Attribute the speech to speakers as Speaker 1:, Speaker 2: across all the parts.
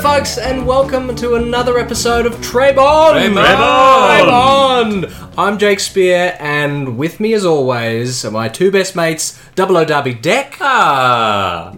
Speaker 1: Thanks and welcome to another episode of Trebon!
Speaker 2: Trebon!
Speaker 1: Trebon! I'm Jake Spear, and with me as always are my two best mates, Double O Derby Deck,
Speaker 2: Ah,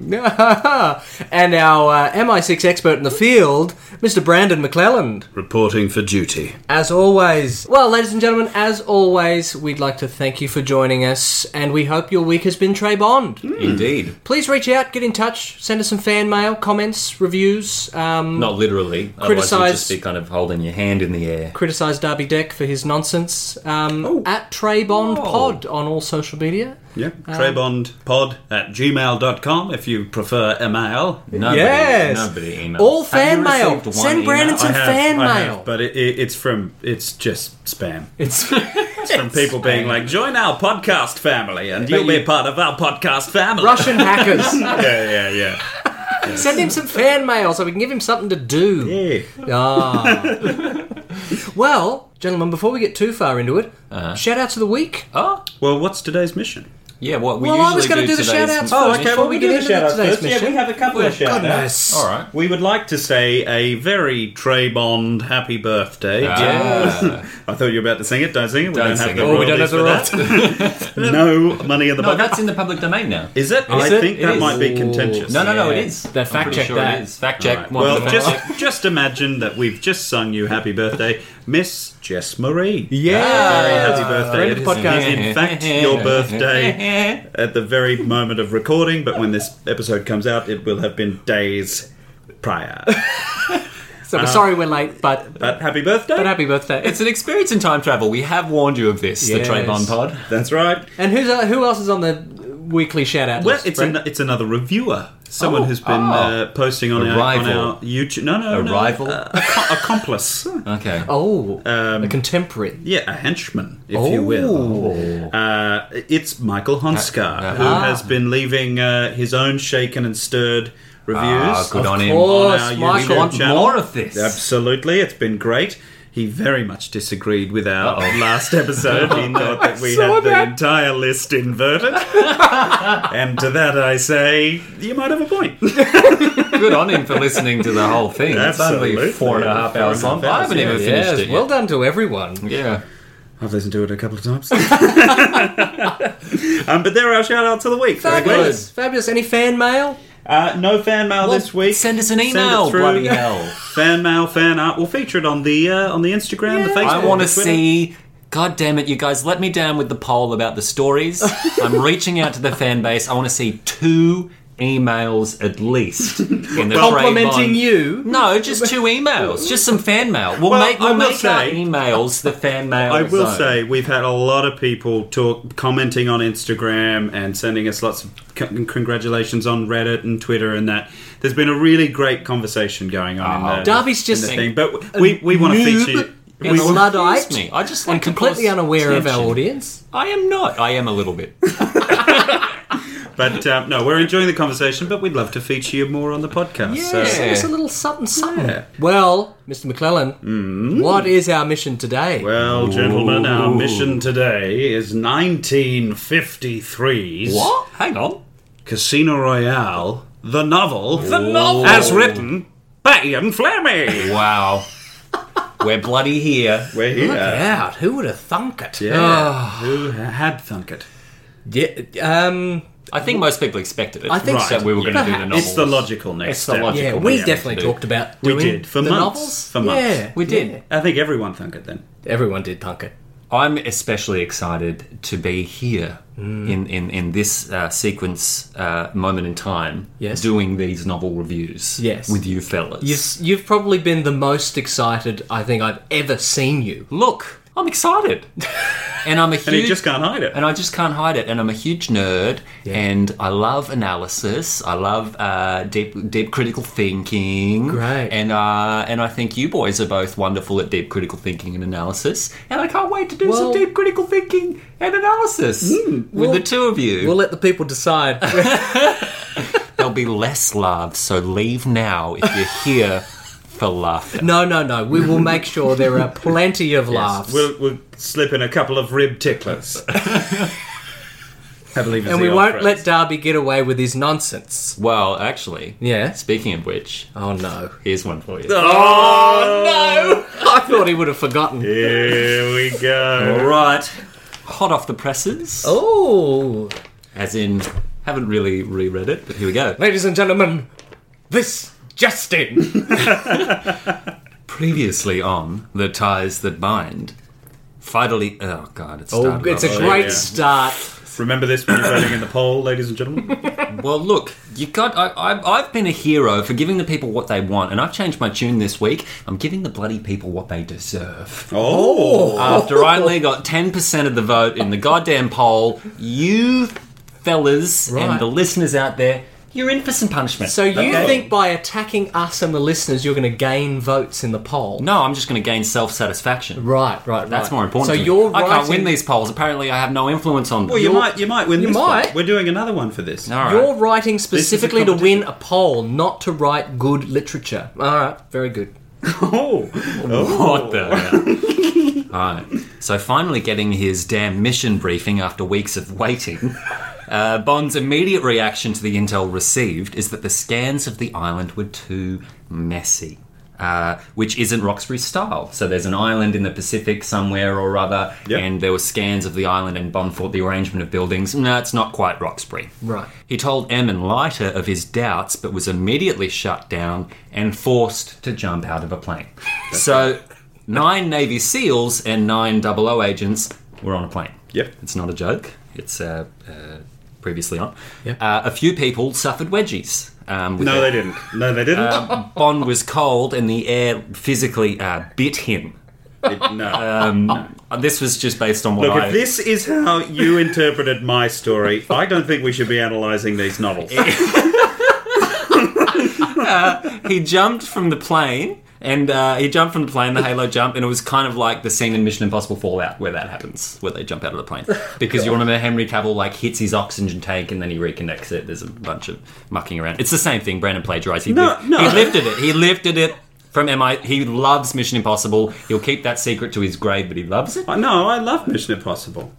Speaker 1: and our uh, MI6 expert in the field, Mr. Brandon McClelland.
Speaker 2: reporting for duty.
Speaker 1: As always. Well, ladies and gentlemen, as always, we'd like to thank you for joining us, and we hope your week has been Trey Bond.
Speaker 3: Hmm.
Speaker 2: Indeed.
Speaker 1: Please reach out, get in touch, send us some fan mail, comments, reviews, um,
Speaker 2: Not literally. Otherwise, you'd
Speaker 1: Criticise-
Speaker 2: just be kind of holding your hand in the air.
Speaker 1: criticise Darby Deck for his nonsense. Um,
Speaker 2: Oh.
Speaker 1: At Trey Bond
Speaker 2: Whoa.
Speaker 1: Pod on all social media.
Speaker 3: Yeah, trebondpod at gmail.com if you prefer email.
Speaker 2: Nobody,
Speaker 1: Yes.
Speaker 2: Nobody emails.
Speaker 1: All
Speaker 2: Have
Speaker 1: fan
Speaker 2: you
Speaker 1: mail.
Speaker 2: received one
Speaker 1: Send Brandon some-
Speaker 2: email?
Speaker 1: It's a fan
Speaker 3: I
Speaker 1: mail.
Speaker 3: but it, it, it's from it's just spam.
Speaker 1: It's
Speaker 3: It's from people being like, "Join our podcast family, and you'll be part of our podcast family."
Speaker 1: Russian hackers.
Speaker 3: yeah, yeah, yeah.
Speaker 1: send him some fan mail so we can give him something to do.
Speaker 3: yeah.
Speaker 1: Ah. well, gentlemen, before we get too far into it, shout outs of the week.
Speaker 2: Oh,
Speaker 3: Well, what's today's mission?
Speaker 2: yeah. What we
Speaker 1: Well, I
Speaker 2: usually
Speaker 1: was gonna
Speaker 2: do
Speaker 1: do the
Speaker 2: today's-
Speaker 1: shout-outs Oh, first. okay, well, we get into today's mission.
Speaker 3: have a couple of Oh, shout
Speaker 1: Goodness.
Speaker 2: All right.
Speaker 3: We would like to say a very Trey Bond happy birthday.
Speaker 2: Ah.
Speaker 3: I thought you were about to sing it. Don't sing it. We
Speaker 2: Don't
Speaker 3: don't,
Speaker 2: sing
Speaker 3: have the
Speaker 2: it. Oh, we
Speaker 3: royalties
Speaker 2: don't have the
Speaker 3: for that. no money in the
Speaker 2: No,
Speaker 3: pocket.
Speaker 2: that's in the public domain now.
Speaker 3: Is it? I
Speaker 2: it?
Speaker 3: think
Speaker 2: It
Speaker 3: that
Speaker 2: is.
Speaker 3: might be contentious.
Speaker 2: No, no, no. It
Speaker 1: Yeah.
Speaker 2: is.
Speaker 1: Then
Speaker 2: I'm
Speaker 1: fact
Speaker 2: pretty
Speaker 1: check
Speaker 2: sure
Speaker 1: that.
Speaker 2: It is. Fact check.
Speaker 3: Right.
Speaker 2: one
Speaker 3: Well,
Speaker 2: fact check.
Speaker 3: just just imagine that we've just sung you happy birthday, Miss Jess Marie. Very
Speaker 1: Yeah.
Speaker 3: happy birthday.
Speaker 1: Friend
Speaker 3: It
Speaker 1: of the
Speaker 3: is,
Speaker 1: podcast.
Speaker 3: in fact, your birthday at the very moment of recording, but when this episode comes out, it will have been days prior.
Speaker 1: So, sorry we're late, but,
Speaker 3: But happy birthday.
Speaker 1: but happy birthday.
Speaker 2: It's an experience in time travel. We have warned you of this.
Speaker 1: Yes.
Speaker 2: The Trayvon Pod.
Speaker 3: That's right.
Speaker 1: And who's uh, who else is on the weekly shout out?
Speaker 3: Well,
Speaker 1: list,
Speaker 3: it's
Speaker 1: Brent?
Speaker 3: an, it's another reviewer. Someone
Speaker 2: Oh,
Speaker 3: who's been
Speaker 2: oh.
Speaker 3: uh, posting on
Speaker 2: A
Speaker 3: our, on
Speaker 2: rival.
Speaker 3: our YouTube. No, no,
Speaker 2: A
Speaker 3: no.
Speaker 2: rival?
Speaker 3: Uh, acco- accomplice.
Speaker 2: Okay.
Speaker 1: oh
Speaker 3: Um,
Speaker 1: a contemporary.
Speaker 3: Yeah, a henchman, if you will. Uh, it's Michael Honskar,
Speaker 2: uh,
Speaker 3: who has been leaving uh, his own shaken and stirred reviews.
Speaker 2: Ah, good on him.
Speaker 1: course.
Speaker 3: on
Speaker 1: Yes,
Speaker 3: our
Speaker 1: Michael.
Speaker 3: YouTube
Speaker 2: We want
Speaker 3: channel.
Speaker 2: more of this.
Speaker 3: Absolutely, it's been great. He very much disagreed with our
Speaker 2: Uh-oh.
Speaker 3: last episode. He thought that we
Speaker 1: saw
Speaker 3: had the
Speaker 1: that.
Speaker 3: entire list inverted. and to that I say, you might have a point.
Speaker 2: Good on him for listening to the whole thing. It's only
Speaker 3: Absolutely.
Speaker 2: four and a half
Speaker 3: Four
Speaker 2: hours
Speaker 3: and a
Speaker 2: long.
Speaker 3: half
Speaker 2: I haven't
Speaker 3: hours,
Speaker 2: even
Speaker 3: yeah.
Speaker 2: finished it.
Speaker 1: Yes,
Speaker 2: Yet.
Speaker 1: well done to everyone.
Speaker 2: yeah.
Speaker 3: I've listened to it a couple of times. um, but there are our shout outs of the week. Very good.
Speaker 1: Fabulous, fabulous. Any fan mail?
Speaker 3: Uh, no fan mail this week.
Speaker 2: Send us an
Speaker 3: Send it
Speaker 2: email,
Speaker 3: through.
Speaker 2: bloody hell.
Speaker 3: fan mail, fan art. We'll feature it on the uh, on the Instagram, the Facebook.
Speaker 2: I want to
Speaker 3: the Twitter.
Speaker 2: see. God damn it, you guys, let me down with the poll about the stories. I'm reaching out to the fan base. I want to see two emails at least. In the
Speaker 1: Complimenting
Speaker 2: Trayvon-
Speaker 1: you.
Speaker 2: No, just two emails. Just some fan mail. We'll,
Speaker 3: Well,
Speaker 2: make, we'll
Speaker 3: I will
Speaker 2: make our
Speaker 3: say-
Speaker 2: emails the fan mail.
Speaker 3: I will
Speaker 2: zone.
Speaker 3: say we've had a lot of people talk, commenting on Instagram and sending us lots of c- congratulations on Reddit and Twitter and that. There's been a really great conversation going on in the
Speaker 1: Darby's just
Speaker 3: in the thing, but w- we we want to
Speaker 1: noob
Speaker 3: feature.
Speaker 1: and
Speaker 3: We,
Speaker 1: a Luddite
Speaker 2: Excuse me. I just like
Speaker 1: and
Speaker 2: to
Speaker 1: completely
Speaker 2: cause
Speaker 1: unaware of our
Speaker 2: tension.
Speaker 1: audience.
Speaker 2: I am not. I am a little bit.
Speaker 3: but um, no, we're enjoying the conversation, but we'd love to feature you more on the podcast. so-
Speaker 1: Yes, Send us a little something, something. Well, Mr. McClellan, what is our mission today?
Speaker 3: Mm-hmm. Well, gentlemen, our mission today is 1953's
Speaker 2: What? Hang on.
Speaker 3: Casino Royale, the novel, the
Speaker 2: novel.
Speaker 3: as written by Ian Fleming.
Speaker 2: Wow. We're bloody here.
Speaker 3: We're here.
Speaker 1: out. Who would have thunk it? Oh,
Speaker 3: Yeah. Who had thunk it?
Speaker 1: Yeah, um,
Speaker 2: I think most people expected it.
Speaker 1: I think
Speaker 3: Right.
Speaker 2: that we were going to do the
Speaker 1: Perhaps.
Speaker 2: novels.
Speaker 3: It's the logical next
Speaker 2: the
Speaker 3: step.
Speaker 2: logical
Speaker 1: yeah,
Speaker 2: Logical
Speaker 1: we
Speaker 2: reaction
Speaker 1: definitely
Speaker 2: to-
Speaker 1: talked about
Speaker 3: We
Speaker 1: doing
Speaker 3: did, for
Speaker 1: the
Speaker 3: months,
Speaker 1: novels
Speaker 3: for months.
Speaker 1: Yeah,
Speaker 2: We did.
Speaker 3: I think everyone thunk it then.
Speaker 1: Everyone did thunk it.
Speaker 2: I'm especially excited to be here
Speaker 1: Mm.
Speaker 2: in, in, in this uh, sequence, uh, moment in time,
Speaker 1: Yes.
Speaker 2: doing these novel reviews
Speaker 1: Yes.
Speaker 2: with you fellas.
Speaker 1: You've, you've probably been the most excited I think I've ever seen you.
Speaker 2: Look, I'm excited. and I'm a huge.
Speaker 3: And he just can't hide it.
Speaker 2: and I just can't hide it. And I'm a huge nerd, and I love analysis. I love uh, deep, deep critical thinking.
Speaker 1: Great.
Speaker 2: And uh, and I think you boys are both wonderful at deep critical thinking and analysis. And I can't wait to do
Speaker 1: Well- Mm,
Speaker 2: some deep critical thinking and analysis with
Speaker 1: Well-
Speaker 2: the two of you.
Speaker 1: We'll let the people decide.
Speaker 2: There'll be less laughs, so leave now if you're here for laughter.
Speaker 1: no, no, no. We will make sure there are plenty of laughs.
Speaker 3: We'll, we'll slip in a couple of rib ticklers. I believe it's
Speaker 1: and
Speaker 3: the
Speaker 1: we
Speaker 3: old
Speaker 1: won't
Speaker 3: phrase.
Speaker 1: let Darby get away with his nonsense.
Speaker 2: Well, actually,
Speaker 1: Yeah.
Speaker 2: speaking of which,
Speaker 1: Oh no.
Speaker 2: here's one for you.
Speaker 1: Oh no! I thought he would have forgotten.
Speaker 3: Here we
Speaker 2: All
Speaker 3: go.
Speaker 2: right. Hot off the presses.
Speaker 1: Oh,
Speaker 2: As in, haven't really reread it, but here we go.
Speaker 1: ladies and gentlemen, this
Speaker 2: Oh,
Speaker 1: Justin.
Speaker 2: Previously on The Ties That Bind, finally. Oh, God, it's
Speaker 1: Oh,
Speaker 2: started.
Speaker 1: it's a
Speaker 2: already.
Speaker 1: great
Speaker 3: yeah.
Speaker 1: start.
Speaker 3: Remember this when you're voting in the poll, ladies and gentlemen?
Speaker 2: Well, look, you got. I, I, I've been a hero for giving the people what they want, and I've changed my tune this week. I'm giving the bloody people what they deserve.
Speaker 3: Oh.
Speaker 2: After I only got 10% of the vote in the goddamn poll, you fellas
Speaker 1: Right.
Speaker 2: and the listeners out there, you're in for some punishment.
Speaker 1: So you
Speaker 3: Okay.
Speaker 1: think by attacking us and the listeners, you're going to gain votes in the poll?
Speaker 2: no, I'm just going to gain self satisfaction.
Speaker 1: Right, right, right.
Speaker 2: That's more important.
Speaker 1: So
Speaker 2: to me.
Speaker 1: you're
Speaker 2: I can't
Speaker 1: writing-
Speaker 2: win these polls. Apparently, I have no influence on them.
Speaker 3: Well, Oh, you might, you might win
Speaker 1: You
Speaker 3: this
Speaker 1: might.
Speaker 3: one. We're doing another one for this.
Speaker 2: All right.
Speaker 1: You're writing specifically to
Speaker 3: competition.
Speaker 1: win a poll, not to write good literature. All right, very good.
Speaker 3: Oh. Oh.
Speaker 2: What the hell? Alright. So finally getting his damn mission briefing after weeks of waiting, uh, Bond's immediate reaction to the intel received is that the scans of the island were too messy. Uh, which isn't Roxbury style. So there's an island in the Pacific somewhere or other,
Speaker 3: Yep.
Speaker 2: and there were scans of the island, and Bond thought the arrangement of buildings, no, it's not quite Roxbury.
Speaker 1: Right.
Speaker 2: He told Em and Leiter of his doubts, but was immediately shut down and forced to jump out of a plane. so, nine Navy SEALs and nine 00 agents were on a plane.
Speaker 3: Yep.
Speaker 2: It's not a joke. It's uh, uh, previously on.
Speaker 1: Yep.
Speaker 2: Uh, a few people suffered wedgies. Um, with
Speaker 3: No,
Speaker 2: their-
Speaker 3: they didn't. No, they didn't.
Speaker 1: Um,
Speaker 2: Bond was cold, and the air physically uh, bit him.
Speaker 3: It- no.
Speaker 2: Uh, This was just based on what
Speaker 3: Look,
Speaker 2: I.
Speaker 3: if this is how you interpreted my story, I don't think we should be analysing these novels.
Speaker 2: he jumped from the plane and uh, he jumped from the plane the halo jump and it was kind of like the scene in mission impossible fallout where that happens where they jump out of the plane because you remember henry cavill like hits his oxygen tank and then he reconnects it there's a bunch of mucking around it's the same thing brandon plagiarized he,
Speaker 3: No, no.
Speaker 2: he lifted it he lifted it from mi he loves mission impossible he'll keep that secret to his grave but he loves it
Speaker 3: no, I love Mission Impossible.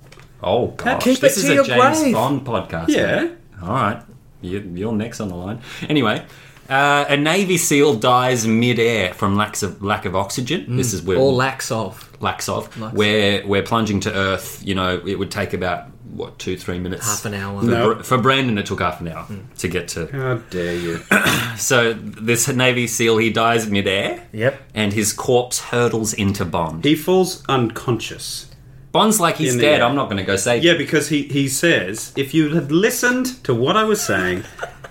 Speaker 2: oh gosh
Speaker 1: keep it
Speaker 2: this is
Speaker 1: to
Speaker 2: a
Speaker 1: your
Speaker 2: james
Speaker 1: grave.
Speaker 2: bond podcast
Speaker 3: Yeah.
Speaker 2: man. all right you, you're next on the line anyway uh, a Navy SEAL dies mid-air from lacks of, lack of oxygen. This is where
Speaker 1: Mm. Or lacks of.
Speaker 2: lacks of where we're plunging to earth you know it would take about what two three minutes
Speaker 1: Half an hour. Mm.
Speaker 2: for,
Speaker 3: No.
Speaker 2: Br- for brandon it took half an hour to get to
Speaker 3: How dare you?
Speaker 2: so this navy seal he dies midair
Speaker 1: Yep.
Speaker 2: and his corpse hurtles into bond
Speaker 3: He falls unconscious.
Speaker 2: bond's like he's
Speaker 3: In the
Speaker 2: dead
Speaker 3: air.
Speaker 2: i'm not going to go save
Speaker 3: Yeah,
Speaker 2: you.
Speaker 3: because he, he says, if you had listened to what I was saying,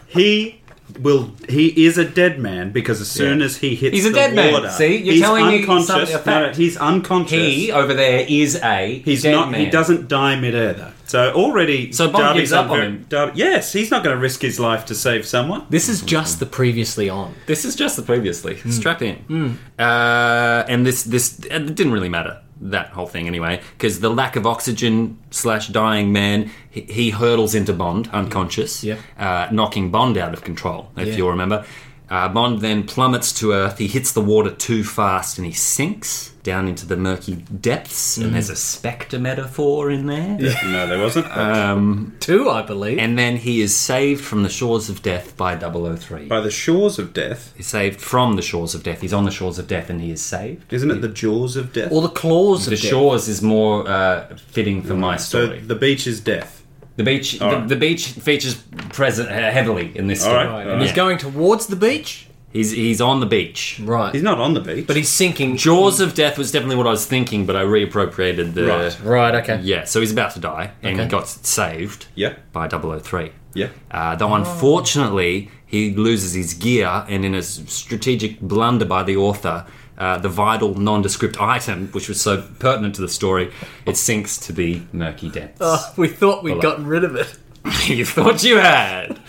Speaker 3: he will he is a dead man because as soon
Speaker 2: Yeah.
Speaker 3: as he hits
Speaker 2: He's a
Speaker 3: the
Speaker 2: dead man.
Speaker 3: water,
Speaker 2: See? You're
Speaker 3: he's
Speaker 2: telling me
Speaker 3: unconscious.
Speaker 2: something- a
Speaker 3: No,
Speaker 2: fact.
Speaker 3: he's unconscious.
Speaker 2: he over there is a
Speaker 3: He's
Speaker 2: dead
Speaker 3: not.
Speaker 2: man.
Speaker 3: He doesn't die midair though. So already,
Speaker 2: So Bond gives up on
Speaker 3: unver-
Speaker 2: him.
Speaker 3: Darby- yes, he's not going to risk his life to save someone.
Speaker 1: This is just the previously on.
Speaker 2: This is just the previously.
Speaker 1: Hmm.
Speaker 2: Strap in. Uh, and this this it didn't really matter that whole thing anyway because the lack of oxygen slash dying man he, he hurtles into Bond unconscious,
Speaker 1: Yeah.
Speaker 2: uh, knocking Bond out of control. If
Speaker 1: Yeah.
Speaker 2: you'll remember, uh, Bond then plummets to earth. He hits the water too fast and he sinks down into the murky depths.
Speaker 1: Hmm.
Speaker 2: And there's a spectre metaphor in there.
Speaker 3: No, there wasn't.
Speaker 2: Uh,
Speaker 1: Two, I believe.
Speaker 2: And then he is saved from the shores of death by 003.
Speaker 3: By the shores of death,
Speaker 2: He's saved from the shores of death. He's on the shores of death and he is saved.
Speaker 3: isn't it? The jaws of death.
Speaker 1: or the claws
Speaker 2: The
Speaker 1: of death.
Speaker 2: shores is more uh, fitting for my
Speaker 3: so
Speaker 2: story.
Speaker 3: the beach is death.
Speaker 2: the beach,
Speaker 3: Alright.
Speaker 2: the, the beach features present he- heavily in this story.
Speaker 3: Alright.
Speaker 1: Right, And he's going towards the beach.
Speaker 2: He's he's on the beach.
Speaker 1: Right.
Speaker 3: He's not on the beach,
Speaker 1: but he's sinking.
Speaker 2: Jaws of death was definitely what I was thinking, but I reappropriated the.
Speaker 3: Right.
Speaker 1: Right, okay.
Speaker 2: Yeah, so he's about to die and
Speaker 1: Okay.
Speaker 2: got saved
Speaker 3: Yeah.
Speaker 2: by 003.
Speaker 3: Yeah.
Speaker 2: Uh, though
Speaker 1: Oh.
Speaker 2: unfortunately, he loses his gear, and in a s- strategic blunder by the author, uh, the vital nondescript item, which was so pertinent to the story, it sinks to the murky depths.
Speaker 1: Oh, we thought we'd
Speaker 2: Hello.
Speaker 1: gotten rid of it.
Speaker 2: you thought you had.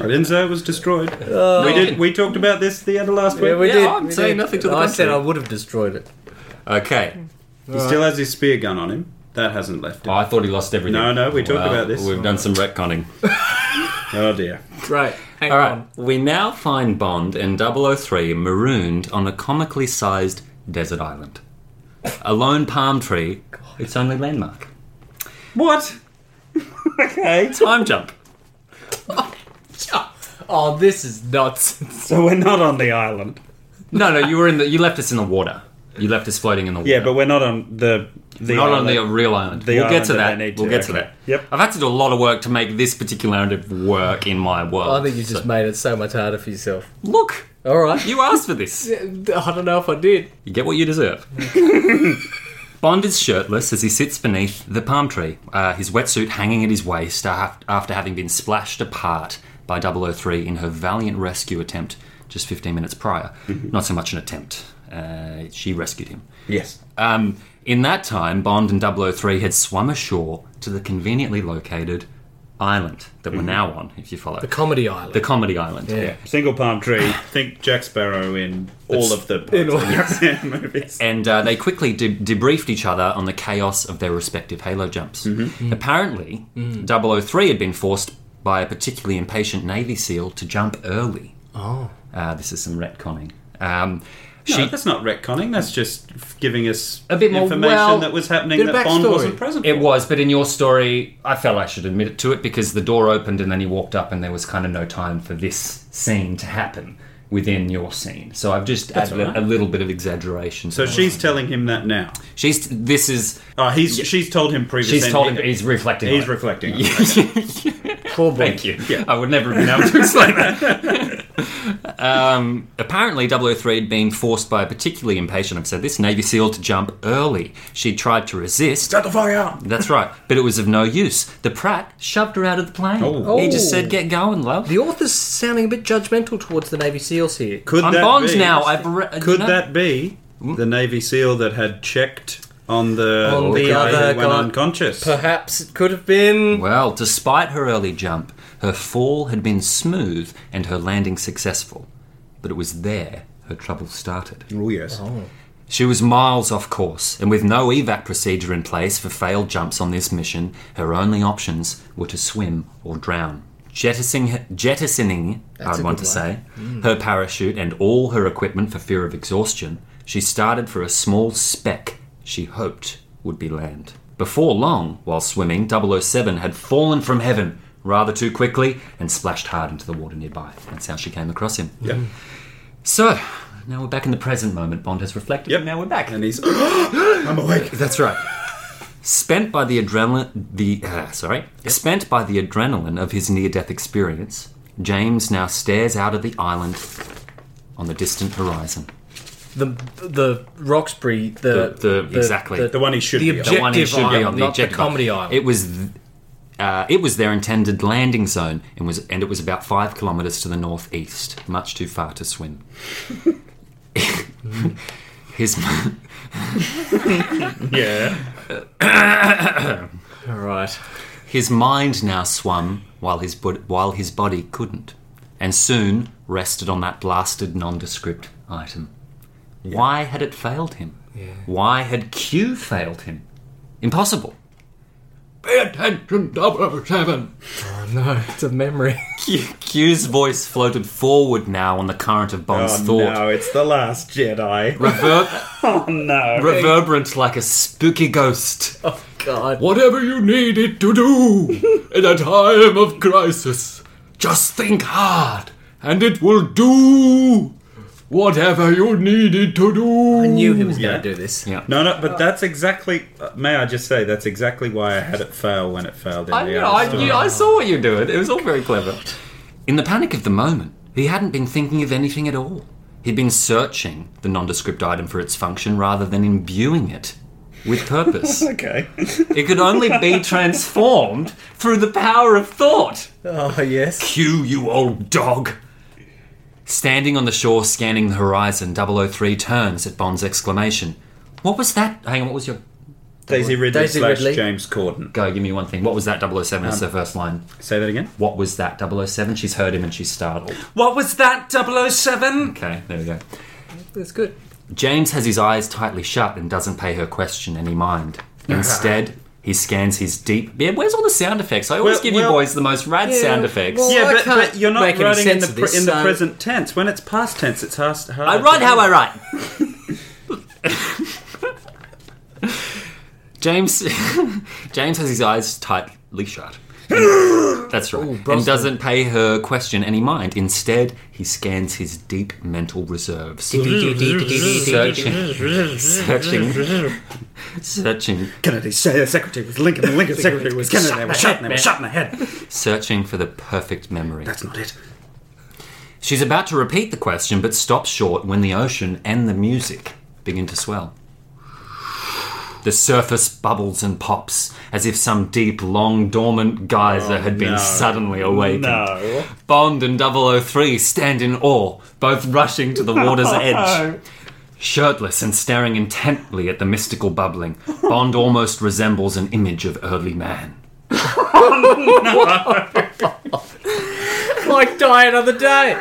Speaker 3: I didn't say it was destroyed. we did. We talked about this the other last week.
Speaker 2: Oh. Yeah, did. I'm We saying did. nothing to the
Speaker 1: I said I
Speaker 2: contrary.
Speaker 1: would have destroyed it.
Speaker 2: Okay.
Speaker 3: He still has his spear gun on him. That hasn't left him.
Speaker 2: Oh, I thought he lost everything.
Speaker 3: No, no, we talked
Speaker 2: Well,
Speaker 3: about this.
Speaker 2: We've done some retconning.
Speaker 3: Oh dear.
Speaker 1: Right. Hang
Speaker 2: All right.
Speaker 1: on.
Speaker 2: We now find Bond and 003 marooned on a comically sized desert island. A lone palm tree, its only landmark.
Speaker 3: What?
Speaker 1: okay.
Speaker 2: Time jump.
Speaker 1: Oh, this is nonsense.
Speaker 3: So we're not on the island.
Speaker 2: No, no, you were in the. You left us in the water. You left us floating in the water.
Speaker 3: Yeah, but we're not on the the
Speaker 2: not on
Speaker 3: island.
Speaker 2: the real island.
Speaker 3: The
Speaker 2: we'll
Speaker 3: island
Speaker 2: get to
Speaker 3: that
Speaker 2: that.
Speaker 3: they need
Speaker 2: we'll
Speaker 3: to,
Speaker 2: get to
Speaker 3: okay.
Speaker 2: that.
Speaker 3: Yep.
Speaker 2: I've had to do a lot of work to make this particular narrative work in my world.
Speaker 1: I think you just made it so much harder for yourself.
Speaker 2: Look,
Speaker 1: All right.
Speaker 2: you asked for this.
Speaker 1: I don't know if I did.
Speaker 2: You get what you deserve. Bond is shirtless as he sits beneath the palm tree, uh, his wetsuit hanging at his waist af- after having been splashed apart by 003 in her valiant rescue attempt just 15 minutes prior. Not so much an attempt, uh, she rescued him.
Speaker 3: Yes.
Speaker 2: Um, in that time, Bond and 003 had swum ashore to the conveniently located island that we're now on, if you follow. The,
Speaker 1: Comedy Island.
Speaker 2: comedy island.
Speaker 1: Yeah.
Speaker 3: Yeah. Single palm tree. Think Jack Sparrow in all of the
Speaker 1: In all-
Speaker 3: parts of the movies.
Speaker 2: And uh, they quickly de- debriefed each other on the chaos of their respective Halo jumps.
Speaker 3: Mm-hmm.
Speaker 2: Apparently, 003 had been forced by a particularly impatient Navy SEAL to jump early.
Speaker 1: Oh.
Speaker 2: Uh, this is some retconning. Um, she,
Speaker 3: No, that's not retconning. That's just f- giving us
Speaker 2: A bit more-
Speaker 3: information
Speaker 2: well,
Speaker 3: that was happening
Speaker 1: bit
Speaker 3: that
Speaker 1: of
Speaker 3: Bond
Speaker 1: backstory.
Speaker 3: wasn't present.
Speaker 2: It
Speaker 3: for.
Speaker 2: was, but in your story, I felt I should admit it to it because the door opened and then he walked up and there was kind of no time for this scene to happen within your scene. So I've just added
Speaker 3: all right.
Speaker 2: a little bit of exaggeration. to
Speaker 3: So
Speaker 2: that.
Speaker 3: she's telling him that now.
Speaker 2: she's this is
Speaker 3: Oh, he's she's told him previously.
Speaker 2: she's
Speaker 3: and
Speaker 2: told
Speaker 3: he-
Speaker 2: him he's reflecting.
Speaker 3: He's
Speaker 2: on it.
Speaker 3: reflecting. on it.
Speaker 1: Poor boy.
Speaker 2: Thank you. I would never have been able to explain that. um, apparently, 003 had been forced by a particularly impatient, I've said this, Navy SEAL to jump early. She tried to resist.
Speaker 3: Set the fire.
Speaker 2: That's right, but it was of no use. The Pratt shoved her out of the plane.
Speaker 3: Oh.
Speaker 2: He just
Speaker 1: Oh.
Speaker 2: said, "Get going, love."
Speaker 1: The author's sounding a bit judgmental towards the Navy SEAls here.
Speaker 3: Could
Speaker 2: I'm
Speaker 3: that
Speaker 2: Bond
Speaker 3: be-
Speaker 2: now. I've re- you
Speaker 3: Could
Speaker 2: know.
Speaker 3: that be the Navy SEAL that had checked on the
Speaker 1: On the
Speaker 3: guy
Speaker 1: other
Speaker 3: who went
Speaker 1: guy.
Speaker 3: unconscious?
Speaker 1: Perhaps it could have been.
Speaker 2: Well, despite her early jump, her fall had been smooth and her landing successful. But it was there her trouble started.
Speaker 3: Oh yes.
Speaker 2: She was miles off course, and with no evac procedure in place for failed jumps on this mission, her only options were to swim or drown. Jettisoning, jettisoning
Speaker 1: That's
Speaker 2: I'd
Speaker 1: a
Speaker 2: want to
Speaker 1: good Hmm.
Speaker 2: say, her parachute and all her equipment for fear of exhaustion, she started for a small speck she hoped would be land. Before long, while swimming, 007 had fallen from heaven rather too quickly and splashed hard into the water nearby. That's how she came across him.
Speaker 3: Yeah.
Speaker 2: So, now we're back in the present moment. Bond has reflected.
Speaker 3: Yep.
Speaker 2: and Now we're back.
Speaker 3: And he's. I'm awake.
Speaker 2: That's right. Spent by the adrenaline, the uh, sorry, spent by the adrenaline of his near-death experience, James now stares out of the island on the distant horizon.
Speaker 1: The the Roxbury. The,
Speaker 2: The- the- exactly.
Speaker 3: The one he should
Speaker 1: The
Speaker 3: be on.
Speaker 2: The one he
Speaker 1: objective
Speaker 2: should be on
Speaker 1: island,
Speaker 2: the
Speaker 1: not the
Speaker 2: objective
Speaker 1: comedy
Speaker 2: island.
Speaker 1: island.
Speaker 2: It was, th- uh, it was their intended landing zone, and was and it was about five kilometers to the northeast, much too far to swim. his
Speaker 3: Yeah.
Speaker 1: All right.
Speaker 2: His mind now swam while his, bod- while his body couldn't, and soon rested on that blasted nondescript item. Why had it failed him? Why had Q failed him? Impossible. Pay attention, 007!
Speaker 1: Oh, no, it's a memory.
Speaker 2: Q- Q's voice floated forward now on the current of Bond's
Speaker 3: Oh
Speaker 2: thought.
Speaker 3: no! It's the last Jedi.
Speaker 2: Rever-
Speaker 3: Oh no!
Speaker 2: reverberant like a spooky ghost.
Speaker 1: Oh God.
Speaker 2: Whatever you need it to do in a time of crisis, just think hard and it will do whatever you need it to do.
Speaker 1: I knew he was
Speaker 3: Yeah.
Speaker 1: going to do this.
Speaker 2: Yeah.
Speaker 3: No, no, but that's exactly. uh, May I just say that's exactly why I had it fail when it failed in
Speaker 2: I,
Speaker 3: the
Speaker 2: knew,
Speaker 3: other
Speaker 2: I,
Speaker 3: story.
Speaker 2: knew, I saw what you were doing. It was all very clever. In the panic of the moment, he hadn't been thinking of anything at all. He'd been searching the nondescript item for its function rather than imbuing it with purpose.
Speaker 3: Okay.
Speaker 2: it could only be transformed through the power of thought.
Speaker 1: Oh yes.
Speaker 2: Q, you old dog! Standing on the shore, scanning the horizon, 003 turns at Bond's exclamation. What was that? Hang on, what was your.
Speaker 3: Daisy Ridley
Speaker 1: Daisy
Speaker 3: slash
Speaker 1: Ridley.
Speaker 3: James Corden.
Speaker 2: Go, give me one thing. What was that 007?
Speaker 1: Um,
Speaker 2: It's the first line.
Speaker 3: Say that again.
Speaker 2: What was that 007? She's heard him and she's startled.
Speaker 1: What was that, 007?
Speaker 2: Okay, there we go.
Speaker 1: That's good.
Speaker 2: James has his eyes tightly shut and doesn't pay her question any mind. Instead, he scans his deep. Yeah, where's all the sound effects? I always
Speaker 3: Well-
Speaker 2: give you
Speaker 3: well-
Speaker 2: boys the most rad
Speaker 1: Yeah,
Speaker 2: sound effects.
Speaker 1: well-
Speaker 3: Yeah,
Speaker 1: I
Speaker 3: but,
Speaker 1: can't
Speaker 3: but you're not
Speaker 1: make any
Speaker 3: writing in
Speaker 1: sense
Speaker 3: the
Speaker 1: of
Speaker 3: pre-
Speaker 1: this,
Speaker 3: in the
Speaker 1: so-
Speaker 3: present tense. When it's past tense, it's hard. hard
Speaker 2: I write how I write. James James has his eyes tightly shut That's right.
Speaker 1: Brosnan.
Speaker 2: and doesn't pay her question any mind. Instead, he scans his deep mental reserves. searching, searching, searching,
Speaker 3: Kennedy's uh, secretary was Lincoln, and Lincoln's secretary was Kennedy. They were shot in the head. They were shot in the head.
Speaker 2: searching for the perfect memory.
Speaker 3: That's not it.
Speaker 2: She's about to repeat the question, but stops short when the ocean and the music begin to swell. The surface bubbles and pops as if some deep, long dormant geyser had been
Speaker 3: Oh, no.
Speaker 2: suddenly awakened.
Speaker 3: No.
Speaker 2: Bond and 003 stand in awe, both rushing to the water's
Speaker 3: Oh,
Speaker 2: edge. Shirtless and staring intently at the mystical bubbling, Bond almost resembles an image of early man.
Speaker 1: like die another day.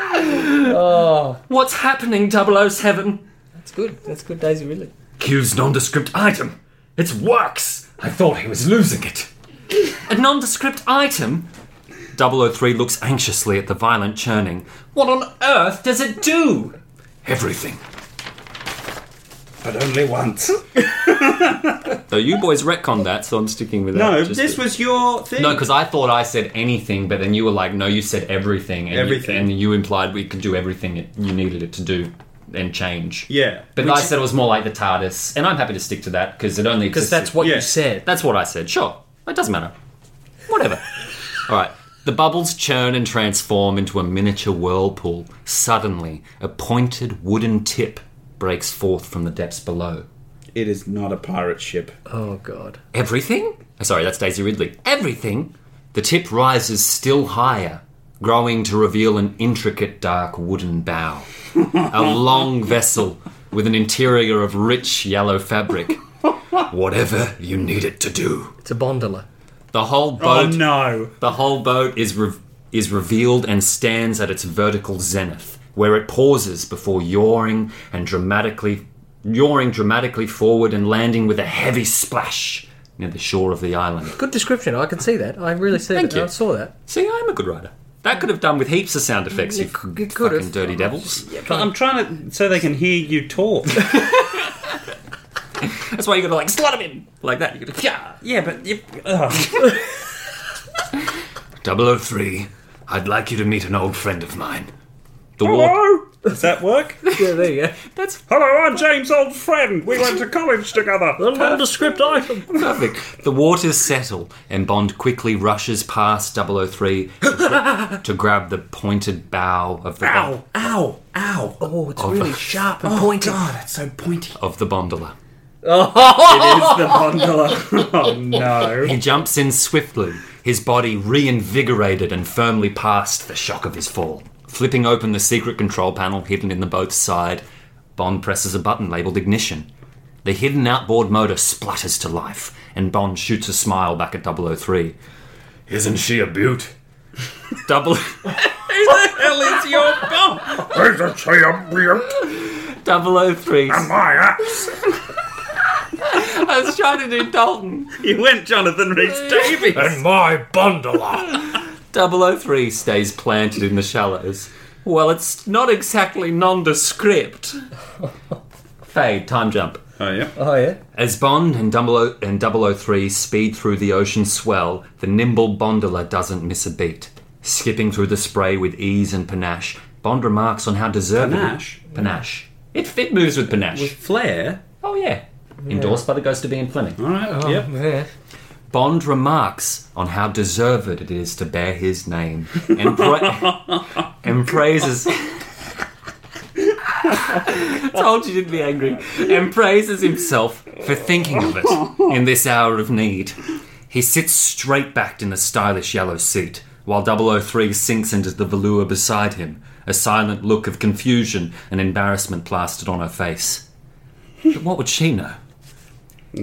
Speaker 2: What's happening, 007?
Speaker 1: That's good. That's good, Daisy Ridley.
Speaker 2: Q's nondescript item. It's works. I thought he was losing it. A nondescript item? 003 looks anxiously at the violent churning. What on earth does it do? Everything.
Speaker 3: But only once.
Speaker 2: Though you boys retconned that, so I'm sticking with that.
Speaker 3: No,
Speaker 2: Just-
Speaker 3: this was your thing.
Speaker 2: No, because I thought I said anything, but then you were like, no, you said everything. And you-
Speaker 3: Everything.
Speaker 2: and you implied we could do everything it, you needed it to do and change.
Speaker 3: Yeah.
Speaker 2: But
Speaker 3: Which-
Speaker 2: I said it was more like the TARDIS, and I'm happy to stick to that because it only
Speaker 1: Because that's what
Speaker 3: Yeah.
Speaker 1: you said.
Speaker 2: That's what I said. Sure. It doesn't matter. Whatever. All right. The bubbles churn and transform into a miniature whirlpool. Suddenly, a pointed wooden tip breaks forth from the depths below.
Speaker 3: It is not a pirate ship.
Speaker 1: Oh god.
Speaker 2: Everything? Oh, Sorry, that's Daisy Ridley. Everything? The tip rises still higher, growing to reveal an intricate dark wooden bow. A long vessel with an interior of rich yellow fabric. Whatever you need it to do.
Speaker 1: It's a gondola.
Speaker 2: The whole
Speaker 3: Oh,
Speaker 2: boat
Speaker 3: no.
Speaker 2: the whole boat is re- is revealed and stands at its vertical zenith, where it pauses before yawing and dramatically yawing dramatically forward and landing with a heavy splash near the shore of the island.
Speaker 1: Good description. I can see that. I really see
Speaker 2: Thank
Speaker 1: that.
Speaker 2: you.
Speaker 1: I saw that.
Speaker 2: See, I'm a good writer. That could have done with heaps of sound effects, you, c-
Speaker 1: it could
Speaker 2: fucking
Speaker 1: have.
Speaker 2: dirty devils.
Speaker 3: But I'm trying to. so they can hear you talk.
Speaker 2: That's why you gotta like slot him in like that. You gotta yeah.
Speaker 3: yeah, but. You, ugh.
Speaker 2: 003, I'd like you to meet an old friend of mine. The walk.
Speaker 3: Hello! Does that work?
Speaker 1: Yeah, there you go.
Speaker 2: That's
Speaker 3: Hello, I'm James' old friend. We went to college together.
Speaker 1: A nondescript item.
Speaker 2: Perfect. The waters settle, and Bond quickly rushes past 003 to, to grab the pointed bow of the, Oh,
Speaker 3: Ow! Ow! Ow!
Speaker 1: Oh, it's really sharp and pointy.
Speaker 3: God, it's so pointy.
Speaker 2: of the gondola.
Speaker 3: It is the gondola. oh no.
Speaker 2: He jumps in swiftly, his body reinvigorated and firmly past the shock of his fall. Flipping open the secret control panel hidden in the boat's side, Bond presses a button labeled ignition. The hidden outboard motor splutters to life, and Bond shoots a smile back at 003. Isn't she a beaut? Double.
Speaker 1: hell is your bum?
Speaker 3: Isn't she a beaut?
Speaker 2: 003
Speaker 3: My ass.
Speaker 2: I was trying to do Dalton.
Speaker 3: You went Jonathan Rhys Davies.
Speaker 4: And my bundler.
Speaker 2: 003 stays planted in the shallows. Well, it's not exactly nondescript. Fade, time jump.
Speaker 3: Oh yeah.
Speaker 1: Oh yeah.
Speaker 2: As Bond and, 00 and 003 speed through the ocean swell, the nimble Bondola doesn't miss a beat. Skipping through the spray with ease and panache, Bond remarks on how deserved
Speaker 3: Panache?
Speaker 2: Panache. It, it moves with panache.
Speaker 3: Flair.
Speaker 2: oh, yeah. Endorsed by the Ghost of Ian Fleming.
Speaker 3: All right. yep.
Speaker 1: Yeah.
Speaker 2: Bond remarks on how deserved it is to bear his name and, pra- and praises. Told you didn't be angry. And praises himself for thinking of it in this hour of need. He sits straight backed in the stylish yellow seat, while 003 sinks into the velour beside him, a silent look of confusion and embarrassment plastered on her face. But what would she know?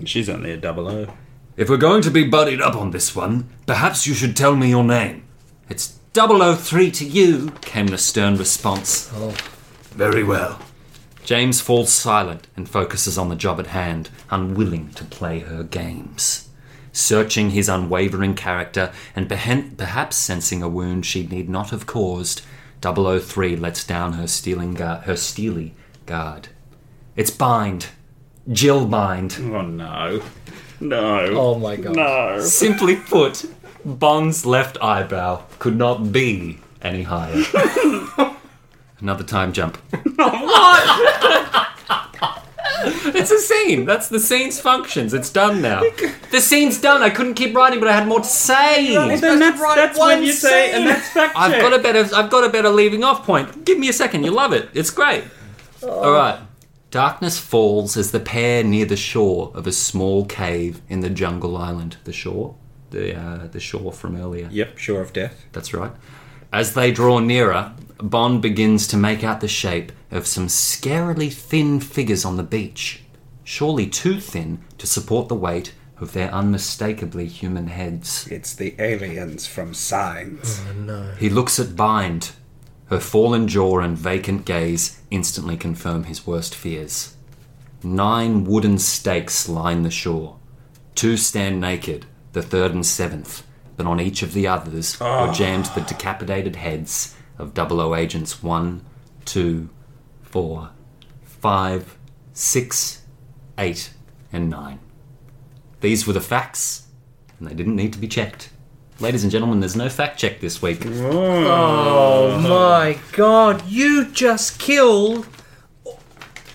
Speaker 3: She's only a double O.
Speaker 2: If we're going to be buddied up on this one, perhaps you should tell me your name. It's 003 to you, came the stern response. Very well. James falls silent and focuses on the job at hand, unwilling to play her games. Searching his unwavering character and perhen- perhaps sensing a wound she need not have caused, 003 lets down her, stealing guard, her steely guard. It's Bind. Jill Bind.
Speaker 3: Oh no. No.
Speaker 1: Oh my god.
Speaker 3: No.
Speaker 2: Simply put, Bond's left eyebrow could not be any higher. Another time jump. what? it's a scene. That's the scene's functions. It's done now. The scene's done. I couldn't keep writing, but I had more to say.
Speaker 3: Then that's,
Speaker 1: write
Speaker 3: that's
Speaker 1: one
Speaker 3: when you say,
Speaker 1: scene.
Speaker 3: and that's fact
Speaker 2: I've
Speaker 3: check.
Speaker 2: got a better. I've got a better leaving off point. Give me a second. You'll love it. It's great. All right. Darkness falls as the pair near the shore of a small cave in the jungle island. The shore, the uh, the shore from earlier.
Speaker 3: Yep, sure of death.
Speaker 2: That's right. As they draw nearer, Bond begins to make out the shape of some scarily thin figures on the beach, surely too thin to support the weight of their unmistakably human heads.
Speaker 5: It's the aliens from Signs.
Speaker 2: He looks at Bind. Her fallen jaw and vacant gaze instantly confirm his worst fears. Nine wooden stakes line the shore. Two stand naked, the third and seventh, but on each of the others are jammed the decapitated heads of 00 agents one, two, four, five, six, eight, and 9. These were the facts, and they didn't need to be checked. Ladies and gentlemen, there's no fact check this week.
Speaker 1: Oh my god, you just killed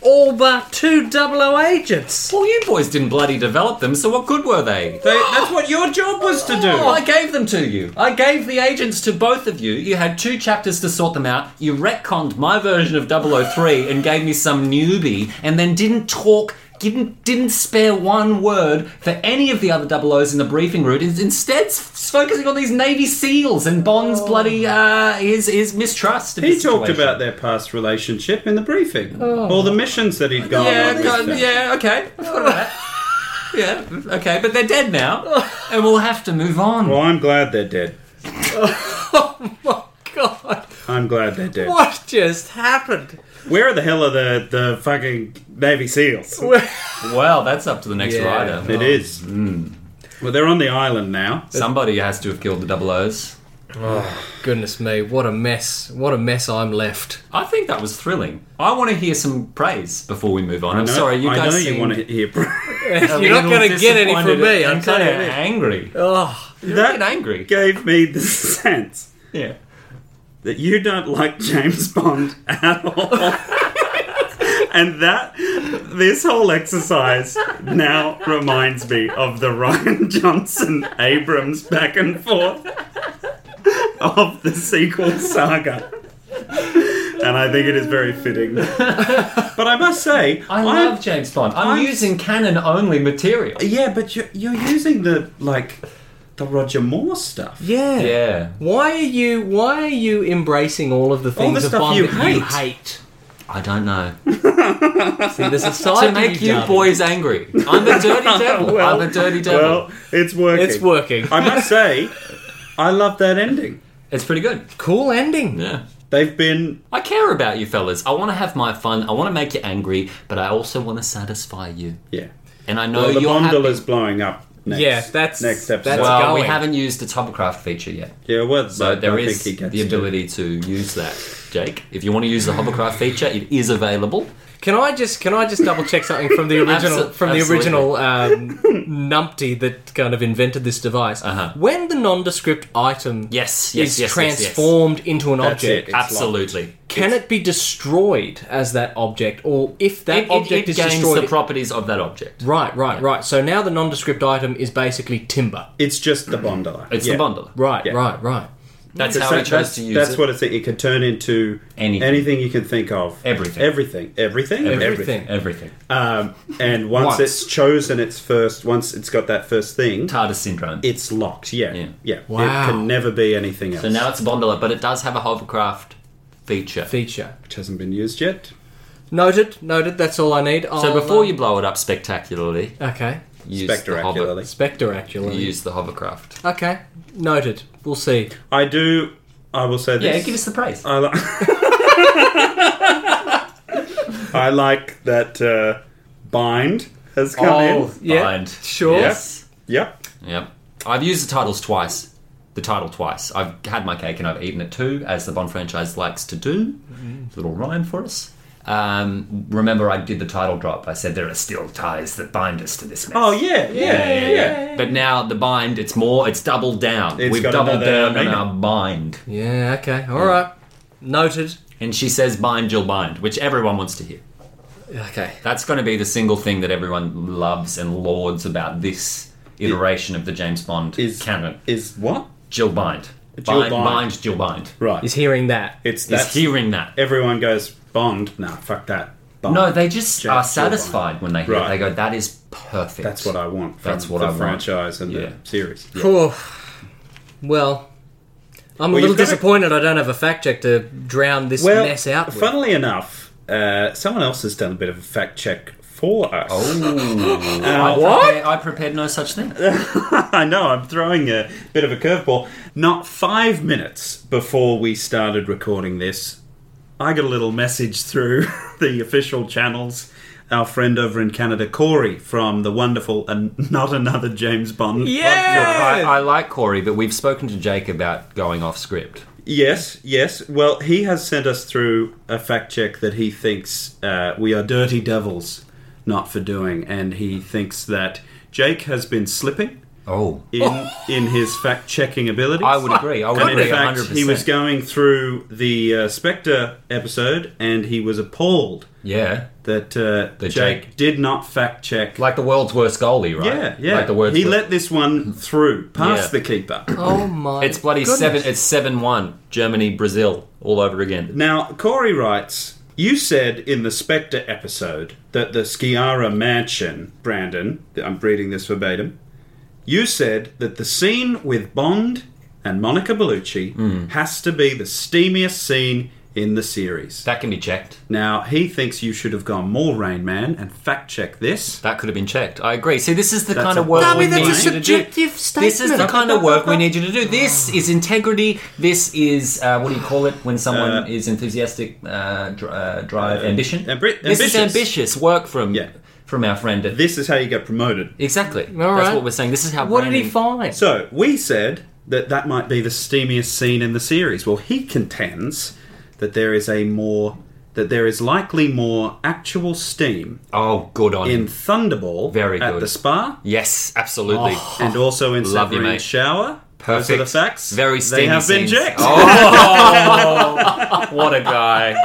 Speaker 1: all but two double O agents.
Speaker 2: Well, you boys didn't bloody develop them, so what good were they?
Speaker 3: They, that's what your job was to do.
Speaker 2: Oh, I gave them to you. I gave the agents to both of you. You had two chapters to sort them out. You retconned my version of 003 and gave me some newbie, and then didn't talk. Didn't, didn't spare one word for any of the other 00s in the briefing room. It's Instead, s- focusing on these Navy SEALs and Bond's bloody uh, his his mistrust. Of the
Speaker 3: Oh. He talked
Speaker 2: situation.
Speaker 3: about their past relationship in the briefing. All the missions that he'd gone on.
Speaker 2: Yeah,
Speaker 3: with
Speaker 2: God,
Speaker 3: them.
Speaker 2: yeah, okay. I forgot about that. Yeah, okay, but they're dead now, and we'll have to move on.
Speaker 3: Well, I'm glad they're dead.
Speaker 1: Oh My god,
Speaker 3: I'm glad they're dead.
Speaker 1: what just happened?
Speaker 3: Where the hell are the, the fucking Navy SEALs?
Speaker 2: Well, that's up to the next
Speaker 1: Yeah.
Speaker 2: rider.
Speaker 3: It is. Mm. Well, they're on the island now.
Speaker 2: Somebody has to have killed the double O's.
Speaker 1: Goodness me, what a mess. What a mess I'm left.
Speaker 2: I think that was thrilling. I want to hear some praise before we move on. I'm
Speaker 3: No,
Speaker 2: sorry, you
Speaker 3: I
Speaker 2: guys.
Speaker 3: know
Speaker 2: seem
Speaker 3: you want to hear.
Speaker 1: You're not going to get any from me, I'm
Speaker 2: kind of
Speaker 1: telling you.
Speaker 2: angry.
Speaker 1: Oh,
Speaker 2: You're a
Speaker 3: That-
Speaker 2: bit angry.
Speaker 3: gave me the sense
Speaker 2: Yeah.
Speaker 3: that you don't like James Bond at all. and that this whole exercise now reminds me of the Ryan Johnson Abrams back and forth of the sequel saga. And I think it is very fitting. But I must say,
Speaker 2: I
Speaker 3: I'm-
Speaker 2: love James Bond. I'm,
Speaker 3: I'm-
Speaker 2: using canon only material.
Speaker 3: Yeah, but you're, you're using the like the Roger Moore stuff.
Speaker 1: yeah.
Speaker 2: Yeah.
Speaker 1: Why are you why are you embracing all of the things
Speaker 3: the
Speaker 1: of
Speaker 3: stuff
Speaker 1: Bond
Speaker 3: you
Speaker 1: that you
Speaker 3: hate.
Speaker 1: hate?
Speaker 2: I don't know.
Speaker 1: See, there's a side
Speaker 2: to
Speaker 1: to
Speaker 2: make you
Speaker 1: darling.
Speaker 2: boys angry. I'm the dirty devil. I'm the dirty devil.
Speaker 3: Well, it's working.
Speaker 1: It's working.
Speaker 3: I must say, I love that ending.
Speaker 2: it's pretty good.
Speaker 1: Cool ending.
Speaker 2: Yeah.
Speaker 3: They've been
Speaker 2: I care about you fellas. I want to have my fun. I want to make you angry, but I also want to satisfy you.
Speaker 3: yeah.
Speaker 2: And I know
Speaker 3: Well, the
Speaker 2: you're happy.
Speaker 3: Bondol is blowing up. Next,
Speaker 1: Yeah, that's-
Speaker 3: next episode.
Speaker 1: that's-
Speaker 2: well, we
Speaker 1: going.
Speaker 2: haven't used the hovercraft feature yet,
Speaker 3: yeah, well,
Speaker 2: so
Speaker 3: I
Speaker 2: there
Speaker 3: think
Speaker 2: is
Speaker 3: he gets
Speaker 2: the
Speaker 3: it.
Speaker 2: ability to use that. Jake, if you want to use the hovercraft feature, it is available.
Speaker 1: Can I just can I just double check something from the original
Speaker 2: Absol-
Speaker 1: from the
Speaker 2: absolutely.
Speaker 1: original um, numpty that kind of invented this device?
Speaker 2: Uh-huh.
Speaker 1: When the nondescript item
Speaker 2: Yes, yes,
Speaker 1: is
Speaker 2: yes, yes, yes.
Speaker 1: transformed into an
Speaker 3: That's
Speaker 1: object,
Speaker 3: it.
Speaker 2: Absolutely,
Speaker 1: can it be destroyed as that object, or if that
Speaker 2: It- it,
Speaker 1: object
Speaker 2: it
Speaker 1: is
Speaker 2: gains
Speaker 1: destroyed?
Speaker 2: the properties of that object.
Speaker 1: right, right, right. So now the nondescript item is basically timber.
Speaker 3: It's just the Bondola.
Speaker 2: It's
Speaker 3: Yeah.
Speaker 2: the bundle.
Speaker 1: Right,
Speaker 3: Yeah.
Speaker 1: right, right.
Speaker 2: That's
Speaker 3: It's
Speaker 2: how
Speaker 3: that-
Speaker 2: we chose
Speaker 3: that's,
Speaker 2: to use
Speaker 3: that's
Speaker 2: it.
Speaker 3: what it's. It could turn into
Speaker 2: Anything.
Speaker 3: anything you can think of.
Speaker 2: Everything.
Speaker 3: Everything. Everything.
Speaker 1: Everything.
Speaker 2: Everything.
Speaker 3: Um, and once,
Speaker 1: Once.
Speaker 3: it's chosen its first, once it's got that first thing,
Speaker 2: TARDIS syndrome.
Speaker 3: it's locked. Yeah,
Speaker 2: Yeah.
Speaker 3: yeah.
Speaker 1: Wow.
Speaker 3: It can never be anything else.
Speaker 2: so now it's a bondula, but it does have a hovercraft feature.
Speaker 1: Feature
Speaker 3: which hasn't been used yet.
Speaker 1: noted, noted. That's all I need. I'll,
Speaker 2: So before
Speaker 1: um,
Speaker 2: you blow it up spectacularly,
Speaker 1: okay,
Speaker 2: use the hover,
Speaker 3: Spectacularly.
Speaker 1: Spectre actually.
Speaker 2: use the hovercraft.
Speaker 1: Okay, noted. We'll see.
Speaker 3: I do. I will say this.
Speaker 2: Yeah, give us the praise.
Speaker 3: I, li- I like that uh, bind has
Speaker 2: Oh.
Speaker 3: come in.
Speaker 1: yeah,
Speaker 2: Bind.
Speaker 1: sure.
Speaker 2: Yes.
Speaker 3: Yep.
Speaker 2: Yep. I've used the titles twice. The title twice.
Speaker 3: Mm-hmm.
Speaker 2: I've had my cake and I've eaten it too, as the Bond franchise likes to do. Little rhyme for us. Um, remember, I did the title drop. I said there are still ties that bind us to this mess.
Speaker 3: Oh yeah, yeah, yeah.
Speaker 2: But now the bind, it's more, it's doubled down.
Speaker 3: It's
Speaker 2: We've
Speaker 3: got
Speaker 2: doubled
Speaker 3: another
Speaker 2: down on
Speaker 3: meaning.
Speaker 2: our bind.
Speaker 1: Yeah, okay. All right. Noted.
Speaker 2: And she says, bind, Jill, bind, which everyone wants to hear.
Speaker 1: Okay.
Speaker 2: That's going to be the single thing that everyone loves and lords about this iteration of the James Bond
Speaker 3: Is-
Speaker 2: canon.
Speaker 3: Is what?
Speaker 2: Jill Bind.
Speaker 3: Jill
Speaker 2: bind,
Speaker 3: Bind.
Speaker 2: bind, Jill Bind.
Speaker 3: Right.
Speaker 1: He's hearing that.
Speaker 3: it's
Speaker 2: Is
Speaker 3: that's
Speaker 2: hearing that.
Speaker 3: everyone goes Bond. Nah, fuck that. Bond.
Speaker 2: No, they just
Speaker 3: Jack
Speaker 2: are
Speaker 3: Gyllenhaal.
Speaker 2: satisfied when they hear it.
Speaker 3: Right.
Speaker 2: They go, "That is perfect."
Speaker 3: That's what I want. From
Speaker 2: That's what
Speaker 3: the
Speaker 2: I want.
Speaker 3: franchise and
Speaker 2: Yeah.
Speaker 3: the series.
Speaker 1: Oof. Well, I'm a
Speaker 3: Well,
Speaker 1: little
Speaker 3: you've gotta-
Speaker 1: disappointed I don't have a fact check to drown this
Speaker 3: Well,
Speaker 1: mess out with.
Speaker 3: funnily enough, uh, someone else has done a bit of a fact check for us. Uh,
Speaker 2: Ooh. Oh. I
Speaker 1: What?
Speaker 2: prepared- I prepared no such thing.
Speaker 3: I know, I'm throwing a bit of a curveball. Not five minutes before we started recording this, I got a little message through the official channels. Our friend over in Canada, Corey, from the wonderful and not another James Bond.
Speaker 2: I,
Speaker 1: yeah!
Speaker 2: I like Corey, but we've spoken to Jake about going off script.
Speaker 3: Yes, yes. Well, he has sent us through a fact check that he thinks uh, we are dirty devils, not for doing, and he thinks that Jake has been slipping
Speaker 2: Oh,
Speaker 3: in in his fact checking abilities.
Speaker 2: I would agree. I would
Speaker 3: And
Speaker 2: agree.
Speaker 3: in fact,
Speaker 2: 100%.
Speaker 3: he was going through the uh, Spectre episode, and he was appalled
Speaker 2: yeah,
Speaker 3: that uh,
Speaker 2: That
Speaker 3: Jake,
Speaker 2: Jake-
Speaker 3: did not fact check.
Speaker 2: like the world's worst goalie, right?
Speaker 3: yeah, yeah.
Speaker 2: Like the world's
Speaker 3: he
Speaker 2: worst-
Speaker 3: let this one through, past
Speaker 2: Yeah.
Speaker 3: the keeper.
Speaker 1: oh my
Speaker 2: It's bloody
Speaker 1: goodness.
Speaker 2: seven. It's seven one. Germany, Brazil, all over again.
Speaker 3: Now, Corey writes, you said in the Spectre episode that the Sciara mansion, Brandon, I'm reading this verbatim, you said that the scene with Bond and Monica Bellucci has to be the steamiest scene in the series.
Speaker 2: That can be checked.
Speaker 3: Now, he thinks you should have gone more Rain Man and fact check this.
Speaker 2: That could have been checked. I agree. See, this is the
Speaker 3: That's
Speaker 2: kind of
Speaker 3: a-
Speaker 2: work
Speaker 3: No, I
Speaker 2: we
Speaker 3: mean,
Speaker 2: need
Speaker 3: that's
Speaker 2: you
Speaker 3: a
Speaker 2: to do. This is the kind of work we need you to do. This is integrity. This is uh, what do you call it when someone
Speaker 3: Uh,
Speaker 2: is enthusiastic, uh, dr- uh, drive,
Speaker 3: uh,
Speaker 2: ambition.
Speaker 3: ambi-
Speaker 2: this is
Speaker 3: ambitious.
Speaker 2: ambitious work from
Speaker 3: Yeah.
Speaker 2: from our friend. At,
Speaker 3: This is how you get promoted.
Speaker 2: exactly.
Speaker 1: All
Speaker 2: That's
Speaker 1: right.
Speaker 2: what we're saying. This is how.
Speaker 1: What did he
Speaker 2: branding-
Speaker 1: find?
Speaker 3: So we said that that might be the steamiest scene in the series. Well, he contends that there is a more that there is likely more actual steam
Speaker 2: Oh, good on
Speaker 3: in
Speaker 2: him.
Speaker 3: Thunderball
Speaker 2: Very
Speaker 3: at
Speaker 2: good.
Speaker 3: the spa
Speaker 2: Yes, absolutely.
Speaker 3: and also in
Speaker 2: Love you,
Speaker 3: Submarine
Speaker 2: mate.
Speaker 3: Shower. Those are the
Speaker 2: Perfect.
Speaker 3: facts.
Speaker 2: Very steamy
Speaker 3: They have been
Speaker 2: scenes.
Speaker 3: checked.
Speaker 2: Oh, what a guy.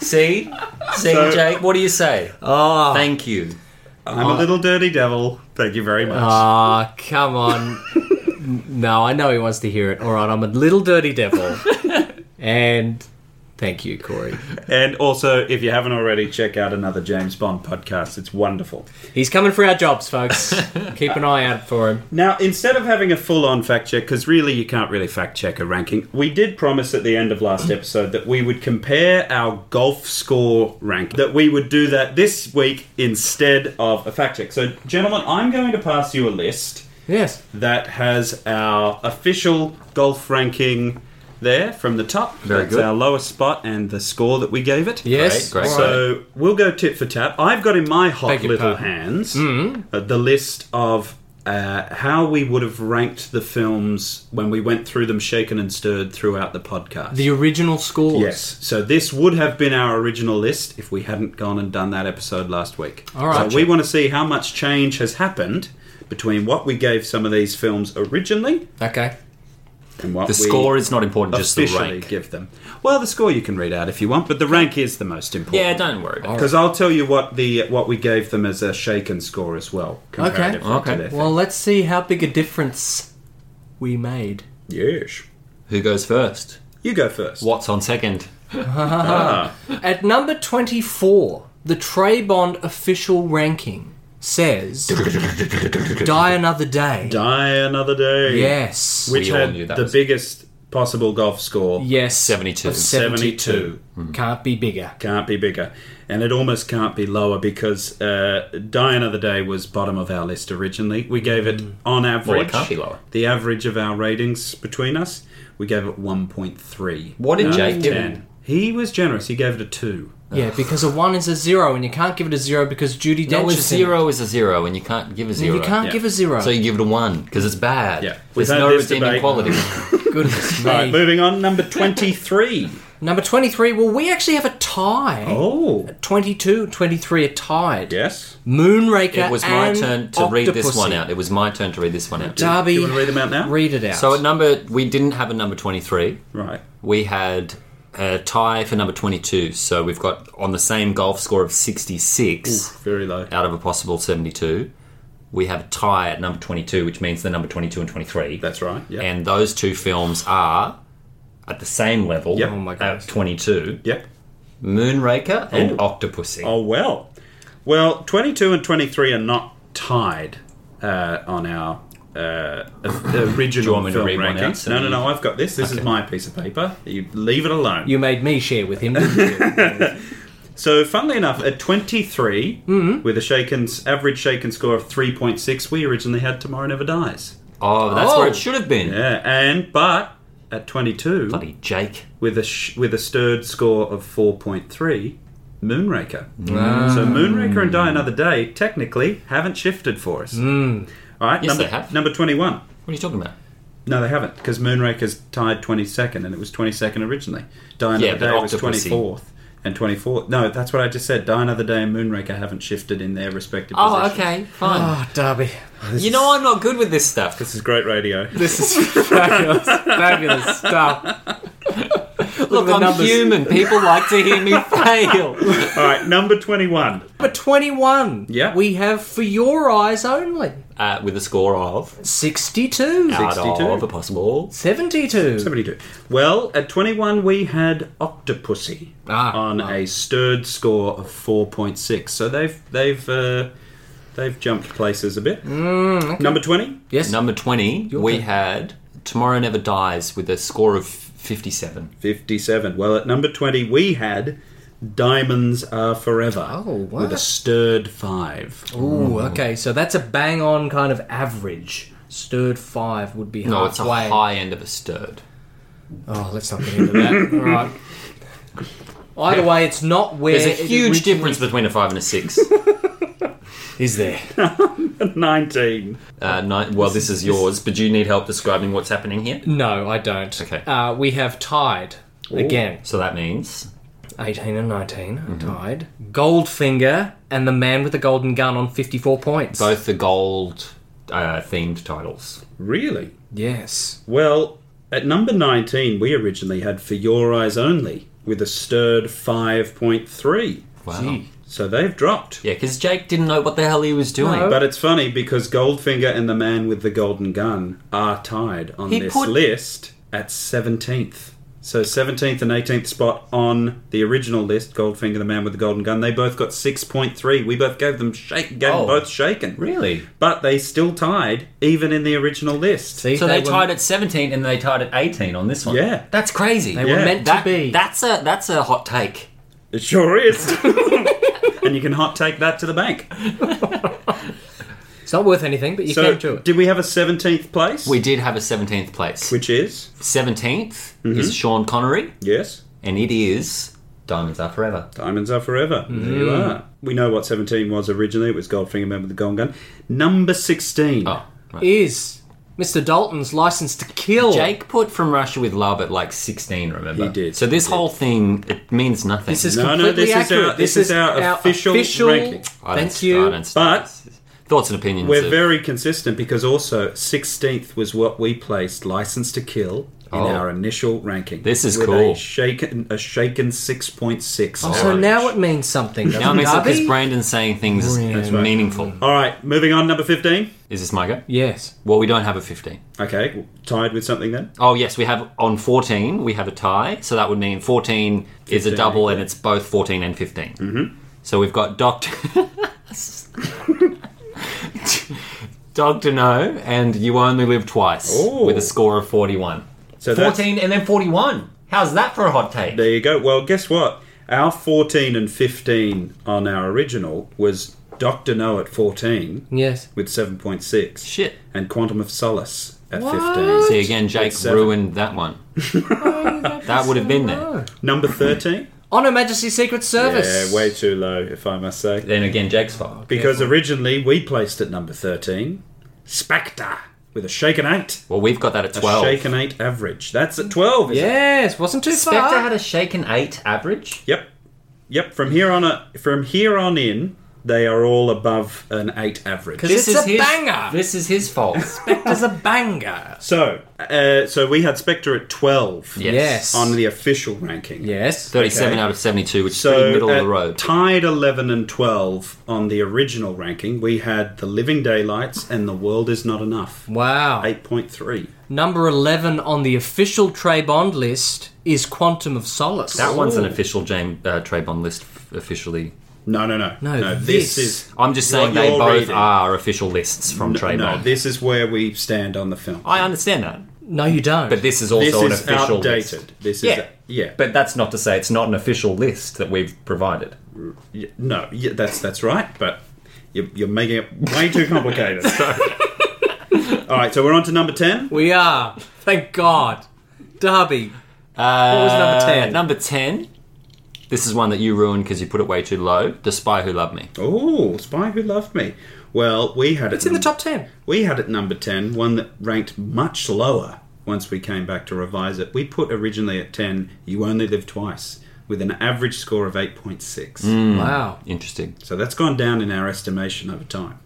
Speaker 2: See, see,
Speaker 3: So-
Speaker 2: Jake. What do you say?
Speaker 1: Oh,
Speaker 2: Thank you.
Speaker 3: I'm a
Speaker 2: oh.
Speaker 3: little dirty devil. Thank you very much.
Speaker 2: Uh,
Speaker 1: Ah, come on. no, I know he wants to hear it. All right, I'm a little dirty devil. and thank you, Corey.
Speaker 3: and also, if you haven't already, check out another James Bond podcast. It's wonderful.
Speaker 1: He's coming for our jobs, folks. Keep an eye out for him.
Speaker 3: Now, instead of having a full on fact check, because really you can't really fact check a ranking, we did promise at the end of last episode that we would compare our golf score rank, that we would do that this week instead of a fact check. So, gentlemen, I'm going to pass you a list
Speaker 1: Yes.
Speaker 3: that has our official golf ranking there from the top.
Speaker 2: Very
Speaker 3: That's
Speaker 2: good.
Speaker 3: our lowest spot and the score that we gave it.
Speaker 1: Yes.
Speaker 2: Great, great.
Speaker 1: All right.
Speaker 3: So we'll go tip for tap. I've got in my hot
Speaker 1: Beg your
Speaker 3: little
Speaker 1: pardon.
Speaker 3: hands
Speaker 2: Mm-hmm.
Speaker 3: uh, the list of uh, how we would have ranked the films when we went through them shaken and stirred throughout the podcast.
Speaker 1: The original scores.
Speaker 3: yes. So this would have been our original list if we hadn't gone and done that episode last week.
Speaker 1: All right.
Speaker 3: So we want to see how much change has happened between what we gave some of these films originally
Speaker 1: Okay.
Speaker 3: and what
Speaker 2: The
Speaker 3: we
Speaker 2: score is not important, just the
Speaker 3: officially
Speaker 2: rank.
Speaker 3: give them. Well, the score you can read out if you want, but the rank is the most important.
Speaker 2: Yeah, don't worry. About it.
Speaker 3: Because I'll tell you what the what we gave them as a shaken score as well. comparatively to
Speaker 2: Okay.
Speaker 3: their thing.
Speaker 1: Well, let's see how big a difference we made.
Speaker 3: yes.
Speaker 2: Who goes first?
Speaker 3: You go first. Ah,
Speaker 2: What's on second? Uh-huh.
Speaker 1: At number 24, the Trey Bond official ranking says Die Another Day.
Speaker 3: Die another day.
Speaker 1: Yes.
Speaker 3: Which
Speaker 2: We all
Speaker 3: had
Speaker 2: knew that
Speaker 3: the
Speaker 2: was-
Speaker 3: biggest possible golf score.
Speaker 1: yes.
Speaker 2: 72.
Speaker 1: Of
Speaker 3: 72.
Speaker 1: 72. Can't be bigger.
Speaker 3: Can't be bigger. And it almost can't be lower because uh, Die Another Day was bottom of our list originally. We gave it, on average,
Speaker 2: Mm. Well, it can't be lower.
Speaker 3: the average of our ratings between us, we gave it 1.3.
Speaker 2: What did
Speaker 3: out of
Speaker 2: Jake do?
Speaker 3: 10. He was generous. He gave it a 2.
Speaker 1: Yeah, because a one is a zero, and you can't give it a zero because Judy Dench
Speaker 2: No, a
Speaker 1: is in it.
Speaker 2: zero is a zero, and you can't give a
Speaker 1: And
Speaker 2: zero.
Speaker 1: You can't
Speaker 3: Yeah.
Speaker 1: give a zero.
Speaker 2: So you give it a one because it's bad.
Speaker 3: Yeah. We've
Speaker 2: There's
Speaker 3: had
Speaker 2: no
Speaker 3: this
Speaker 2: redeeming
Speaker 3: debate.
Speaker 2: quality.
Speaker 1: goodness
Speaker 3: Right,
Speaker 1: me.
Speaker 3: moving on, number 23.
Speaker 1: Number 23, well, we actually have a tie.
Speaker 3: Oh,
Speaker 1: 22, 23 are tied.
Speaker 3: yes.
Speaker 1: Moonraker.
Speaker 2: It was my
Speaker 1: and
Speaker 2: turn to read this one
Speaker 1: Octopussy.
Speaker 2: out. It was my turn to read this one out.
Speaker 1: Darby,
Speaker 3: Do you want to read them out now?
Speaker 1: read it out.
Speaker 2: So at number, we didn't have a number 23.
Speaker 3: Right.
Speaker 2: We had a tie for number 22. So we've got on the same golf score of 66
Speaker 3: Very low.
Speaker 2: out of a possible 72. We have a tie at number 22, which means the number 22 and 23.
Speaker 3: That's right. Yeah.
Speaker 2: And those two films are at the same level
Speaker 3: Yep. Oh my
Speaker 2: at 22
Speaker 3: yep.
Speaker 2: Moonraker and
Speaker 3: Ooh.
Speaker 2: Octopussy.
Speaker 3: Oh well. Well, 22 and 23 are not tied uh, on our uh, original
Speaker 2: you want me to
Speaker 3: film
Speaker 2: read one out
Speaker 3: rankings.
Speaker 2: so
Speaker 3: No, no,
Speaker 2: you-
Speaker 3: no. I've got this. This is my piece of paper. You leave it alone.
Speaker 1: you made me share with him. didn't you?
Speaker 3: So, funnily enough, at 23,
Speaker 2: Mm-hmm.
Speaker 3: with a Shaken's average Shaken score of 3.6, we originally had Tomorrow Never Dies.
Speaker 2: Oh, that's where
Speaker 1: Oh.
Speaker 2: it should have been.
Speaker 3: Yeah, and but at 22,
Speaker 2: Bloody Jake.
Speaker 3: with a sh- with a stirred score of 4.3, Moonraker. So, Moonraker and Die Another Day technically haven't shifted for us. All right,
Speaker 2: Yes,
Speaker 3: number,
Speaker 2: they have.
Speaker 3: number 21.
Speaker 2: What are you talking about?
Speaker 3: No, they haven't, because Moonraker's tied 22nd, and it was 22nd originally. Die Another
Speaker 2: Yeah, but
Speaker 3: Day was
Speaker 2: Octopussy-
Speaker 3: 24th. And 24th. No, that's what I just said. Die Another Day and Moonraker haven't shifted in their respective
Speaker 2: Oh,
Speaker 3: positions.
Speaker 2: okay, fine.
Speaker 1: oh, Darby.
Speaker 2: you know I'm not good with this stuff.
Speaker 3: This is great radio.
Speaker 1: This is fabulous. fabulous stuff.
Speaker 2: Look,
Speaker 1: the
Speaker 2: I'm
Speaker 1: numbers.
Speaker 2: human. People like to hear me fail.
Speaker 3: All right, number 21.
Speaker 1: Number 21.
Speaker 3: Yeah.
Speaker 1: We have For Your Eyes Only.
Speaker 2: Uh, with a score of
Speaker 1: 62.
Speaker 2: out
Speaker 3: 62.
Speaker 2: of a possible.
Speaker 1: 72.
Speaker 3: Somebody do. Well, at 21, we had Octopussy
Speaker 1: Ah,
Speaker 3: on a stirred score of 4.6. So they've they've uh, they've jumped places a bit.
Speaker 1: Mm,
Speaker 3: Number 20.
Speaker 1: Yes.
Speaker 2: Number 20, we
Speaker 1: turn.
Speaker 2: had Tomorrow Never Dies with a score of 57.
Speaker 3: 57. Well, at number 20, we had Diamonds Are Forever.
Speaker 1: Oh, wow.
Speaker 3: With a stirred five.
Speaker 1: Ooh, okay. So that's a bang on kind of average. Stirred five would be
Speaker 2: No, it's a
Speaker 1: halfway.
Speaker 2: high end of a stirred.
Speaker 1: Oh, let's not get into that. All right. Either way, it's not where
Speaker 2: There's a
Speaker 1: it
Speaker 2: huge
Speaker 1: originally-
Speaker 2: difference between a 5 and a 6.
Speaker 1: Is there?
Speaker 3: 19.
Speaker 2: uh, nine, well, this is yours, but do you need help describing what's happening here?
Speaker 1: No, I don't.
Speaker 2: Okay.
Speaker 1: Uh, we have tied again.
Speaker 2: So that means.
Speaker 1: 18 and 19 are
Speaker 3: Mm-hmm.
Speaker 1: tied. Goldfinger and the man with the golden gun on 54 points.
Speaker 2: Both the gold uh, themed titles.
Speaker 3: Really?
Speaker 1: Yes.
Speaker 3: Well, at number 19, we originally had For Your Eyes Only with a stirred 5.3.
Speaker 2: Wow.
Speaker 3: So they've dropped.
Speaker 2: Yeah, because Jake didn't know what the hell he was doing.
Speaker 1: No.
Speaker 3: But it's funny because Goldfinger and the Man with the Golden Gun are tied on
Speaker 2: He
Speaker 3: this
Speaker 2: put-
Speaker 3: list at 17th. So 17th and 18th spot on the original list, Goldfinger, the Man with the Golden Gun. They both got 6.3. We both gave them shake, gave
Speaker 2: Oh.
Speaker 3: them both shaken.
Speaker 2: Really?
Speaker 3: But they still tied, even in the original list.
Speaker 1: See,
Speaker 2: So they,
Speaker 1: were-
Speaker 2: tied at 17 and they tied at 18 on this one.
Speaker 3: Yeah.
Speaker 2: That's crazy.
Speaker 1: They were
Speaker 3: Yeah.
Speaker 1: meant to
Speaker 2: that,
Speaker 1: be.
Speaker 2: That's a that's a hot take.
Speaker 3: It sure is. and you can hot take that to the bank.
Speaker 1: it's not worth anything, but you
Speaker 3: So,
Speaker 1: can do it.
Speaker 3: did we have a 17th place?
Speaker 2: We did have a 17th place.
Speaker 3: Which is?
Speaker 2: 17th
Speaker 1: Mm-hmm.
Speaker 2: is Sean Connery,
Speaker 3: Yes.
Speaker 2: and it is Diamonds Are Forever.
Speaker 3: Diamonds are forever.
Speaker 2: Mm.
Speaker 3: There you are. We know what 17 was originally. It was Goldfinger Man with the Golden Gun. Number 16.
Speaker 2: Oh, right.
Speaker 1: Is Mr. Dalton's license to kill.
Speaker 2: Jake put From Russia with Love at like 16, remember?
Speaker 3: He did.
Speaker 2: So this
Speaker 3: He did.
Speaker 2: whole thing, it means nothing.
Speaker 1: This is
Speaker 3: No, no,
Speaker 1: completely
Speaker 3: this is
Speaker 1: accurate.
Speaker 3: our- this is our official ranking.
Speaker 2: I don't-
Speaker 1: Thank you.
Speaker 2: I don't start
Speaker 3: But-
Speaker 2: this. Thoughts and opinions.
Speaker 3: We're
Speaker 2: of-
Speaker 3: very consistent because also 16th was what we placed License to Kill in
Speaker 2: Oh.
Speaker 3: our initial ranking.
Speaker 2: This is
Speaker 3: with
Speaker 2: cool.
Speaker 3: A shaken, a shaken 6.6.
Speaker 1: Oh, so
Speaker 3: average.
Speaker 1: now it means something.
Speaker 2: Now it
Speaker 1: Doesn't
Speaker 2: means
Speaker 1: it
Speaker 2: because Brandon's saying things that's
Speaker 3: Oh, right.
Speaker 2: meaningful.
Speaker 3: All right, moving on, number 15.
Speaker 2: Is this my go?
Speaker 1: Yes.
Speaker 2: Well, we don't have a 15.
Speaker 3: Okay, tied with something then.
Speaker 2: Oh yes, we have on fourteen. We have a tie, so that would mean fourteen is a
Speaker 3: 15,
Speaker 2: double,
Speaker 3: yeah.
Speaker 2: and it's both fourteen and 15 Mm-hmm. So we've got Doctor Doctor No and You Only Live Twice
Speaker 3: Ooh.
Speaker 2: with a score of forty-one.
Speaker 3: So Oh. that's-
Speaker 2: Fourteen and then forty-one. How's that for a hot take?
Speaker 3: There you go. Well, guess what? Our 14 and 15 on our original was Dr. No at 14
Speaker 1: Yes.
Speaker 3: with 7.6.
Speaker 2: Shit.
Speaker 3: And Quantum of Solace at
Speaker 1: What?
Speaker 3: 15.
Speaker 2: See again, Jake
Speaker 3: It's seven. Oh,
Speaker 2: ruined that one. that would have been there.
Speaker 3: Number 13?
Speaker 1: On Her Majesty's Secret Service.
Speaker 3: yeah, way too low, if I must say.
Speaker 2: Then again, Jake's fault.
Speaker 3: Because originally we placed at number 13 Spectre with a shaken eight.
Speaker 2: Well, we've got that at 12.
Speaker 3: Shaken eight average. That's at 12, is it?
Speaker 1: Yes, wasn't too
Speaker 2: Spectre
Speaker 1: far.
Speaker 2: had a shaken 8 average.
Speaker 3: Yep. Yep, from here on a, from here on in, they are all above an eight average.
Speaker 1: It's a banger.
Speaker 2: This is his fault.
Speaker 1: Spectre's a banger.
Speaker 3: So, uh, so we had Spectre at 12
Speaker 1: Yes.
Speaker 3: on the official ranking.
Speaker 1: Yes.
Speaker 2: 37
Speaker 3: Okay.
Speaker 2: out of 72, which is
Speaker 3: So,
Speaker 2: pretty middle
Speaker 3: uh,
Speaker 2: of the road.
Speaker 3: tied 11 and 12 on the original ranking, we had The Living Daylights and The World Is Not Enough.
Speaker 1: Wow.
Speaker 3: 8.3.
Speaker 1: Number 11 on the official Trey Bond list is Quantum of Solace.
Speaker 2: that one's an official James uh, Trey Bond list f- officially.
Speaker 3: No, no, no.
Speaker 1: No,
Speaker 3: this,
Speaker 1: this-
Speaker 3: is.
Speaker 2: I'm just saying
Speaker 3: What
Speaker 2: they
Speaker 3: you're
Speaker 2: both
Speaker 3: reading.
Speaker 2: are official lists from Trey
Speaker 3: No,
Speaker 2: Bond.
Speaker 3: this is where we stand on the film.
Speaker 2: I understand that.
Speaker 1: No, you don't.
Speaker 2: But this is also
Speaker 3: this
Speaker 2: an
Speaker 3: is
Speaker 2: official
Speaker 3: outdated.
Speaker 2: list.
Speaker 3: This is.
Speaker 2: Yeah.
Speaker 3: yeah.
Speaker 2: But that's not to say it's not an official list that we've provided.
Speaker 3: Y- No, yeah, that's that's right, but you're, you're making it way too complicated. All right, so we're on to number 10.
Speaker 1: we are. Thank God. Derby.
Speaker 2: Uh,
Speaker 1: was number 10?
Speaker 2: Number 10. This is one that you ruined because you put it way too low. The Spy Who Loved Me.
Speaker 3: Oh, Spy Who Loved Me. Well, we had it.
Speaker 1: It's in the top 10.
Speaker 3: We had at number 10 one that ranked much lower once we came back to revise it. We put originally at 10 You Only Live Twice with an average score of 8.6. Hmm.
Speaker 1: Mm. Wow.
Speaker 2: Interesting.
Speaker 3: So that's gone down in our estimation over time.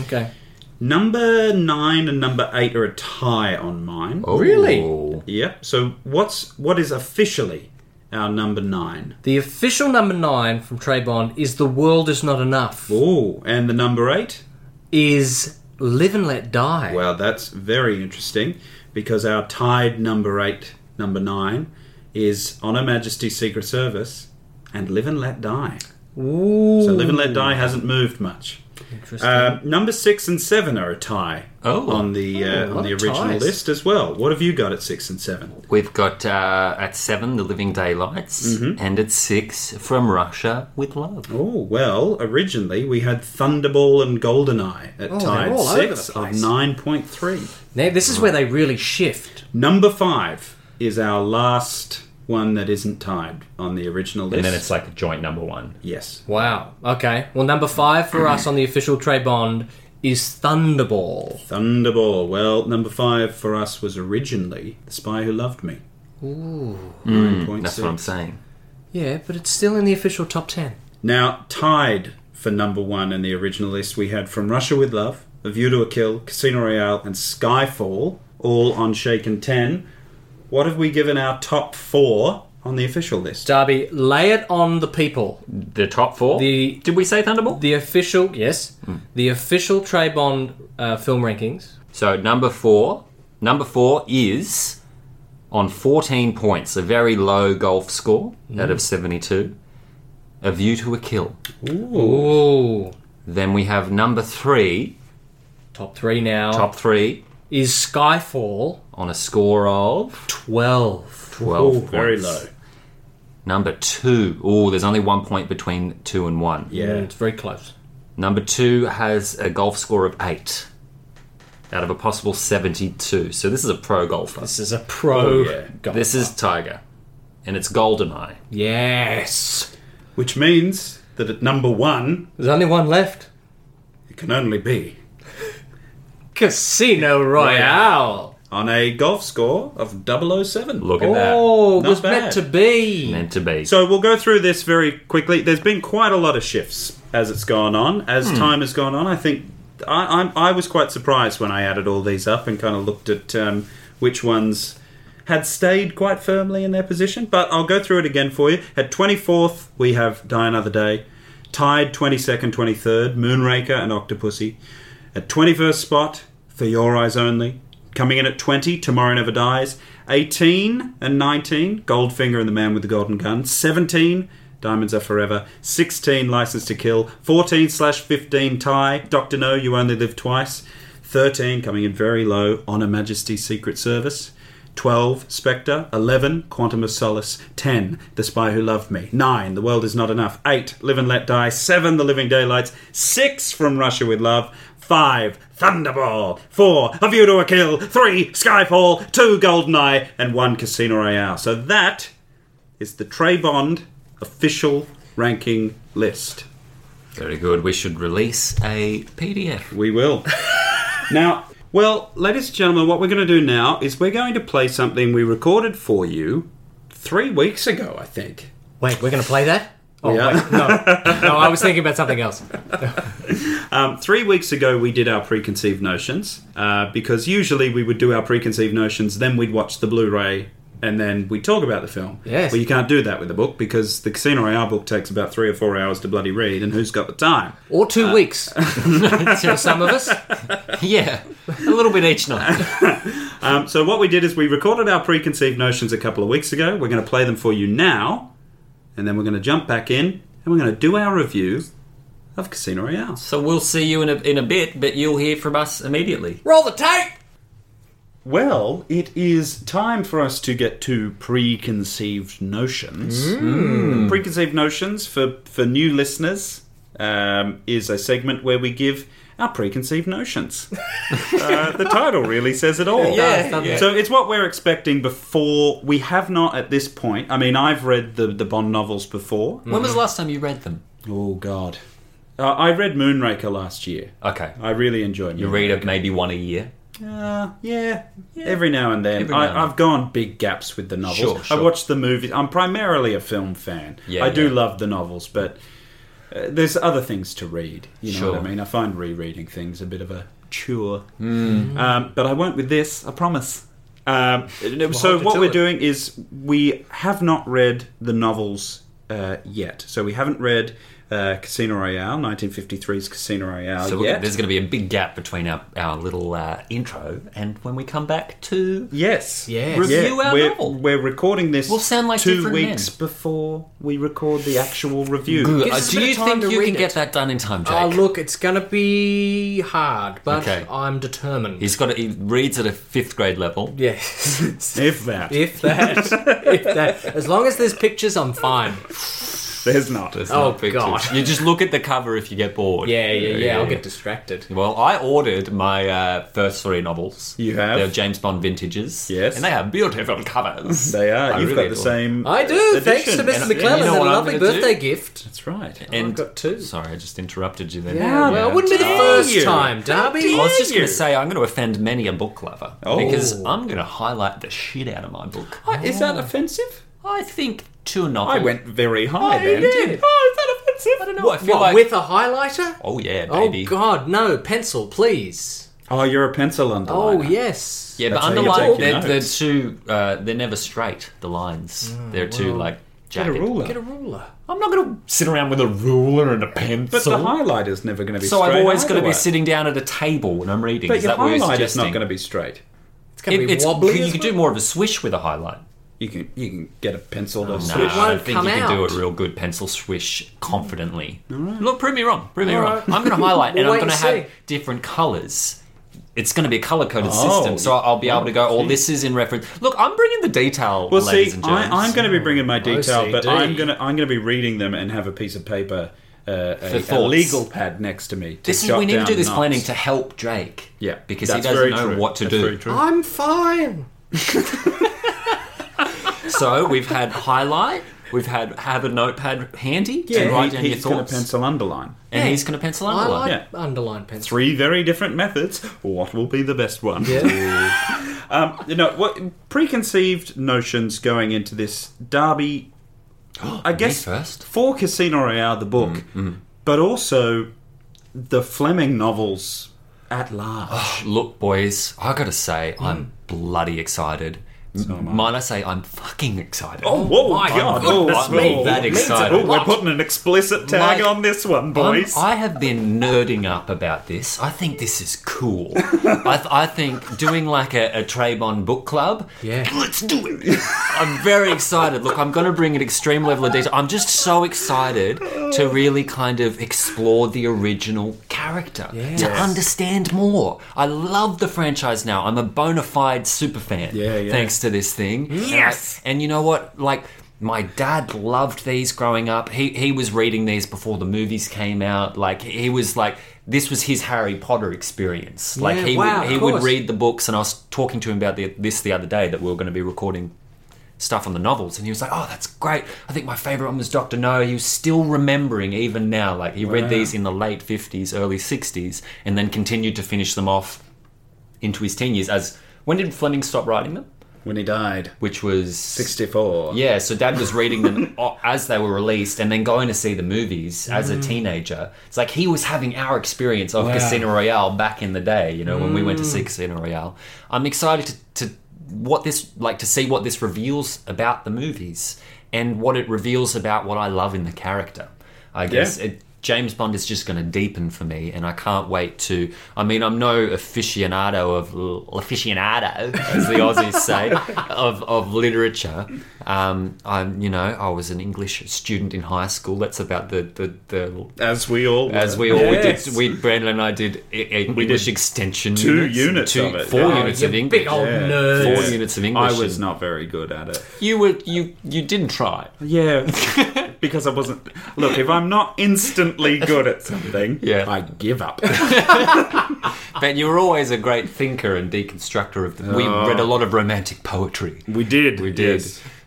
Speaker 1: Okay.
Speaker 3: Number 9 and number 8 are a tie on mine.
Speaker 1: Really?
Speaker 2: Oh.
Speaker 3: Yep. So what's what is officially our number 9?
Speaker 1: The official number 9 from Trey Bond is The World Is Not Enough.
Speaker 3: Oh, and the number 8?
Speaker 1: Is Live and Let Die.
Speaker 3: Well, that's very interesting because our tied number eight, number nine, is Honor Majesty's Secret Service and Live and Let Die.
Speaker 1: Ooh.
Speaker 3: So Live and Let Die hasn't moved much.
Speaker 1: Interesting.
Speaker 3: Um, number six and seven are a tie
Speaker 2: Oh.
Speaker 3: on the uh,
Speaker 1: Oh,
Speaker 3: on the
Speaker 1: what
Speaker 3: original
Speaker 1: ties.
Speaker 3: list as well. What have you got at six and seven?
Speaker 2: We've got uh, at seven, The Living Daylights, and at six, From Russia with Love.
Speaker 3: Oh well, originally we had Thunderball and Goldeneye at
Speaker 1: Oh, they're
Speaker 3: tied
Speaker 1: all over the
Speaker 3: six of
Speaker 1: place.
Speaker 3: nine point three.
Speaker 1: now, this is where they really shift.
Speaker 3: Number five is our last one that isn't tied on the original list.
Speaker 2: And then it's like a joint number one.
Speaker 3: yes.
Speaker 1: Wow. Okay. Well, number 5 for us on the official Trey Bond is Thunderball.
Speaker 3: Thunderball. Well, number five for us was originally The Spy Who Loved Me. Ooh.
Speaker 2: Mm, That's what I'm saying.
Speaker 1: Yeah, but it's still in the official top 10.
Speaker 3: Now, tied for number one in the original list, we had From Russia with Love, A View to a Kill, Casino Royale, and Skyfall, all on Shaken 10. What have we given our top four on the official list?
Speaker 1: Darby, lay it on the people.
Speaker 2: The top four?
Speaker 1: The-
Speaker 2: Did we say Thunderball?
Speaker 1: The official, yes,
Speaker 2: Hmm.
Speaker 1: the official Trey Bond uh, film rankings.
Speaker 2: so number four. Number four is on 14 points, a very low golf score out of 72. A View to a Kill.
Speaker 1: Ooh,
Speaker 2: Then we have number three,
Speaker 1: top three now
Speaker 2: top three,
Speaker 1: is Skyfall
Speaker 2: on a score of
Speaker 1: twelve.
Speaker 2: 12
Speaker 3: Ooh,
Speaker 2: Oh, points.
Speaker 3: very low.
Speaker 2: Number two. Oh, there's only one point between two and one.
Speaker 3: Yeah.
Speaker 1: Mm, it's very close.
Speaker 2: Number two has a golf score of eight out of a possible 72. So this is a pro golfer.
Speaker 1: This is a pro.
Speaker 3: yeah.
Speaker 1: goal.
Speaker 2: Oh, This is Tiger. And it's Goldeneye.
Speaker 1: yes.
Speaker 3: Which means that at number one,
Speaker 1: There's only one left.
Speaker 3: it can only be
Speaker 1: Casino Royale.
Speaker 3: on a golf score of 007.
Speaker 2: Look at that.
Speaker 1: Oh,
Speaker 3: Not
Speaker 1: was meant
Speaker 3: bad.
Speaker 1: to be.
Speaker 2: Meant to be.
Speaker 3: So we'll go through this very quickly. There's been quite a lot of shifts as it's gone on, as time has gone on. I think I, I'm, I was quite surprised when I added all these up and kind of looked at um, which ones had stayed quite firmly in their position. But I'll go through it again for you. At 24th, we have Die Another Day. Tied 22nd, 23rd, Moonraker and Octopussy. At 21st spot, For Your Eyes Only. Coming in at 20, Tomorrow Never Dies. 18 and 19, Goldfinger and the Man with the Golden Gun. 17, Diamonds Are Forever. 16, License to Kill. 14 slash 15, Tie. Doctor No, You Only Live Twice. 13, coming in very low, Honor Majesty's Secret Service. 12, Spectre. 11, Quantum of Solace. 10, The Spy Who Loved Me. 9, The World Is Not Enough. 8, Live and Let Die. 7, The Living Daylights. 6, From Russia with Love. 5, Thunderball. 4, A View to a Kill. 3, Skyfall. 2, Goldeneye. And 1, Casino Royale. So that is the Trey Bond official ranking list.
Speaker 2: Very good. We should release a PDF.
Speaker 3: We will. now, Well, ladies and gentlemen, what we're going to do now is we're going to play something we recorded for you three weeks ago, I think.
Speaker 1: Wait, we're going to play that? Oh,
Speaker 3: Yeah.
Speaker 1: wait, no. No, I was thinking about something else.
Speaker 3: Um, three weeks ago, we did our preconceived notions uh, because usually we would do our preconceived notions, then we'd watch the Blu ray, and then we'd talk about the film.
Speaker 1: Yes.
Speaker 3: Well, you can't do that with a book because the Casino Royale book takes about three or four hours to bloody read, and who's got the time?
Speaker 1: Or
Speaker 2: Uh.
Speaker 1: two weeks for some of us.
Speaker 2: Yeah, a little bit each night.
Speaker 3: Um, so, what we did is we recorded our preconceived notions a couple of weeks ago. We're going to play them for you now, and then we're going to jump back in and we're going to do our review of Casino Royale.
Speaker 2: So we'll see you in a, in a bit, but you'll hear from us immediately.
Speaker 1: Roll the tape!
Speaker 3: Well, it is time for us to get to preconceived notions. Preconceived notions for for new listeners um, is a segment where we give our preconceived notions. uh, the title really says it all.
Speaker 1: Yeah, doesn't it?
Speaker 3: So it's what we're expecting before we have not at this point. I mean, I've read the the Bond novels before.
Speaker 2: When was the last time you read them?
Speaker 3: Oh God, uh, I read Moonraker last year.
Speaker 2: Okay.
Speaker 3: I really enjoyed.
Speaker 2: You read it maybe one a year.
Speaker 3: Uh, yeah, every now and then.
Speaker 2: Every
Speaker 3: I,
Speaker 2: now and then.
Speaker 3: I've gone big gaps with the novels.
Speaker 2: Sure, sure.
Speaker 3: I watch the movies. I'm primarily a film fan.
Speaker 2: Yeah,
Speaker 3: I do
Speaker 2: yeah.
Speaker 3: love the novels, but uh, there's other things to read. You know what I
Speaker 2: Sure.
Speaker 3: mean? I find rereading things a bit of a chore.
Speaker 2: Hmm.
Speaker 3: Um, but I won't with this. I promise. Um, so
Speaker 1: hold you
Speaker 3: what
Speaker 1: to
Speaker 3: we're
Speaker 1: it.
Speaker 3: doing is we have not read the novels uh, yet. So we haven't read uh, Casino Royale, 1953's Casino Royale
Speaker 2: So we're
Speaker 3: yet.
Speaker 2: gonna- there's going to be a big gap between our, our little uh, intro and when we come back to.
Speaker 3: Yes.
Speaker 1: Yes.
Speaker 2: Review our
Speaker 3: we're,
Speaker 2: novel.
Speaker 3: We're recording this
Speaker 2: We'll sound like
Speaker 3: two
Speaker 2: different
Speaker 3: weeks before we record the actual review.
Speaker 2: Uh,
Speaker 1: us a
Speaker 2: do
Speaker 1: bit
Speaker 2: you
Speaker 1: of time
Speaker 2: think
Speaker 1: to
Speaker 2: you
Speaker 1: read
Speaker 2: can get
Speaker 1: it.
Speaker 2: that done in time, Jake?
Speaker 1: Oh, look, it's going to be hard, but
Speaker 2: Okay.
Speaker 1: I'm determined.
Speaker 2: He's got to, he reads at a fifth grade level.
Speaker 1: yes.
Speaker 3: If that.
Speaker 1: if that. If that. As long as there's pictures, I'm fine.
Speaker 3: There's not.
Speaker 1: Oh,
Speaker 2: Pictures.
Speaker 1: God.
Speaker 2: You just look at the cover if you get bored.
Speaker 1: Yeah, yeah, yeah, I'll get distracted.
Speaker 2: Well, I ordered my uh, first three novels.
Speaker 3: You have?
Speaker 2: They're James Bond vintages.
Speaker 3: Yes.
Speaker 2: And they have beautiful covers.
Speaker 3: They are.
Speaker 2: I
Speaker 3: You've
Speaker 2: really
Speaker 3: got the
Speaker 2: adore
Speaker 3: same.
Speaker 1: I do, thanks to
Speaker 3: edition.
Speaker 1: Mr.
Speaker 2: And- and
Speaker 1: McClellan.
Speaker 2: you know
Speaker 1: and a
Speaker 2: what I'm
Speaker 1: lovely
Speaker 2: gonna do?
Speaker 1: birthday gift.
Speaker 3: That's right.
Speaker 2: And
Speaker 1: I've got two.
Speaker 2: Sorry, I just interrupted you there.
Speaker 1: Yeah, well, it wouldn't be the
Speaker 3: Dare
Speaker 1: first
Speaker 3: you.
Speaker 1: time,
Speaker 3: How
Speaker 1: Darby.
Speaker 3: dare
Speaker 2: I was just
Speaker 3: you.
Speaker 2: going to say I'm going to offend many a book lover
Speaker 3: Oh.
Speaker 2: because I'm going to highlight the shit out of my book. I,
Speaker 3: Is that offensive?
Speaker 2: think to a novel.
Speaker 3: I went very high
Speaker 1: Oh, you
Speaker 3: then.
Speaker 1: did.
Speaker 3: Oh, is that offensive? I don't
Speaker 2: know, I feel
Speaker 1: What,
Speaker 2: like-
Speaker 1: with a highlighter?
Speaker 2: Oh yeah,
Speaker 1: Oh,
Speaker 2: baby.
Speaker 1: God, no. Pencil, please.
Speaker 3: Oh, you're a pencil underliner.
Speaker 1: Oh, yes.
Speaker 2: Yeah, but
Speaker 3: That's how you
Speaker 2: underline
Speaker 3: take your
Speaker 2: they're, they're
Speaker 3: notes.
Speaker 2: too. Uh, they're never straight. The lines. they're too like.
Speaker 3: Ah, Get a
Speaker 2: Jagged.
Speaker 3: ruler.
Speaker 1: Get a ruler.
Speaker 2: I'm not going to sit around with a ruler and a
Speaker 3: but
Speaker 2: pencil.
Speaker 3: the highlighter's never going to be
Speaker 2: so
Speaker 3: straight.
Speaker 2: I've always got to
Speaker 3: either
Speaker 2: be
Speaker 3: way.
Speaker 2: sitting down at a table when I'm reading.
Speaker 3: But
Speaker 2: Is
Speaker 3: your
Speaker 2: that what you're
Speaker 3: highlighter's not
Speaker 2: suggesting?
Speaker 3: going to be straight.
Speaker 1: It's going to
Speaker 2: It-
Speaker 1: be
Speaker 2: it's,
Speaker 1: wobbly.
Speaker 2: You
Speaker 1: as
Speaker 2: could
Speaker 1: well.
Speaker 2: do more of a swish with a highlight.
Speaker 3: You can you can get a pencil to
Speaker 2: No,
Speaker 3: switch.
Speaker 2: I
Speaker 1: won't
Speaker 2: don't think
Speaker 1: come
Speaker 2: you can do
Speaker 1: out.
Speaker 2: a real good pencil swish confidently. Look, prove me wrong. Prove me wrong.
Speaker 1: right.
Speaker 2: I'm going to highlight, and
Speaker 1: We'll
Speaker 2: I'm
Speaker 1: wait
Speaker 2: going to
Speaker 1: and
Speaker 2: have
Speaker 1: see.
Speaker 2: different colours. It's going to be a color coded
Speaker 3: Oh,
Speaker 2: system, so I'll be able to go. Oh, this is in reference. Look, I'm bringing the detail,
Speaker 3: Well,
Speaker 2: ladies
Speaker 3: see,
Speaker 2: and gentlemen.
Speaker 3: Oh, I, I'm going to be bringing my detail, but
Speaker 1: OCD.
Speaker 3: I'm going to I'm going to be reading them and have a piece of paper, uh, a, a
Speaker 2: thoughts.
Speaker 3: legal pad next to me. To
Speaker 2: This is
Speaker 3: jot
Speaker 2: we need to
Speaker 3: down
Speaker 2: do this
Speaker 3: knots.
Speaker 2: planning to help Drake.
Speaker 3: yeah,
Speaker 2: because
Speaker 3: that's
Speaker 2: he doesn't
Speaker 3: very
Speaker 2: know
Speaker 3: true.
Speaker 2: what to
Speaker 3: That's very
Speaker 2: do.
Speaker 3: true.
Speaker 1: I'm fine.
Speaker 2: So we've had highlight. We've had have a notepad handy
Speaker 3: And
Speaker 2: to write
Speaker 3: he-
Speaker 2: down your
Speaker 3: he's going
Speaker 2: thoughts,
Speaker 3: to pencil underline.
Speaker 2: and he's going to pencil
Speaker 1: I
Speaker 2: underline.
Speaker 1: like
Speaker 3: Yeah.
Speaker 1: underline pencil.
Speaker 3: Three very different methods. What will be the best one?
Speaker 1: Yeah.
Speaker 3: Um, you know, what preconceived notions going into this derby? I guess
Speaker 2: first? Mm,
Speaker 3: for Casino Royale, the book, but also the Fleming novels at large.
Speaker 2: Look, boys, I gotta say, I'm bloody excited. M- Might I say, I'm fucking excited.
Speaker 3: Oh, whoa,
Speaker 1: my
Speaker 3: God.
Speaker 1: goodness
Speaker 3: oh,
Speaker 1: me,
Speaker 3: whoa.
Speaker 2: that excited.
Speaker 3: Oh, we're putting an explicit tag
Speaker 2: Like-
Speaker 3: on this one,
Speaker 2: I'm-
Speaker 3: boys.
Speaker 2: Um, I have been nerding up about this. I think this is cool. I, th- I think doing like a, a Trebon book club.
Speaker 1: Yeah.
Speaker 2: Let's do it. I'm very excited. Look, I'm going to bring an extreme level of detail. I'm just so excited to really kind of explore the original character, to
Speaker 1: Yes.
Speaker 2: understand more. I love the franchise now. I'm a bona fide super fan.
Speaker 3: Yeah, yeah.
Speaker 2: Thanks to this thing. Yes. And, I- and you know what? Like my dad loved these growing up. He he was reading these before the movies came out. Like he was like this was his Harry Potter experience. Like
Speaker 1: Yeah,
Speaker 2: he
Speaker 1: wow,
Speaker 2: would, he
Speaker 1: of
Speaker 2: would
Speaker 1: course.
Speaker 2: read the books, and I was talking to him about the, this the other day that we were going to be recording stuff on the novels, and he was like, "Oh, that's great! I think my favorite one was Doctor No." He was still remembering even now. Like he read these in the late fifties, early sixties, and then continued to finish them off into his teen years. As when did Fleming stop writing them?
Speaker 5: When he died,
Speaker 2: Which was
Speaker 5: 64.
Speaker 2: Yeah, so dad was reading them o- as they were released and then going to see the movies as
Speaker 1: Mm.
Speaker 2: a teenager. It's like he was having our experience of Casino Royale back in the day, you know, when we went to see Casino Royale. I'm excited to, to what this like to see what this reveals about the movies and what it reveals about what I love in the character. I guess it, James Bond is just going to deepen for me, and I can't wait to. I mean, I'm no aficionado of l- aficionado, as the Aussies say, of of literature. Um, I'm, you know, I was an English student in high school. That's about the the, the
Speaker 3: As we all
Speaker 2: as we all
Speaker 1: Yes.
Speaker 2: we did. We Brandon and I did e- e- English extension
Speaker 3: two
Speaker 2: units,
Speaker 3: units
Speaker 2: two,
Speaker 3: of it,
Speaker 2: four
Speaker 3: yeah.
Speaker 2: units
Speaker 1: you
Speaker 2: of English,
Speaker 1: big old
Speaker 3: Yeah.
Speaker 1: nerd.
Speaker 2: four
Speaker 3: Yeah.
Speaker 2: units of English.
Speaker 3: I was
Speaker 2: and
Speaker 3: not very good at it.
Speaker 2: You were you you didn't try.
Speaker 3: Yeah, because I wasn't. Look, if I'm not instantly good at something,
Speaker 2: Yeah.
Speaker 3: I give up.
Speaker 2: But you were always a great thinker and deconstructor of the. We
Speaker 3: Oh.
Speaker 2: read a lot of romantic poetry.
Speaker 3: We did.
Speaker 2: We did.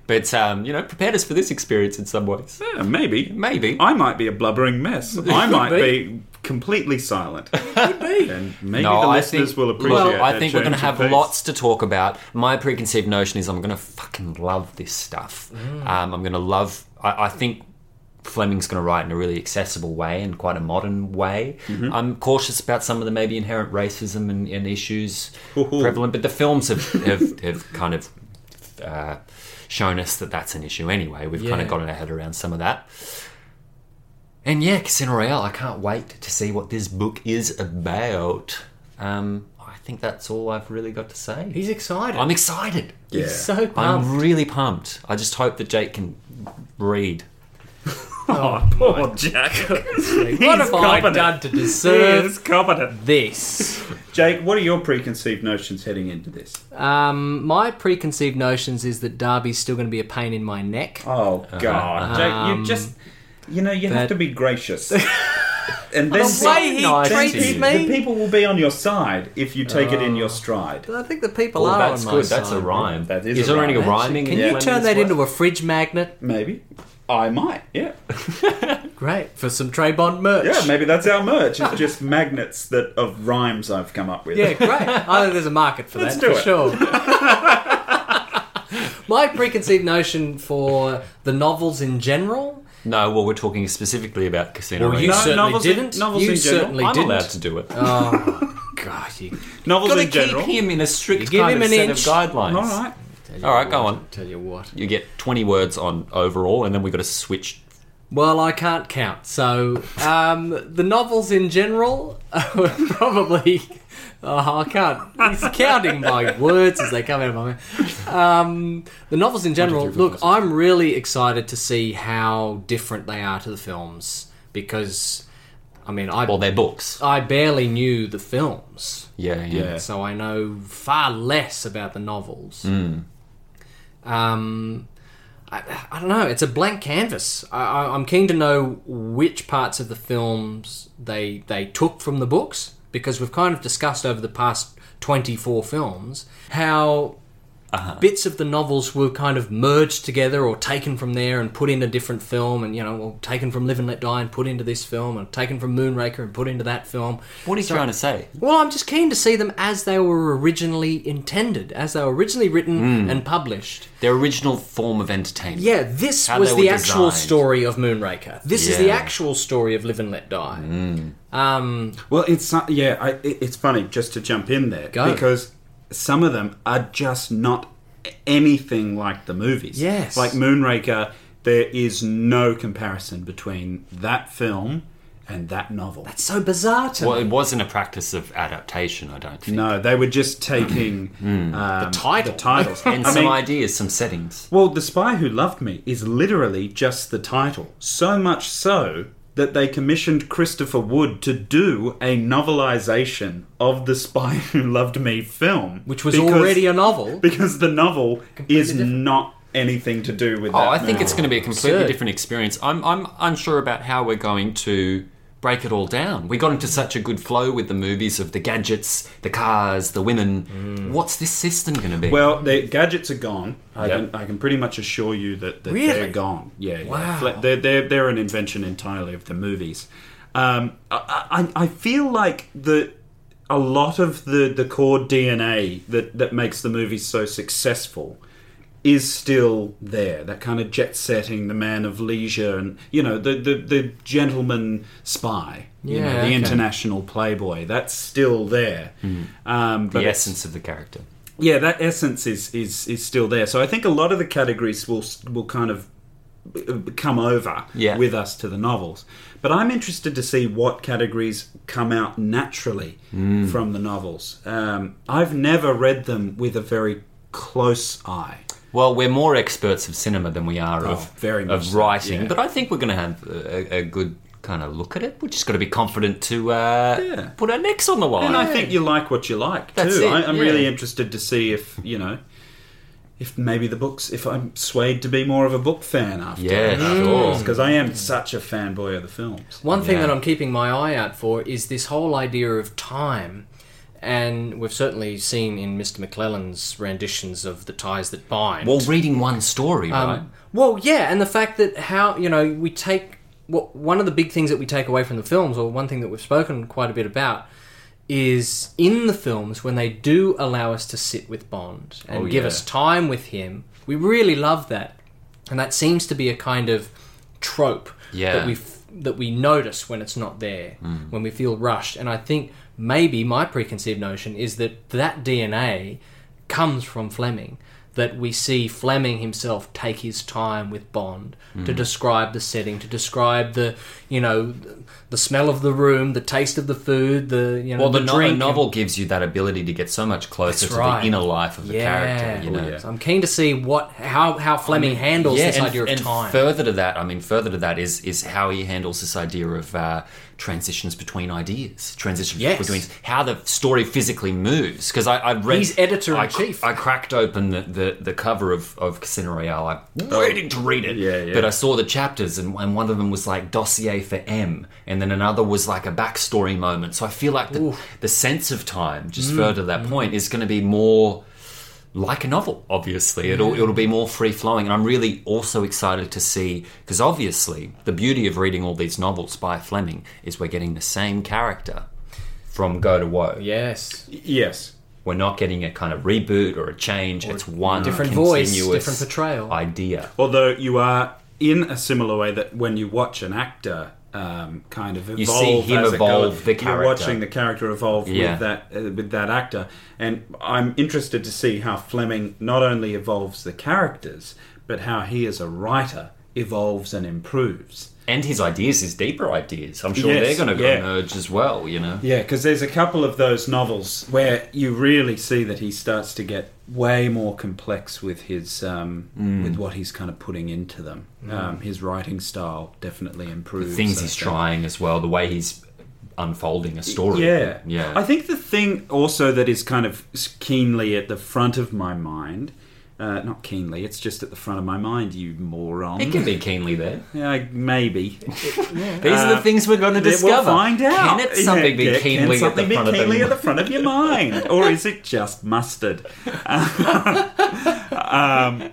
Speaker 2: But, um, you know, prepared us for this experience in some ways.
Speaker 3: Yeah, maybe.
Speaker 2: Maybe.
Speaker 3: I might be a blubbering mess. I might be. completely silent. And maybe the listeners will appreciate
Speaker 2: Well, I
Speaker 3: that
Speaker 2: think we're going to
Speaker 3: change of
Speaker 2: have
Speaker 3: pace.
Speaker 2: lots to talk about. My preconceived notion is I'm going to fucking love this stuff.
Speaker 3: Mm.
Speaker 2: Um, I'm going to love. I, I think Fleming's going to write in a really accessible way and quite a modern way.
Speaker 3: Mm-hmm.
Speaker 2: I'm cautious about some of the maybe inherent racism and, and issues prevalent, but the films have have, have kind of. Uh, shown us that that's an issue anyway we've kind
Speaker 1: Yeah.
Speaker 2: of gotten our head around some of that and yeah, Casino Royale, I can't wait to see what this book is about. Um, I think that's all I've really got to say.
Speaker 1: He's excited.
Speaker 2: I'm excited.
Speaker 5: Yeah.
Speaker 1: He's so pumped.
Speaker 2: I'm really pumped. I just hope that Jake can read.
Speaker 3: Oh, poor Jack.
Speaker 1: what have I
Speaker 3: confident.
Speaker 1: done to
Speaker 3: He's
Speaker 1: deserve
Speaker 3: confident.
Speaker 1: this?
Speaker 3: Jake, what are your preconceived notions heading into this?
Speaker 1: Um, my preconceived notions is that Darby's still going to be a pain in my neck.
Speaker 3: Oh
Speaker 1: um,
Speaker 3: God, Jake, you just you know you have to be gracious. and then
Speaker 1: The way he
Speaker 2: Nice
Speaker 3: then
Speaker 1: treats
Speaker 2: to you.
Speaker 3: people, the
Speaker 1: me. Oh.
Speaker 3: people will be on your side if you take it in your stride.
Speaker 1: I think the people
Speaker 2: Well,
Speaker 1: are
Speaker 2: that's
Speaker 1: on my
Speaker 2: good.
Speaker 1: side.
Speaker 2: That's a rhyme.
Speaker 3: That is
Speaker 2: is
Speaker 3: a
Speaker 2: there any
Speaker 3: rhyme.
Speaker 2: rhyming?
Speaker 1: Can you turn that into a fridge magnet?
Speaker 3: Maybe I might. Yeah,
Speaker 1: Great for some Trey Bond merch.
Speaker 3: yeah. Maybe that's our merch. It's just magnets that of rhymes I've come up with.
Speaker 1: Yeah, great. I think there's a market for
Speaker 3: Let's
Speaker 1: that
Speaker 3: do
Speaker 1: for
Speaker 3: it.
Speaker 1: sure. My preconceived notion for the novels in general.
Speaker 2: No, well, we're talking specifically about Casino
Speaker 1: Well,
Speaker 2: Royale.
Speaker 1: you
Speaker 3: No,
Speaker 1: certainly
Speaker 3: novels in-
Speaker 1: didn't.
Speaker 3: novels
Speaker 1: you
Speaker 3: in general.
Speaker 1: certainly
Speaker 2: I'm
Speaker 1: didn't.
Speaker 2: allowed to do it.
Speaker 1: Oh God, you
Speaker 3: novels
Speaker 2: Gotta
Speaker 3: in general.
Speaker 2: keep him in a strict
Speaker 1: give
Speaker 2: kind
Speaker 1: him
Speaker 2: of
Speaker 1: an
Speaker 2: set
Speaker 1: inch.
Speaker 2: of guidelines.
Speaker 3: All right.
Speaker 2: All right, go on.
Speaker 1: Tell you what.
Speaker 2: You get 20 words on overall, and then we've got to switch.
Speaker 1: Well, I can't count. So um, the novels in general are probably. Oh, I can't. He's counting my words as they come out of my mouth. Um, the novels in general. Look, I'm really excited to see how different they are to the films because, I mean, I
Speaker 2: Well, they're books.
Speaker 1: I barely knew the films
Speaker 2: Yeah, yeah.
Speaker 1: so I know far less about the novels. Um, I, I don't know. It's a blank canvas. I, I, I'm keen to know which parts of the films they they took from the books because we've kind of discussed over the past 24 films how bits of the novels were kind of merged together or taken from there and put in a different film and you know or taken from live and let die and put into this film and taken from moonraker and put into that film
Speaker 2: What are you trying to say?
Speaker 1: well, I'm just keen to see them as they were originally intended, as they were originally written and published.
Speaker 2: Their original form of entertainment.
Speaker 1: Hmm. Yeah, this
Speaker 2: How
Speaker 1: was
Speaker 2: they were
Speaker 1: the actual
Speaker 2: designed.
Speaker 1: story of Moonraker. This is the
Speaker 2: Yeah.
Speaker 1: actual story of Live and Let Die. Um,
Speaker 3: Well, it's not, yeah, I, it- it's funny just to jump in there
Speaker 1: Go.
Speaker 3: because some of them are just not anything like the movies.
Speaker 1: Yes.
Speaker 3: like Moonraker, there is no comparison between that film and that novel.
Speaker 1: it's so bizarre to
Speaker 2: Well,
Speaker 1: me.
Speaker 2: it wasn't a practice of adaptation, I don't think.
Speaker 3: no, they were just taking um,
Speaker 1: Mm. title.
Speaker 3: the titles.
Speaker 2: And
Speaker 3: I
Speaker 2: some
Speaker 3: mean,
Speaker 2: ideas, some settings.
Speaker 3: Well, The Spy Who Loved Me is literally just the title. So much so that they commissioned Christopher Wood to do a novelization of the Spy Who Loved Me film,
Speaker 1: Which was
Speaker 3: because-
Speaker 1: already a novel.
Speaker 3: because the novel is
Speaker 1: different.
Speaker 3: not anything to do with.
Speaker 2: Oh,
Speaker 3: that
Speaker 2: I think
Speaker 3: movie.
Speaker 2: it's going to be a completely
Speaker 1: Absurd.
Speaker 2: different experience. I'm, I'm unsure about how we're going to break it all down. We got into such a good flow with the movies of the gadgets, the cars, the women. What's this system going to be?
Speaker 3: Well, the gadgets are gone. I,
Speaker 2: Yep.
Speaker 3: can, I can pretty much assure you that, that
Speaker 1: Really?
Speaker 3: they're gone. Yeah, yeah.
Speaker 1: Wow.
Speaker 3: Fle- They're, they're, they're an invention entirely of the movies. Um, I, I, I feel like the a lot of the, the core DNA that, that makes the movie so successful is still there. That kind of jet setting, the man of leisure, and you know the the, the gentleman spy, you know,
Speaker 1: Yeah,
Speaker 3: the
Speaker 1: okay. Hmm.
Speaker 3: international playboy. That's still there. Um, but
Speaker 2: the
Speaker 3: it's-
Speaker 2: essence of the character.
Speaker 3: yeah, that essence is is is still there. So I think a lot of the categories will will kind of b- come over
Speaker 2: Yeah.
Speaker 3: with us to the novels. But I'm interested to see what categories come out naturally
Speaker 2: Mm.
Speaker 3: from the novels. Um, I've never read them with a very close eye.
Speaker 2: Well, we're more experts of cinema than we are of
Speaker 3: Oh, very much
Speaker 2: of
Speaker 3: so,
Speaker 2: writing,
Speaker 3: yeah.
Speaker 2: but I think we're going to have a, a good kind of look at it. We're just got to be confident to uh,
Speaker 3: Yeah.
Speaker 2: put our necks on the line.
Speaker 3: And I think you like what you like
Speaker 2: That's
Speaker 3: too.
Speaker 2: it,
Speaker 3: I, I'm
Speaker 2: yeah.
Speaker 3: really interested to see if you know if maybe the books if I'm swayed to be more of a book fan after
Speaker 2: Yeah, sure.
Speaker 3: because I am such a fanboy of the films.
Speaker 1: One thing
Speaker 2: Yeah.
Speaker 1: that I'm keeping my eye out for is this whole idea of time. And we've certainly seen in Mr. McClellan's renditions of The Ties That Bind.
Speaker 2: Well, reading one story, right?
Speaker 1: Um, well, yeah, and the fact that how you know we take what one of the big things that we take away from the films, or one thing that we've spoken quite a bit about, is in the films when they do allow us to sit with Bond and
Speaker 2: Oh,
Speaker 1: give
Speaker 2: yeah.
Speaker 1: us time with him. We really love that, and that seems to be a kind of trope
Speaker 2: Yeah. Hmm.
Speaker 1: that we f- that we notice when it's not there, when we feel rushed. And I think maybe my preconceived notion is that that DNA comes from Fleming. That we see Fleming himself take his time with Bond
Speaker 2: Hmm.
Speaker 1: to describe the setting, to describe the you know the smell of the room, the taste of the food, the you know
Speaker 2: Well, the,
Speaker 1: the
Speaker 2: no-
Speaker 1: drink.
Speaker 2: novel gives you that ability to get so much closer
Speaker 1: That's
Speaker 2: to
Speaker 1: right.
Speaker 2: the inner life of the character. You know,
Speaker 1: So I'm keen to see what how how Fleming handles this
Speaker 2: and,
Speaker 1: idea of
Speaker 2: and
Speaker 1: time.
Speaker 2: further to that, I mean, further to that is is how he handles this idea of uh, transitions between ideas, transitions
Speaker 1: Yes.
Speaker 2: between how the story physically moves. Because I, I read,
Speaker 1: He's editor in
Speaker 2: I cr-
Speaker 1: chief.
Speaker 2: I cracked open the, the, the cover of of Casino Royale. I'm waiting to read it,
Speaker 3: Yeah, yeah.
Speaker 2: but I saw the chapters, and, and one of them was like dossier for M, and then another was like a backstory moment. So I feel like the, the sense of time,
Speaker 1: Mm,
Speaker 2: just further to that point, is going to be more like a novel, obviously. It'll, it'll be more free flowing. And I'm really also excited to see, because obviously, the beauty of reading all these novels by Fleming is we're getting the same character from Go to Woe.
Speaker 1: yes,
Speaker 3: Yes.
Speaker 2: We're not getting a kind of reboot or a change. it's one
Speaker 1: different voice,
Speaker 2: continuous
Speaker 1: different portrayal.
Speaker 2: idea.
Speaker 3: Although you are in a similar way that when you watch an actor um, kind of evolve,
Speaker 2: see him
Speaker 3: as it
Speaker 2: evolve
Speaker 3: goes,
Speaker 2: the
Speaker 3: You're
Speaker 2: character.
Speaker 3: watching the character evolve
Speaker 2: Yeah.
Speaker 3: with that uh, with that actor, and I'm interested to see how Fleming not only evolves the characters, but how he as a writer evolves and improves.
Speaker 2: And his ideas, his deeper ideas. I'm sure
Speaker 3: Yes,
Speaker 2: they're going to
Speaker 3: yeah.
Speaker 2: emerge as well, you know?
Speaker 3: Yeah, because there's a couple of those novels where you really see that he starts to get way more complex with his um,
Speaker 2: Mm.
Speaker 3: with what he's kind of putting into them. Um, his writing style definitely improves.
Speaker 2: Things
Speaker 3: I
Speaker 2: he's
Speaker 3: think.
Speaker 2: trying as well, the way he's unfolding a story.
Speaker 3: Yeah,
Speaker 2: Yeah.
Speaker 3: I think the thing also that is kind of s- keenly at the front of my mind. Uh, not keenly, it's just at the front of my mind, you moron.
Speaker 2: it can be keenly there.
Speaker 3: Yeah, maybe.
Speaker 2: These are the things we're going to
Speaker 3: Then
Speaker 2: discover.
Speaker 3: Uh, We'll find out.
Speaker 2: Can it something
Speaker 3: Yeah, yeah, can
Speaker 2: be keenly at the
Speaker 3: something be
Speaker 2: front of the
Speaker 3: keenly at the front of your mind, or is it just mustard? um,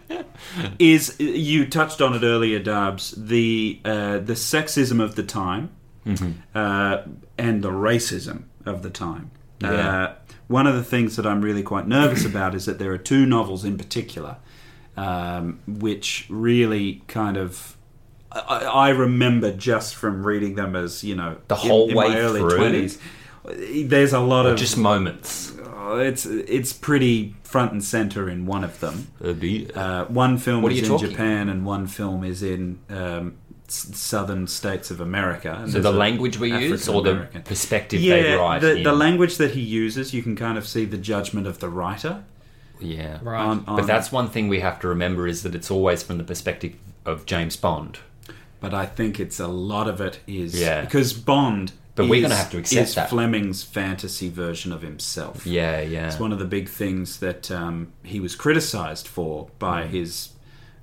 Speaker 3: is you touched on it earlier, Darbs? The uh, the sexism of the time
Speaker 2: Mm-hmm.
Speaker 3: uh, and the racism of the time.
Speaker 2: Yeah.
Speaker 3: Uh, one of the things that I'm really quite nervous about is that there are two novels in particular um, which really kind of I, I remember just from reading them as you know
Speaker 2: The whole
Speaker 3: my
Speaker 2: way
Speaker 3: early
Speaker 2: through?
Speaker 3: twenties. There's a lot of
Speaker 2: Just moments.
Speaker 3: oh, it's it's pretty front and center in one of them. Uh, one film
Speaker 2: What are
Speaker 3: is
Speaker 2: you
Speaker 3: in
Speaker 2: talking?
Speaker 3: Japan and one film is in um, s- southern states of America. And
Speaker 2: so
Speaker 3: there's
Speaker 2: the
Speaker 3: a
Speaker 2: language we use or the
Speaker 3: African-American.
Speaker 2: perspective they
Speaker 3: yeah,
Speaker 2: write
Speaker 3: the,
Speaker 2: in.
Speaker 3: the language that he uses, you can kind of see the judgment of the writer.
Speaker 2: yeah.
Speaker 1: Right.
Speaker 3: on- on-
Speaker 2: But that's one thing we have to remember is that it's always from the perspective of James Bond.
Speaker 3: but I think it's a lot of it is
Speaker 2: Yeah.
Speaker 3: because Bond.
Speaker 2: But we're
Speaker 3: is-
Speaker 2: gonna have to accept
Speaker 3: is
Speaker 2: that.
Speaker 3: Fleming's fantasy version of himself.
Speaker 2: Yeah, yeah.
Speaker 3: It's one of the big things that um, he was criticised for by
Speaker 2: Mm.
Speaker 3: his,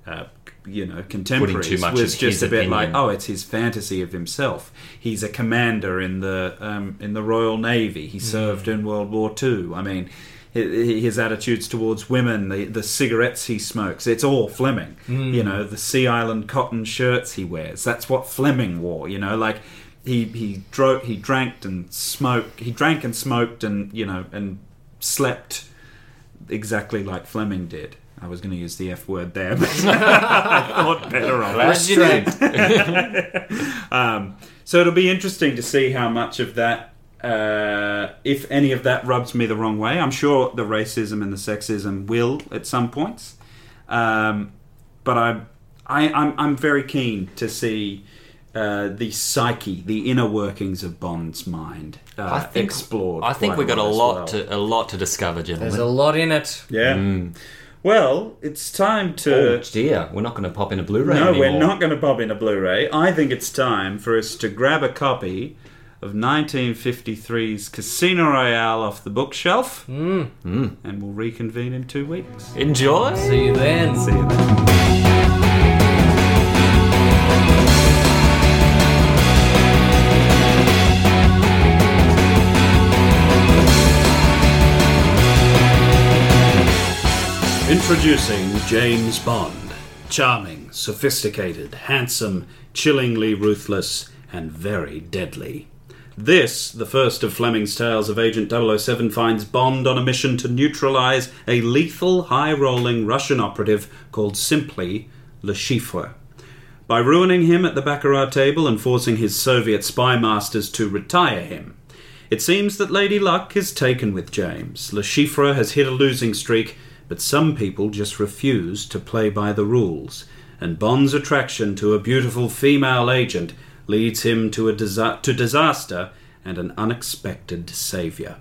Speaker 3: uh, you know, contemporaries.
Speaker 2: much
Speaker 3: was
Speaker 2: of
Speaker 3: just
Speaker 2: his
Speaker 3: a bit like,
Speaker 2: opinion.
Speaker 3: oh, it's his fantasy of himself. He's a commander in the um, in the Royal Navy.
Speaker 2: Hmm.
Speaker 3: He served in World War Two. I mean, hi- hi- his attitudes towards women, the the cigarettes he smokes, it's all
Speaker 2: Hmm.
Speaker 3: Fleming. You know, the Sea Island cotton shirts he wears. That's what Fleming wore. You know, like he he dro- he drank and smoked. He drank and smoked and you know and slept exactly like Fleming did. I was going to use the F word there, but I thought better of it. Um,
Speaker 2: Glad you did.
Speaker 3: So it'll be interesting to see how much of that, uh, if any of that, rubs me the wrong way. I'm sure the racism and the sexism will at some points, um, but I'm I, I'm I'm very keen to see. Uh, the psyche, the inner workings of Bond's mind, uh,
Speaker 2: I think
Speaker 3: explored.
Speaker 2: I think
Speaker 3: quite
Speaker 2: we got a lot
Speaker 3: as well. Uh,
Speaker 2: to a lot to discover,
Speaker 1: There's
Speaker 2: gentlemen.
Speaker 1: a lot in it.
Speaker 3: Yeah. Well, it's time to.
Speaker 2: Oh dear, we're not going to pop in a Blu-ray.
Speaker 3: no,
Speaker 2: anymore.
Speaker 3: we're not going to bob in a Blu-ray. I think it's time for us to grab a copy of 1953's Casino Royale off the bookshelf, and we'll reconvene in two weeks.
Speaker 2: Enjoy.
Speaker 1: See you then.
Speaker 3: See you then.
Speaker 6: Introducing James Bond. Charming, sophisticated, handsome, chillingly ruthless, and very deadly. This, the first of Fleming's tales of Agent 007, finds Bond on a mission to neutralize a lethal, high rolling Russian operative called simply Le Chiffre. By ruining him at the Baccarat table and forcing his Soviet spy masters to retire him. It seems that Lady Luck is taken with James. Le Chiffre has hit a losing streak, but some people just refuse to play by the rules, and Bond's attraction to a beautiful female agent leads him to a disa- to disaster and an unexpected savior.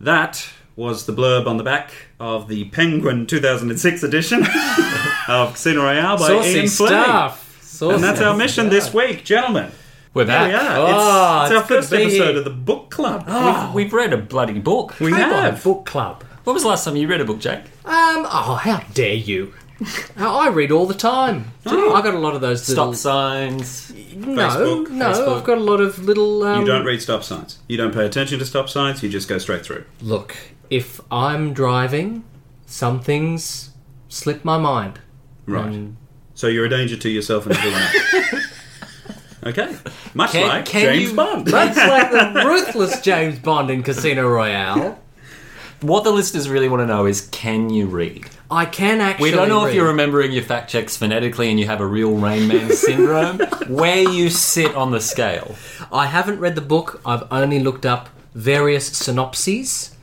Speaker 6: That was the blurb on the back of the Penguin 2006 edition of Casino Royale by
Speaker 1: Saucy
Speaker 6: Ian Fleming.
Speaker 1: stuff. Saucy.
Speaker 6: And that's our mission this week, gentlemen.
Speaker 2: We're
Speaker 6: There we
Speaker 2: back.
Speaker 6: are.
Speaker 1: Ah,
Speaker 6: it's, it's our
Speaker 1: it's good
Speaker 6: first
Speaker 1: to be
Speaker 6: episode
Speaker 1: here.
Speaker 6: of the book club.
Speaker 2: Oh, We've, we've read a bloody book.
Speaker 6: we
Speaker 1: Come on,
Speaker 6: have.
Speaker 1: book club.
Speaker 2: When was the last time you read a book, Jake?
Speaker 1: Um. Oh, how dare you? I I read all the time. I got a lot of those
Speaker 2: Stop
Speaker 1: little.
Speaker 2: signs.
Speaker 1: no,
Speaker 6: Oh. Facebook,
Speaker 1: no.
Speaker 2: Facebook.
Speaker 1: I've got a lot of little. Um,
Speaker 6: You don't read stop signs. You don't pay attention to stop signs. You just go straight through.
Speaker 1: Look, if I'm driving, some things slip my mind.
Speaker 6: Right. So you're a danger to yourself and everyone else. okay. Much
Speaker 2: Can-
Speaker 6: like
Speaker 2: can
Speaker 6: James
Speaker 2: you-
Speaker 6: Bond.
Speaker 1: That's like the ruthless James Bond in Casino Royale.
Speaker 2: What the listeners really want to know is can you read?
Speaker 1: I can actually.
Speaker 2: We don't know
Speaker 1: read.
Speaker 2: if you're remembering your fact checks phonetically and you have a real Rain Man syndrome, where you sit on the scale.
Speaker 1: I haven't read the book. I've only looked up various synopses.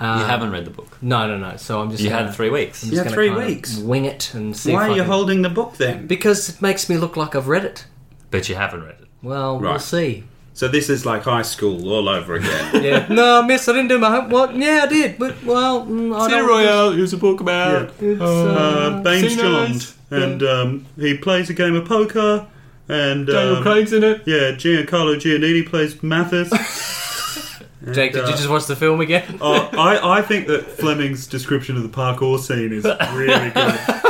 Speaker 1: Uh,
Speaker 2: You haven't read the book.
Speaker 1: No, no, no. So I'm just.
Speaker 2: You
Speaker 1: gonna,
Speaker 2: had three weeks.
Speaker 1: I'm just
Speaker 3: had
Speaker 1: gonna
Speaker 3: three
Speaker 1: kind of
Speaker 3: weeks.
Speaker 1: Wing it and see. if
Speaker 3: Why
Speaker 1: I
Speaker 3: are you
Speaker 1: can-
Speaker 3: holding the book then?
Speaker 1: Because it makes me look like I've read it.
Speaker 2: But you haven't read it.
Speaker 1: Well, we'll
Speaker 6: Right.
Speaker 1: see.
Speaker 6: So this is like high school all over again.
Speaker 1: Yeah. no, miss, I didn't do my homework. Yeah, I did, but well, mm, I don't.
Speaker 2: is a book about.
Speaker 1: It's, uh,
Speaker 6: uh, Baines Jolland,
Speaker 2: Sinners.
Speaker 6: and um, he plays a game of poker, and um,
Speaker 2: Craig's in it.
Speaker 6: yeah, Giancarlo Giannini plays Mathis.
Speaker 1: Jake, did you
Speaker 3: uh,
Speaker 1: just watch the film again?
Speaker 6: Oh, I, I think that Fleming's description of the parkour scene is really good.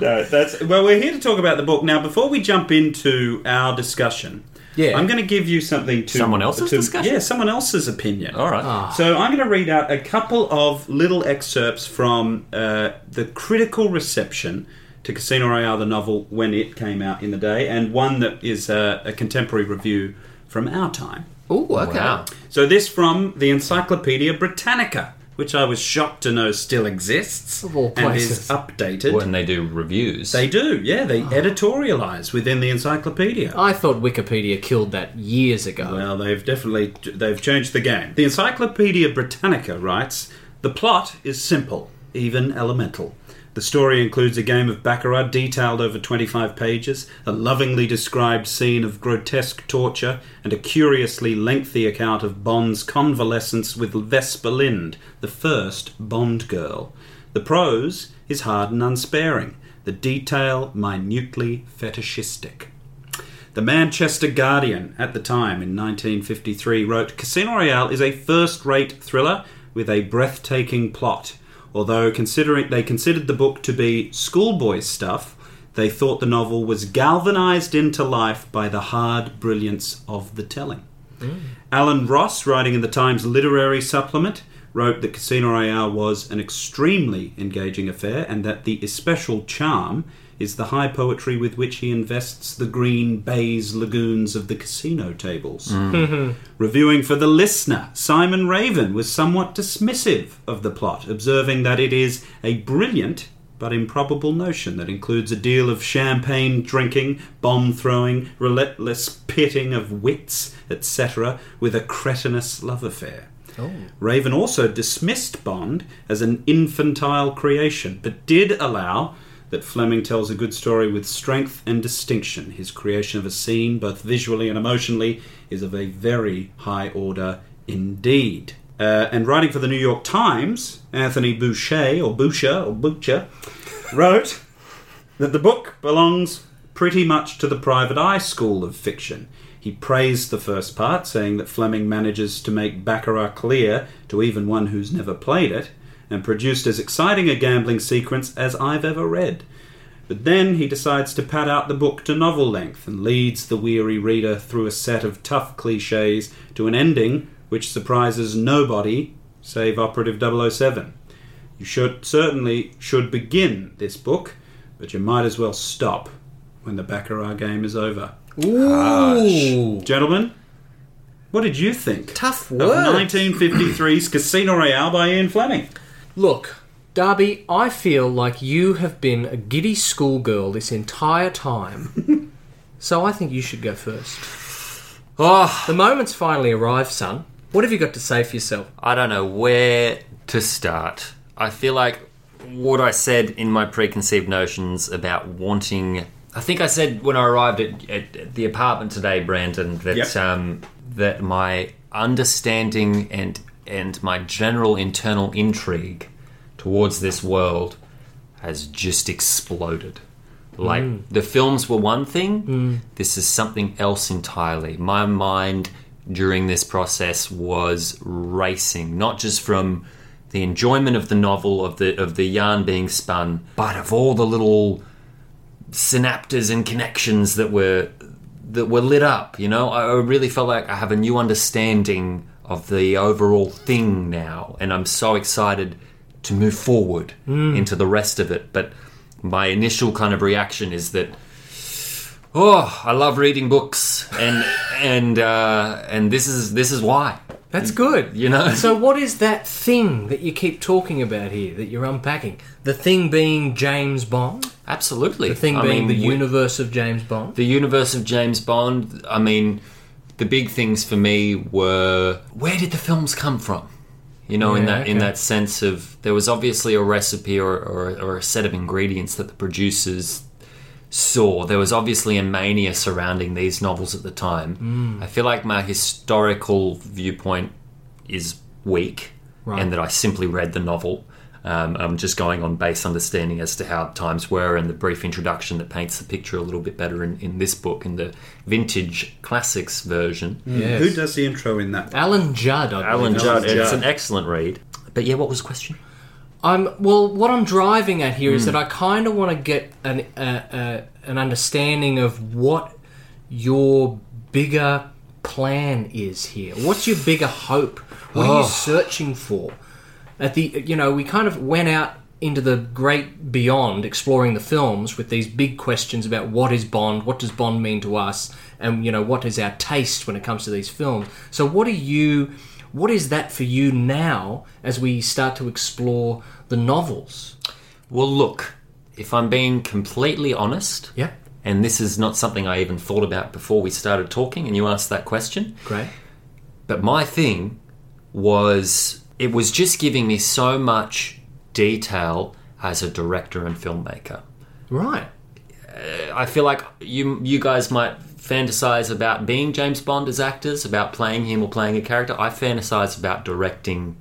Speaker 3: No, that's well. We're here to talk about the book now. Before we jump into our discussion,
Speaker 1: Yeah.
Speaker 3: I'm going to give you something to
Speaker 2: Someone else's
Speaker 3: to-
Speaker 2: discussion?
Speaker 3: Yeah, someone else's opinion.
Speaker 2: All right.
Speaker 3: So I'm going to read out a couple of little excerpts from uh, the critical reception to Casino Royale, the novel, when it came out in the day, and one that is uh, a contemporary review from our time.
Speaker 1: Ooh, okay.
Speaker 2: Wow.
Speaker 3: So this from the Encyclopedia Britannica, which I was shocked to know still exists
Speaker 1: Of all
Speaker 3: and
Speaker 1: places. Ah.
Speaker 3: is updated.
Speaker 2: When they do reviews.
Speaker 3: They do, yeah. They editorialize within the encyclopedia.
Speaker 1: I thought Wikipedia killed that years ago.
Speaker 3: Well, they've definitely they've changed the game. The Encyclopedia Britannica writes, "The plot is simple, even elemental. The story includes a game of baccarat detailed over 25 pages, a lovingly described scene of grotesque torture, and a curiously lengthy account of Bond's convalescence with Vespa Lind, the first Bond girl. The prose is hard and unsparing, the detail minutely fetishistic." The Manchester Guardian at the time in 1953 wrote Casino Royale is a first rate thriller with a breathtaking plot. Although considering they considered the book to be schoolboy stuff, they thought the novel was galvanized into life by the hard brilliance of the telling. Alan Ross, writing in the Times Literary Supplement, wrote that Casino Royale was an extremely engaging affair and that the especial charm is the high poetry with which he invests the green bays lagoons of the casino tables. Reviewing for the listener, Simon Raven was somewhat dismissive of the plot, observing that it is a brilliant but improbable notion that includes a deal of champagne drinking, bomb throwing, relentless pitting of wits, etc., with a cretinous love affair. Raven also dismissed Bond as an infantile creation, but did allow that Fleming tells a good story with strength and distinction. His creation of a scene, both visually and emotionally, is of a very high order indeed. Uh, and writing for the New York Times, Anthony Boucher, or Boucher, or Butcher, wrote that the book belongs pretty much to the private eye school of fiction. He praised the first part, saying that Fleming manages to make Baccarat clear to even one who's never played it, and produced as exciting a gambling sequence as I've ever read. But then he decides to pad out the book to novel length and leads the weary reader through a set of tough cliches to an ending which surprises nobody save Operative 007. You should certainly should begin this book, but you might as well stop when the Baccarat game is over.
Speaker 1: Ooh,
Speaker 3: Gentlemen, what did you think
Speaker 1: tough
Speaker 3: of
Speaker 1: word.
Speaker 3: 1953's Casino Royale by Ian Fleming?
Speaker 1: Look, Darby, I feel like you have been a giddy schoolgirl this entire time. so I think you should go first.
Speaker 2: Oh,
Speaker 1: The moment's finally arrived, son. What have you got to say for yourself?
Speaker 2: I don't know where to start. I feel like what I said in my preconceived notions about wanting. I think I said when I arrived at, at, at the apartment today, Brandon, that
Speaker 3: Yep.
Speaker 2: um, that my understanding and and my general internal intrigue towards this world has just exploded. Like the films were one thing, this is something else entirely. My mind during this process was racing, not just from the enjoyment of the novel of the of the yarn being spun, but of all the little synapses and connections that were that were lit up. You know, I I really felt like I have a new understanding of the overall thing now, and I'm so excited to move forward
Speaker 1: Mm.
Speaker 2: into the rest of it. But my initial kind of reaction is that, oh, I love reading books, and and uh, and this is this is why.
Speaker 1: That's good.
Speaker 2: Mm, You know?
Speaker 1: So what is that thing that you keep talking about here that you're unpacking? The thing being James Bond?
Speaker 2: Absolutely,
Speaker 1: The thing
Speaker 2: I
Speaker 1: being
Speaker 2: mean,
Speaker 1: the
Speaker 2: we-
Speaker 1: universe of James Bond?
Speaker 2: the universe of James Bond. I mean, the big things for me were where did the films come from? You know, in
Speaker 1: Yeah,
Speaker 2: that in
Speaker 1: okay.
Speaker 2: that sense of there was obviously a recipe or, or, or a set of ingredients that the producers saw. There was obviously a mania surrounding these novels at the
Speaker 1: Mm.
Speaker 2: time. I feel like my historical viewpoint is weak, and that I simply read the novel. Um, I'm just going on base understanding as to how times were and the brief introduction that paints the picture a little bit better in, in this book, in the vintage classics version.
Speaker 1: Yes.
Speaker 3: Who does the intro in that?
Speaker 1: Alan Judd, I believe.
Speaker 2: Alan Judd,
Speaker 3: Judd.
Speaker 2: it's an excellent read. But yeah, what was the question?
Speaker 1: I'm well. What I'm driving at here is that I kind of want to get an uh, uh, an understanding of what your bigger plan is here. What's your bigger hope? What are you searching for? At the you know we kind of went out into the great beyond exploring the films with these big questions about what is Bond, what does Bond mean to us, and you know what is our taste when it comes to these films. So what are you? What is that for you now as we start to explore the novels?
Speaker 2: Well, look, if I'm being completely honest,
Speaker 1: Yeah.
Speaker 2: and this is not something I even thought about before we started talking, and you asked that question.
Speaker 1: Great.
Speaker 2: But my thing was it was just giving me so much detail as a director and filmmaker.
Speaker 1: Right.
Speaker 2: I feel like you you guys might fantasize about being James Bond as actors, about playing him or playing a character. I fantasize about directing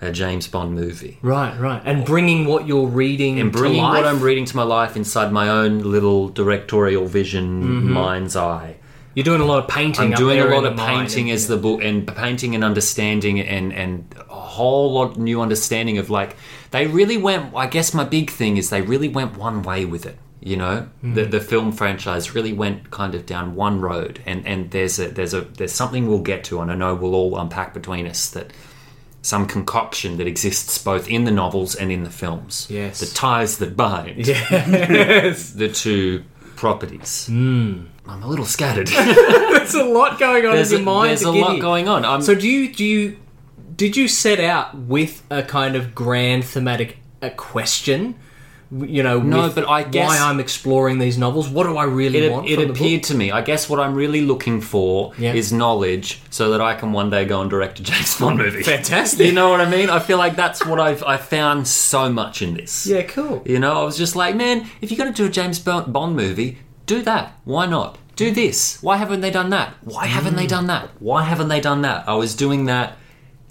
Speaker 2: a James Bond movie
Speaker 1: Right. Right. And bringing what you're reading
Speaker 2: and bringing
Speaker 1: to life.
Speaker 2: what I'm reading to my life inside my own little directorial vision
Speaker 1: Mm-hmm.
Speaker 2: mind's eye.
Speaker 1: You're doing a lot of painting.
Speaker 2: I'm
Speaker 1: up
Speaker 2: doing
Speaker 1: there
Speaker 2: a lot
Speaker 1: in
Speaker 2: of
Speaker 1: the mine
Speaker 2: painting
Speaker 1: and-
Speaker 2: as the book and painting and understanding and and a whole lot new understanding of like they really went I guess my big thing is they really went one way with it you know
Speaker 1: Hmm.
Speaker 2: the the film franchise really went kind of down one road and and there's a there's a there's something we'll get to and I know we'll all unpack between us that some concoction that exists both in the novels and in the films.
Speaker 1: Yes.
Speaker 2: The ties that bind
Speaker 1: Yes. Hmm.
Speaker 2: the two properties. I'm a little scattered.
Speaker 1: There's a lot going on
Speaker 2: there's
Speaker 1: in
Speaker 2: a,
Speaker 1: your mind.
Speaker 2: there's
Speaker 1: to
Speaker 2: a
Speaker 1: get
Speaker 2: lot
Speaker 1: here.
Speaker 2: going on. I'm,
Speaker 1: So do you do you did you set out with a kind of grand thematic a question? You know,
Speaker 2: No,
Speaker 1: with
Speaker 2: but I guess-
Speaker 1: why I'm exploring these novels. What do I really
Speaker 2: it,
Speaker 1: want?
Speaker 2: it
Speaker 1: from the
Speaker 2: appeared to me. I guess what I'm really looking for
Speaker 1: Yeah.
Speaker 2: is knowledge, so that I can one day go and direct a James Bond movie.
Speaker 1: book? fantastic.
Speaker 2: You know what I mean? I feel like that's what I've I found so much in this.
Speaker 1: yeah, cool.
Speaker 2: You know, I was just like, man, if you're going to do a James Bo- Bond movie, do that. Why not? Do this. Why haven't they done that? Why haven't
Speaker 1: Mm.
Speaker 2: they done that? Why haven't they done that? I was doing that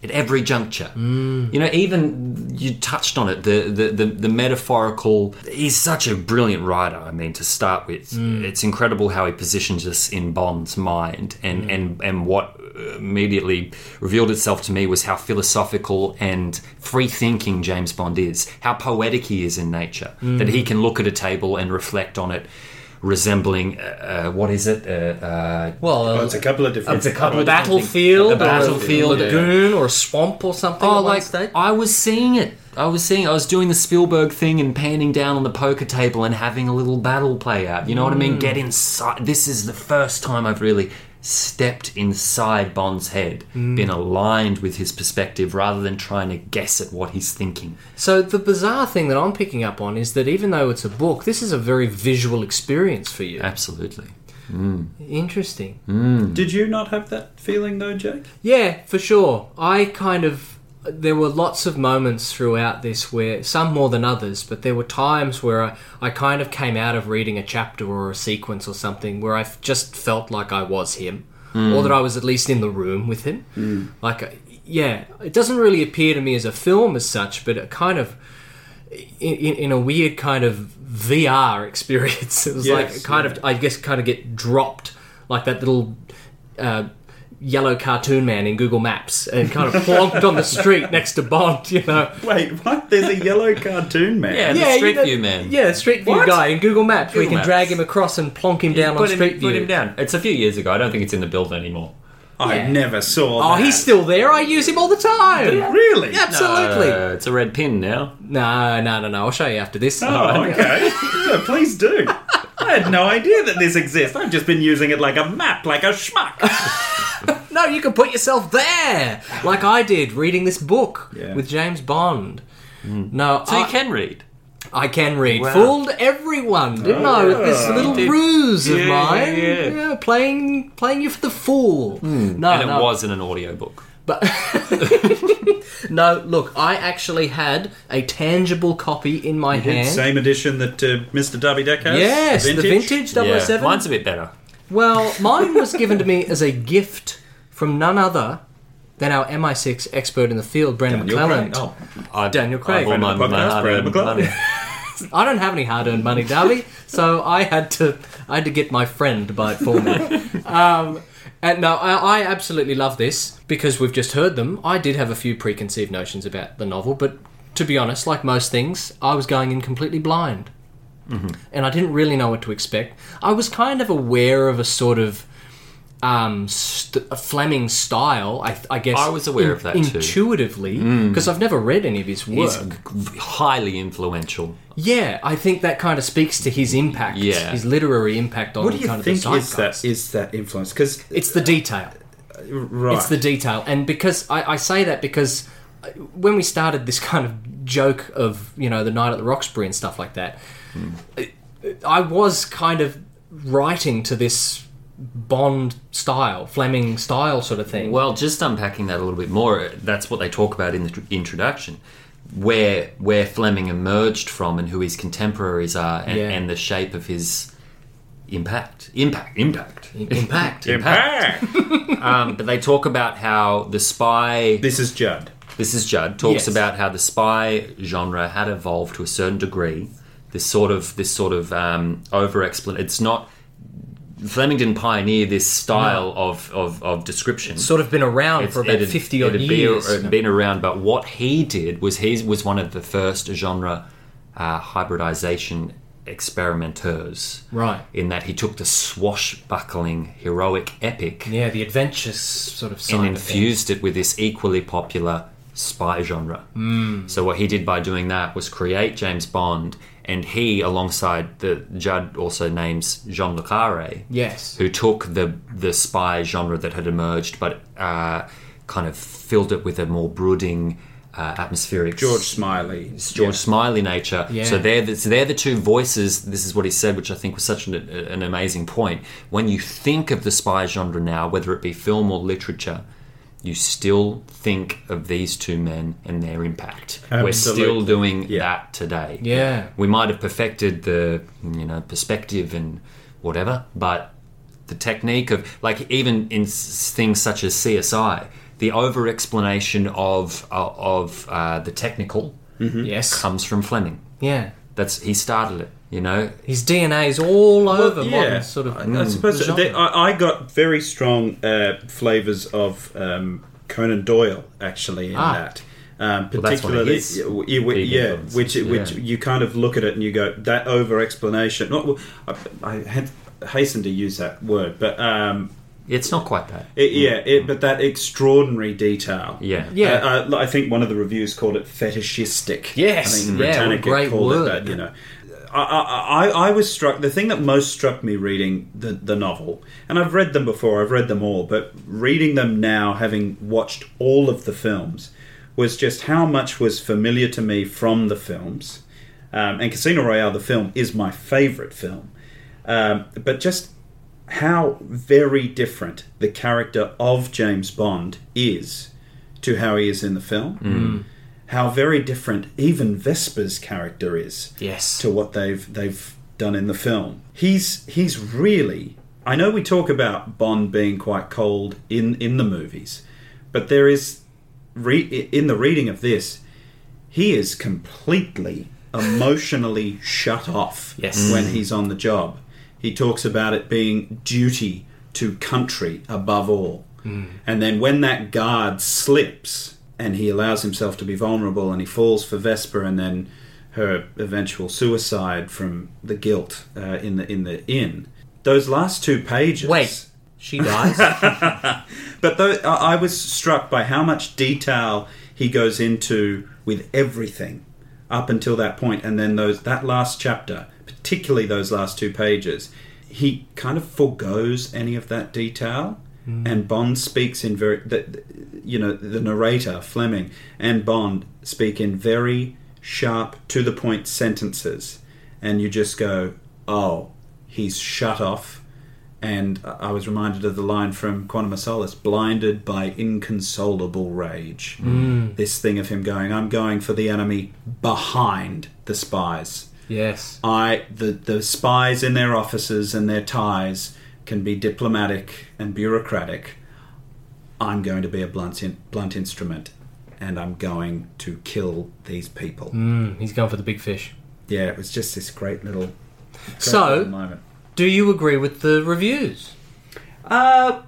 Speaker 2: at every juncture.
Speaker 1: Mm.
Speaker 2: You know, even you touched on it. The the, the the metaphorical. He's such a brilliant writer. I mean, to start with, it's incredible how he positions us in Bond's mind, and and and what immediately revealed itself to me was how philosophical and free thinking James Bond is. How poetic he is in nature. That he can look at a table and reflect on it. Resembling uh, uh, what is it? Uh, uh,
Speaker 1: Well,
Speaker 3: Oh,
Speaker 1: um, a,
Speaker 5: It's a couple of different.
Speaker 2: couple
Speaker 1: battlefield,
Speaker 2: a battlefield,
Speaker 1: or a lagoon, or a swamp, or something.
Speaker 2: Oh,
Speaker 1: at one
Speaker 2: like
Speaker 1: stage.
Speaker 2: I was seeing it. I was seeing. I was doing the Spielberg thing and panning down on the poker table and having a little battle play out. You know what I
Speaker 1: Mm.
Speaker 2: mean? Get inside. This is the first time I've really stepped inside Bond's head,
Speaker 1: Mm.
Speaker 2: been aligned with his perspective rather than trying to guess at what he's thinking.
Speaker 1: So the bizarre thing that I'm picking up on is that even though it's a book, this is a very visual experience for you.
Speaker 2: Absolutely.
Speaker 1: Interesting.
Speaker 6: Did you not have that feeling though, Jake?
Speaker 1: Yeah, for sure. I kind of. There were lots of moments throughout this where, some more than others, but there were times where I, I kind of came out of reading a chapter or a sequence or something where I f- just felt like I was him, or that I was at least in the room with him. Like, uh, yeah, it doesn't really appear to me as a film as such, but it kind of. In, in in a weird kind of VR experience, it was like
Speaker 6: Yes,
Speaker 1: kind of, I guess, kind of get dropped like that little uh, yellow cartoon man in Google Maps and kind of plonked on the street next to Bond, you know.
Speaker 6: Wait, what? There's a yellow cartoon man.
Speaker 2: Yeah,
Speaker 1: Yeah,
Speaker 2: the
Speaker 1: you
Speaker 2: Street
Speaker 1: know-
Speaker 2: View man.
Speaker 1: Yeah, the Street View
Speaker 2: What?
Speaker 1: guy in Google Maps. we
Speaker 2: Google
Speaker 1: can
Speaker 2: Maps.
Speaker 1: drag him across and plonk him down on
Speaker 2: Put him,
Speaker 1: Street View.
Speaker 2: put him down. It's a few years ago. I don't think it's in the build anymore.
Speaker 6: I
Speaker 1: Yeah.
Speaker 6: never saw.
Speaker 1: Oh,
Speaker 6: that.
Speaker 1: he's still there. I use him all the time.
Speaker 6: really.
Speaker 1: Absolutely.
Speaker 2: Uh, it's a red pin now.
Speaker 1: No, no, no, no. I'll show you after this.
Speaker 6: Oh, okay. Yeah, please do. I had no idea that this exists. I've just been using it like a map, like a schmuck.
Speaker 1: No, you can put yourself there, like I did reading this book
Speaker 6: Yeah.
Speaker 1: with James Bond. No,
Speaker 2: So
Speaker 1: I,
Speaker 2: you can read.
Speaker 1: I can read.
Speaker 2: Wow. Oh.
Speaker 1: Fooled everyone, didn't I? With this little
Speaker 2: did.
Speaker 1: ruse of
Speaker 2: Yeah,
Speaker 1: mine,
Speaker 2: yeah, yeah.
Speaker 1: Yeah, playing playing you for the fool. No,
Speaker 2: And
Speaker 1: Oh, no,
Speaker 2: it was in an audiobook.
Speaker 1: but no. Look, I actually had a tangible copy in my hand.
Speaker 6: Same edition that uh, Mr. Darby Deck has.
Speaker 1: yes, the vintage 007.
Speaker 2: Mine's a bit better.
Speaker 1: Well, mine was given to me as a gift from none other than our MI6 expert in the field, Brendan
Speaker 6: You're
Speaker 1: McClellan.
Speaker 6: great. Oh,
Speaker 2: I've,
Speaker 1: Daniel Craig.
Speaker 2: I've all
Speaker 1: Friend
Speaker 2: my,
Speaker 6: of the
Speaker 2: my
Speaker 6: podcast,
Speaker 2: hard-earned
Speaker 6: Brandon
Speaker 2: money.
Speaker 1: I don't have any hard-earned money, Darby, so I had to I had to get my friend to buy it for me. Um, and no, I, I absolutely love this because we've just heard them. I did have a few preconceived notions about the novel, but to be honest, like most things, I was going in completely blind,
Speaker 2: Mm-hmm.
Speaker 1: and I didn't really know what to expect. I was kind of aware of a sort of um, st- a Fleming style, I, I guess.
Speaker 2: I was aware of that too. Mm.
Speaker 1: intuitively because I've never read any of his work.
Speaker 2: He's highly influential.
Speaker 1: Yeah, I think that kind of speaks to his impact,
Speaker 2: Yeah.
Speaker 1: his literary impact on
Speaker 6: what do you
Speaker 1: kind of
Speaker 6: think
Speaker 1: the
Speaker 6: is that
Speaker 1: zeitgeist.
Speaker 6: is that influence? Because
Speaker 1: It's the detail.
Speaker 6: right,
Speaker 1: It's the detail, and because I, I say that because uh, when we started this kind of joke of you know the night at the Roxbury and stuff like that,
Speaker 6: Hmm.
Speaker 1: I I was kind of writing to this Bond style, Fleming style sort of thing.
Speaker 2: Well, just unpacking that a little bit more, that's what they talk about in the tr- introduction, where where Fleming emerged from and who his contemporaries are, and,
Speaker 1: Yeah.
Speaker 2: and the shape of his impact, impact, impact,
Speaker 1: impact.
Speaker 6: impact.
Speaker 2: Um, but they talk about how the spy
Speaker 6: this is Judd.
Speaker 2: This is Judd
Speaker 1: Yes.
Speaker 2: talks about how the spy genre had evolved to a certain degree. This sort of this sort of um, over It's not Fleming didn't pioneer this style of, of of description.
Speaker 1: Sort of been around
Speaker 2: It's-
Speaker 1: for about
Speaker 2: it had-
Speaker 1: fifty odd
Speaker 2: it had been-
Speaker 1: years.
Speaker 2: it had been around, but what he did was he was one of the first genre uh, hybridization experimenteurs.
Speaker 1: Right.
Speaker 2: In that he took the swashbuckling heroic epic
Speaker 1: yeah, the adventures sort of side
Speaker 2: and
Speaker 1: of things.
Speaker 2: infused it with this equally popular spy genre.
Speaker 1: Hmm.
Speaker 2: So what he did by doing that was create James Bond, and he, alongside the Judd, also names Jean Le Carre,
Speaker 1: Yes.
Speaker 2: who took the the spy genre that had emerged, but uh, kind of filled it with a more brooding, uh, atmospheric
Speaker 3: George Smiley.
Speaker 2: George Smiley nature.
Speaker 1: Yeah.
Speaker 2: So they're the, so they're the two voices. This is what he said, which I think was such an, an amazing point. When you think of the spy genre now, whether it be film or literature, you still think of these two men and their impact. We're still
Speaker 3: Absolutely.
Speaker 2: doing that today.
Speaker 1: Yeah.
Speaker 2: we might have perfected the you know perspective and whatever, but the technique of like even in s- things such as CSI. The over explanation of uh, of uh, the technical
Speaker 1: Yes.
Speaker 2: comes from Fleming.
Speaker 1: Yeah.
Speaker 2: That's he started it. You know,
Speaker 1: His DNA is all over
Speaker 3: yeah,
Speaker 1: modern sort of. mm,
Speaker 3: I, I suppose
Speaker 1: genre.
Speaker 3: they, I, I got very strong uh, flavors of um, Conan Doyle actually in
Speaker 1: Ah.
Speaker 3: that. Um,
Speaker 2: that's one of
Speaker 3: particularly,
Speaker 2: his
Speaker 3: yeah, w- you- w-
Speaker 2: big
Speaker 3: yeah,
Speaker 2: influences,
Speaker 3: which which
Speaker 2: yeah.
Speaker 3: you kind of look at it and you go that over explanation. Not, well, I, I had hastened to use that word, but um,
Speaker 2: it's not quite that.
Speaker 3: it, yeah, it, but that extraordinary detail.
Speaker 2: Yeah.
Speaker 1: Yeah.
Speaker 3: Uh, uh, I think one of the reviews called it fetishistic.
Speaker 1: Yes.
Speaker 3: I think
Speaker 1: Yeah,
Speaker 3: Britannica
Speaker 1: great
Speaker 3: called
Speaker 1: word.
Speaker 3: it that. You know, I, I, I, I was struck. The thing that most struck me reading the the novel, and I've read them before. I've read them all, but reading them now, having watched all of the films, was just how much was familiar to me from the films. Um, and Casino Royale, the film, is my favorite film. Um, but just how very different the character of James Bond is to how he is in the film. How very different even Vesper's character is
Speaker 1: Yes.
Speaker 3: to what they've they've done in the film. He's he's really I know we talk about Bond being quite cold in in the movies, but there is re- in the reading of this he is completely emotionally shut off
Speaker 1: Yes.
Speaker 3: when he's on the job. He talks about it being duty to country above all.
Speaker 1: Hmm.
Speaker 3: And then when that guard slips and he allows himself to be vulnerable and he falls for Vesper and then her eventual suicide from the guilt uh, in the in the inn. Those last two pages.
Speaker 1: Wait. She dies.
Speaker 3: But though I I was struck by how much detail he goes into with everything up until that point, and then those that last chapter, particularly those last two pages, he kind of forgoes any of that detail. And Bond speaks in very, that you know, the narrator Fleming and Bond speak in very sharp, to the point sentences, and you just go, "Oh, he's shut off." and I I was reminded of the line from Quantum of Solace blinded by inconsolable rage.
Speaker 1: Mm.
Speaker 3: This thing of him going, I'm going for the enemy behind the spies.
Speaker 1: yes.
Speaker 3: I the, the spies in their offices and their ties can be diplomatic and bureaucratic. I'm going to be a blunt in, blunt instrument and I'm going to kill these people.
Speaker 1: Mm, he's going for the big fish.
Speaker 3: Yeah, it was just this great little great
Speaker 1: So-
Speaker 3: little moment.
Speaker 1: Do you agree with the reviews?
Speaker 3: Uh,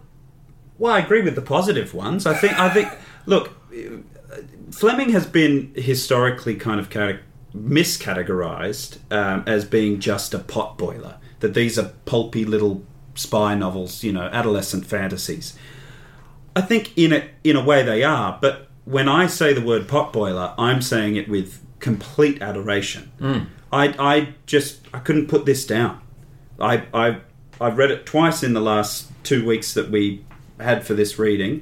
Speaker 3: Well, I agree with the positive ones. I think. I think. Look, uh, Fleming has been historically kind of cate- miscategorized um, as being just a potboiler. That these are pulpy little spy novels, you know, adolescent fantasies. I think in a in a way they are, but when I say the word potboiler, I'm saying it with complete adoration. I I just I couldn't put this down. I I I've read it twice in the last two weeks that we had for this reading.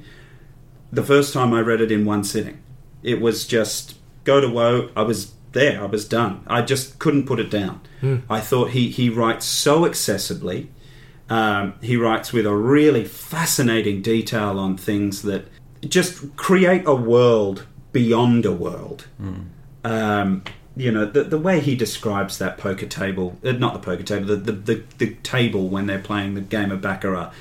Speaker 3: The first time I read it in one sitting, it was just go to woe. I was there. I was done. I just couldn't put it down. I thought he he writes so accessibly. Um, he writes with a really fascinating detail on things that just create a world beyond a world. Um, you know, the, the way he describes that poker table, uh, not the poker table, the, the, the, the table when they're playing the game of Baccarat,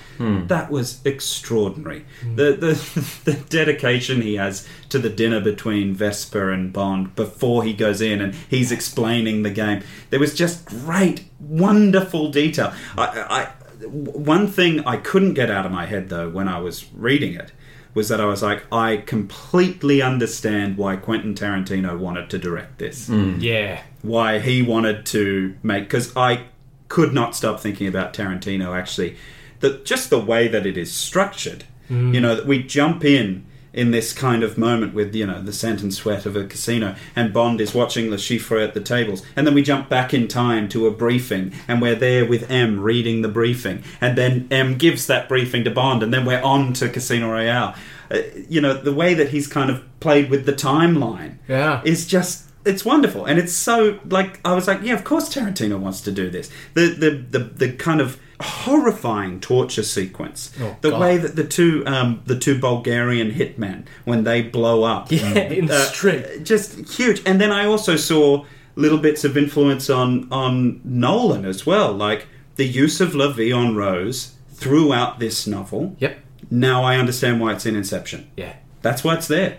Speaker 3: that was extraordinary. The, the, the dedication he has to the dinner between Vesper and Bond before he goes in and he's explaining the game. There was just great, wonderful detail. I, I, one thing I couldn't get out of my head though when I was reading it was that I was like, I completely understand why Quentin Tarantino wanted to direct this,
Speaker 1: Yeah.
Speaker 3: why he wanted to make because I could not stop thinking about Tarantino actually, that just the way that it is structured, you know, that we jump in in this kind of moment with you know the scent and sweat of a casino and bond is watching the chiffre at the tables and then we jump back in time to a briefing and we're there with m reading the briefing and then m gives that briefing to bond and then we're on to casino royale Uh, you know the way that he's kind of played with the timeline
Speaker 1: Yeah.
Speaker 3: is just it's wonderful and it's so like i was like yeah of course tarantino wants to do this the the the, the kind of horrifying torture sequence the
Speaker 1: Oh, God.
Speaker 3: way that the two um, the two bulgarian hitmen when they blow up Mm. Uh,
Speaker 1: in the street.
Speaker 3: just huge. And then I also saw little bits of influence on on Nolan as well, like the use of La Vie en Rose throughout this novel.
Speaker 1: Yep.
Speaker 3: Now I understand why it's in Inception.
Speaker 1: Yeah.
Speaker 3: That's why it's there.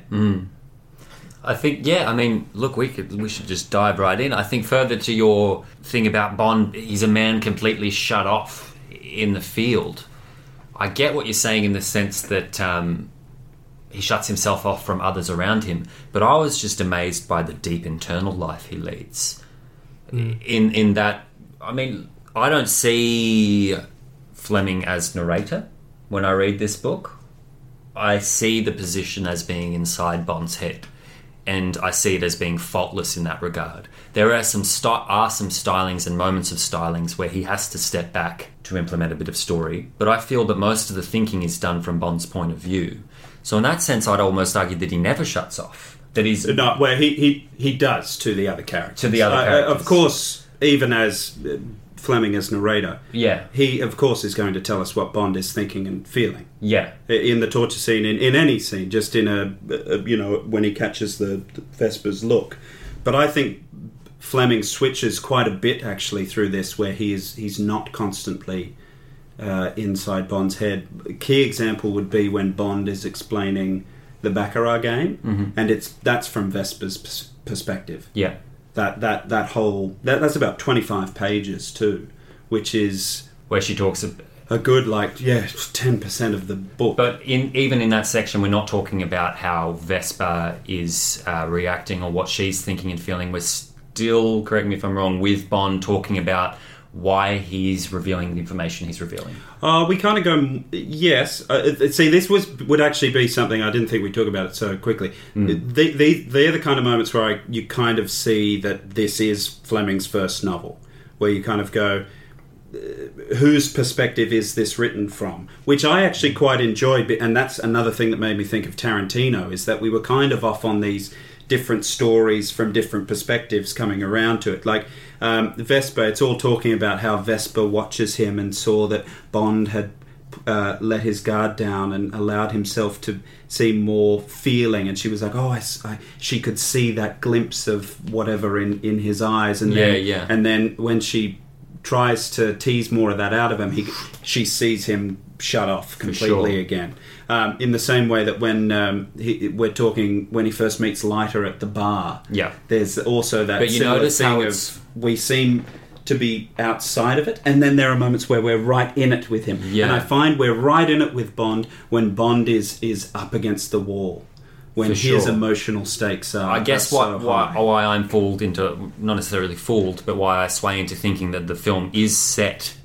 Speaker 2: I think yeah. I mean, look, we could we should just dive right in. I think further to your thing about Bond, he's a man completely shut off in the field. I get what you're saying in the sense that um, he shuts himself off from others around him, but I was just amazed by the deep internal life he leads. In in that, I mean, I don't see Fleming as narrator when I read this book. I see the position as being inside Bond's head, and I see it as being faultless in that regard. There are some sty are some stylings and moments of stylings where he has to step back to implement a bit of story, but I feel that most of the thinking is done from Bond's point of view. So in that sense, I'd almost argue that he never shuts off. That he's
Speaker 3: No, where he he, he does to the other characters.
Speaker 2: To the other
Speaker 3: Uh, uh,
Speaker 2: characters.
Speaker 3: of course, even as uh, Fleming as narrator.
Speaker 2: Yeah.
Speaker 3: He of course is going to tell us what Bond is thinking and feeling.
Speaker 2: yeah,
Speaker 3: in the torture scene in, in any scene just in a, a you know when he catches the, the vesper's look but i think fleming switches quite a bit actually through this where he is he's not constantly uh, inside bond's head a key example would be when bond is explaining the baccarat game and it's that's from vesper's pers- perspective
Speaker 2: yeah.
Speaker 3: that that that whole that, that's about 25 pages too which is
Speaker 2: Where she talks ab
Speaker 3: a good like yeah 10% of the book
Speaker 2: But in even in that section, we're not talking about how Vespa is uh, reacting or what she's thinking and feeling. We're still, correct me if I'm wrong, with Bond talking about why he's revealing the information he's revealing.
Speaker 3: Uh, we kind of go yes. Uh, it- see, this was would actually be something I didn't think we'd talk about it so quickly. They, they, they're the kind of moments where I, you kind of see that this is Fleming's first novel, where you kind of go, whose perspective is this written from? Which I
Speaker 2: Mm.
Speaker 3: actually quite enjoyed, be- and that's another thing that made me think of Tarantino is that we were kind of off on these different stories from different perspectives coming around to it. Like um, Vespa, it's all talking about how Vespa watches him and saw that Bond had uh, let his guard down and allowed himself to see more feeling. And she was like, "Oh, I s I she could see that glimpse of whatever in in his eyes." And
Speaker 2: Yeah,
Speaker 3: then,
Speaker 2: yeah.
Speaker 3: And then when she tries to tease more of that out of him, he she sees him shut off completely
Speaker 2: sure.
Speaker 3: again. Um, in the same way that when um, he, we're talking when he first meets Lighter at the bar,
Speaker 2: Yeah.
Speaker 3: there's also that.
Speaker 2: But you
Speaker 3: similar
Speaker 2: notice
Speaker 3: thing
Speaker 2: how
Speaker 3: of-
Speaker 2: it's-
Speaker 3: we seem to be outside of it, and then there are moments where we're right in it with him.
Speaker 2: Yeah.
Speaker 3: And I find we're right in it with Bond when Bond is is up against the wall, when
Speaker 2: For
Speaker 3: his
Speaker 2: sure.
Speaker 3: emotional stakes are.
Speaker 2: I guess
Speaker 3: are
Speaker 2: what,
Speaker 3: so
Speaker 2: why,
Speaker 3: high.
Speaker 2: why I'm fooled into, not necessarily fooled, but why I sway into thinking that the film is set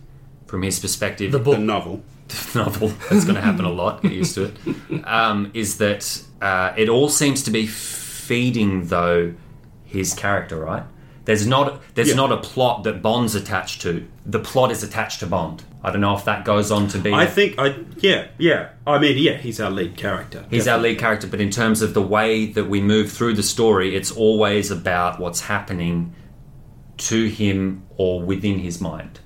Speaker 2: from his perspective.
Speaker 1: The
Speaker 3: the
Speaker 1: book.
Speaker 3: novel.
Speaker 2: novel. That's going to happen a lot. Get used to it. Um, is that uh, it all seems to be feeding though his character, right? There's not there's
Speaker 3: Yeah.
Speaker 2: not a plot that Bond's attached to. The plot is attached to Bond. I don't know if that goes on to be.
Speaker 3: I think I yeah yeah. I mean yeah, he's our lead character.
Speaker 2: He's our lead character, but in terms of the way that we move through the story, it's always about what's happening to him or within his mind.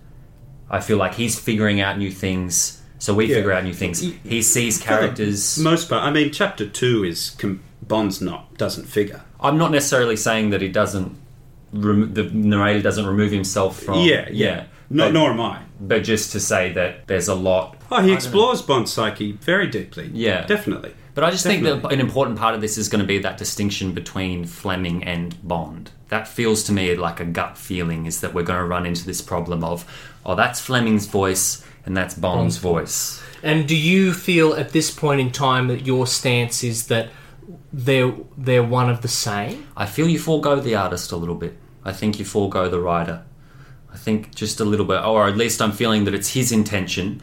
Speaker 2: I feel like he's figuring out new things, so we
Speaker 3: Yeah.
Speaker 2: figure out new things. He sees characters.
Speaker 3: most part. I mean, chapter two is com- Bond's not doesn't figure.
Speaker 2: I'm not necessarily saying that he doesn't. Rem- the narrator doesn't remove himself from.
Speaker 3: yeah yeah. No,
Speaker 2: Oh, but,
Speaker 3: nor am I.
Speaker 2: But just to say that there's a lot.
Speaker 3: Oh, he explores Bond's psyche very deeply.
Speaker 2: Yeah.
Speaker 3: definitely.
Speaker 2: But I just think that
Speaker 3: Definitely.
Speaker 2: an important part of this is going to be that distinction between Fleming and Bond. That feels to me like a gut feeling is that we're going to run into this problem of, oh, that's Fleming's voice and that's Bond's voice.
Speaker 1: And do you feel at this point in time that your stance is that they're they're one of the same?
Speaker 2: I feel you forego the artist a little bit. I think you forego the writer. I think just a little bit, or at least I'm feeling that it's his intention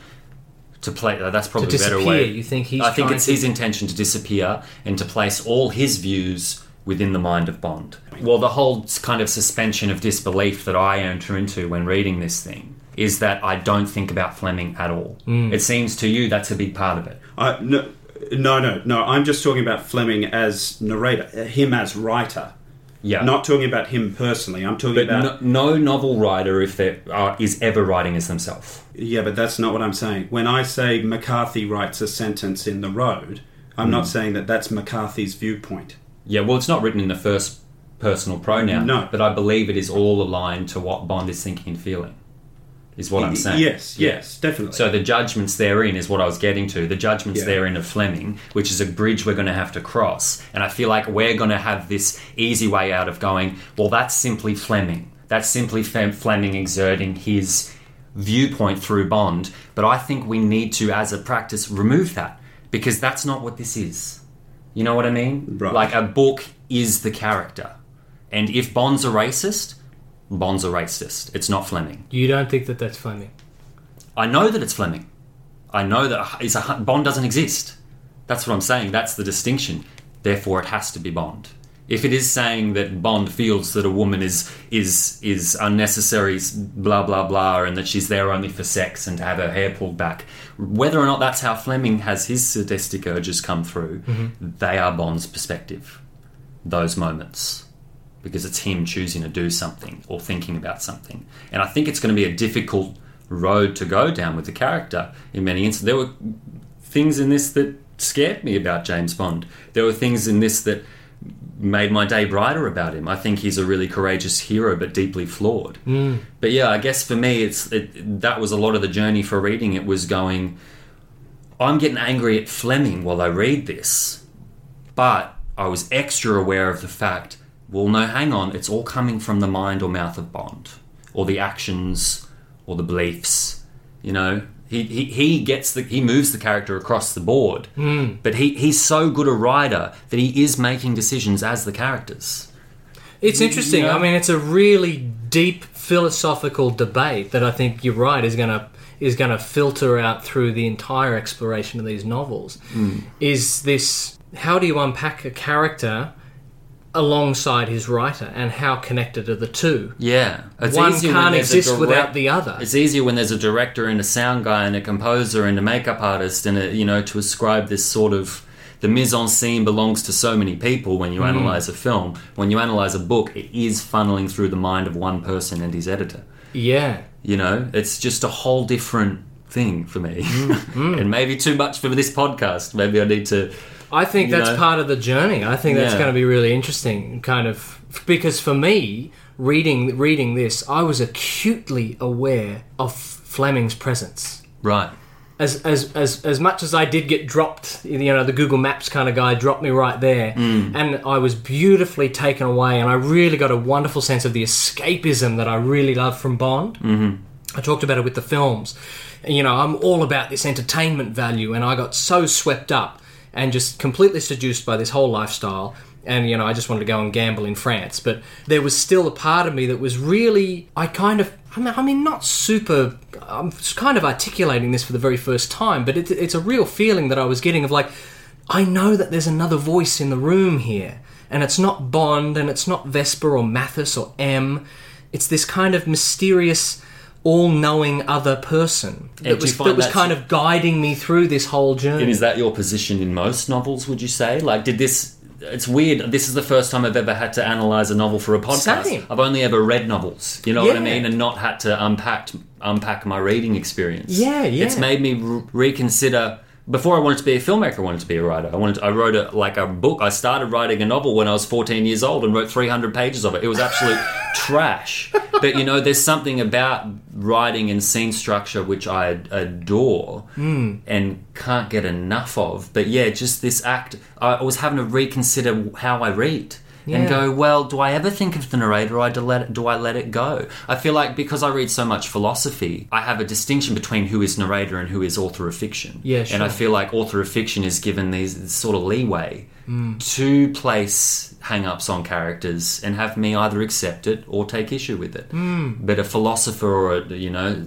Speaker 2: to play. uh, That's probably
Speaker 1: To
Speaker 2: a better
Speaker 1: disappear,
Speaker 2: way.
Speaker 1: you think he's
Speaker 2: I think
Speaker 1: trying
Speaker 2: it's
Speaker 1: to-
Speaker 2: his intention to disappear and to place all his views within the mind of Bond. Well, the whole s- kind of suspension of disbelief that I enter into when reading this thing is that I don't think about Fleming at all.
Speaker 1: Mm.
Speaker 2: It seems to you that's a big part of it.
Speaker 6: I, no, no, no, no. I'm just talking about Fleming as narrator, uh, him as writer.
Speaker 2: Yeah.
Speaker 6: Not talking about him personally. I'm talking
Speaker 2: but
Speaker 6: about
Speaker 2: no, no novel writer, if there are, is ever writing as themselves.
Speaker 6: Yeah, but that's not what I'm saying. When I say McCarthy writes a sentence in The Road, I'm not
Speaker 2: Hmm.
Speaker 6: saying that that's McCarthy's viewpoint.
Speaker 2: Yeah, well, it's not written in the first personal pronoun.
Speaker 6: No.
Speaker 2: But I believe it is all aligned to what Bond is thinking and feeling, is what I'm saying.
Speaker 6: Yes, yes, definitely.
Speaker 2: So the judgments therein is what I was getting to. The judgments
Speaker 6: Yeah.
Speaker 2: therein of Fleming, which is a bridge we're going to have to cross. And I feel like we're going to have this easy way out of going, well, that's simply Fleming. That's simply Fem- Fleming exerting his viewpoint through Bond. But I think we need to, as a practice, remove that because that's not what this is. You know what I mean?
Speaker 6: Right.
Speaker 2: Like a book is the character. And if Bond's a racist, Bond's a racist. It's not Fleming.
Speaker 1: You don't think that that's Fleming?
Speaker 2: I know that it's Fleming. I know that it's a, Bond doesn't exist. That's what I'm saying. That's the distinction. Therefore, it has to be Bond. If it is saying that Bond feels that a woman is is is unnecessary, s- blah blah blah, and that she's there only for sex and to have her hair pulled back, whether or not that's how Fleming has his sadistic urges come through, they are Bond's perspective. Those moments because it's him choosing to do something or thinking about something. And I think it's going to be a difficult road to go down with the character in many instances. There were things in this that scared me about James Bond. There were things in this that made my day brighter about him. I think he's a really courageous hero but deeply flawed. Mm. But yeah, I guess for me it's it, that was a lot of the journey for reading it was going I'm getting angry at Fleming while I read this but I was extra aware of the fact well, no, hang on, it's all coming from the mind or mouth of Bond, or the actions, or the beliefs. You know, he, he, he gets the he moves the character across the board, but he, he's so good a writer that he is making decisions as the characters.
Speaker 1: It's interesting. I mean, it's a really deep philosophical debate that I think you're right is going to is going to filter out through the entire exploration of these novels.
Speaker 2: Hmm.
Speaker 1: Is this how do you unpack a character alongside his writer and how connected are the two?
Speaker 2: Yeah, it's
Speaker 1: One
Speaker 2: easier when
Speaker 1: can't
Speaker 2: there's a
Speaker 1: exist without the other.
Speaker 2: It's easier when there's a director and a sound guy and a composer and a makeup artist and a, you know to ascribe this sort of the mise en scene belongs to so many people when
Speaker 1: Mm.
Speaker 2: you analyze a film. When you analyze a book, it is funneling through the mind of one person and his editor.
Speaker 1: Yeah.
Speaker 2: You know, it's just a whole different thing for me,
Speaker 1: Mm.
Speaker 2: and maybe too much for this podcast. Maybe I need to.
Speaker 1: I think
Speaker 2: You
Speaker 1: that's
Speaker 2: know?
Speaker 1: part of the journey. I think that's
Speaker 2: Yeah.
Speaker 1: going to be really interesting, kind of, because for me, reading reading this, I was acutely aware of Fleming's presence.
Speaker 2: Right.
Speaker 1: As as as as much as I did get dropped, you know, the Google Maps kind of guy dropped me right there, and I was beautifully taken away, and I really got a wonderful sense of the escapism that I really love from Bond. I talked about it with the films. You know, I'm all about this entertainment value, and I got so swept up and just completely seduced by this whole lifestyle. And, you know, I just wanted to go and gamble in France. But there was still a part of me that was really, I kind of, I mean- I mean, not super, I'm kind of articulating this for the very first time, but it, it's a real feeling that I was getting of like, I know that there's another voice in the room here, and it's not Bond, and it's not Vesper or Mathis or M. It's this kind of mysterious, all-knowing other person
Speaker 2: do
Speaker 1: that
Speaker 2: you
Speaker 1: was,
Speaker 2: find
Speaker 1: that was
Speaker 2: that's-
Speaker 1: kind of guiding me through this whole journey.
Speaker 2: And is that your position in most novels, would you say? Like, did this. It's weird. This is the first time I've ever had to analyze a novel for a podcast.
Speaker 1: Same.
Speaker 2: I've only ever read novels, you know what I
Speaker 1: Yeah.
Speaker 2: mean, and not had to unpack unpack my reading experience.
Speaker 1: Yeah, yeah.
Speaker 2: It's made me re- reconsider. Before I wanted to be a filmmaker, I wanted to be a writer. I wanted. I wrote a, like a book. I started writing a novel when I was 14 years old and wrote 300 pages of it. It was absolute trash. But you know, there's something about writing and scene structure which I adore and can't get enough of. But yeah, just this act, I was having to reconsider how I read and
Speaker 1: Yeah.
Speaker 2: go, well, do I ever think of the narrator or I do, let it, do I let it go? I feel like because I read so much philosophy, I have a distinction between who is narrator and who is author of fiction.
Speaker 1: Yeah,
Speaker 2: And I
Speaker 1: sure.
Speaker 2: feel like author of fiction is given these this sort of leeway
Speaker 1: Mm.
Speaker 2: to place hang-ups on characters and
Speaker 1: Mm.
Speaker 2: have me either accept it or take issue with it. But a philosopher or a, you know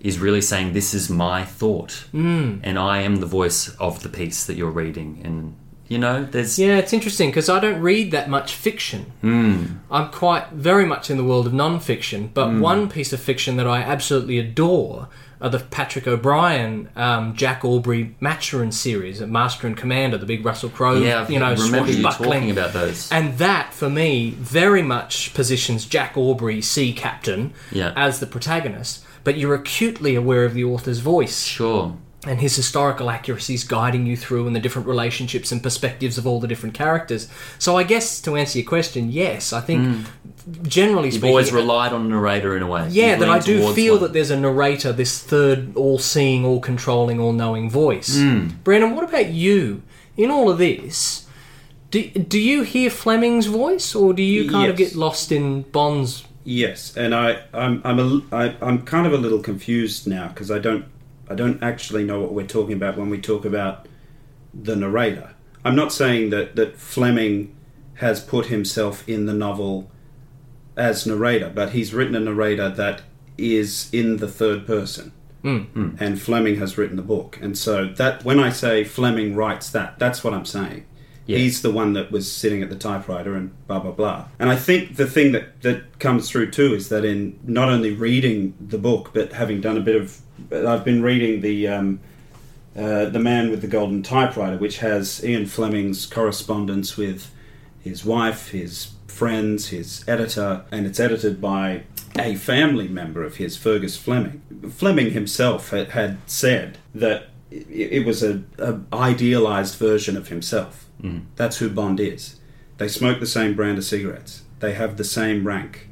Speaker 2: is really saying this is my thought,
Speaker 1: Mm.
Speaker 2: and I am the voice of the piece that you're reading, and you know, there's
Speaker 1: Yeah, it's interesting because I don't read that much fiction.
Speaker 2: Hmm.
Speaker 1: I'm quite very much in the world of non-fiction, but one piece of fiction that I absolutely adore are the Patrick O'Brien, um, Jack Aubrey Mathurin series, Master and Commander, the big Russell Crowe,
Speaker 2: yeah,
Speaker 1: you know,
Speaker 2: remember you
Speaker 1: swashbuckling.
Speaker 2: talking about those.
Speaker 1: And that, for me, very much positions Jack Aubrey, sea captain,
Speaker 2: Yeah.
Speaker 1: as the protagonist. But you're acutely aware of the author's voice
Speaker 2: Sure.
Speaker 1: and his historical accuracies guiding you through and the different relationships and perspectives of all the different characters. So I guess to answer your question, yes, I think generally
Speaker 2: Hmm. You've
Speaker 1: speaking,
Speaker 2: always relied on a narrator in a way.
Speaker 1: yeah,
Speaker 2: You've
Speaker 1: that I
Speaker 2: leaned
Speaker 1: do
Speaker 2: towards
Speaker 1: feel
Speaker 2: one.
Speaker 1: that there's a narrator, this third all-seeing, all-controlling, all-knowing voice.
Speaker 2: Hmm.
Speaker 1: Brandon, what about you? In all of this, do, do you hear Fleming's voice, or do you kind of
Speaker 3: Yes.
Speaker 1: get lost in Bond's?
Speaker 3: Yes, and I, I'm, I'm, a, li- I, I'm kind of a little confused now because I don't, I don't actually know what we're talking about when we talk about the narrator. I'm not saying that that Fleming has put himself in the novel as narrator, but he's written a narrator that is in the third person. And Fleming has written the book, and so that when I say Fleming writes that, that's what I'm saying. He's the one that was sitting at the typewriter and blah blah blah. And I think the thing that that comes through too is that in not only reading the book, but having done a bit of, I've been reading the um, uh, the Man with the Golden Typewriter, which has Ian Fleming's correspondence with his wife, his friends, his editor, and it's edited by a family member of his, Fergus Fleming. Fleming himself had, had said that i- it was a, a idealized version of himself. Mm. That's who Bond is. They smoke the same brand of cigarettes. They have the same rank.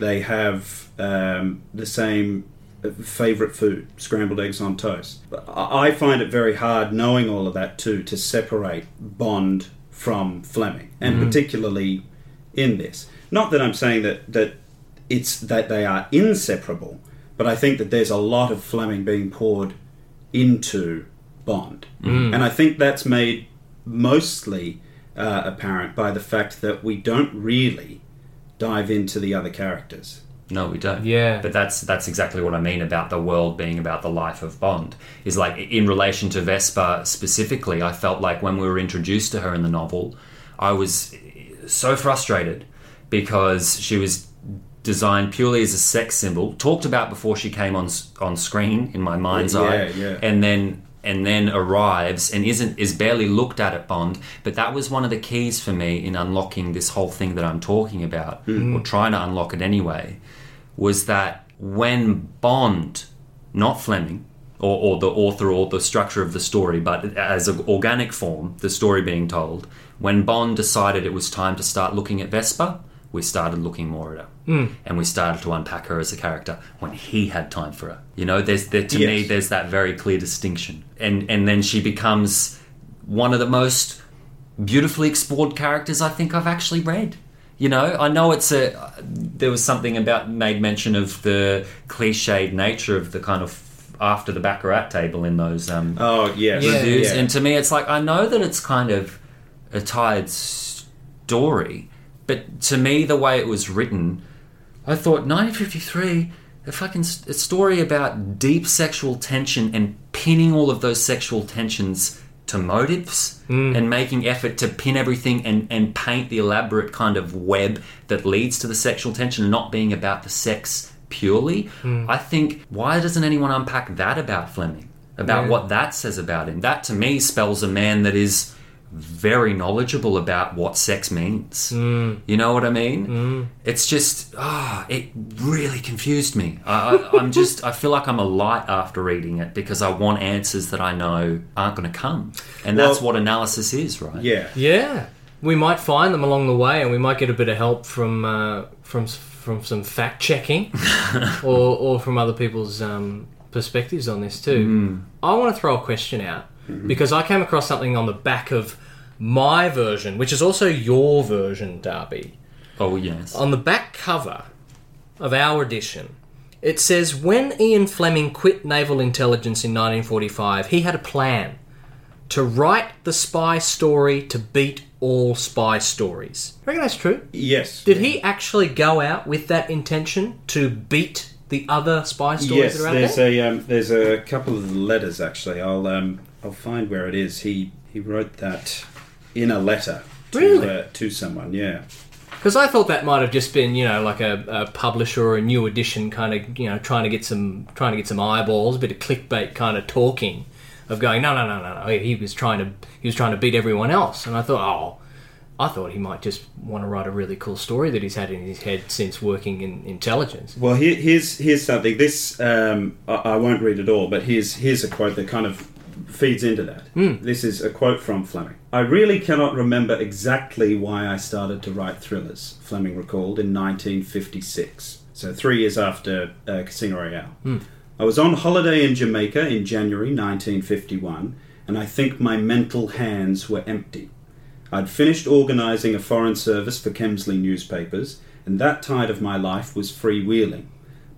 Speaker 3: They have um, the same uh, favorite food, scrambled eggs on toast. I I find it very hard knowing all of that too to separate Bond from Fleming, and particularly in this. Not that I'm saying that that it's that they are inseparable, but I think that there's a lot of Fleming being poured into Bond, and I think that's made mostly uh, apparent by the fact that we don't really dive into the other characters.
Speaker 2: No, we don't.
Speaker 1: Yeah.
Speaker 2: But that's that's exactly what I mean about the world being about the life of Bond. Is like in relation to Vespa specifically, I felt like when we were introduced to her in the novel, I was eh, so frustrated because she was designed purely as a sex symbol, talked about before she came on s- on screen in my mind's
Speaker 3: Yeah,
Speaker 2: eye,
Speaker 3: yeah.
Speaker 2: and then and then arrives and isn't is barely looked at at Bond. But that was one of the keys for me in unlocking this whole thing that I'm talking about,
Speaker 3: Mm.
Speaker 2: or trying to unlock it anyway, was that when Bond, not Fleming, or, or the author or the structure of the story, but as an organic form, the story being told, when Bond decided it was time to start looking at Vespa, we started looking more at her. And we started to unpack her as a character when he had time for her. You know, there's there, to me,
Speaker 3: Yes.
Speaker 2: there's that very clear distinction. And, and then she becomes one of the most beautifully explored characters I think I've actually read. You know, I know it's a. There was something about made mention of the cliched nature of the kind of after the baccarat table in those um,
Speaker 3: Oh yes.
Speaker 1: Yeah.
Speaker 2: reviews,
Speaker 3: yeah.
Speaker 2: and to me, it's like I know that it's kind of a tired story, but to me, the way it was written, I thought 1953, a fucking s- a story about deep sexual tension and pinning all of those sexual tensions to motives and making effort to pin everything and, and paint the elaborate kind of web that leads to the sexual tension not being about the sex purely. I think, why doesn't anyone unpack that about Fleming? About what that says about him? That to me spells a man that is very knowledgeable about what sex means. You know what I mean?
Speaker 3: Mm.
Speaker 2: It's just, ah, it really confused me. I, I, I'm just, I feel like I'm a light after reading it because I want answers that I know aren't going to come. And that's
Speaker 3: Well-
Speaker 2: what analysis is, right?
Speaker 3: Yeah.
Speaker 1: Yeah, we might find them along the way, and we might get a bit of help from uh, from s- from some fact checking, or or from other people's um, perspectives on this too. I want to throw a question out because I came across something on the back of my version, which is also your version, Darby.
Speaker 2: Oh, yes.
Speaker 1: On the back cover of our edition, it says when Ian Fleming quit naval intelligence in 1945, he had a plan to write the spy story to beat all spy stories. Do you reckon that's true?
Speaker 3: Yes.
Speaker 1: Did he actually go out with that intention to beat the other spy stories
Speaker 3: Yes,
Speaker 1: that are out
Speaker 3: there's
Speaker 1: there?
Speaker 3: a um, there's a couple of letters actually. I'll um, I'll find where it is. He he wrote that in a letter to
Speaker 1: Really?
Speaker 3: uh, to someone. Yeah.
Speaker 1: Because I thought that might have just been, you know, like a, a publisher or a new edition kind of, you know, trying to get some trying to get some eyeballs, a bit of clickbait kind of talking, of going, no, no, no, no, no. He was trying to he was trying to beat everyone else, and I thought, oh, I thought he might just want to write a really cool story that he's had in his head since working in intelligence.
Speaker 3: Well, here, here's here's something. This um, I, I won't read it all, but here's here's a quote that kind of feeds into that. This is a quote from Fleming. I really cannot remember exactly why I started to write thrillers. Fleming recalled in 1956, so three years after uh, Casino Royale. I was on holiday in Jamaica in January 1951, and I think my mental hands were empty. I'd finished organising a foreign service for Kemsley newspapers, and that tide of my life was freewheeling.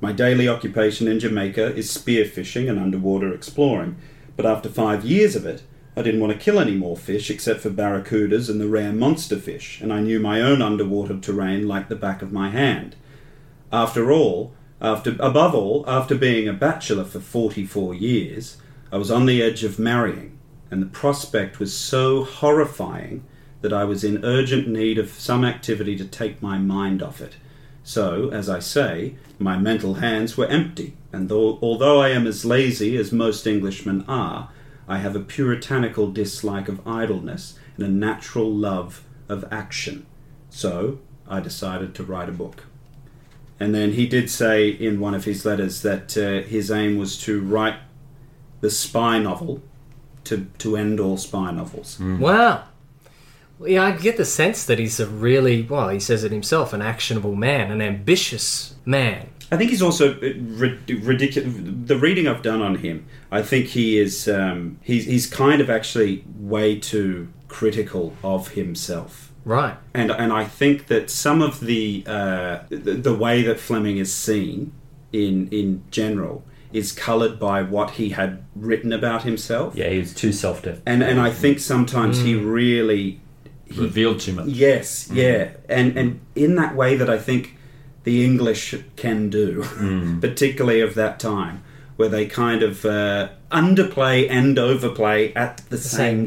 Speaker 3: My daily occupation in Jamaica is spearfishing and underwater exploring, but after five years of it, I didn't want to kill any more fish except for barracudas and the rare monster fish, and I knew my own underwater terrain like the back of my hand. After all, after above all, after being a bachelor for 44 years, I was on the edge of marrying, and the prospect was so horrifying that I was in urgent need of some activity to take my mind off it. So, as I say, my mental hands were empty, and though, although I am as lazy as most Englishmen are, I have a puritanical dislike of idleness and a natural love of action. So, I decided to write a book. And then he did say in one of his letters that uh, his aim was to write the spy novel to, to end all spy novels.
Speaker 1: Hmm. Wow. Well, Yeah, I get the sense that he's a really well. He says it himself, an actionable man, an ambitious man.
Speaker 3: I think he's also ridiculous. The reading I've done on him, I think he is um, he's, he's kind of actually way too critical of himself.
Speaker 1: Right.
Speaker 3: and and I think that some of the uh, the, the way that Fleming is seen in in general is coloured by what he had written about himself.
Speaker 2: Yeah, he was too self to
Speaker 3: And and I think sometimes he really
Speaker 2: revealed too much.
Speaker 3: yes yeah and and in that way that I think the English can do, Mm. particularly of that time where they kind of uh, underplay and overplay at the same,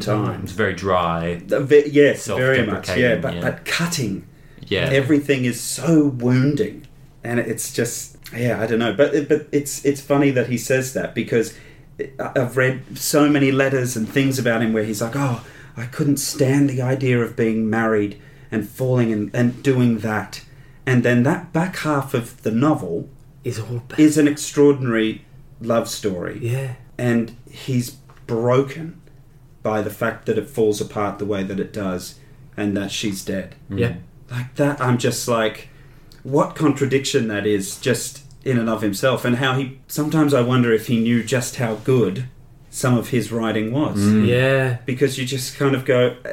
Speaker 1: same
Speaker 3: time.
Speaker 2: It's very dry.
Speaker 3: The ve- Yes, very much. Yeah,
Speaker 2: Self-deprecating,
Speaker 3: but
Speaker 2: yeah.
Speaker 3: but cutting
Speaker 2: Yeah.
Speaker 3: everything is so wounding and it's just yeah i don't know but but it's it's funny that he says that because I- i've read so many letters and things about him where he's like oh i couldn't stand the idea of being married and falling and, and doing that and then that back half of the novel
Speaker 1: Is all bad.
Speaker 3: is an extraordinary love story
Speaker 1: yeah.
Speaker 3: and he's broken by the fact that it falls apart the way that it does and that she's dead
Speaker 1: Yeah.
Speaker 3: like that i'm just like what contradiction that is just in and of himself and how he sometimes i wonder if he knew just how good some of his writing was
Speaker 1: Mm. Yeah.
Speaker 3: because you just kind of go uh,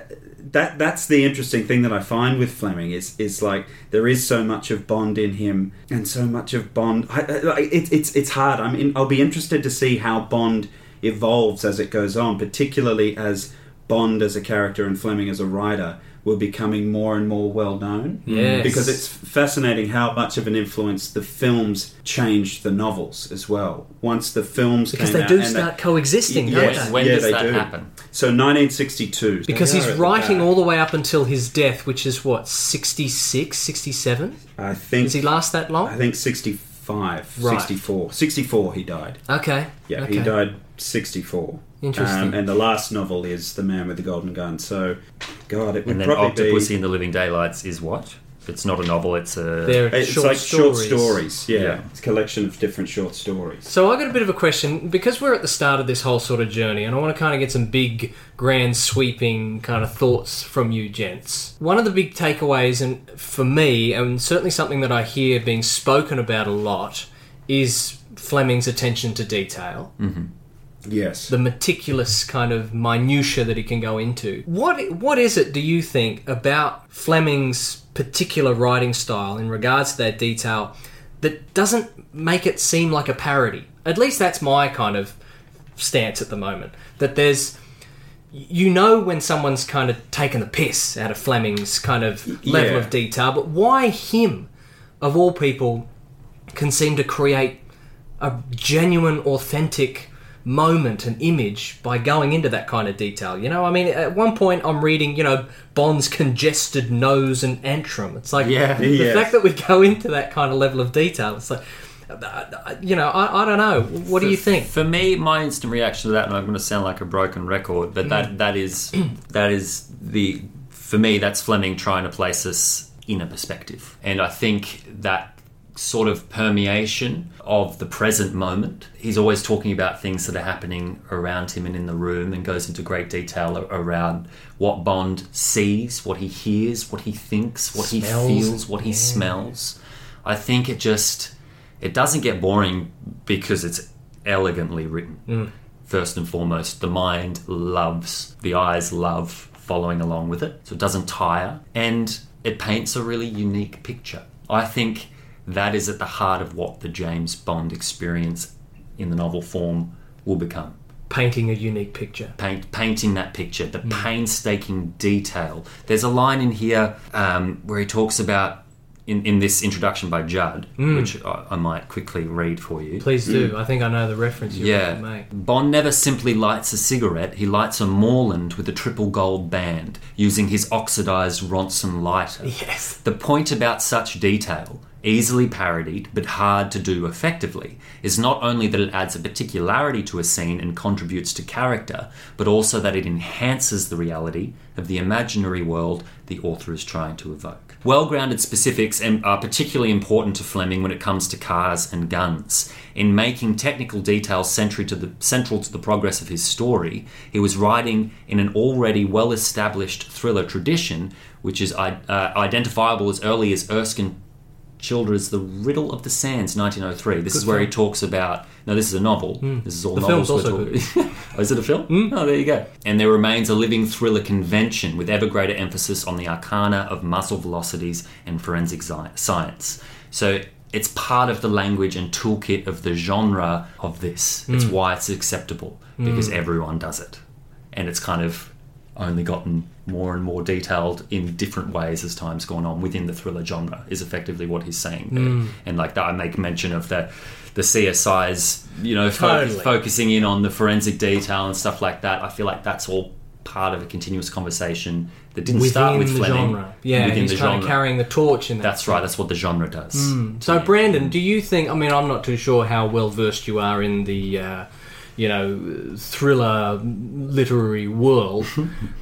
Speaker 3: that that's the interesting thing that i find with fleming is is like there is so much of bond in him and so much of bond I, I, I- it, it's it's hard i mean i'll be interested to see how bond evolves as it goes on particularly as bond as a character and fleming as a writer were becoming more and more well known
Speaker 1: Yes.
Speaker 3: because it's fascinating how much of an influence the films changed the novels as well once the films
Speaker 1: Because
Speaker 3: came
Speaker 1: they
Speaker 3: out
Speaker 1: do
Speaker 3: and
Speaker 1: start coexisting,
Speaker 3: Y-
Speaker 1: don't
Speaker 3: yes.
Speaker 1: they?
Speaker 2: When
Speaker 3: Yeah,
Speaker 2: does
Speaker 3: they
Speaker 2: that
Speaker 3: do.
Speaker 2: happen?
Speaker 3: so 1962
Speaker 1: Because
Speaker 3: They
Speaker 1: he's
Speaker 3: are at the
Speaker 1: writing
Speaker 3: back.
Speaker 1: all the way up until his death, which is what, 66, 67?
Speaker 3: I think
Speaker 1: Does he last that
Speaker 3: I
Speaker 1: long?
Speaker 3: think 65,
Speaker 1: Right.
Speaker 3: 64. 64 he died.
Speaker 1: Okay.
Speaker 3: Yeah,
Speaker 1: okay.
Speaker 3: he died 64.
Speaker 1: Interesting.
Speaker 3: Um, and the last novel is The Man with the Golden Gun. So, God, it would
Speaker 2: And then
Speaker 3: probably
Speaker 2: Octopussy
Speaker 3: be...
Speaker 2: in the Living Daylights is what? It's not a novel, it's a.
Speaker 1: They're
Speaker 3: It's
Speaker 1: short
Speaker 3: like short
Speaker 1: stories.
Speaker 3: stories. Yeah.
Speaker 2: Yeah.
Speaker 3: It's a collection of different short stories.
Speaker 1: So I got a bit of a question because we're at the start of this whole sort of journey, and I want to kind of get some big, grand, sweeping kind of thoughts from you, gents. One of the big takeaways, and for me, and certainly something that I hear being spoken about a lot, is Fleming's attention to detail.
Speaker 3: Yes.
Speaker 1: the meticulous kind of minutia that he can go into. What what is it do you think about Fleming's particular writing style in regards to that detail that doesn't make it seem like a parody? At least that's my kind of stance at the moment. That there's you know when someone's kind of taken the piss out of Fleming's kind of level
Speaker 3: yeah.
Speaker 1: of detail, but why him of all people can seem to create a genuine, authentic moment and image by going into that kind of detail. You know, I mean, at one point I'm reading, you know, Bond's congested nose and antrum. It's like
Speaker 2: Yeah.
Speaker 1: the
Speaker 3: Yes.
Speaker 1: fact that we go into that kind of level of detail. It's like, uh, you know, I, I don't know. What do you think?
Speaker 2: For me, my instant reaction to that, and I'm going to sound like a broken record, but
Speaker 1: Mm.
Speaker 2: that that is that is the for me that's Fleming trying to place us in a perspective, and I think that sort of permeation of the present moment. He's always talking about things that are happening around him and in the room, and goes into great detail a- around what Bond sees, what he hears, what he thinks, what
Speaker 1: Smells.
Speaker 2: he feels, what he smells. I think it just it doesn't get boring because it's elegantly written. First and foremost, the mind loves, the eyes love following along with it, so it doesn't tire, and it paints a really unique picture. I think that is at the heart of what the James Bond experience in the novel form will become
Speaker 1: Painting a unique picture.
Speaker 2: paint, painting that picture, the painstaking detail. There's a line in here um, where he talks about, in, in this introduction by Judd, which I, I might quickly read for you.
Speaker 1: Please do. I think I know the reference you're
Speaker 2: Mm. Yeah.
Speaker 1: going to make.
Speaker 2: Bond never simply lights a cigarette, he lights a Morland with a triple gold band, using his oxidized Ronson lighter.
Speaker 1: Yes.
Speaker 2: The point about such detail, easily parodied but hard to do effectively, is not only that it adds a particularity to a scene and contributes to character, but also that it enhances the reality of the imaginary world the author is trying to evoke. Well grounded specifics am- are particularly important to Fleming when it comes to cars and guns. In making technical details central to the, central to the progress of his story, he was writing in an already well established thriller tradition which is i- uh, identifiable as early as Erskine Childers' The Riddle of the Sands, 1903. This is where he talks about. No, this is a novel. This is all
Speaker 1: Hmm. The
Speaker 2: novels.
Speaker 1: film's
Speaker 2: we're
Speaker 1: also
Speaker 2: talking- oh, is it a film? Oh, there you go. And there remains a living thriller convention with ever greater emphasis on the arcana of muscle velocities and forensic sci- science. So it's part of the language and toolkit of the genre of this. It's why it's acceptable because everyone does it, and it's kind of only gotten more and more detailed in different ways as time's gone on within the thriller genre is effectively what he's saying there. And like that I make mention of the the CSI's, you know, fo-
Speaker 1: Totally.
Speaker 2: focusing in on the forensic detail and stuff like that. I feel like that's all part of a continuous conversation that didn't start
Speaker 1: Within
Speaker 2: with
Speaker 1: the
Speaker 2: Fleming.
Speaker 1: genre. Yeah,
Speaker 2: within
Speaker 1: he's
Speaker 2: the
Speaker 1: kind
Speaker 2: genre.
Speaker 1: of carrying the torch in that.
Speaker 2: that's right, that's what the genre does.
Speaker 1: Mm. So, Brandon, do you think? I mean, I'm not too sure how well versed you are in the, uh, you know, thriller literary world.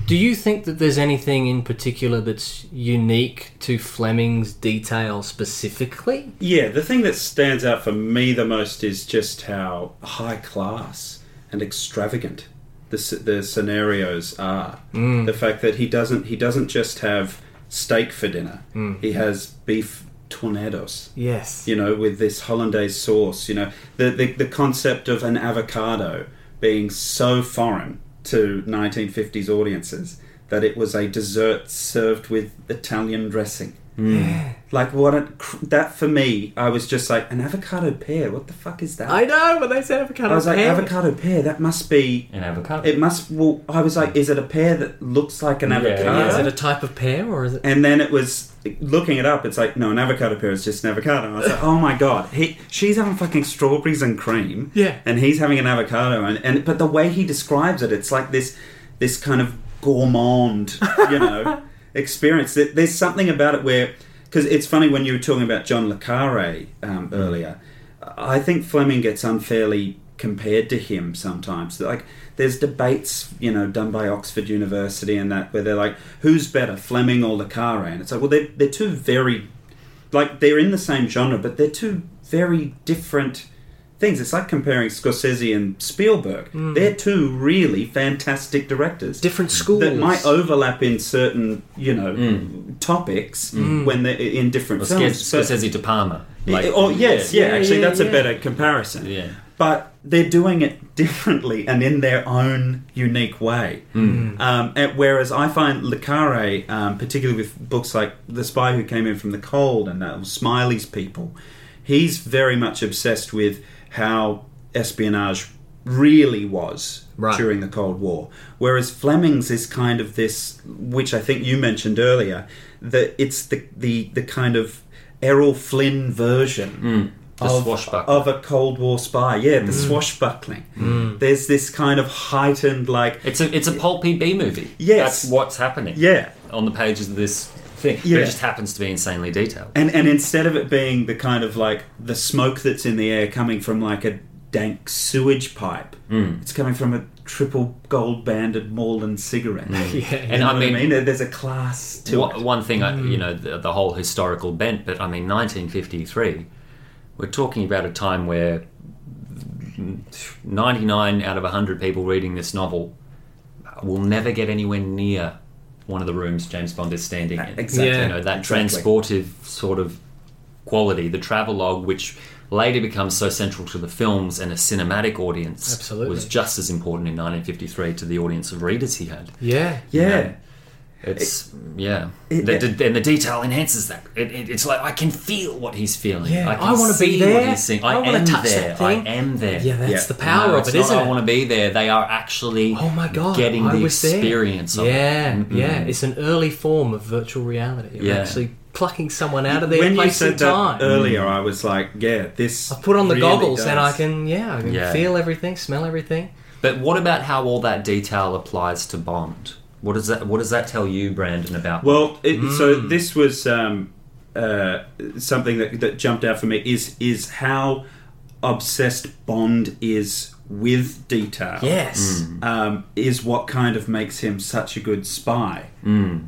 Speaker 1: do you think that there's anything in particular that's unique to Fleming's detail specifically?
Speaker 3: Yeah, the thing that stands out for me the most is just how high class and extravagant the s- the scenarios are. The fact that he doesn't he doesn't just have steak for dinner. He has beef tornadoes.
Speaker 1: Yes.
Speaker 3: You know, with this hollandaise sauce. You know, the the, the concept of an avocado being so foreign to 1950s audiences that it was a dessert served with Italian dressing.
Speaker 1: Hmm.
Speaker 3: Like what? A, cr- that for me, I was just like an avocado pear. What the fuck is that?
Speaker 1: I know, but they said avocado.
Speaker 3: I was like
Speaker 1: pear.
Speaker 3: avocado pear. That must be.
Speaker 2: An avocado.
Speaker 3: It must. Well, I was like, is it a pear that looks like an avocado?
Speaker 1: Yeah, Is it a type of pear or is it?
Speaker 3: and then it was looking it up. It's like no, an avocado pear is just an avocado. And I was like, oh my god, he she's having fucking strawberries and cream.
Speaker 1: Yeah.
Speaker 3: and he's having an avocado, and, and but the way he describes it, it's like this this kind of gourmand, you know, experience. There- There's something about it where because it's funny when you were talking about John le Carre um, earlier. I think Fleming gets unfairly compared to him sometimes. Like there's debates, you know, done by Oxford University and that where they're like, who's better, Fleming or Le Carre? And it's like, well, they're they're two very, like they're in the same genre, but they're two very different things. It's like comparing Scorsese and Spielberg. They're two really fantastic directors
Speaker 1: Hmm. Different schools.
Speaker 3: that might overlap in certain, you know, topics
Speaker 1: Hmm.
Speaker 3: when they're in different
Speaker 2: Hmm. Or
Speaker 3: films.
Speaker 2: Scorsese
Speaker 3: but-
Speaker 2: Scorsese to Palmer.
Speaker 3: oh yes, yeah.
Speaker 1: Yeah,
Speaker 3: actually,
Speaker 1: yeah,
Speaker 3: that's
Speaker 1: yeah.
Speaker 3: a better comparison.
Speaker 2: Yeah.
Speaker 3: But they're doing it differently and in their own unique way.
Speaker 2: Hmm.
Speaker 3: Um, and whereas I find Le Carre, um, particularly with books like The Spy Who Came In From the Cold and that Smiley's People, he's very much obsessed with how espionage really was
Speaker 1: Right.
Speaker 3: during during the Cold War. Whereas Fleming's is kind of this, which I think you mentioned earlier, that it's the the, the kind of Errol Flynn version
Speaker 2: Hmm. The
Speaker 3: of,
Speaker 2: swashbuckler.
Speaker 3: of a Cold War spy. Yeah,
Speaker 1: Mm.
Speaker 3: the swashbuckling. There's this kind of heightened, like,
Speaker 2: It's a it's a pulpy B movie.
Speaker 3: Yes.
Speaker 2: that's what's happening.
Speaker 3: yeah.
Speaker 2: on the pages of this thing. But
Speaker 3: Yeah.
Speaker 2: it just happens to be insanely detailed.
Speaker 3: And and instead of it being the kind of like the smoke that's in the air coming from like a dank sewage pipe,
Speaker 1: Mm.
Speaker 3: it's coming from a triple gold banded Morland cigarette.
Speaker 1: Mm. Yeah.
Speaker 3: And
Speaker 2: And
Speaker 3: I
Speaker 2: I
Speaker 3: mean,
Speaker 2: mean-
Speaker 3: there's a class to
Speaker 2: One, one thing, I, you know, the, the whole historical bent, but I mean, 1953, we're talking about a time where 99 out of 100 people reading this novel will never get anywhere near one of the rooms James Bond is standing in.
Speaker 3: Uh, Exactly.
Speaker 2: You know, that
Speaker 3: Exactly.
Speaker 2: transportive sort of quality, the travelogue, which later becomes so central to the films and a cinematic audience,
Speaker 1: Absolutely.
Speaker 2: was just as important in 1953 to the audience of readers he had.
Speaker 1: Yeah.
Speaker 3: it. Yeah.
Speaker 2: It's yeah,
Speaker 3: it-
Speaker 2: the,
Speaker 3: it-
Speaker 2: the- and the detail enhances that. It, it, it's like I can feel what he's feeling.
Speaker 3: Yeah.
Speaker 2: I, can
Speaker 1: I wanna be
Speaker 2: see
Speaker 1: there.
Speaker 2: What he's seeing.
Speaker 1: I
Speaker 2: I,
Speaker 1: wanna
Speaker 2: am
Speaker 1: touch
Speaker 2: there.
Speaker 1: that
Speaker 2: I
Speaker 1: thing.
Speaker 2: am there.
Speaker 1: Yeah, that's
Speaker 3: Yeah.
Speaker 1: the power
Speaker 2: No,
Speaker 1: of
Speaker 2: it's
Speaker 1: it,
Speaker 2: not,
Speaker 1: isn't
Speaker 2: I
Speaker 1: it?
Speaker 2: want to be there. They are actually.
Speaker 1: Oh my god!
Speaker 2: getting
Speaker 1: I
Speaker 2: the
Speaker 1: was there.
Speaker 2: experience of it. Mm-hmm.
Speaker 1: yeah, yeah. It's an early form of virtual reality. You're
Speaker 2: Yeah.
Speaker 1: actually plucking someone out of their
Speaker 3: When you
Speaker 1: place
Speaker 3: said
Speaker 1: and
Speaker 3: that
Speaker 1: time.
Speaker 3: earlier, I was like, yeah, this.
Speaker 1: I put on the
Speaker 3: really
Speaker 1: goggles and I
Speaker 3: does.
Speaker 1: can, yeah, I can
Speaker 2: Yeah.
Speaker 1: feel everything, smell everything.
Speaker 2: But what about how all that detail applies to Bond? What does that What does that tell you, Brandon? About
Speaker 3: Well, it, so
Speaker 2: Hmm.
Speaker 3: this was um, uh, something that, that jumped out for me is is how obsessed Bond is with detail.
Speaker 1: Yes.
Speaker 3: um, is what kind of makes him such a good spy,
Speaker 2: Hmm.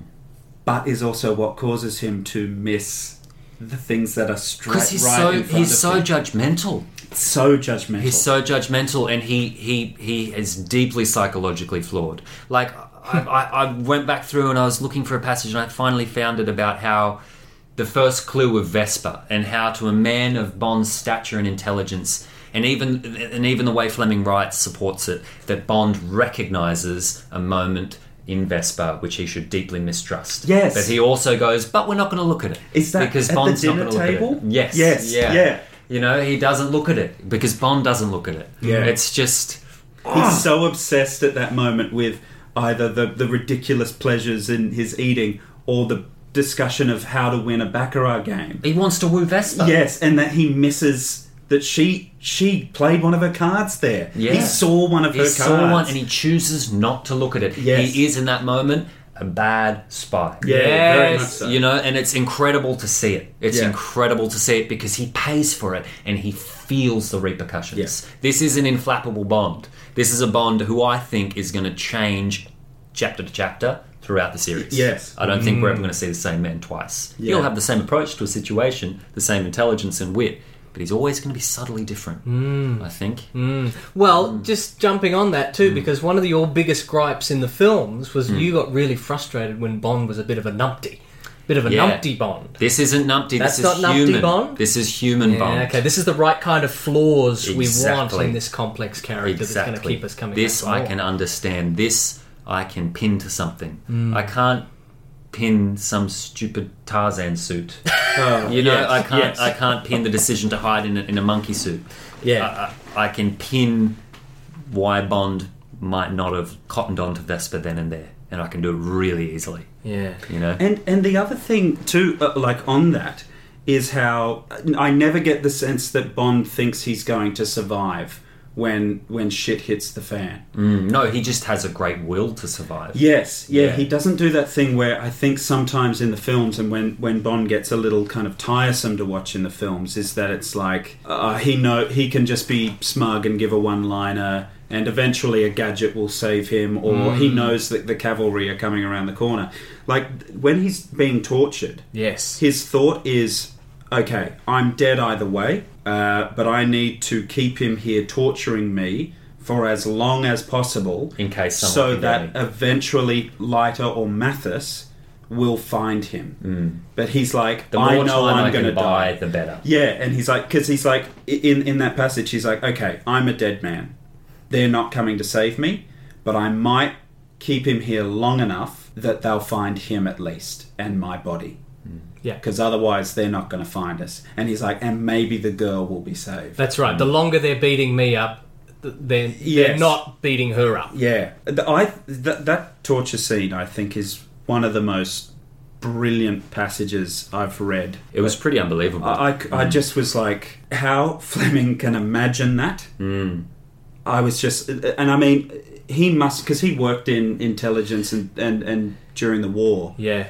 Speaker 3: but is also what causes him to miss the things that are straight right
Speaker 2: because he's
Speaker 3: in
Speaker 2: so
Speaker 3: front
Speaker 2: he's
Speaker 3: of
Speaker 2: so
Speaker 3: him.
Speaker 2: judgmental.
Speaker 3: so judgmental.
Speaker 2: He's so judgmental, and he he he is deeply psychologically flawed. Like I,
Speaker 3: Hmm.
Speaker 2: I, I went back through and I was looking for a passage, and I finally found it about how the first clue of Vesper and how to a man of Bond's stature and intelligence. And even and even the way Fleming writes supports it that Bond recognizes a moment in Vesper which he should deeply mistrust.
Speaker 3: Yes.
Speaker 2: but he also goes, but we're not going to look at it.
Speaker 3: Is that
Speaker 2: because
Speaker 3: at the
Speaker 2: Bond's
Speaker 3: dinner
Speaker 2: not going to
Speaker 3: table?
Speaker 2: look at it? Yes,
Speaker 3: Yes,
Speaker 2: yeah,
Speaker 3: yeah.
Speaker 2: you know, he doesn't look at it because Bond doesn't look at it.
Speaker 3: Yeah.
Speaker 2: It's just Ah.
Speaker 3: He's so obsessed at that moment with either the, the ridiculous pleasures in his eating or the discussion of how to win a baccarat game.
Speaker 2: he wants to woo Vespa.
Speaker 3: Yes, and that he misses that she she played one of her cards there.
Speaker 2: Yeah.
Speaker 3: He saw one of
Speaker 2: He
Speaker 3: her
Speaker 2: saw
Speaker 3: cards.
Speaker 2: one and he chooses not to look at it.
Speaker 3: Yes.
Speaker 2: He is in that moment a bad spy.
Speaker 3: yeah, very much
Speaker 1: Yes,
Speaker 3: so.
Speaker 2: You know, and it's incredible to see it. It's
Speaker 3: Yeah.
Speaker 2: incredible to see it because he pays for it and he feels the repercussions.
Speaker 3: Yeah.
Speaker 2: This is an inflappable Bond. This is a Bond who I think is going to change chapter to chapter throughout the series.
Speaker 3: Yes. Mm.
Speaker 2: I don't think we're ever going to see the same man twice. He'll have the same approach to a situation, the same intelligence and wit, but he's always going to be subtly different,
Speaker 3: Mm.
Speaker 2: I think.
Speaker 1: Well,
Speaker 2: Mm.
Speaker 1: just jumping on that too, because one of your biggest gripes in the films
Speaker 2: Mm.
Speaker 1: was you got really frustrated when Bond was a bit of a numpty, bit of a
Speaker 2: Yeah.
Speaker 1: numpty Bond.
Speaker 2: This isn't numpty.
Speaker 1: That's
Speaker 2: this
Speaker 1: not
Speaker 2: is
Speaker 1: numpty
Speaker 2: human.
Speaker 1: Bond?
Speaker 2: This is human Bond.
Speaker 1: Yeah, okay, this is the right kind of flaws we want
Speaker 2: Exactly.
Speaker 1: in this complex character
Speaker 2: exactly.
Speaker 1: that's going to keep us coming.
Speaker 2: This
Speaker 1: back for
Speaker 2: I
Speaker 1: more.
Speaker 2: can understand. This I can pin to something.
Speaker 1: Hmm.
Speaker 2: I can't pin some stupid Tarzan suit. you know,
Speaker 3: yes,
Speaker 2: I can't.
Speaker 3: yes.
Speaker 2: I can't pin the decision to hide in a, in a monkey suit.
Speaker 1: Yeah.
Speaker 2: I, I, I can pin why Bond might not have cottoned on to Vesper then and there, and I can do it really easily.
Speaker 1: Yeah.
Speaker 2: You know,
Speaker 3: And and the other thing too, uh, like on that, is how I never get the sense that Bond thinks he's going to survive when when shit hits the fan.
Speaker 2: Mm, no, he just has a great will to survive.
Speaker 3: Yes, yeah,
Speaker 2: Yeah.
Speaker 3: he doesn't do that thing where I think sometimes in the films and when when Bond gets a little kind of tiresome to watch in the films is that it's like uh, he know he can just be smug and give a one liner. And eventually, a gadget will save him, or he knows that the cavalry are coming around the corner. Like when he's being tortured,
Speaker 1: Yes.
Speaker 3: his thought is, okay, I'm dead either way, uh, but I need to keep him here torturing me for as long as possible,
Speaker 2: In case someone
Speaker 3: so
Speaker 2: can
Speaker 3: that
Speaker 2: get me.
Speaker 3: eventually Leiter or Mathis will find him. But he's like,
Speaker 2: Mm. The more
Speaker 3: I know
Speaker 2: time
Speaker 3: I'm
Speaker 2: I
Speaker 3: going to
Speaker 2: can buy,
Speaker 3: die.
Speaker 2: the better.
Speaker 3: Yeah, and he's like, because he's like, i- in in that passage, he's like, okay, I'm a dead man. They're not coming to save me, but I might keep him here long enough that they'll find him at least and my body.
Speaker 2: Mm.
Speaker 1: Yeah.
Speaker 3: because otherwise they're not going to find us. And he's like, and maybe the girl will be saved.
Speaker 1: That's right.
Speaker 2: Mm.
Speaker 1: The longer they're beating me up, th- they're, they're
Speaker 3: Yes.
Speaker 1: not beating her up.
Speaker 3: yeah, The- I th- that torture scene I think is one of the most brilliant passages I've read.
Speaker 2: It was pretty unbelievable.
Speaker 3: I, I c- I just was like, how Fleming can imagine that? I was just, and I mean, he must, because he worked in intelligence and, and, and during the war,
Speaker 1: Yeah.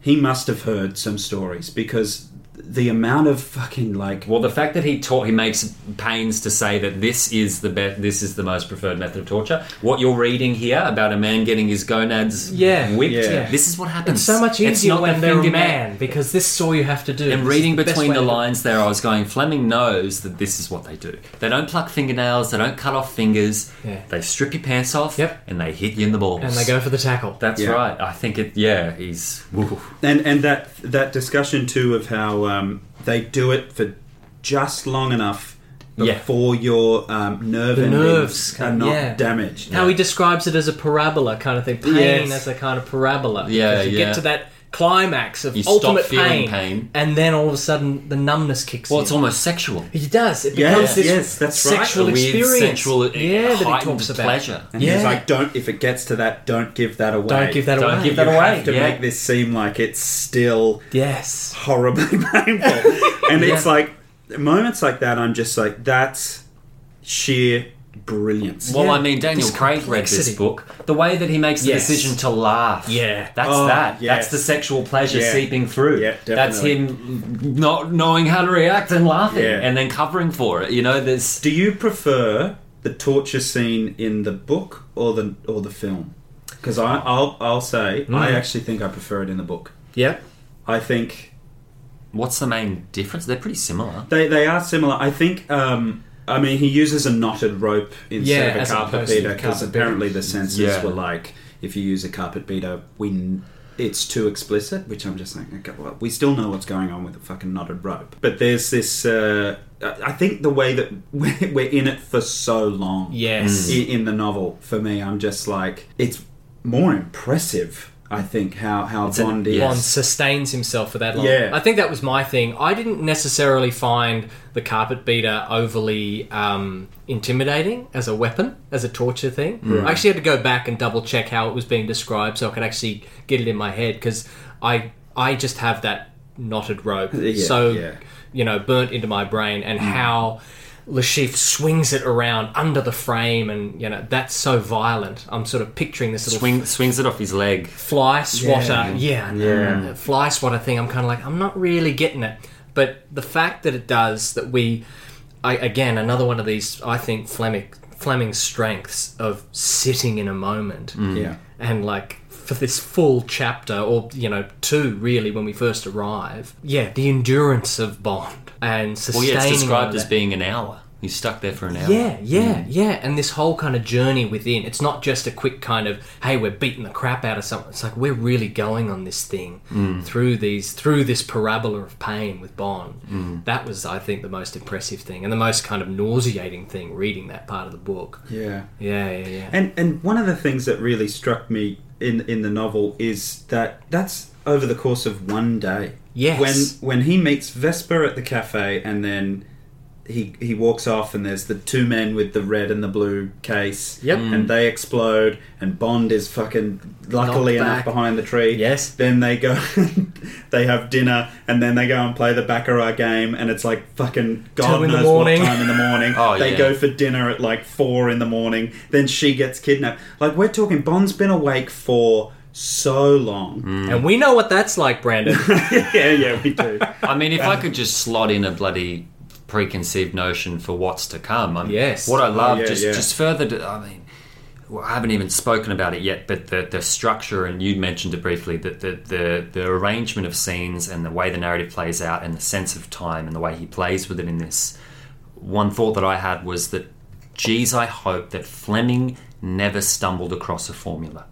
Speaker 3: he must have heard some stories because the amount of fucking like.
Speaker 2: well, the fact that he taught, he makes pains to say that this is the best, this is the most preferred method of torture. What you're reading here about a man getting his gonads
Speaker 1: Yeah,
Speaker 2: whipped,
Speaker 3: yeah.
Speaker 2: this is what happens.
Speaker 1: It's so much
Speaker 2: It's
Speaker 1: easier
Speaker 2: not
Speaker 1: when
Speaker 2: the
Speaker 1: they're a
Speaker 2: finger
Speaker 1: man because this is all you have to do.
Speaker 2: And
Speaker 1: This
Speaker 2: reading
Speaker 1: is best
Speaker 2: between
Speaker 1: way
Speaker 2: the
Speaker 1: to-
Speaker 2: lines there, I was going, Fleming knows that this is what they do. They don't pluck fingernails, they don't cut off fingers,
Speaker 1: Yeah.
Speaker 2: they strip your pants off,
Speaker 1: Yep.
Speaker 2: and they hit you in the balls.
Speaker 1: And they go for the tackle.
Speaker 2: That's
Speaker 3: Yeah.
Speaker 2: right. I think it, yeah, he's. woo.
Speaker 3: And, and that, that discussion too of how um, they do it for just long enough.
Speaker 2: Yeah.
Speaker 3: Before your um, nerve
Speaker 1: The
Speaker 3: endings
Speaker 1: nerves
Speaker 3: are
Speaker 1: come-
Speaker 3: not
Speaker 1: yeah.
Speaker 3: damaged.
Speaker 1: How he describes it as a parabola kind of thing. Pain
Speaker 3: Yes.
Speaker 1: as a kind of parabola.
Speaker 2: Yeah,
Speaker 1: Because you
Speaker 2: yeah.
Speaker 1: get to that climax of
Speaker 2: You stop
Speaker 1: ultimate pain,
Speaker 2: feeling pain.
Speaker 1: and then all of a sudden the numbness kicks
Speaker 2: Well,
Speaker 1: in.
Speaker 2: it's almost sexual.
Speaker 1: He does. It
Speaker 3: Yes,
Speaker 1: becomes this
Speaker 3: yes, that's right.
Speaker 1: sexual
Speaker 2: A weird
Speaker 1: experience.
Speaker 2: sexual,
Speaker 1: yeah,
Speaker 2: uh,
Speaker 1: that he
Speaker 2: heightened
Speaker 1: talks about.
Speaker 2: pleasure.
Speaker 3: And he's like, don't, if it gets to that, don't give that away.
Speaker 1: Don't give that
Speaker 2: Don't
Speaker 1: away.
Speaker 2: give that
Speaker 3: You
Speaker 2: away.
Speaker 3: have to
Speaker 2: yeah.
Speaker 3: make this seem like it's still
Speaker 1: Yes.
Speaker 3: horribly painful. and it's
Speaker 2: Yeah.
Speaker 3: like, moments like that, I'm just like, that's sheer brilliance.
Speaker 2: Well,
Speaker 1: Yeah.
Speaker 2: I mean, Daniel
Speaker 1: This
Speaker 2: Craig read this
Speaker 1: complexity.
Speaker 2: book. The way that he makes the
Speaker 1: Yes.
Speaker 2: decision to laugh.
Speaker 1: Yeah.
Speaker 2: That's
Speaker 3: Oh,
Speaker 2: that.
Speaker 3: yes.
Speaker 2: That's the sexual pleasure
Speaker 3: Yeah.
Speaker 2: seeping through.
Speaker 3: Yeah,
Speaker 2: That's him not knowing how to react and laughing
Speaker 3: Yeah.
Speaker 2: and then covering for it. You know, there's.
Speaker 3: Do you prefer the torture scene in the book or the or the film? Because I'll I'll say I actually think I prefer it in the book.
Speaker 1: Yep.
Speaker 3: I think
Speaker 2: What's the main difference? They're pretty similar.
Speaker 3: They they are similar. I think. Um, I mean, he uses a knotted rope
Speaker 1: Yeah,
Speaker 3: instead
Speaker 1: as
Speaker 3: of a carpet
Speaker 1: opposed to
Speaker 3: beater
Speaker 1: the
Speaker 3: because
Speaker 1: carpet
Speaker 3: apparently the censors
Speaker 2: Yeah.
Speaker 3: were like, if you use a carpet beater, we n- it's too explicit. Which I'm just like, okay, well, we still know what's going on with the fucking knotted rope. But there's this. Uh, I I think the way that we're we're in it for so long.
Speaker 1: Yes.
Speaker 3: i- In the novel, for me, I'm just like it's more impressive. I think how how
Speaker 2: an-
Speaker 3: Bond is.
Speaker 2: yes.
Speaker 1: Bond sustains himself for that long.
Speaker 3: Yeah.
Speaker 1: I think that was my thing. I didn't necessarily find the carpet beater overly um, intimidating as a weapon, as a torture thing. I actually had to go back and double check how it was being described so I could actually get it in my head because I I just have that knotted rope so
Speaker 3: yeah. Mm.
Speaker 1: you know burnt into my brain and how. Le Chiffre swings it around under the frame, and you know that's so violent. I'm sort of picturing this little
Speaker 2: Swing, swings it off his leg.
Speaker 1: fly swatter. Yeah,
Speaker 3: Yeah.
Speaker 1: the fly swatter thing. I'm kind of like, I'm not really getting it. But the fact that it does that, we, I, again, another one of these. I think Fleming Fleming's strengths of sitting in a moment
Speaker 2: Mm.
Speaker 3: Yeah.
Speaker 1: and like for this full chapter or you know two really when we first arrive. Yeah, the endurance of Bond and
Speaker 2: Well,
Speaker 1: sustaining.
Speaker 2: yeah, it's described
Speaker 1: all
Speaker 2: as
Speaker 1: that.
Speaker 2: being an hour. He's stuck there for an hour.
Speaker 1: Yeah, yeah, yeah. And this whole kind of journey within, it's not just a quick kind of, hey, we're beating the crap out of something. It's like we're really going on this thing through these through this parabola of pain with Bond. That was, I think, the most impressive thing and the most kind of nauseating thing reading that part of the book.
Speaker 3: Yeah.
Speaker 1: Yeah, yeah, yeah.
Speaker 3: And and one of the things that really struck me in in the novel is that that's over the course of one day.
Speaker 1: Yes.
Speaker 3: When when he meets Vesper at the cafe and then he he walks off and there's the two men with the red and the blue case.
Speaker 1: Yep. Mm.
Speaker 3: And they explode and Bond is fucking luckily
Speaker 1: Knocked
Speaker 3: enough
Speaker 1: back.
Speaker 3: behind the tree.
Speaker 1: Yes.
Speaker 3: Then they go they have dinner and then they go and play the Baccarat game and it's like fucking God
Speaker 1: in the
Speaker 3: knows what
Speaker 1: morning.
Speaker 3: time in the morning.
Speaker 2: Oh,
Speaker 3: they
Speaker 2: yeah.
Speaker 3: go for dinner at like four in the morning. Then she gets kidnapped. Like we're talking, Bond's been awake for so long.
Speaker 2: Hmm.
Speaker 1: And we know what that's like, Brandon.
Speaker 3: yeah, yeah, we do.
Speaker 2: I mean, if I could just slot in a bloody preconceived notion for what's to come. I mean,
Speaker 1: Yes.
Speaker 2: What I love,
Speaker 3: Oh, yeah,
Speaker 2: just
Speaker 3: yeah.
Speaker 2: just further. To, I mean, well, I haven't even spoken about it yet, but the the structure, and you mentioned it briefly, that the, the the arrangement of scenes and the way the narrative plays out, and the sense of time, and the way he plays with it in this. One thought that I had was that, geez, I hope that Fleming never stumbled across a formula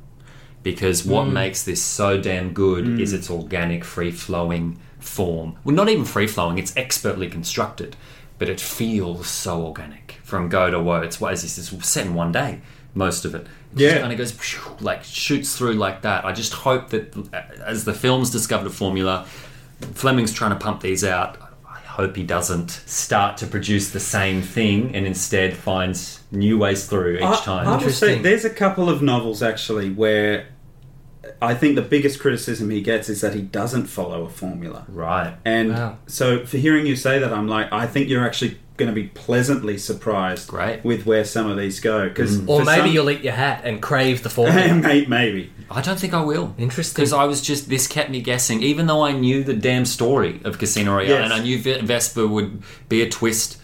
Speaker 2: because what makes this so damn good is its organic, free flowing form. Well, not even free flowing, it's expertly constructed, but it feels so organic from go to woe. It's what is this? It's set in one day, most of it. It
Speaker 3: Yeah.
Speaker 2: just kind of goes phew, like shoots through like that. I just hope that uh, as the films discovered a formula, Fleming's trying to pump these out. I hope he doesn't start to produce the same thing and instead finds new ways through each
Speaker 3: I,
Speaker 2: time.
Speaker 3: I will say
Speaker 1: Interesting.
Speaker 3: there's a couple of novels actually where I think the biggest criticism he gets is that he doesn't follow a formula.
Speaker 2: Right.
Speaker 3: And
Speaker 1: Wow.
Speaker 3: so, for hearing you say that, I'm like, I think you're actually going to be pleasantly surprised
Speaker 2: Great. Hmm.
Speaker 3: with where some of these go. Because
Speaker 1: Or maybe you'll eat your hat and crave the formula.
Speaker 3: maybe, maybe.
Speaker 2: I don't think I will.
Speaker 1: Interesting.
Speaker 2: Because I was just, this kept me guessing, even though I knew the damn story of Casino Royale
Speaker 3: Yes.
Speaker 2: and I knew Ve- Vespa would be a twist,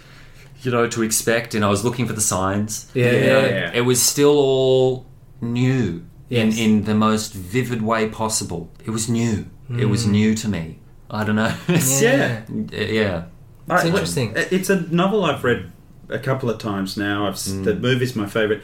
Speaker 2: you know, to expect, and I was looking for the signs.
Speaker 1: Yeah,
Speaker 2: You know,
Speaker 3: yeah.
Speaker 2: It was still all new
Speaker 1: Yes.
Speaker 2: in, in the most vivid way possible. It was new. It was
Speaker 3: Mm.
Speaker 2: new to me. I don't know. It's-
Speaker 3: Yeah.
Speaker 2: yeah.
Speaker 3: It's
Speaker 1: interesting.
Speaker 3: It's a novel I've read a couple of times now. I've,
Speaker 1: Mm.
Speaker 3: s The movie's my favourite.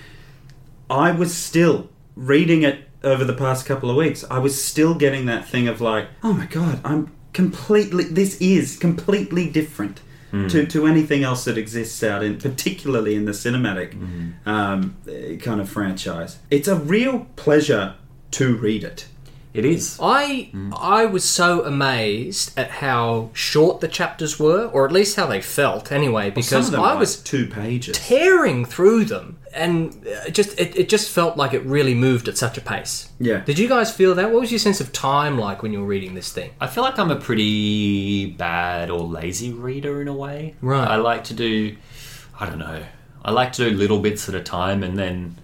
Speaker 3: I was still reading it over the past couple of weeks. I was still getting that thing of like, oh my god, I'm completely. This is completely different
Speaker 1: Mm.
Speaker 3: to, to anything else that exists out in, particularly in the cinematic
Speaker 1: Mm.
Speaker 3: um, eh, kind of franchise. It's a real pleasure to read it.
Speaker 2: It is.
Speaker 1: I
Speaker 2: Hmm.
Speaker 1: I was so amazed at how short the chapters were, or at least how they felt anyway,
Speaker 3: Some of
Speaker 1: because
Speaker 3: them
Speaker 1: I
Speaker 3: are
Speaker 1: was
Speaker 3: two pages.
Speaker 1: tearing through them, and uh, just it, it just felt like it really moved at such a pace.
Speaker 3: Yeah.
Speaker 1: Did you guys feel that? What was your sense of time like when you were reading this thing?
Speaker 2: I feel like I'm a pretty bad or lazy reader in a way.
Speaker 1: Right.
Speaker 2: I like to do, I don't know, I like to do little bits at a time and then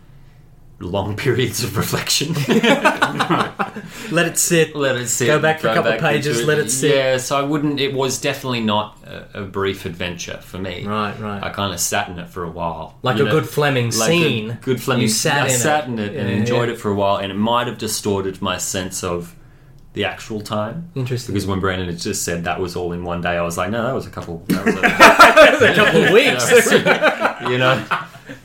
Speaker 2: long periods of reflection.
Speaker 1: Let it sit.
Speaker 2: let it sit.
Speaker 1: Go back for a
Speaker 2: go
Speaker 1: couple
Speaker 2: back
Speaker 1: pages,
Speaker 2: into
Speaker 1: let it sit.
Speaker 2: Yeah, so I wouldn't, it was definitely not a, a brief adventure for me.
Speaker 1: Right, right.
Speaker 2: I kind of sat in it for a while.
Speaker 1: Like
Speaker 2: you
Speaker 1: a good Fleming
Speaker 2: like a
Speaker 1: scene.
Speaker 2: good Fleming
Speaker 1: You sat
Speaker 2: I
Speaker 1: in it.
Speaker 2: sat in it and
Speaker 1: Yeah,
Speaker 2: enjoyed
Speaker 1: yeah.
Speaker 2: it for a while and it might have distorted my sense of the actual time.
Speaker 1: Interesting.
Speaker 2: Because when Brandon had just said that was all in one day, I was like, no, that was a couple. That was
Speaker 1: a couple of weeks.
Speaker 2: a, you know,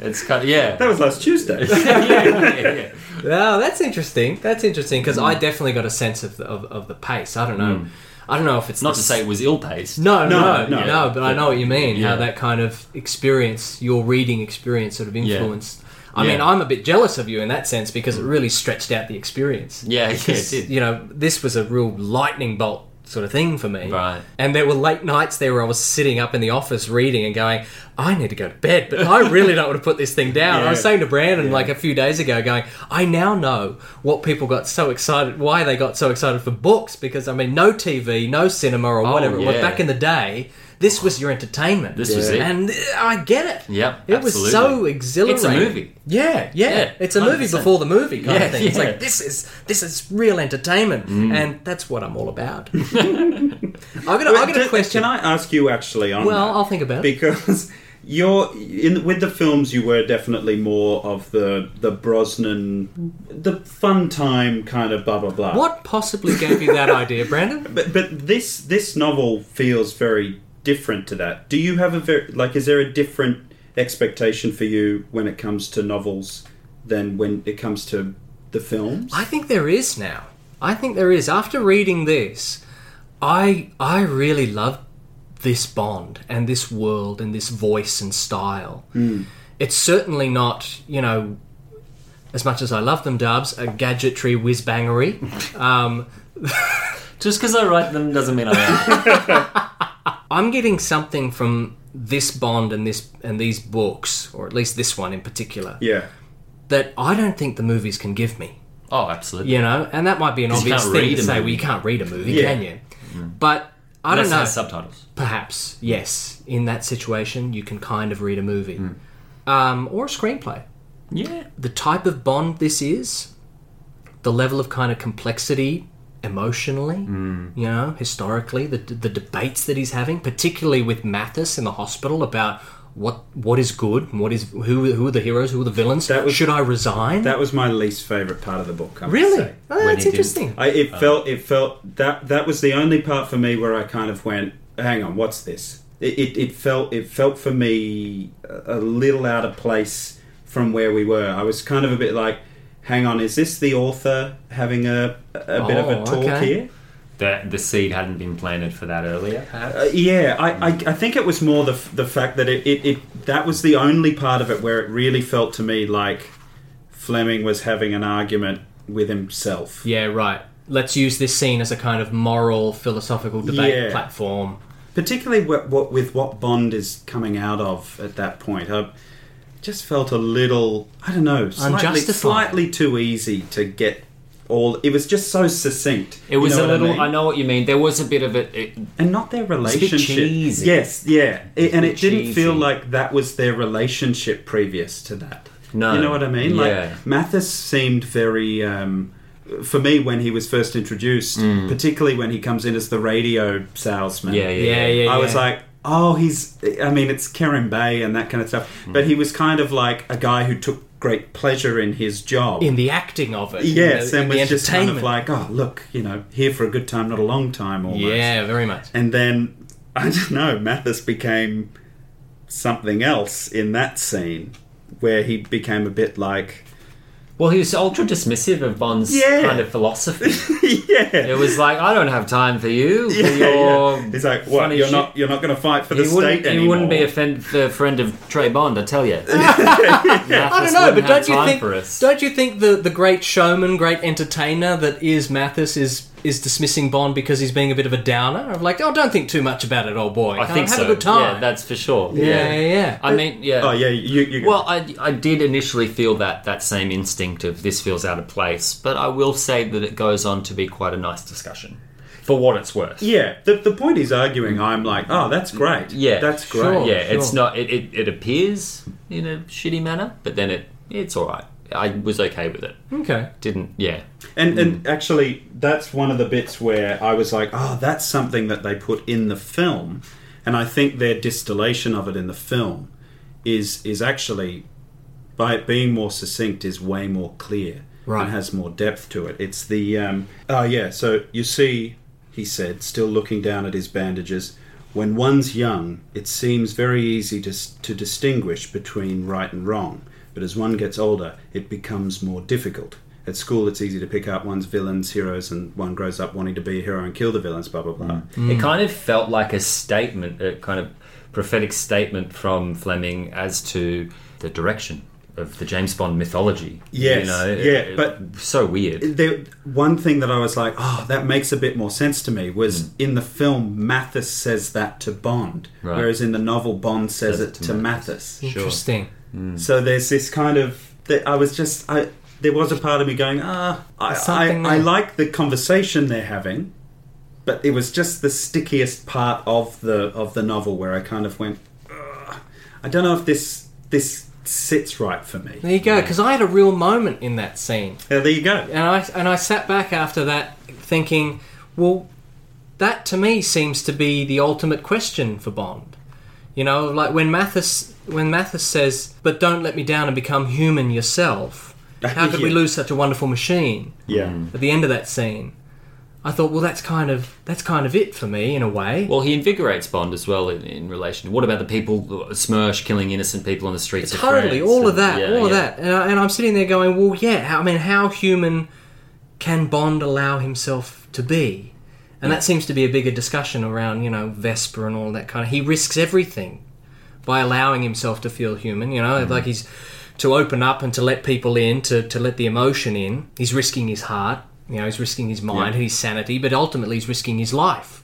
Speaker 2: it's kind of yeah.
Speaker 3: That was last Tuesday.
Speaker 2: yeah, yeah, yeah.
Speaker 1: Oh, that's interesting. That's interesting because
Speaker 2: Hmm.
Speaker 1: I definitely got a sense of the, of, of the pace. I don't know. I don't know if it's
Speaker 2: Not
Speaker 1: the
Speaker 2: to say it was ill-paced.
Speaker 1: No, no,
Speaker 3: No, no.
Speaker 1: no, but I know what you mean.
Speaker 2: Yeah.
Speaker 1: How that kind of experience, your reading experience, sort of influenced. I mean,
Speaker 2: Yeah.
Speaker 1: I'm a bit jealous of you in that sense because it really stretched out the experience.
Speaker 2: Yeah, yeah, it did.
Speaker 1: You know, this was a real lightning bolt sort of thing for me.
Speaker 2: Right.
Speaker 1: And there were late nights there where I was sitting up in the office reading and going, I need to go to bed, but I really don't want to put this thing down. I was
Speaker 3: Yeah.
Speaker 1: saying to Brandon like a few days ago, going, I now know what people got so excited, why they got so excited for books, because I mean, no TV, no cinema, or whatever. it was
Speaker 2: Oh, yeah.
Speaker 1: back in the day, this was your entertainment.
Speaker 2: This was Yeah. it.
Speaker 1: and uh, I get it.
Speaker 2: Yep,
Speaker 1: it was so
Speaker 2: absolutely.
Speaker 1: exhilarating.
Speaker 2: It's a movie.
Speaker 1: Yeah, yeah,
Speaker 2: Yeah,
Speaker 1: it's a movie
Speaker 2: 100%.
Speaker 1: before the movie kind
Speaker 2: Yeah,
Speaker 1: of thing. It's
Speaker 2: yeah. Mm.
Speaker 1: like this is this is real entertainment, and that's what I'm all about. I got a, I got
Speaker 3: Can-
Speaker 1: a question.
Speaker 3: Can I ask you actually on
Speaker 1: well,
Speaker 3: that?
Speaker 1: I'll think about it.
Speaker 3: because you're in with the films you were definitely more of the the Brosnan the fun time kind of blah blah blah.
Speaker 1: What possibly gave you that idea, Brandon?
Speaker 3: But but this this novel feels very different to that. Do you have a very like is there a different expectation for you when it comes to novels than when it comes to the films?
Speaker 1: I think there is now. I think there is. After reading this, I I really love this Bond and this world and this voice and style.
Speaker 3: Hmm.
Speaker 1: It's certainly not, you know, as much as I love them, Dubs, a gadgetry whiz bangery. Um,
Speaker 2: Just because I write them doesn't mean I am.
Speaker 1: I'm getting something from this Bond and this and these books, or at least this one in particular,
Speaker 3: yeah.
Speaker 1: that I don't think the movies can give me.
Speaker 2: oh, absolutely.
Speaker 1: You know, and that might be an
Speaker 2: 'Cause you
Speaker 1: obvious
Speaker 2: can't
Speaker 1: thing
Speaker 2: read
Speaker 1: to
Speaker 2: a
Speaker 1: say.
Speaker 2: movie. Hmm.
Speaker 1: Well, you can't read a movie,
Speaker 3: Yeah.
Speaker 1: can you? But I don't
Speaker 2: Unless it
Speaker 1: know.
Speaker 2: has subtitles.
Speaker 1: Perhaps yes. In that situation, you can kind of read a movie
Speaker 3: Hmm.
Speaker 1: um, or a screenplay.
Speaker 2: Yeah.
Speaker 1: The type of bond this is, the level of kind of complexity emotionally,
Speaker 3: Hmm.
Speaker 1: you know, historically, the the debates that he's having, particularly with Mathis in the hospital about what what is good, and what is who who are the heroes, who are the villains?
Speaker 3: That was-
Speaker 1: Should I resign?
Speaker 3: That was my least favorite part of the book. I must
Speaker 1: really?
Speaker 3: say.
Speaker 1: Oh,
Speaker 2: When
Speaker 1: that's
Speaker 2: he did-
Speaker 1: interesting.
Speaker 3: I, it felt it felt that that was the only part for me where I kind of went, hang on, what's this? It, it, it felt it felt for me a a little out of place from where we were. I was kind of a bit like, hang on, is this the author having a a bit of
Speaker 1: Oh,
Speaker 3: a talk
Speaker 1: okay.
Speaker 3: here?
Speaker 2: That the seed hadn't been planted for that earlier.
Speaker 3: Uh, yeah, I, I, I think it was more the, f- the fact that it, it, it that was the only part of it where it really felt to me like Fleming was having an argument with himself.
Speaker 1: Yeah, right. Let's use this scene as a kind of moral, philosophical debate
Speaker 3: Yeah.
Speaker 1: platform.
Speaker 3: particularly what, what, with what Bond is coming out of at that point. I just felt a little, I don't know, slightly,
Speaker 1: Unjustified.
Speaker 3: slightly too easy to get all. It was just so succinct.
Speaker 2: It was
Speaker 3: You know
Speaker 2: a
Speaker 3: what
Speaker 2: little. I,
Speaker 3: mean?
Speaker 2: know what you mean. There was a bit of it. it
Speaker 3: and not their
Speaker 2: bit
Speaker 3: relationship.
Speaker 2: cheesy.
Speaker 3: Yes, yeah, It- and it
Speaker 2: It's a bit
Speaker 3: didn't feel
Speaker 2: cheesy.
Speaker 3: like that was their relationship previous to that.
Speaker 2: No.
Speaker 3: you know what I mean.
Speaker 2: Yeah.
Speaker 3: Like Mathis seemed very, um, for me, when he was first introduced, particularly when he comes in as the radio salesman.
Speaker 2: Mm. yeah, yeah,
Speaker 1: Yeah, yeah.
Speaker 3: I was like, oh, he's. I mean, it's Karen Bay and that kind of stuff.
Speaker 2: Mm.
Speaker 3: But he was kind of like a guy who took great pleasure in his job.
Speaker 1: in the acting of it.
Speaker 3: yes,
Speaker 1: in
Speaker 3: and
Speaker 1: the
Speaker 3: was just kind of
Speaker 1: entertainment.
Speaker 3: like, oh, look, you know, here for a good time, not a long time, almost.
Speaker 1: yeah, very much.
Speaker 3: And then I don't know, Mathis became something else in that scene where he became a bit like
Speaker 2: Well, he was ultra dismissive of Bond's
Speaker 3: Yeah.
Speaker 2: kind of philosophy.
Speaker 3: yeah.
Speaker 2: it was like, I don't have time for you. For
Speaker 3: Yeah,
Speaker 2: your
Speaker 3: yeah. He's like, what?
Speaker 2: funny
Speaker 3: You're
Speaker 2: shit."
Speaker 3: not. You're not going to fight for the
Speaker 2: He wouldn't,
Speaker 3: state
Speaker 2: he
Speaker 3: anymore.
Speaker 2: wouldn't be a friend, the friend of Trey Bond, I tell you.
Speaker 1: I don't know, but don't you think? Don't you think the the great showman, great entertainer that is Mathis is is dismissing Bond because he's being a bit of a downer? Of like, oh, don't think too much about it, old boy.
Speaker 2: I
Speaker 1: Come
Speaker 2: think
Speaker 1: on, have
Speaker 2: so.
Speaker 1: a good time.
Speaker 2: Yeah, that's for sure.
Speaker 1: yeah, yeah, yeah.
Speaker 2: I mean, yeah.
Speaker 3: Oh yeah, you. you
Speaker 2: Well, I, I did initially feel that that same instinct of this feels out of place, but I will say that it goes on to be quite a nice discussion for what it's worth.
Speaker 3: yeah. The, the point he's arguing, I'm like, oh, that's great.
Speaker 2: Yeah,
Speaker 3: that's great.
Speaker 1: Sure.
Speaker 2: yeah, it's not. It, it, it appears in a shitty manner, but then it it's all right. I was okay with it.
Speaker 1: Okay.
Speaker 2: Didn't. Yeah.
Speaker 3: And
Speaker 2: Mm.
Speaker 3: and actually, that's one of the bits where I was like, oh, that's something that they put in the film, and I think their distillation of it in the film is is actually by it being more succinct is way more clear
Speaker 1: Right.
Speaker 3: and has more depth to it. It's the um, oh yeah. So you see, he said, still looking down at his bandages. When one's young, it seems very easy to, s- to distinguish between right and wrong. But as one gets older, it becomes more difficult. At school, it's easy to pick out one's villains, heroes, and one grows up wanting to be a hero and kill the villains, blah, blah, blah.
Speaker 1: Hmm.
Speaker 2: It kind of felt like a statement, a kind of prophetic statement from Fleming as to the direction of the James Bond mythology.
Speaker 3: Yes,
Speaker 2: You know.
Speaker 3: yeah,
Speaker 2: It- it- so weird.
Speaker 3: there, one thing that I was like, oh, that makes a bit more sense to me was in the film, Mathis says that to Bond,
Speaker 2: Right.
Speaker 3: whereas in the novel, Bond says, it to, Mathis.
Speaker 1: Interesting.
Speaker 3: So there's this kind of that I was just I there was a part of me going ah I,
Speaker 1: something
Speaker 3: I, I
Speaker 1: there.
Speaker 3: like the conversation they're having, but it was just the stickiest part of the of the novel where I kind of went "Ugh, I don't know if this this sits right for me.
Speaker 1: There you go. Because I had a real moment in that scene.
Speaker 3: Yeah, there you go.
Speaker 1: and I and I sat back after that thinking, well, that to me seems to be the ultimate question for Bond. You know, like when Mathis when Mathis says, "But don't let me down and become human yourself." How could we
Speaker 3: Yeah.
Speaker 1: lose such a wonderful machine?
Speaker 3: Yeah.
Speaker 1: At the end of that scene, I thought, well, that's kind of that's kind of it for me in a way.
Speaker 2: Well, he invigorates Bond as well in, in relation. What about the people, Smirsh killing innocent people on the streets of
Speaker 1: totally,
Speaker 2: France?
Speaker 1: all of
Speaker 2: And-
Speaker 1: that,
Speaker 2: yeah,
Speaker 1: all of
Speaker 2: yeah.
Speaker 1: that, and, I, and I'm sitting there going, well, yeah. How, I mean, how human can Bond allow himself to be? And that seems to be a bigger discussion around, you know, Vesper and all that kind of. He risks everything by allowing himself to feel human. You know,
Speaker 2: Mm.
Speaker 1: like he's to open up and to let people in, to to let the emotion in. He's risking his heart. You know, he's risking his mind and his sanity, but ultimately he's risking his life.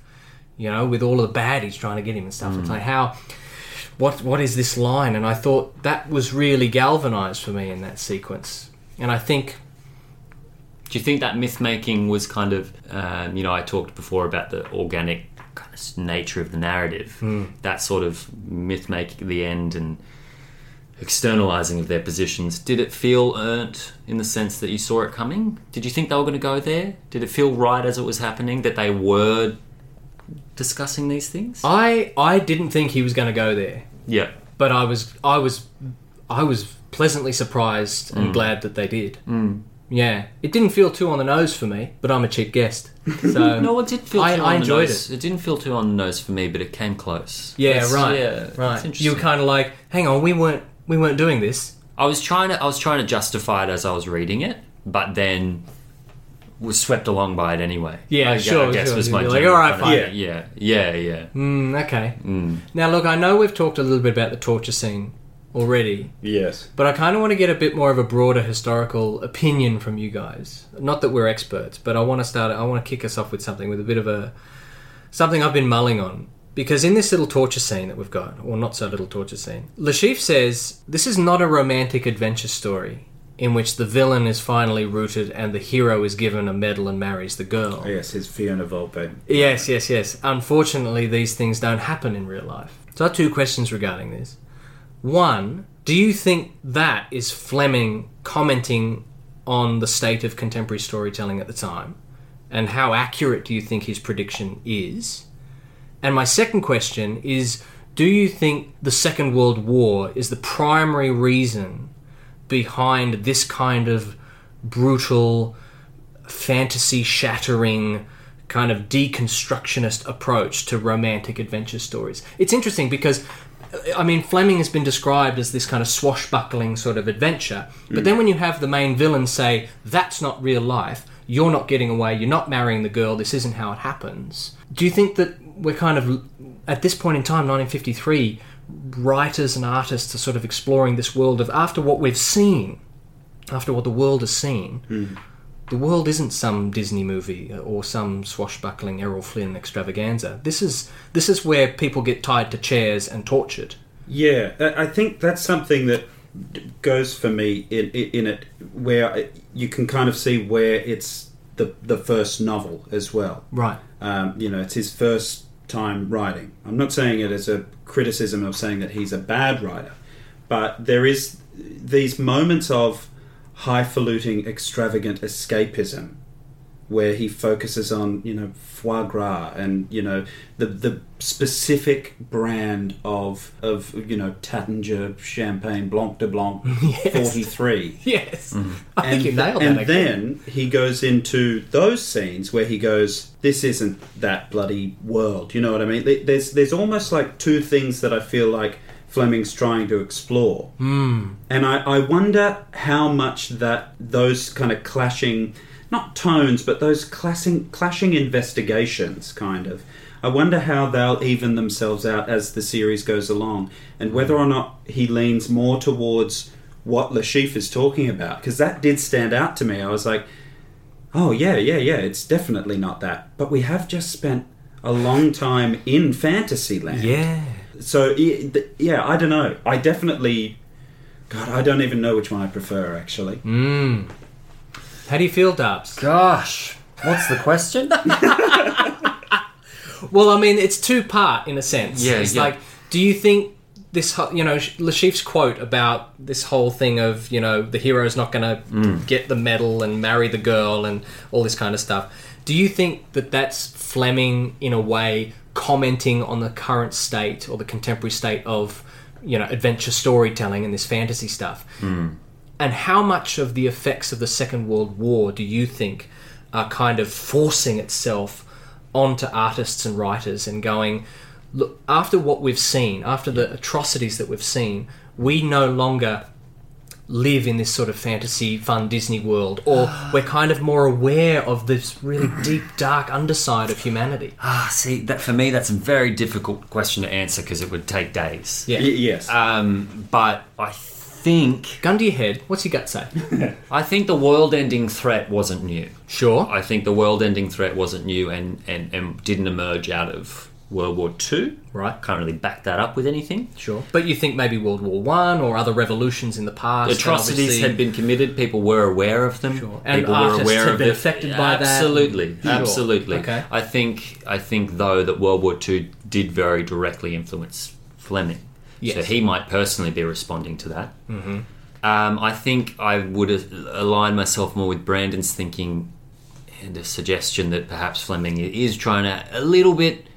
Speaker 1: You know, with all of the bad he's trying to get him and stuff. It's
Speaker 2: Mm.
Speaker 1: like how what what is this line? And I thought that was really galvanized for me in that sequence. And I think
Speaker 2: Do you think that myth making was kind of, um, you know, I talked before about the organic kind of nature of the narrative,
Speaker 1: Hmm.
Speaker 2: that sort of myth making at the end and externalizing of their positions. Did it feel earned in the sense that you saw it coming? Did you think they were going to go there? Did it feel right as it was happening that they were discussing these things?
Speaker 1: I I didn't think he was going to go there,
Speaker 2: yeah.
Speaker 1: but I was I was I was pleasantly surprised
Speaker 2: Mm.
Speaker 1: and glad that they did. Yeah, it didn't feel too on the nose for me, but I'm a cheap guest, so
Speaker 2: No, it did feel
Speaker 1: um, I-
Speaker 2: too
Speaker 1: I
Speaker 2: on
Speaker 1: enjoyed
Speaker 2: the nose. It. didn't feel too on the nose for me, but it came close.
Speaker 1: yeah,
Speaker 2: That's-
Speaker 1: right,
Speaker 2: Yeah, that's
Speaker 1: right. You
Speaker 2: interesting.
Speaker 1: were kind of like, hang on, we weren't we weren't doing this.
Speaker 2: I was trying to I was trying to justify it as I was reading it, but then was swept along by it anyway.
Speaker 1: Yeah,
Speaker 2: I, gu-
Speaker 1: sure,
Speaker 2: I guess
Speaker 1: sure.
Speaker 2: was my
Speaker 1: You're like,
Speaker 2: general
Speaker 1: "All right,
Speaker 2: kind of-
Speaker 3: fine."
Speaker 2: Yeah, yeah, yeah.
Speaker 1: Mm, okay. Now look, I know we've talked a little bit about the torture scene already.
Speaker 3: Yes.
Speaker 1: But I kind of want to get a bit more of a broader historical opinion from you guys. Not that we're experts, but I want to start. I want to kick us off with something with a bit of a something I've been mulling on because in this little torture scene that we've got, or not so little torture scene, Lashif says this is not a romantic adventure story. in which the villain is finally rooted and the hero is given a medal and marries the girl.
Speaker 3: Yes, his Fiona Volpe.
Speaker 1: Yes, yes, yes. Unfortunately, these things don't happen in real life. So I have two questions regarding this. One, do you think that is Fleming commenting on the state of contemporary storytelling at the time? And how accurate do you think his prediction is? And my second question is do you think the Second World War is the primary reason behind this kind of brutal, fantasy shattering, kind of deconstructionist approach to romantic adventure stories? It's interesting because. uh, I mean, Fleming has been described as this kind of swashbuckling sort of adventure, but then when you have the main villain say, That's not real life, you're not getting away, you're not marrying the girl, this isn't how it happens. Do you think that we're kind of, at this point in time, 1953, writers and artists are sort of exploring this world of after what we've seen, after what the world has seen, the world isn't some Disney movie uh, or some swashbuckling Errol Flynn extravaganza. This is this is where people get tied to chairs and tortured.
Speaker 3: Yeah, I- I think that's something that d- goes for me in, in, in it, where it- you can kind of see where it's the the first novel as well.
Speaker 1: Right.
Speaker 3: Um, you know, it's his first time writing. I'm not saying it as a criticism of saying that he's a bad writer, but there is these moments of highfalutin, extravagant escapism where he focuses on you know foie gras and you know the the specific brand of of you know Tattinger champagne Blanc de Blanc forty three.
Speaker 1: Yes. I
Speaker 3: Mm-hmm. And,
Speaker 1: think you nailed
Speaker 3: and
Speaker 1: that. actually.
Speaker 3: then he goes into those scenes where he goes, "This isn't that bloody world." You know what I mean? There- There's there's almost like two things that I feel like Fleming's trying to explore, and I, I wonder how much that those kind of clashing, not tones, but those clashing clashing investigations, kind of. I wonder how they'll even themselves out as the series goes along, and whether or not he leans more towards what Lashif is talking about, because that did stand out to me. I was like, oh yeah, yeah, yeah, it's definitely not that. But we have just spent a long time in fantasy land.
Speaker 1: yeah.
Speaker 3: So i- th- yeah, I don't know. I definitely, God, I don't even know which one I prefer actually.
Speaker 2: Hmm?
Speaker 1: How do you feel, Darbs?
Speaker 2: Gosh, what's the question?
Speaker 1: Well, I mean, it's two part in a sense.
Speaker 2: Yeah,
Speaker 1: it's
Speaker 2: yeah.
Speaker 1: like, do you think this, ho- you know, Lashif's quote about this whole thing of, you know, the hero's not going to
Speaker 2: Mm.
Speaker 1: get the medal and marry the girl and all this kind of stuff. Do you think that that's Fleming, in a way, commenting on the current state or the contemporary state of, you know, adventure storytelling and this fantasy stuff? And how much of the effects of the Second World War do you think are kind of forcing itself onto artists and writers and going, look, after what we've seen, after the atrocities that we've seen, we no longer live in this sort of fantasy, fun Disney world, or we're kind of more aware of this really deep, dark underside of humanity?
Speaker 2: Ah, see, that for me, that's a very difficult question to answer because it would take days.
Speaker 1: Yeah.
Speaker 3: Y- yes.
Speaker 2: Um, but I think
Speaker 1: Gun to your head, what's your gut say?
Speaker 2: I think the world-ending threat wasn't new.
Speaker 1: Sure.
Speaker 2: I think the world-ending threat wasn't new and, and, and didn't emerge out of World War Two.
Speaker 1: Right.
Speaker 2: Can't really back that up with anything.
Speaker 1: Sure. But you think maybe World War One or other revolutions in the past? and
Speaker 2: Atrocities
Speaker 1: obviously-
Speaker 2: had been committed. People were aware of them.
Speaker 1: Sure. And
Speaker 2: people
Speaker 1: artists had been
Speaker 2: it.
Speaker 1: affected by that.
Speaker 2: absolutely,
Speaker 1: Sure.
Speaker 2: Absolutely,
Speaker 1: Okay.
Speaker 2: I think I think though that World War II did very directly influence Fleming, so
Speaker 1: Yes.
Speaker 2: he might personally be responding to that. Mm-hmm. Um, I think I would a- align myself more with Brandon's thinking and a suggestion that perhaps Fleming is trying to a little bit.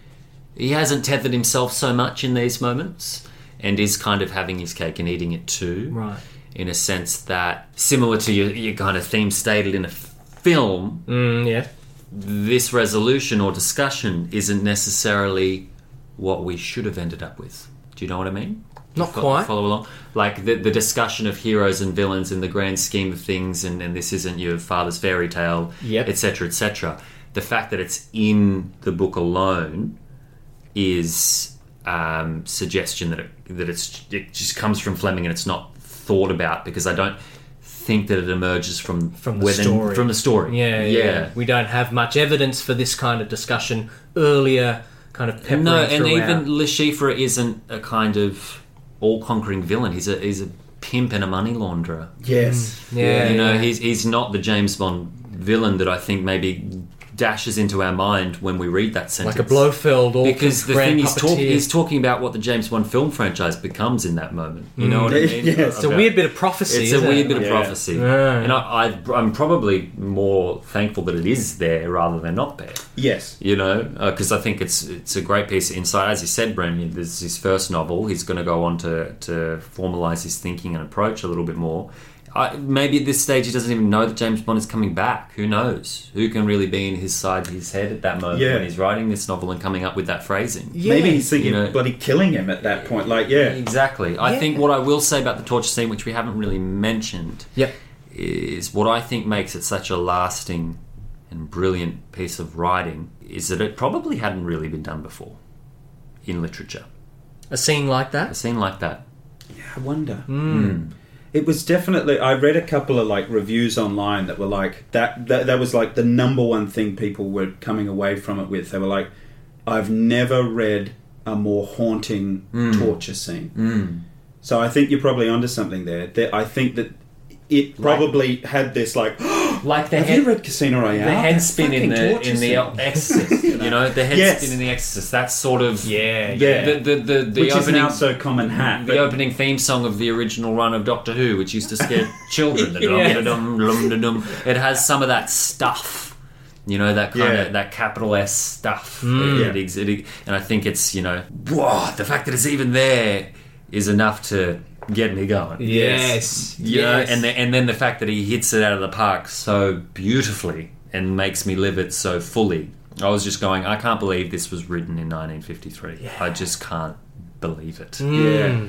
Speaker 2: He hasn't tethered himself so much in these moments, and is kind of having his cake and eating it too
Speaker 1: Right.
Speaker 2: in a sense that similar to your, your kind of theme stated in a f- film
Speaker 1: Mm, yeah.
Speaker 2: this resolution or discussion isn't necessarily what we should have ended up with do you know what i mean
Speaker 1: Not
Speaker 2: Fo-
Speaker 1: quite.
Speaker 2: follow along like the, the discussion of heroes and villains in the grand scheme of things and, and this isn't your father's fairy tale
Speaker 1: Yep.
Speaker 2: etc etc the fact that it's in the book alone is um, suggestion that it, that it's it just comes from Fleming and it's not thought about because I don't think that it emerges from
Speaker 1: From the
Speaker 2: within-
Speaker 1: story.
Speaker 2: from the story.
Speaker 1: Yeah, yeah, yeah. We don't have much evidence for this kind of discussion earlier, kind of peppering
Speaker 2: No, and
Speaker 1: throughout.
Speaker 2: even Le Chiffre isn't a kind of all-conquering villain. He's a he's a pimp and a money launderer.
Speaker 7: Yes.
Speaker 2: hmm.
Speaker 1: Yeah,
Speaker 2: you know,
Speaker 1: yeah.
Speaker 2: he's he's not the James Bond villain that I think maybe dashes into our mind when we read that sentence.
Speaker 1: like a Blofeld or
Speaker 2: Because the thing
Speaker 1: grand
Speaker 2: he's talking
Speaker 1: puppeteer.
Speaker 2: he's talking about what the James Bond film franchise becomes in that moment. You know what I mean?
Speaker 7: Yeah, it's
Speaker 1: Mm. it's a
Speaker 2: About-
Speaker 1: weird bit of prophecy.
Speaker 2: It's a
Speaker 1: isn't
Speaker 2: weird
Speaker 1: it?
Speaker 2: bit of
Speaker 3: Yeah.
Speaker 2: prophecy,
Speaker 1: Yeah.
Speaker 2: and I, I, I'm probably more thankful that it is there rather than not there.
Speaker 3: Yes.
Speaker 2: You know, because I think it's it's a great piece of insight. As you said, Brendan, this is his first novel. He's going to go on to to formalize his thinking and approach a little bit more. I, maybe at this stage, he doesn't even know that James Bond is coming back. Who knows? Who can really be in his side, his head at that moment
Speaker 7: Yeah.
Speaker 2: when he's writing this novel and coming up with that phrasing?
Speaker 7: Maybe he's thinking
Speaker 2: You know-
Speaker 7: of bloody killing him at that point. Like, yeah.
Speaker 2: Exactly. I think what I will say about the torture scene, which we haven't really mentioned,
Speaker 1: Yep.
Speaker 2: is what I think makes it such a lasting and brilliant piece of writing is that it probably hadn't really been done before in literature.
Speaker 1: A scene like
Speaker 2: A
Speaker 1: that.
Speaker 2: scene like that.
Speaker 7: I wonder.
Speaker 2: Hmm.
Speaker 3: It was definitely. I read a couple of like reviews online that were like that. That, that was like the number one thing people were coming away from it with. They were like, "I've never read a more haunting
Speaker 2: Hmm.
Speaker 3: torture scene." So I think you're probably onto something there. That I think that it probably had this like.
Speaker 2: Like the
Speaker 3: Have you read Casino Royale?
Speaker 2: the head spin in
Speaker 3: That
Speaker 2: the
Speaker 3: fucking
Speaker 2: in the
Speaker 3: torture
Speaker 2: Exorcist, you know, the head
Speaker 3: Yes.
Speaker 2: spin in the Exorcist. That sort of yeah,
Speaker 3: yeah.
Speaker 2: The the the, the
Speaker 3: Which is
Speaker 2: opening
Speaker 3: now so common hat.
Speaker 2: the
Speaker 3: but-
Speaker 2: opening theme song of the original run of Doctor Who, which used to scare children.
Speaker 1: Yes.
Speaker 2: Da-dum, da-dum, da-dum. It has some of that stuff, you know, that kind
Speaker 3: Yeah.
Speaker 2: of that capital S stuff. It, it, it, it- and I think it's you know, whoa, the fact that it's even there is enough to get me going.
Speaker 1: Yes.
Speaker 2: You know, and the, and then the fact that he hits it out of the park so beautifully and makes me live it so fully. I was just going, I can't believe this was written in 1953. I just can't believe it. Hmm.
Speaker 3: yeah.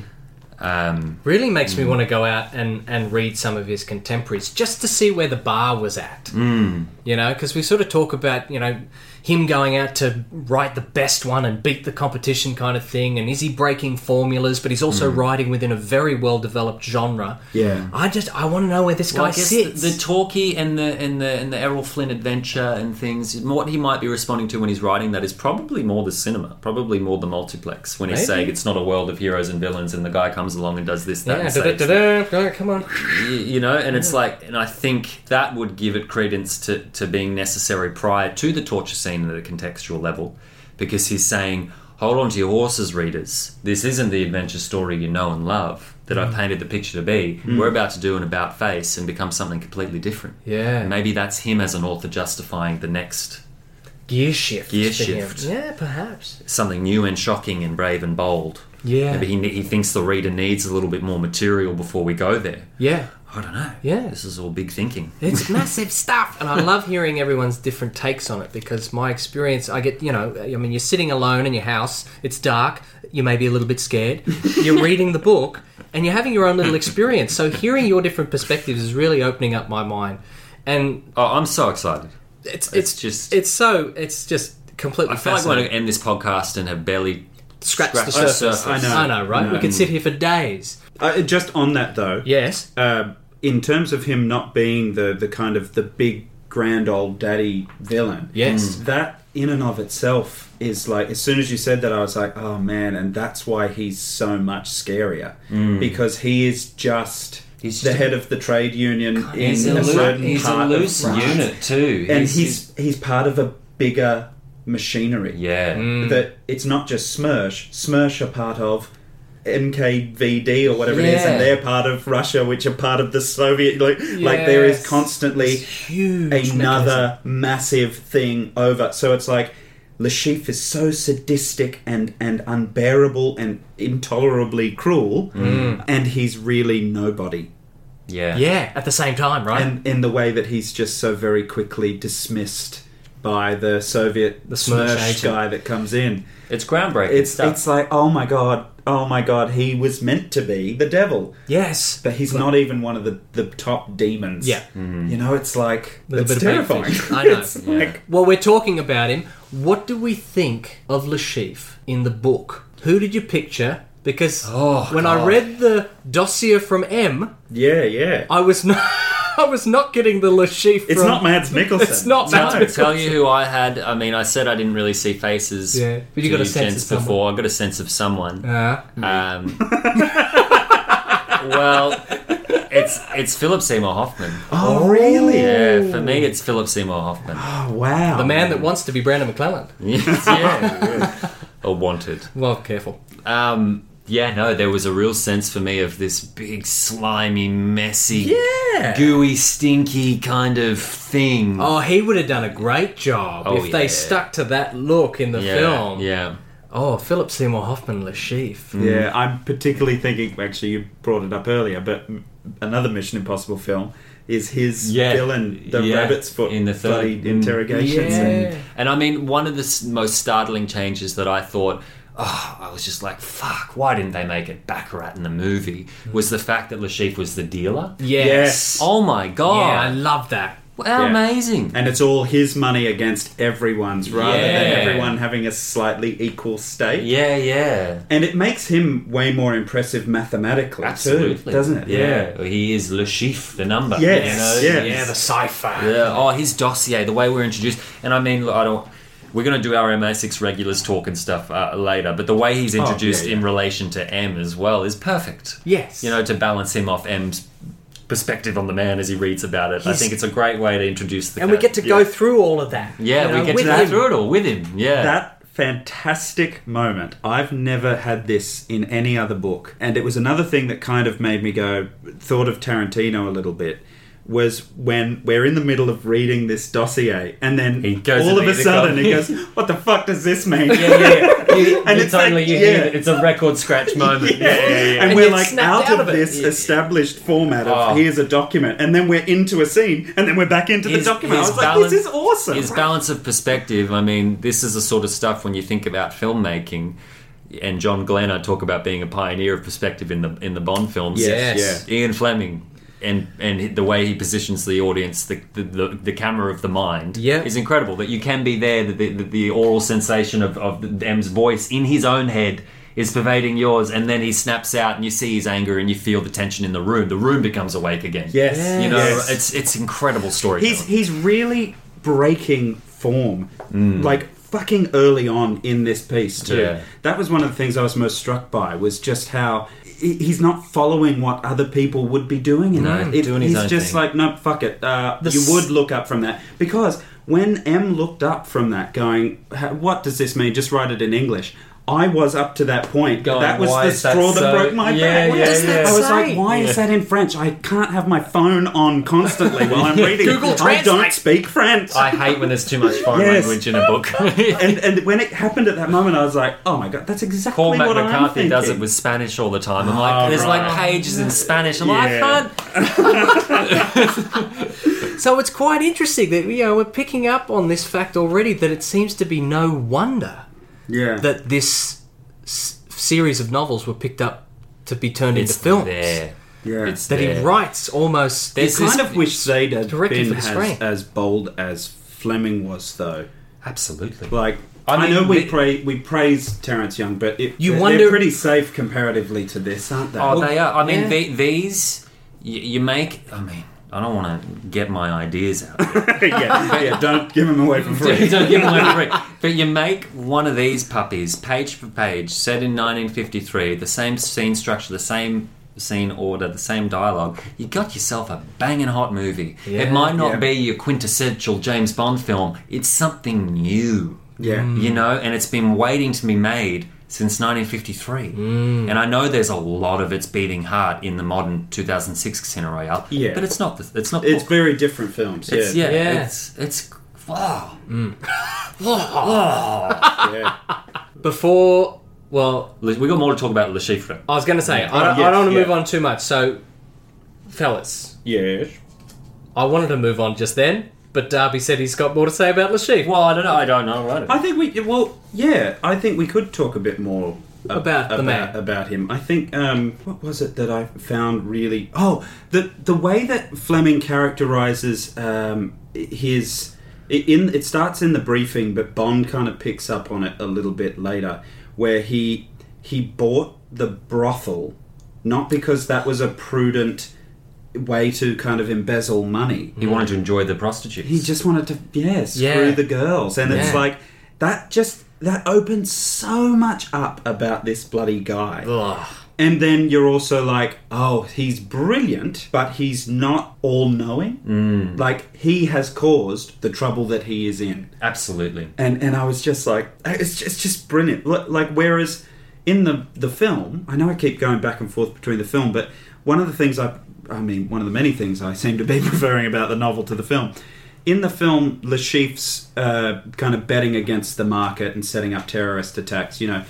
Speaker 2: Um,
Speaker 1: really makes me want to go out and, and read some of his contemporaries just to see where the bar was at. Mm. You know, because we sort of talk about, you know, him going out to write the best one and beat the competition kind of thing, and is he breaking formulas, but he's also writing within a very well developed genre.
Speaker 3: Yeah.
Speaker 1: I just, I want to know where this guy
Speaker 2: Well, I guess the,
Speaker 1: sits.
Speaker 2: the talkie and the and the and the Errol Flynn adventure and things. What he might be responding to when he's writing that is probably more the cinema, probably more the multiplex. When he's
Speaker 1: Maybe.
Speaker 2: saying it's not a world of heroes and villains, and the guy comes along and does this, that,
Speaker 1: yeah,
Speaker 2: and saves
Speaker 1: da-da-da-da, go, come on.
Speaker 2: y-
Speaker 1: Mm.
Speaker 2: you know and it's like and i think that would give it credence to, to being necessary prior to the torture scene at a contextual level because he's saying hold on to your horses readers this isn't the adventure story you know and love that
Speaker 1: Mm.
Speaker 2: i painted the picture to be we're about to do an about face and become something completely different
Speaker 1: Yeah.
Speaker 2: And maybe that's him as an author justifying the next
Speaker 1: Gear shift.
Speaker 2: Gear
Speaker 1: for him.
Speaker 2: shift.
Speaker 1: Yeah, perhaps.
Speaker 2: something new and shocking and brave and bold
Speaker 1: Yeah.
Speaker 2: maybe he, he thinks the reader needs a little bit more material before we go there
Speaker 1: Yeah.
Speaker 2: i don't know
Speaker 1: Yeah.
Speaker 2: this is all big thinking
Speaker 1: It's massive stuff, and I love hearing everyone's different takes on it because my experience, I get, you know, I mean, you're sitting alone in your house, it's dark, you may be a little bit scared, you're reading the book, and you're having your own little experience. So hearing your different perspectives is really opening up my mind, and
Speaker 2: oh i'm so excited
Speaker 1: it's it's,
Speaker 2: just-
Speaker 1: just it's so it's just completely
Speaker 2: I feel like we're
Speaker 1: fascinating.
Speaker 2: going to end this podcast and have barely
Speaker 1: Scratch the
Speaker 2: scratched
Speaker 1: surface.
Speaker 3: I know. Mm.
Speaker 1: I know, right? We could sit here for days.
Speaker 3: Uh, just on that though.
Speaker 1: Yes.
Speaker 3: uh, in terms of him not being the, the kind of the big grand old daddy villain. Mm.
Speaker 1: Yes.
Speaker 3: That in and of itself is like as soon as you said that I was like, oh man, and that's why he's so much scarier. Because he is just
Speaker 2: Mm. He's
Speaker 3: the
Speaker 2: just-
Speaker 3: head of the trade union in
Speaker 2: He's a,
Speaker 3: a
Speaker 2: loo-
Speaker 3: certain
Speaker 2: he's a
Speaker 3: part of
Speaker 2: loose
Speaker 3: France.
Speaker 2: unit too.
Speaker 3: And he's he's part of a bigger machinery.
Speaker 2: yeah.
Speaker 1: Mm.
Speaker 3: That it's not just Smirsh. Smirsh are part of MKVD or whatever it is,
Speaker 2: Yeah.
Speaker 3: and they're part of Russia, which are part of the Soviet. Like, like there is
Speaker 1: Yes.
Speaker 3: constantly
Speaker 1: Huge.
Speaker 3: another massive thing over. So it's like Lashif is so sadistic and and unbearable and intolerably cruel,
Speaker 1: Mm.
Speaker 3: and he's really nobody.
Speaker 2: yeah,
Speaker 1: Yeah, at the same time, right?
Speaker 3: And in the way that he's just so very quickly dismissed by the Soviet the
Speaker 1: Smirsh
Speaker 3: Smirsh
Speaker 1: agent.
Speaker 3: guy that comes in
Speaker 2: It's groundbreaking
Speaker 3: it's
Speaker 2: stuff.
Speaker 3: it's like oh my god oh my god he was meant to be the devil
Speaker 1: yes.
Speaker 3: but he's not even one of the, the top demons
Speaker 1: Yeah.
Speaker 3: you know it's like
Speaker 1: Little
Speaker 3: it's
Speaker 1: bit of bait
Speaker 3: terrifying
Speaker 1: fish. I know,
Speaker 3: It's
Speaker 2: Mm-hmm. yeah.
Speaker 3: like-
Speaker 1: Well, we're talking about him. What do we think of Lashif in the book? Who did you picture? Because
Speaker 2: Oh,
Speaker 1: when I
Speaker 2: God.
Speaker 1: read the dossier from M,
Speaker 3: yeah yeah
Speaker 1: I was not, I was not getting the Lashif.
Speaker 3: it's
Speaker 1: from,
Speaker 3: not Mads Mikkelsen
Speaker 1: It's not
Speaker 2: Tell-
Speaker 1: Mads Mikkelsen.
Speaker 2: tell you who I had. I mean, I said I didn't really see faces.
Speaker 1: Yeah, but you got
Speaker 2: to
Speaker 1: a sense Oh,
Speaker 2: gents
Speaker 1: of someone.
Speaker 2: before. I got a sense of someone.
Speaker 1: Uh,
Speaker 2: Um, well, it's it's Philip Seymour Hoffman.
Speaker 3: Oh, really?
Speaker 2: Yeah, for me, it's Philip Seymour Hoffman.
Speaker 3: Oh, wow.
Speaker 1: The man that wants to be Brandon McClellan.
Speaker 2: Yes, yeah. Or wanted.
Speaker 1: Well, careful.
Speaker 2: Um, yeah, no, there was a real sense for me of this big, slimy, messy,
Speaker 1: Yeah.
Speaker 2: gooey, stinky kind of thing.
Speaker 1: Oh, he would have done a great job
Speaker 2: Oh,
Speaker 1: if they
Speaker 2: yeah.
Speaker 1: stuck to that look in the
Speaker 2: yeah,
Speaker 1: film.
Speaker 2: Yeah. Mm.
Speaker 1: Oh, Philip Seymour Hoffman, Le Chiffre.
Speaker 3: Yeah, I'm particularly thinking. Actually, you brought it up earlier, but m- another Mission Impossible film is his
Speaker 2: Yeah.
Speaker 3: villain, the
Speaker 2: Yeah.
Speaker 3: rabbit's foot,
Speaker 2: In the third-
Speaker 3: bloody
Speaker 2: Mm.
Speaker 3: interrogations. And,
Speaker 2: And I mean, one of the s- most startling changes that I thought, oh, I was just like, fuck, why didn't they make it Baccarat in the movie? Was the fact that Lashif was the dealer.
Speaker 1: Hmm. Yes.
Speaker 2: Oh my
Speaker 1: Yeah, I
Speaker 2: god.
Speaker 1: love that.
Speaker 2: How
Speaker 3: Yeah.
Speaker 2: amazing.
Speaker 3: and it's all his money against everyone's, rather than
Speaker 2: Yeah.
Speaker 3: everyone having a slightly equal stake.
Speaker 2: Yeah, yeah.
Speaker 3: And it makes him way more impressive mathematically, too,
Speaker 2: Absolutely.
Speaker 3: doesn't it?
Speaker 2: Yeah. He is Le Chiffre, the number.
Speaker 3: Yes,
Speaker 2: You know?
Speaker 3: yes.
Speaker 1: Yeah, the cipher.
Speaker 2: Yeah, oh, his dossier, the way we're introduced, and I mean, look, I don't. We're going to do our MI6 regulars talk and stuff uh, later, but the way he's introduced in relation to M as well is perfect.
Speaker 1: Oh, Yes.
Speaker 2: you know, to balance him off M's perspective on the man as he reads about it. I
Speaker 1: He's-
Speaker 2: think it's a great way to introduce the.
Speaker 1: and we
Speaker 2: character.
Speaker 1: get to go through all of that.
Speaker 2: Yeah,
Speaker 1: you know,
Speaker 2: we get to
Speaker 1: with
Speaker 2: go
Speaker 1: him.
Speaker 2: through it all with him. Yeah,
Speaker 3: That fantastic moment. I've never had this in any other book. And it was another thing that kind of made me go, thought of Tarantino a little bit. Was when we're in the middle of reading this dossier, and then
Speaker 2: He goes
Speaker 3: all
Speaker 2: into
Speaker 3: of a
Speaker 2: the
Speaker 3: sudden
Speaker 2: club.
Speaker 3: he goes, "What the fuck does this mean?"
Speaker 2: yeah, yeah. You-
Speaker 3: And
Speaker 2: you
Speaker 3: it's like,
Speaker 2: totally- you
Speaker 3: yeah.
Speaker 2: hear that it's a record scratch moment. yeah, yeah, yeah.
Speaker 3: And,
Speaker 1: And
Speaker 3: we're
Speaker 1: yet
Speaker 3: like
Speaker 1: snapped
Speaker 3: out,
Speaker 1: out
Speaker 3: of,
Speaker 1: of it.
Speaker 3: this established format of
Speaker 2: Oh.
Speaker 3: here's a document, and then we're into a scene, and then we're back into the
Speaker 2: His-
Speaker 3: document. I
Speaker 2: his
Speaker 3: was like,
Speaker 2: balance-
Speaker 3: this is awesome.
Speaker 2: His balance of perspective. I mean, this is the sort of stuff when you think about filmmaking. And John Glenn, I talk about being a pioneer of perspective in the in the Bond films.
Speaker 1: Yes.
Speaker 3: Yes.
Speaker 2: Ian Fleming. And, and the way he positions the audience, the the, the, the camera of the mind,
Speaker 1: Yeah.
Speaker 2: is incredible. That you can be there, that the, the, the oral sensation of, of M's voice in his own head is pervading yours, and then he snaps out, and you see his anger, and you feel the tension in the room. The room becomes awake again.
Speaker 3: Yes.
Speaker 2: you know,
Speaker 3: Yes.
Speaker 2: it's it's incredible storytelling.
Speaker 3: He's he's really breaking form, like fucking early on in this piece too.
Speaker 2: Mm. Yeah.
Speaker 3: That was one of the things I was most struck by was just how he- he's not following what other people would be doing. In
Speaker 2: No,
Speaker 3: it.
Speaker 2: doing his
Speaker 3: he's
Speaker 2: own
Speaker 3: just
Speaker 2: thing.
Speaker 3: like, no, fuck it. Uh,
Speaker 1: The
Speaker 3: you
Speaker 1: s-
Speaker 3: would look up from that because when M looked up from that, going, "H- what does this mean? Just write it in English. I was up to that point.
Speaker 2: Going,
Speaker 3: that was
Speaker 2: "Why
Speaker 3: the
Speaker 2: is that
Speaker 3: straw that
Speaker 2: so-"
Speaker 3: broke my
Speaker 2: Yeah,
Speaker 3: back.
Speaker 2: yeah, Does that
Speaker 3: I was like,
Speaker 1: say?
Speaker 3: why is that in French? I can't have my phone on constantly while I'm reading.
Speaker 1: Google
Speaker 3: I don't
Speaker 1: Translate.
Speaker 3: speak French.
Speaker 2: I hate when there's too much foreign
Speaker 3: Yes.
Speaker 2: language in a book.
Speaker 3: and, and when it happened at that moment, I was like, oh my god, that's exactly
Speaker 2: Paul
Speaker 3: what I'm
Speaker 2: McCarthy
Speaker 3: thinking. Oh,
Speaker 2: does it with Spanish all the time. I'm like, there's like pages in Spanish. I'm like, I
Speaker 3: Yeah.
Speaker 2: can't.
Speaker 1: So it's quite interesting that you know we're picking up on this fact already that it seems to be no wonder
Speaker 3: yeah.
Speaker 1: that this s- series of novels were picked up to be turned
Speaker 2: It's
Speaker 1: into films.
Speaker 2: there.
Speaker 3: yeah.
Speaker 2: It's
Speaker 1: That
Speaker 2: there.
Speaker 1: he writes almost.
Speaker 2: There's
Speaker 3: kind
Speaker 2: this-
Speaker 3: of wish they'd have
Speaker 1: directly
Speaker 3: been
Speaker 1: for the screen.
Speaker 3: as, as bold as Fleming was, though.
Speaker 2: absolutely.
Speaker 3: Like. I,
Speaker 2: I mean,
Speaker 3: know we
Speaker 2: the-
Speaker 3: pra- we praise Terence Young, but it,
Speaker 1: You
Speaker 3: they're,
Speaker 1: wonder-
Speaker 3: they're pretty safe comparatively to this, aren't they?
Speaker 2: Oh, they are. I mean,
Speaker 1: yeah.
Speaker 2: the, these you, you make. I mean, I don't want to get my ideas out.
Speaker 3: yeah, yeah, don't give them away for free.
Speaker 2: Don't give them away for free. But you make one of these puppies, page for page, set in 1953, the same scene structure, the same scene order, the same dialogue. You got yourself a banging hot movie. it
Speaker 1: Yeah.
Speaker 2: might not
Speaker 3: Yeah.
Speaker 2: be your quintessential James Bond film. It's something new,
Speaker 3: Yeah.
Speaker 2: you know, and it's been waiting to be made since 1953.
Speaker 3: Mm.
Speaker 2: And I know there's a lot of its beating heart in the modern 2006 Casino Royale.
Speaker 3: Yeah.
Speaker 2: but it's not. The, it's not.
Speaker 3: It's very different films.
Speaker 2: it's, yeah, Mm.
Speaker 1: Yeah.
Speaker 2: It's it's. Wow.
Speaker 3: yeah.
Speaker 1: Before, well,
Speaker 2: We got more to talk about Le Chiffre.
Speaker 1: I was going to say
Speaker 2: Oh,
Speaker 1: I don't,
Speaker 3: yes,
Speaker 1: I don't want to
Speaker 3: yeah.
Speaker 1: move on too much. So, fellas,
Speaker 3: Yes.
Speaker 1: I wanted to move on just then, but Darby said he's got more to say about Lashif.
Speaker 2: Well, I don't know. I don't know. I don't
Speaker 3: I think we well, yeah. I think we could talk a bit more ab-
Speaker 1: About the man.
Speaker 3: about him. I think um, what was it that I found really? Oh, the the way that Fleming characterizes um, his it- in it starts in the briefing, but Bond kind of picks up on it a little bit later, where he he bought the brothel not because that was a prudent way to kind of embezzle money
Speaker 2: He wanted to enjoy the prostitutes.
Speaker 3: he just wanted to yeah screw
Speaker 1: Yeah.
Speaker 3: the girls and it's
Speaker 1: Yeah.
Speaker 3: like that just that opens so much up about this bloody guy
Speaker 1: Ugh.
Speaker 3: And then you're also like, oh, he's brilliant, but he's not all knowing.
Speaker 1: Mm.
Speaker 3: Like, he has caused the trouble that he is in
Speaker 2: Absolutely.
Speaker 3: and and I was just like, it's just, it's just brilliant. Li- Like whereas in the the film, I know I keep going back and forth between the film, but one of the things I, I mean, one of the many things I seem to be preferring about the novel to the film. In the film, Lashif's uh, kind of betting against the market and setting up terrorist attacks. You know,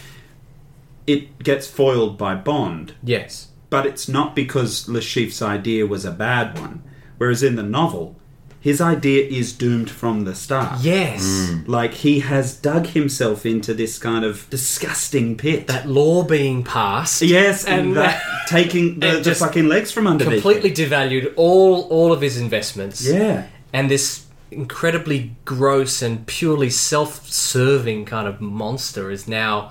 Speaker 3: it gets foiled by Bond
Speaker 1: Yes.
Speaker 3: but it's not because Le Chiffre's idea was a bad one. Whereas in the novel, his idea is doomed from the start.
Speaker 1: Yes.
Speaker 2: Mm.
Speaker 3: Like he has dug himself into this kind of disgusting pit.
Speaker 1: That law being passed.
Speaker 3: yes, and,
Speaker 1: And
Speaker 3: that taking the,
Speaker 1: and
Speaker 3: the
Speaker 1: just
Speaker 3: fucking legs from under
Speaker 1: Completely devalued all all of his investments.
Speaker 3: people. Yeah.
Speaker 1: And this incredibly gross and purely self-serving kind of monster is now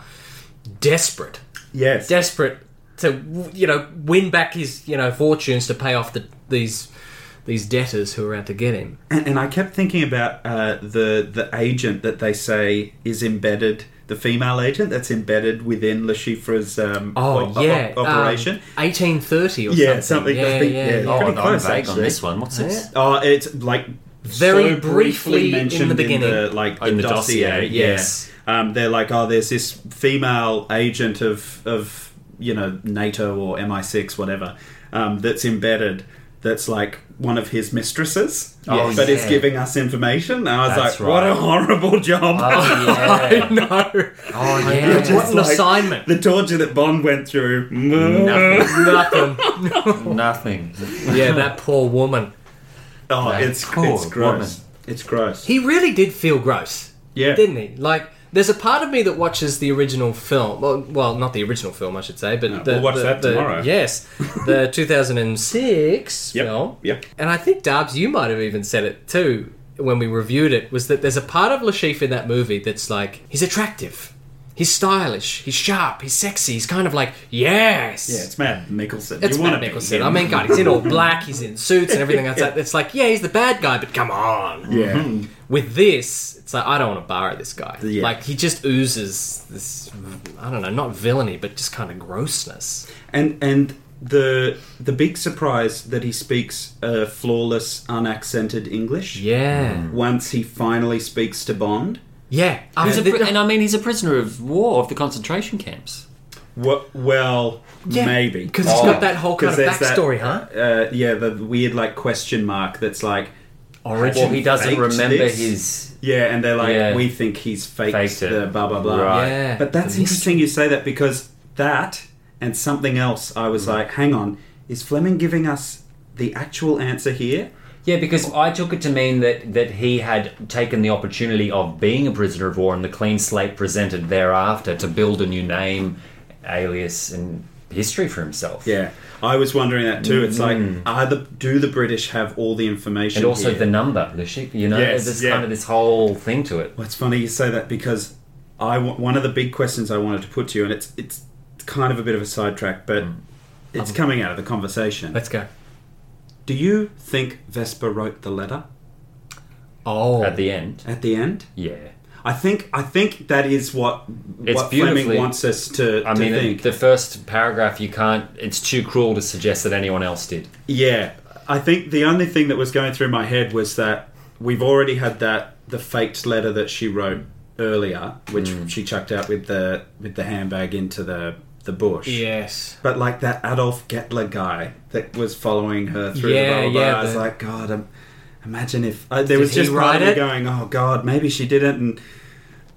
Speaker 1: desperate,
Speaker 3: Yes.
Speaker 1: desperate to you know win back his you know fortunes to pay off the, these these debtors who are out to get him.
Speaker 3: And, and I kept thinking about uh, the the agent that they say is embedded, the female agent that's embedded within Le Chiffre's um,
Speaker 1: Oh
Speaker 3: o- o-
Speaker 1: yeah, um,
Speaker 3: operation.
Speaker 1: 1830 or
Speaker 3: Yeah,
Speaker 1: something.
Speaker 3: something, I think, yeah.
Speaker 2: Oh,
Speaker 3: Pretty
Speaker 2: I'm
Speaker 3: close,
Speaker 2: vague on
Speaker 3: actually.
Speaker 2: this one. What's this?
Speaker 3: Oh, it's like
Speaker 1: Very
Speaker 3: so
Speaker 1: briefly in the beginning.
Speaker 3: the, like
Speaker 2: In
Speaker 3: the
Speaker 2: the
Speaker 3: dossier.
Speaker 2: dossier,
Speaker 3: yeah.
Speaker 2: yes.
Speaker 3: Um, they're like, oh, there's this female agent of of you know NATO or MI6, whatever, um, that's embedded. That's like one of his mistresses,
Speaker 2: Oh,
Speaker 3: but is
Speaker 2: yeah.
Speaker 3: giving us information. And I was
Speaker 2: That's
Speaker 3: like, what
Speaker 2: right.
Speaker 3: a horrible job!
Speaker 2: Oh, yeah.
Speaker 1: no.
Speaker 2: oh,
Speaker 1: Yeah,
Speaker 2: yeah.
Speaker 1: what an
Speaker 3: like-
Speaker 1: assignment.
Speaker 3: the torture that Bond went through.
Speaker 2: Nothing.
Speaker 1: Nothing.
Speaker 2: Nothing.
Speaker 1: Yeah, that poor woman.
Speaker 3: Oh, it's
Speaker 2: poor
Speaker 3: it's gross.
Speaker 2: woman.
Speaker 3: It's gross.
Speaker 1: He really did feel gross,
Speaker 3: yeah.
Speaker 1: didn't he? Like, there's a part of me that watches the original film. Well, well not the original film, I should say, but the,
Speaker 3: we'll watch
Speaker 1: the-
Speaker 3: that
Speaker 1: the-
Speaker 3: tomorrow.
Speaker 1: Yes, the 2006
Speaker 3: Yep.
Speaker 1: film.
Speaker 3: Yep.
Speaker 1: And I think Darbs, you might have even said it too when we reviewed it. Was that there's a part of Lashif in that movie that's like he's attractive, he's stylish, he's sharp, he's sexy, he's kind of like yes,
Speaker 3: Yeah, it's Matt Mickelson.
Speaker 1: It's
Speaker 3: you wanna
Speaker 1: Matt
Speaker 3: be
Speaker 1: Nicholson.
Speaker 3: him.
Speaker 1: I mean, God, he's in all black, he's in suits and everything else. It's like, yeah, he's the bad guy, but come on.
Speaker 3: yeah.
Speaker 1: With this, it's like, I don't want to borrow this guy.
Speaker 3: Yeah.
Speaker 1: Like, he just oozes this, I don't know, not villainy, but just kind of grossness.
Speaker 3: and and the the big surprise that he speaks uh, flawless, unaccented English.
Speaker 1: Yeah.
Speaker 3: Once he finally speaks to Bond,
Speaker 1: Yeah.
Speaker 2: He's a
Speaker 1: Uh,
Speaker 2: pri- and I mean, he's a prisoner of war of the concentration camps.
Speaker 3: Wha- well,
Speaker 1: Yeah,
Speaker 3: maybe
Speaker 1: Because he's
Speaker 2: Oh.
Speaker 1: got that whole kind of
Speaker 3: 'Cause there's that-
Speaker 1: backstory, huh?
Speaker 3: Uh, yeah, the weird like question mark that's like,
Speaker 1: Origin.
Speaker 2: Well, he doesn't
Speaker 3: faked
Speaker 2: remember
Speaker 3: this?
Speaker 2: his.
Speaker 3: yeah, and they're like,
Speaker 2: Yeah.
Speaker 3: we think he's faked,
Speaker 2: Faked it.
Speaker 3: the blah blah blah.
Speaker 2: Right.
Speaker 1: Yeah.
Speaker 3: But that's interesting you say that because that and something else, I
Speaker 2: Mm-hmm.
Speaker 3: was like, hang on, is Fleming giving us the actual answer here?
Speaker 2: Yeah, because I took it to mean that that he had taken the opportunity of being a prisoner of war and the clean slate presented thereafter to build a new name, alias, and history for himself.
Speaker 3: Yeah, I was wondering that too. It's like, are the do the British have all the information?
Speaker 2: Mm. And also
Speaker 3: here?
Speaker 2: the number, the sheep. You know,
Speaker 3: Yes,
Speaker 2: there's
Speaker 3: yeah.
Speaker 2: kind of this whole thing to it.
Speaker 3: Well, it's funny you say that because I wa- one of the big questions I wanted to put to you, and it's it's kind of a bit of a sidetrack, but
Speaker 2: Mm.
Speaker 3: it's
Speaker 2: Um,
Speaker 3: coming out of the conversation.
Speaker 1: Let's go.
Speaker 3: Do you think Vesper wrote the letter
Speaker 1: Oh.
Speaker 2: At the end,
Speaker 3: at the end?
Speaker 2: yeah.
Speaker 3: I think I think that is what
Speaker 2: It's
Speaker 3: what Fleming
Speaker 2: beautifully-
Speaker 3: wants us to,
Speaker 2: I
Speaker 3: to
Speaker 2: mean,
Speaker 3: think.
Speaker 2: the first paragraph, you can't. It's too cruel to suggest that anyone else did.
Speaker 3: Yeah, I think the only thing that was going through my head was that we've already had that the faked letter that she wrote earlier, which
Speaker 2: Hmm.
Speaker 3: she chucked out with the with the handbag into the the bush.
Speaker 1: Yes.
Speaker 3: But like that Adolf Gettler guy that was following her through
Speaker 1: Yeah,
Speaker 3: the blah blah. blah.
Speaker 1: yeah,
Speaker 3: I was
Speaker 1: the-
Speaker 3: like, God, um, imagine if uh, there
Speaker 1: Did
Speaker 3: was
Speaker 1: he
Speaker 3: just part of
Speaker 1: write
Speaker 3: me
Speaker 1: it?
Speaker 3: going, Oh God, maybe she didn't. And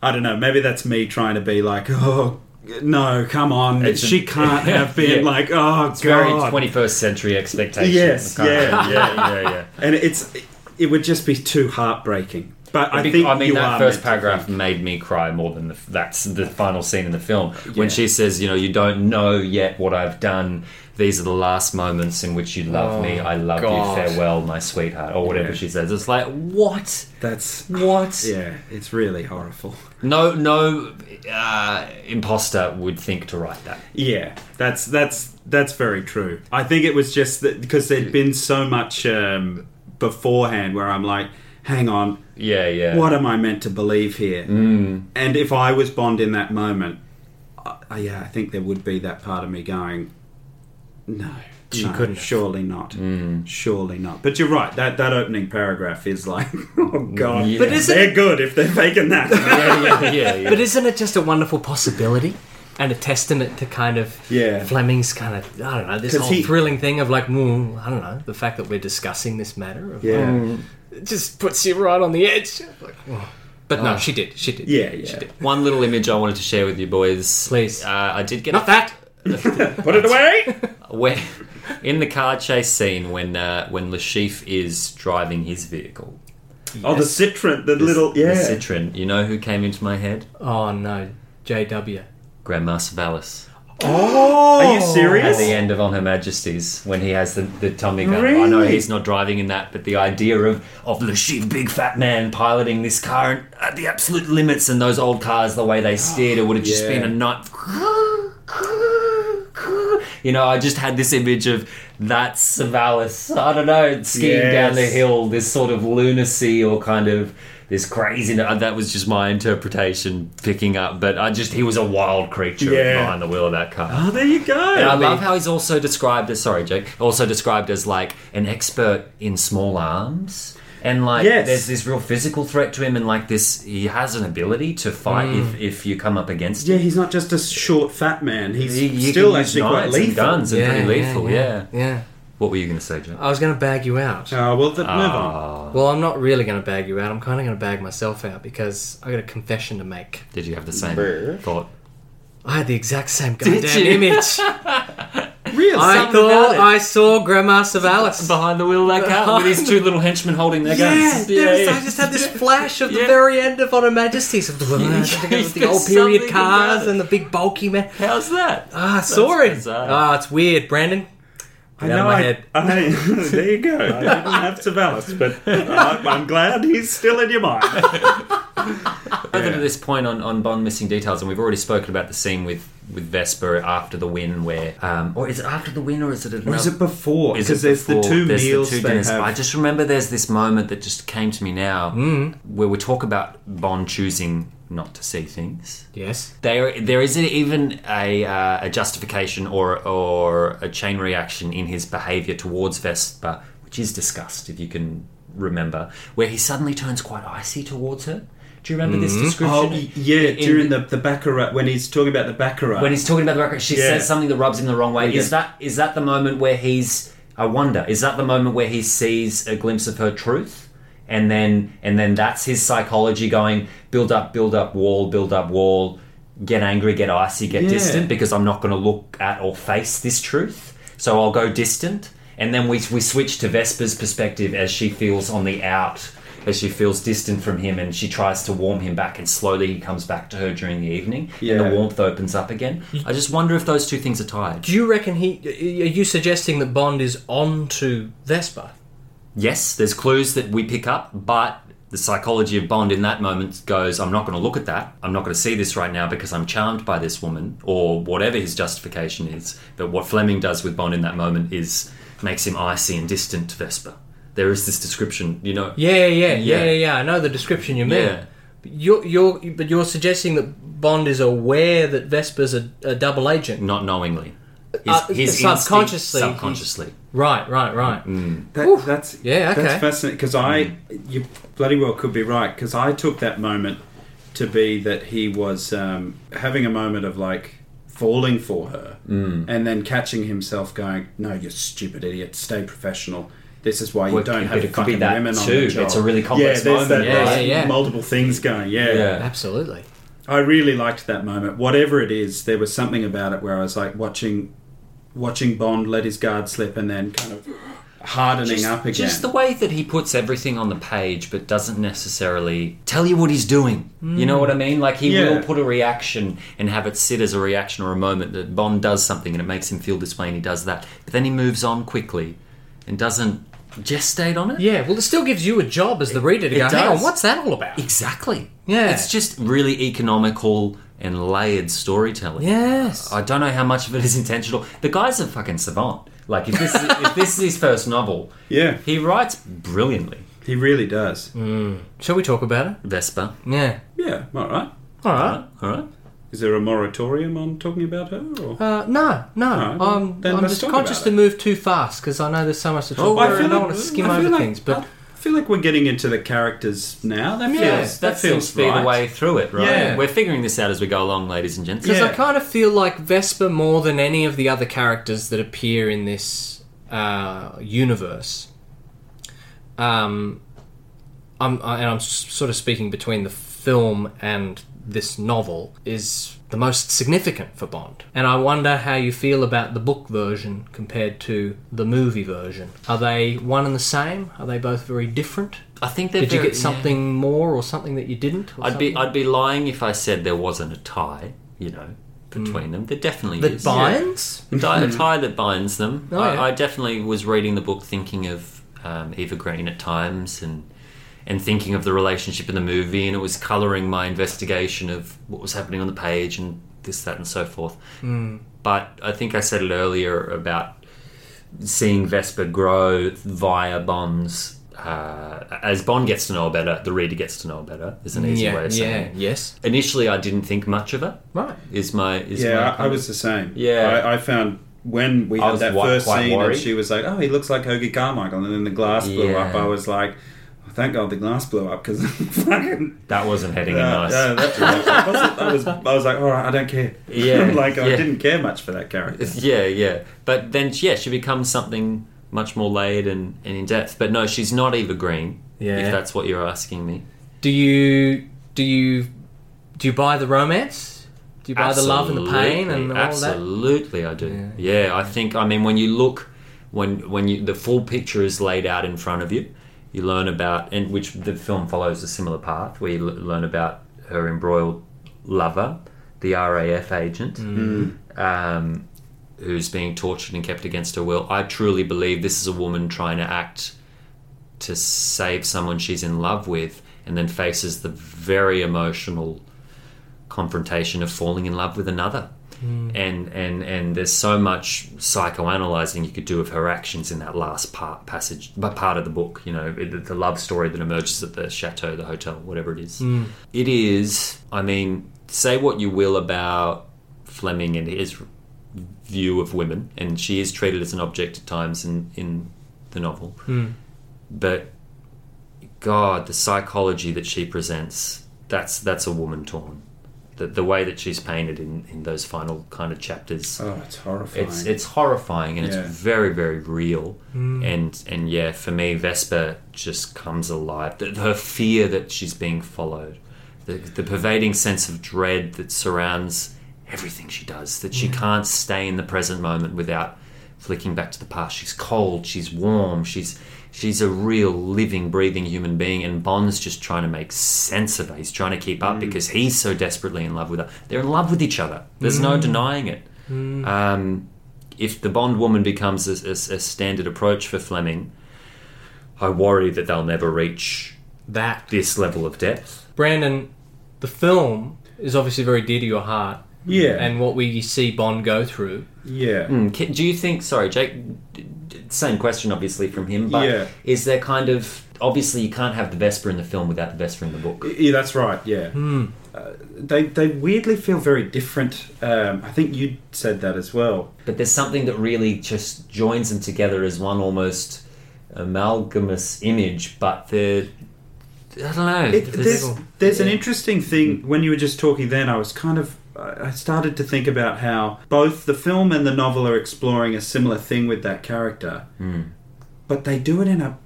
Speaker 3: I don't know. Maybe that's me trying to be like, Oh no, come on,
Speaker 2: It's a-
Speaker 3: she can't have been
Speaker 2: Yeah.
Speaker 3: like, Oh
Speaker 2: It's very
Speaker 3: God,
Speaker 2: 21st century expectation.
Speaker 3: Yes,
Speaker 2: Kind of-
Speaker 3: yeah.
Speaker 2: yeah, yeah, yeah.
Speaker 3: and it's it would just be too heartbreaking. But I
Speaker 2: Be-
Speaker 3: think
Speaker 2: I mean,
Speaker 3: you
Speaker 2: that
Speaker 3: are meant
Speaker 2: first
Speaker 3: to
Speaker 2: paragraph
Speaker 3: think.
Speaker 2: made me cry more than the, that's the final scene in the film
Speaker 3: Yeah.
Speaker 2: when she says, "You know, you don't know yet what I've done. These are the last moments in which you love me. I love
Speaker 1: God.
Speaker 2: you. Farewell, my sweetheart," or whatever
Speaker 3: Yeah.
Speaker 2: she says. It's like what,
Speaker 3: That's
Speaker 2: what?
Speaker 3: yeah, it's really horrible.
Speaker 2: No, no uh, imposter would think to write that.
Speaker 3: Yeah, that's that's that's very true. I think it was just that because there'd been so much um, beforehand where I'm like, hang on,
Speaker 2: Yeah, yeah.
Speaker 3: what am I meant to believe here? Mm. And if I was Bond in that moment, I, I I yeah, I think there would be that part of me going, no, she
Speaker 1: couldn't have.
Speaker 3: Surely not. Surely not. But you're right. That that opening paragraph is like, oh god.
Speaker 2: But
Speaker 1: isn't
Speaker 3: they're good if they're faking that?
Speaker 2: yeah, yeah, yeah.
Speaker 1: But isn't it just a wonderful possibility? And a testament to kind of
Speaker 3: Yeah.
Speaker 1: Fleming's kind of I don't know this
Speaker 3: 'Cause
Speaker 1: whole
Speaker 3: he-
Speaker 1: thrilling thing of like mm, I don't know the fact that we're discussing this matter of,
Speaker 3: yeah.
Speaker 1: it just puts you right on the edge. Like, oh. But no, she did. She did.
Speaker 3: Yeah,
Speaker 1: She
Speaker 3: yeah.
Speaker 1: did.
Speaker 2: One little image I wanted to share with you boys.
Speaker 1: Please.
Speaker 2: Uh, I did get
Speaker 1: Not
Speaker 2: a
Speaker 1: that.
Speaker 3: Put it away.
Speaker 2: where in the car chase scene when uh, when Lashif is driving his vehicle.
Speaker 3: Oh, the citron, the little
Speaker 2: The
Speaker 3: yeah.
Speaker 2: Citroen. You know who came into my head?
Speaker 1: Oh no, JW.
Speaker 2: Grandmaster Valis.
Speaker 3: Are you
Speaker 2: At
Speaker 3: serious?
Speaker 2: the end of On Her Majesty's, when he has the, the Tommy gun. I
Speaker 3: Really?
Speaker 2: know he's not driving in that, but the idea of, of Lashif, big fat man, piloting this car and at the absolute limits and those old cars, the way they steered, it would have just
Speaker 3: Yeah.
Speaker 2: been a night. You know, I just had this image of that's Savalis, I don't know, skiing
Speaker 3: Yes.
Speaker 2: down the hill, this sort of lunacy or kind of this craziness. That was just my interpretation picking up, but I just, he was a wild creature
Speaker 3: Yeah.
Speaker 2: behind the wheel of that car.
Speaker 3: Oh, there you go.
Speaker 2: And I love how he's also described as sorry, Jake. Also described as like an expert in small arms, and like
Speaker 3: Yes.
Speaker 2: there's this real physical threat to him, and like this he has an ability to fight
Speaker 3: Hmm.
Speaker 2: if, if you come up against him.
Speaker 3: Yeah, he's not just a short fat man. He's
Speaker 2: You- you
Speaker 3: still
Speaker 2: can use
Speaker 3: actually quite
Speaker 2: knives and
Speaker 3: lethal.
Speaker 2: guns and pretty lethal. Yeah,
Speaker 1: yeah.
Speaker 2: What were you going to say, Jake?
Speaker 1: I was going to bag you out.
Speaker 3: Oh well, the, never.
Speaker 2: Ah,
Speaker 1: Well, I'm not really going to bag you out. I'm kind of going to bag myself out because I got a confession to make.
Speaker 2: Did you have the same thought?
Speaker 1: I had the exact same goddamn
Speaker 2: you?
Speaker 1: image.
Speaker 3: Really?
Speaker 1: I thought I saw Grandma Savalas.
Speaker 2: Behind the wheel of that car with his two little henchmen holding their
Speaker 1: Yeah,
Speaker 2: guns.
Speaker 1: there was- I just had this flash of the
Speaker 2: Yeah.
Speaker 1: very end of Honor Majesties of the, with the
Speaker 2: there's
Speaker 1: old period
Speaker 2: something
Speaker 1: cars
Speaker 2: about it.
Speaker 1: and the big bulky man.
Speaker 2: How's that?
Speaker 1: Ah, I saw it.
Speaker 2: bizarre.
Speaker 1: Ah, it's weird, Brandon. Get out of my head.
Speaker 3: I, there you go. I didn't have Savalas, but I, I'm glad he's still in your mind.
Speaker 2: Further to this point on, on Bond missing details, and we've already spoken about the scene with, with Vesper after the win, where um, or is it after the win, or is it another?
Speaker 3: Or is it before?
Speaker 2: Is
Speaker 3: Because
Speaker 2: it
Speaker 3: there's the
Speaker 2: before?
Speaker 3: two
Speaker 2: There's the
Speaker 3: meals
Speaker 2: two
Speaker 3: they
Speaker 2: dinners.
Speaker 3: have.
Speaker 2: I just remember there's this moment that just came to me now
Speaker 3: Mm.
Speaker 2: where we talk about Bond choosing not to see things.
Speaker 1: Yes.
Speaker 2: There, there isn't even a, uh, a justification or or a chain reaction in his behaviour towards Vespa, which is discussed if you can remember, where he suddenly turns quite icy towards her. Do you remember this description?
Speaker 3: Oh y- yeah,
Speaker 2: In-
Speaker 3: during the the baccarat when he's talking about the baccarat.
Speaker 2: when he's talking about the record, she
Speaker 3: Yeah.
Speaker 2: says something that rubs him the wrong way. Is
Speaker 3: Yeah.
Speaker 2: that is that the moment where he's? I wonder. Is that the moment where he sees a glimpse of her truth, and then and then that's his psychology going build up, build up, wall, build up, wall, get angry, get icy, get
Speaker 3: Yeah.
Speaker 2: distant because I'm not going to look at or face this truth. So I'll go distant, and then we we switch to Vesper's perspective as she feels on the out. As she feels distant from him and she tries to warm him back, and slowly he comes back to her during the evening. And
Speaker 3: Yeah.
Speaker 2: the warmth warmth opens up again. I just wonder if those two things are tied.
Speaker 1: Do you reckon he? Are you suggesting that Bond is on to Vespa?
Speaker 2: Yes, there's clues that we pick up, but the psychology of Bond in that moment goes, I'm not going to look at that. I'm not going to see this right now because I'm charmed by this woman, or whatever his justification is. But what Fleming does with Bond in that moment is makes him icy and distant to Vespa. There is this description, you know.
Speaker 1: Yeah, yeah, yeah, yeah,
Speaker 2: Yeah.
Speaker 1: yeah. I know the description you mean.
Speaker 2: Yeah.
Speaker 1: But You're, you're, but you're suggesting that Bond is aware that Vespa's a, a double agent.
Speaker 2: Not knowingly. His,
Speaker 1: Uh,
Speaker 2: instinct-
Speaker 1: subconsciously, he-
Speaker 2: subconsciously.
Speaker 1: Right, right, right.
Speaker 3: That-
Speaker 1: Oof.
Speaker 3: that's
Speaker 1: Yeah, okay.
Speaker 3: That's fascinating because I
Speaker 2: Hmm.
Speaker 3: you bloody well could be right because I took that moment to be that he was um, having a moment of like falling for her
Speaker 2: Hmm.
Speaker 3: and then catching himself going, "No, you stupid idiot! Stay professional." This is why you
Speaker 2: Well, it
Speaker 3: don't
Speaker 2: could-
Speaker 3: have
Speaker 2: it could be
Speaker 3: fucking
Speaker 2: that
Speaker 3: women on
Speaker 2: too.
Speaker 3: the job.
Speaker 2: It's a really complex
Speaker 3: yeah, there's
Speaker 2: moment,
Speaker 3: That,
Speaker 1: yeah.
Speaker 3: right,
Speaker 1: Yeah, yeah.
Speaker 3: multiple things going.
Speaker 2: Yeah.
Speaker 1: Absolutely.
Speaker 3: I really liked that moment. Whatever it is, there was something about it where I was like watching, watching Bond let his guard slip and then kind of hardening up again.
Speaker 2: Just the way that he puts everything on the page, but doesn't necessarily tell you what he's doing. You know what I mean? Like he
Speaker 3: Yeah.
Speaker 2: will put a reaction and have it sit as a reaction or a moment that Bond does something and it makes him feel this way and he does that. But then he moves on quickly and doesn't gestate on it.
Speaker 1: Yeah. Well, it still gives you a job as the reader to go. Hang
Speaker 2: does.
Speaker 1: on, what's that all about?
Speaker 2: Exactly.
Speaker 1: Yeah.
Speaker 2: It's just really economical and layered storytelling.
Speaker 1: Yes.
Speaker 2: I don't know how much of it is intentional. The guy's a fucking savant. Like if this is, if this is his first novel,
Speaker 3: yeah,
Speaker 2: he writes brilliantly.
Speaker 3: he really does.
Speaker 1: Shall we talk about it?
Speaker 2: Vespa.
Speaker 1: Yeah.
Speaker 3: Yeah, all right.
Speaker 1: All right.
Speaker 2: All right.
Speaker 3: Is there a moratorium on talking about her? Or?
Speaker 1: Uh, no, no.
Speaker 3: right, well,
Speaker 1: I'm,
Speaker 3: then
Speaker 1: I'm
Speaker 3: let's
Speaker 1: just
Speaker 3: talk
Speaker 1: conscious
Speaker 3: about
Speaker 1: to
Speaker 3: it.
Speaker 1: move too fast because I know there's so much to
Speaker 2: Oh,
Speaker 1: talk about. and I, don't want to skim
Speaker 3: I feel
Speaker 1: over
Speaker 3: like-
Speaker 1: things, but
Speaker 3: I feel like we're getting into the characters now. That feels
Speaker 2: Yeah,
Speaker 3: that,
Speaker 2: that, seems
Speaker 3: feels
Speaker 2: to be
Speaker 3: right.
Speaker 2: the way through it, right?
Speaker 3: Yeah.
Speaker 2: We're figuring this out as we go along, ladies and gents.
Speaker 1: because I
Speaker 3: yeah.
Speaker 1: kind of feel like Vespa more than any of the other characters that appear in this uh, universe. Um, I'm I, and I'm s- sort of speaking between the film and this novel is the most significant for Bond, and I wonder how you feel about the book version compared to the movie version. Are they one and the same? Are they both very different?
Speaker 2: I think they're
Speaker 1: Did you
Speaker 2: very-
Speaker 1: get something more or something that you didn't? or
Speaker 2: I'd be
Speaker 1: something?
Speaker 2: I'd be lying if I said there wasn't a tie, you know, between them. There definitely
Speaker 1: that
Speaker 2: is.
Speaker 1: binds.
Speaker 2: A tie- a tie that binds them.
Speaker 1: Hmm. Oh,
Speaker 2: I,
Speaker 1: yeah.
Speaker 2: I definitely was reading the book thinking of um, Eva Green at times and and thinking of the relationship in the movie and it was colouring my investigation of what was happening on the page and this, that and so forth.
Speaker 1: Hmm.
Speaker 2: But I think I said it earlier about seeing Vesper grow via Bond's uh, as Bond gets to know her better, the reader gets to know her better is an easy
Speaker 1: Mm, Yeah,
Speaker 2: way of saying
Speaker 1: yeah,
Speaker 2: it
Speaker 1: yes,
Speaker 2: initially I didn't think much of her.
Speaker 1: right.
Speaker 2: Is my is
Speaker 3: Yeah,
Speaker 2: my
Speaker 3: I, I was the same.
Speaker 2: Yeah.
Speaker 3: I, I found when we
Speaker 2: I
Speaker 3: had
Speaker 2: was
Speaker 3: that
Speaker 2: wi-
Speaker 3: first
Speaker 2: quite
Speaker 3: scene
Speaker 2: worried.
Speaker 3: and she was like, "Oh, he looks like Hoagie Carmichael," and then the glass blew
Speaker 2: Yeah.
Speaker 3: up. I was like, oh, "Thank God the glass blew up because fucking."
Speaker 2: that wasn't heading
Speaker 3: Uh,
Speaker 2: in nice.
Speaker 3: yeah, that- that wasn't- I, was, I was like, all right, I don't care.
Speaker 2: Yeah,
Speaker 3: like I
Speaker 2: yeah.
Speaker 3: didn't care much for that character.
Speaker 2: yeah, yeah. But then yeah, she becomes something much more laid and, and in depth. But no, she's not Eva Green.
Speaker 1: Yeah.
Speaker 2: If that's what you're asking me.
Speaker 1: Do you do you do you buy the romance? Do you buy the love and the pain and all that?
Speaker 2: Absolutely, I do. Yeah. I think. I mean, when you look, when when you the full picture is laid out in front of you, you learn about and which the film follows a similar path where you l- learn about her embroiled lover, the RAF agent, um, who's being tortured and kept against her will. I truly believe this is a woman trying to act to save someone she's in love with, and then faces the very emotional confrontation of falling in love with another. And, and and there's so much psychoanalyzing you could do of her actions in that last part passage, but part of the book. You know, the, the love story that emerges at the chateau, the hotel, whatever it is. It is. I mean, say what you will about Fleming and his view of women, and she is treated as an object at times in in the novel. But God, the psychology that she presents, that's that's a woman torn. The, the way that she's painted in, in those final kind of chapters,
Speaker 3: Oh, it's horrifying.
Speaker 2: it's it's horrifying and
Speaker 3: Yeah.
Speaker 2: it's very very real. And and yeah, for me, Vespa just comes alive. The, her fear that she's being followed, the, the pervading sense of dread that surrounds everything she does. That she can't stay in the present moment without flicking back to the past. She's cold. She's warm. She's she's a real living, breathing human being. And Bond's just trying to make sense of her. He's trying to keep up because he's so desperately in love with her. They're in love with each other. There's no denying it. Um, if the Bond woman becomes a, a- a standard approach for Fleming, I worry that they'll never reach
Speaker 1: That
Speaker 2: this level of depth.
Speaker 1: Brandon, the film is obviously very dear to your heart,
Speaker 3: yeah,
Speaker 1: and what we see Bond go through.
Speaker 3: yeah.
Speaker 2: Mm, ca- Do you think? Sorry, Jake. d- d- Same question, obviously, from him. But
Speaker 3: Yeah.
Speaker 2: is there kind of obviously you can't have the Vesper in the film without the Vesper in the book?
Speaker 3: Yeah, that's right. Yeah, Uh, they they weirdly feel very different. Um, I think you said that as well.
Speaker 2: But there's something that really just joins them together as one almost amalgamous image. But they're I don't know.
Speaker 3: It,
Speaker 2: There's-
Speaker 3: there's there's an interesting thing when you were just talking. Then I was kind of I I started to think about how both the film and the novel are exploring a similar thing with that character, but they do it in a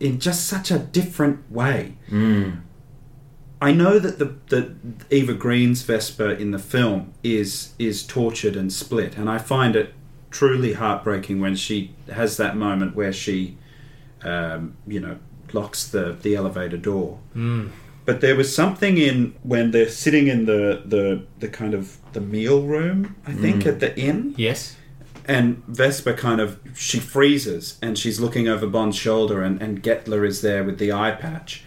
Speaker 3: in just such a different way. I know that the that Eva Green's Vesper in the film is is tortured and split, and I find it truly heartbreaking when she has that moment where she, um, you know, locks the the elevator door. But there was something in when they're sitting in the the the kind of the meal room, I think, at the inn,
Speaker 1: Yes.
Speaker 3: and Vespa kind of she freezes and she's looking over Bond's shoulder and, and Getler is there with the eye patch.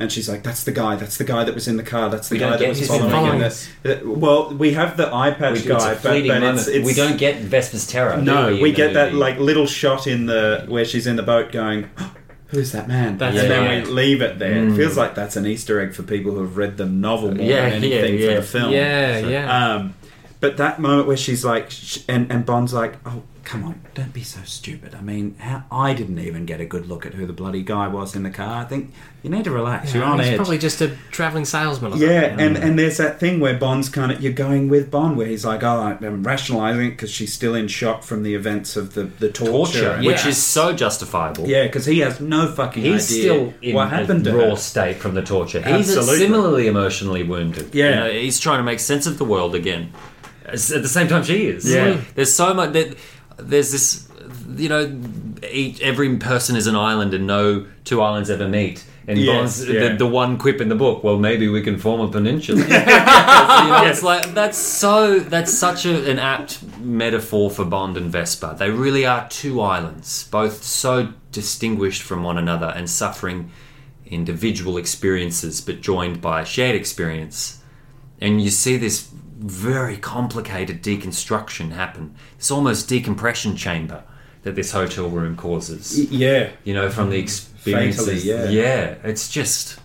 Speaker 3: And she's like, "That's the guy. That's the guy that was in the car. That's the
Speaker 2: We don't
Speaker 3: guy
Speaker 2: get
Speaker 3: that was
Speaker 2: his
Speaker 3: following,
Speaker 1: following
Speaker 3: us." Well, we have the eye patch
Speaker 2: it's a
Speaker 3: guy, but, but
Speaker 2: fleeting
Speaker 3: it's,
Speaker 2: moment.
Speaker 3: it's
Speaker 2: we don't get Vesper's terror. do
Speaker 3: no.
Speaker 2: in
Speaker 3: We
Speaker 2: the
Speaker 3: get that
Speaker 2: movie?
Speaker 3: like little shot in the where she's in the boat going, Who's that man?
Speaker 2: Yeah.
Speaker 3: and then
Speaker 2: right.
Speaker 3: we leave it there. It feels like that's an Easter egg for people who have read the novel more
Speaker 2: Yeah,
Speaker 3: than anything
Speaker 2: yeah,
Speaker 3: for
Speaker 2: yeah.
Speaker 3: the film.
Speaker 1: Yeah, yeah.
Speaker 3: Um, but that moment where she's like, sh- and, and Bond's like, oh, come on, don't be so stupid. I mean, how, I didn't even get a good look at who the bloody guy was in the car. I think you need to relax. You're on
Speaker 1: He's
Speaker 3: edge.
Speaker 1: probably just a traveling salesman. or
Speaker 3: yeah, and, and there's that thing where Bond's kind of you're going with Bond, where he's like, "Oh, I'm rationalising it because she's still in shock from the events of the the torture."
Speaker 2: Torture,
Speaker 3: and-
Speaker 2: which is so justifiable.
Speaker 3: yeah, because he has no fucking
Speaker 2: He's
Speaker 3: idea
Speaker 2: still in
Speaker 3: what happened
Speaker 2: a
Speaker 3: to
Speaker 2: raw
Speaker 3: her.
Speaker 2: state from the torture.
Speaker 3: Absolutely.
Speaker 2: He's similarly emotionally wounded.
Speaker 3: Yeah.
Speaker 2: You know, he's trying to make sense of the world again. As- At the same time, she is.
Speaker 3: Yeah.
Speaker 2: there's so much. That, there's this. You know, each, every person is an island, and no two islands ever meet. And
Speaker 3: Yes,
Speaker 2: Bond's
Speaker 3: yeah.
Speaker 2: the, the one quip in the book. Well, maybe we can form a peninsula. You know, It's like that's so. That's such a, an apt metaphor for Bond and Vespa. They really are two islands, both so distinguished from one another and suffering individual experiences, but joined by a shared experience. And you see this very complicated deconstruction happen. This almost decompression chamber that this hotel room causes
Speaker 3: Yeah,
Speaker 2: you know, from
Speaker 1: Mm.
Speaker 2: the experiences.
Speaker 3: Fatally, yeah.
Speaker 2: it's just,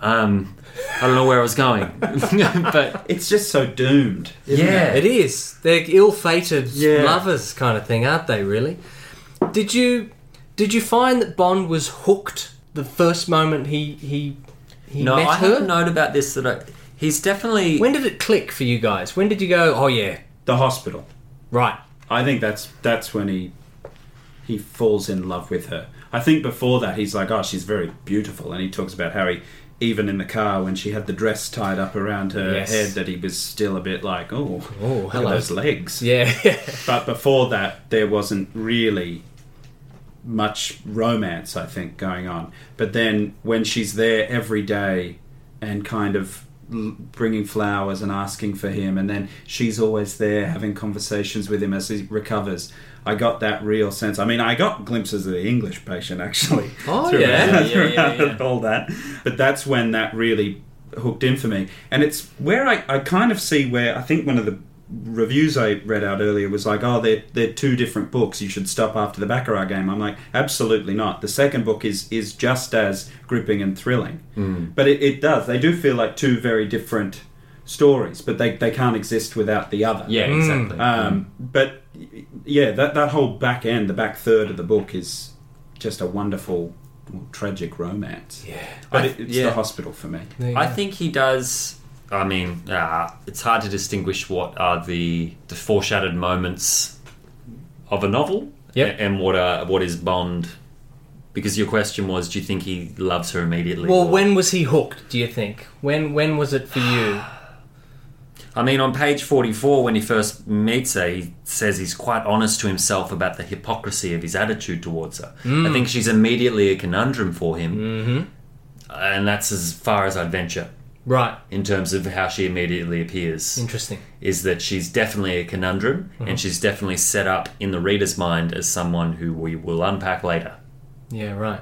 Speaker 2: um, I don't know where I was going, but
Speaker 3: it's just so doomed.
Speaker 2: yeah,
Speaker 1: It is. They're ill-fated
Speaker 3: Yeah.
Speaker 1: lovers, kind of thing, aren't they? Really? Did you did you find that Bond was hooked the first moment he he he
Speaker 2: no,
Speaker 1: met
Speaker 2: I
Speaker 1: her?
Speaker 2: have a note about this that I, he's definitely
Speaker 1: When did it click for you guys? When did you go? Oh yeah,
Speaker 3: The hospital.
Speaker 1: right.
Speaker 3: I think that's that's when he he falls in love with her. I think before that he's like, oh, she's very beautiful, and he talks about how he even in the car when she had the dress tied up around her
Speaker 1: Yes.
Speaker 3: head that he was still a bit like, oh,
Speaker 1: Oh,
Speaker 3: look at
Speaker 1: hello.
Speaker 3: those legs.
Speaker 1: Yeah,
Speaker 3: But before that, there wasn't really much romance, I think, going on. But then when she's there every day and kind of l- bringing flowers and asking for him, and then she's always there having conversations with him as he recovers, I got that real sense. I mean, I got glimpses of the English patient actually.
Speaker 1: Oh, yeah.
Speaker 2: Yeah, yeah, yeah, yeah.
Speaker 3: throughout all that. But that's when that really hooked in for me. And it's where I, I kind of see where I think one of the reviews I read out earlier was like, oh, they're, they're two different books. You should stop after the Baccarat game. I'm like, absolutely not. The second book is, is just as gripping and thrilling. But it, it does. They do feel like two very different stories, but they, they can't exist without the other.
Speaker 2: yeah, exactly.
Speaker 1: Mm.
Speaker 3: Um, but y- yeah, that, that whole back end, the back third of the book is just a wonderful, well, tragic romance. Yeah, but
Speaker 2: I-
Speaker 3: it, it's
Speaker 2: yeah.
Speaker 3: the hospital for me.
Speaker 2: I think he does. I mean, uh, it's hard to distinguish what are the, the foreshadowed moments of a novel
Speaker 1: Yep.
Speaker 2: a- and what are what is Bond. Because your question was, do you think he loves her immediately?
Speaker 1: Well,
Speaker 2: or-
Speaker 1: when was he hooked? Do you think? When when was it for you?
Speaker 2: I mean, on page 44, when he first meets her, he says he's quite honest to himself about the hypocrisy of his attitude towards her. I think she's immediately a conundrum for him. Mm-hmm. And that's as far as I'd venture
Speaker 1: Right.
Speaker 2: in terms of how she immediately appears.
Speaker 1: Interesting.
Speaker 2: Is that she's definitely a conundrum and she's definitely set up in the reader's mind as someone who we will unpack later.
Speaker 1: Yeah. Right.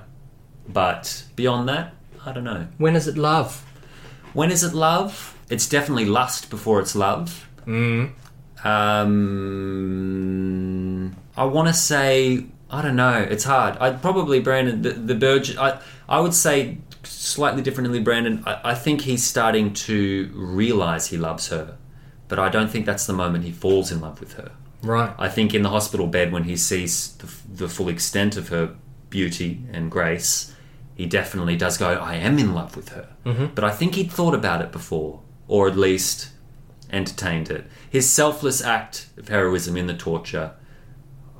Speaker 2: But beyond that, I don't know.
Speaker 1: When is it love?
Speaker 2: When is it love? It's definitely lust before it's love. Um, I want to say I don't know. It's hard. I'd probably Brandon the, the Burge. I I would say slightly differently. Brandon, I, I think he's starting to realize he loves her, but I don't think that's the moment he falls in love with her.
Speaker 1: Right.
Speaker 2: I think in the hospital bed when he sees the, the full extent of her beauty and grace, he definitely does go, I am in love with her. But I think he'd thought about it before, or at least entertained it. His selfless act of heroism in the torture,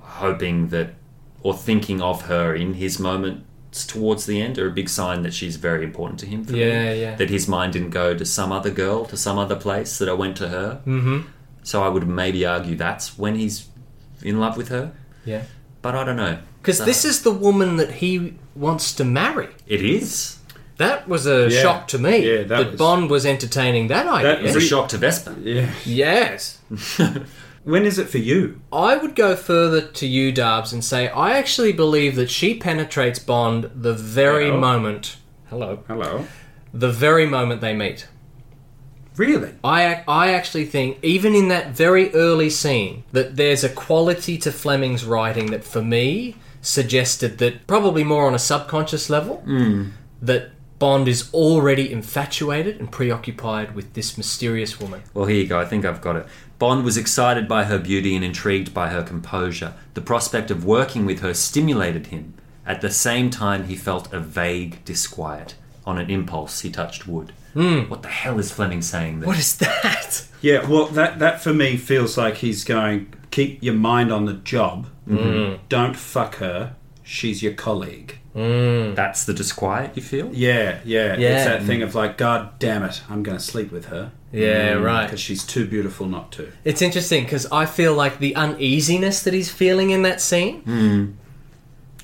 Speaker 2: hoping that, or thinking of her in his moments towards the end, are a big sign that she's very important to him. For
Speaker 1: Yeah,
Speaker 2: me.
Speaker 1: yeah.
Speaker 2: That his mind didn't go to some other girl, to some other place, that I went to her.
Speaker 1: Mm-hmm.
Speaker 2: So I would maybe argue that's when he's in love with her.
Speaker 1: Yeah.
Speaker 2: But I don't know.
Speaker 1: Because this is the woman that he wants to marry.
Speaker 2: It is.
Speaker 1: That was a
Speaker 3: Yeah.
Speaker 1: shock to me.
Speaker 3: Yeah, that was-
Speaker 1: Bond was entertaining that idea.
Speaker 3: That
Speaker 2: It's a shock to Vespa.
Speaker 3: Yeah.
Speaker 1: yes.
Speaker 3: When is it for you?
Speaker 1: I would go further to you, Darbs, and say I actually believe that she penetrates Bond the very
Speaker 3: Hello.
Speaker 1: moment. Hello.
Speaker 3: Hello.
Speaker 1: The very moment they meet.
Speaker 3: Really?
Speaker 1: I, I actually think, even in that very early scene, that there's a quality to Fleming's writing that for me suggested that probably more on a subconscious level that Bond is already infatuated and preoccupied with this mysterious woman.
Speaker 2: Well, here you go. I think I've got it. Bond was excited by her beauty and intrigued by her composure. The prospect of working with her stimulated him. At the same time, he felt a vague disquiet. On an impulse, he touched wood. What the hell is Fleming saying there?
Speaker 1: Hmm. What is that?
Speaker 3: Yeah, well, that that for me feels like he's going. Keep your mind on the job. Don't fuck her. She's your colleague.
Speaker 2: That's the disquiet you feel?
Speaker 3: Yeah, yeah,
Speaker 1: Yeah.
Speaker 3: It's that thing of like, God damn it, I'm going to sleep with her
Speaker 1: Yeah, right.
Speaker 3: because she's too beautiful not to.
Speaker 1: It's interesting because I feel like the uneasiness that he's feeling in that scene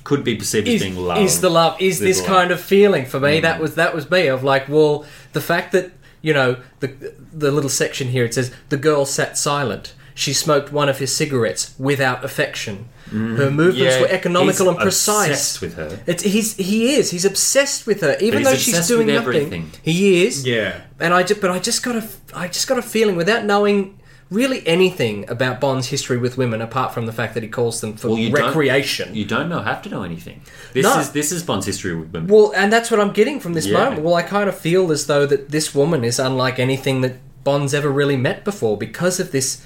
Speaker 2: Could be perceived as
Speaker 1: is,
Speaker 2: being love.
Speaker 1: is the love. Is
Speaker 2: With Mm.
Speaker 1: this
Speaker 2: love.
Speaker 1: kind of feeling for me? That was that was me of like, well, the fact that you know the the little section here it says the girl sat silent. She smoked one of his cigarettes without affection. Her movements
Speaker 2: Mm. Yeah,
Speaker 1: were economical
Speaker 2: he's
Speaker 1: and precise.
Speaker 2: obsessed with her.
Speaker 1: It's, he's he is he's obsessed with her, even
Speaker 2: he's
Speaker 1: though she's
Speaker 2: obsessed
Speaker 1: doing
Speaker 2: with
Speaker 1: nothing.
Speaker 2: everything.
Speaker 1: He is.
Speaker 3: Yeah,
Speaker 1: And I just, but I just got a, I just got a feeling without knowing really anything about Bond's history with women, apart from the fact that he calls them for
Speaker 2: Well, you don't-
Speaker 1: recreation.
Speaker 2: You don't know, have to know anything. This
Speaker 1: No.
Speaker 2: is this is Bond's history with women.
Speaker 1: Well, and that's what I'm getting from this
Speaker 2: Yeah.
Speaker 1: moment. Well, I kind of feel as though that this woman is unlike anything that Bond's ever really met before because of this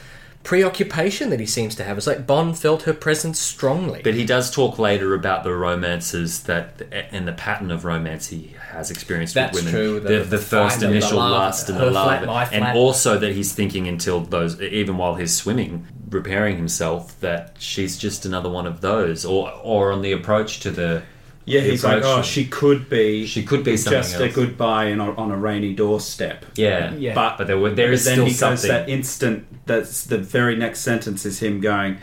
Speaker 1: preoccupation that he seems to have. It's like Bond felt her presence strongly.
Speaker 2: But he does talk later about the romances that and the pattern of romance he has experienced
Speaker 1: That's
Speaker 2: with women.
Speaker 1: true,
Speaker 2: The,
Speaker 1: the-
Speaker 2: the
Speaker 1: the
Speaker 2: first
Speaker 1: find and the
Speaker 2: initial
Speaker 1: love,
Speaker 2: lust and
Speaker 1: her
Speaker 2: the love,
Speaker 1: flat, my
Speaker 2: and
Speaker 1: flat.
Speaker 2: also that he's thinking until those, even while he's swimming, repairing himself, that she's just another one of those, or or on the approach to the.
Speaker 3: yeah.
Speaker 2: the
Speaker 3: He's like,
Speaker 2: approach-
Speaker 3: oh, she could be.
Speaker 2: She could be something
Speaker 3: just
Speaker 2: else.
Speaker 3: a goodbye in a, on a rainy doorstep.
Speaker 2: yeah,
Speaker 1: Yeah.
Speaker 2: But, there were there is
Speaker 3: then
Speaker 2: still
Speaker 3: he goes
Speaker 2: something.
Speaker 3: that instant. That's the very next sentence is him going.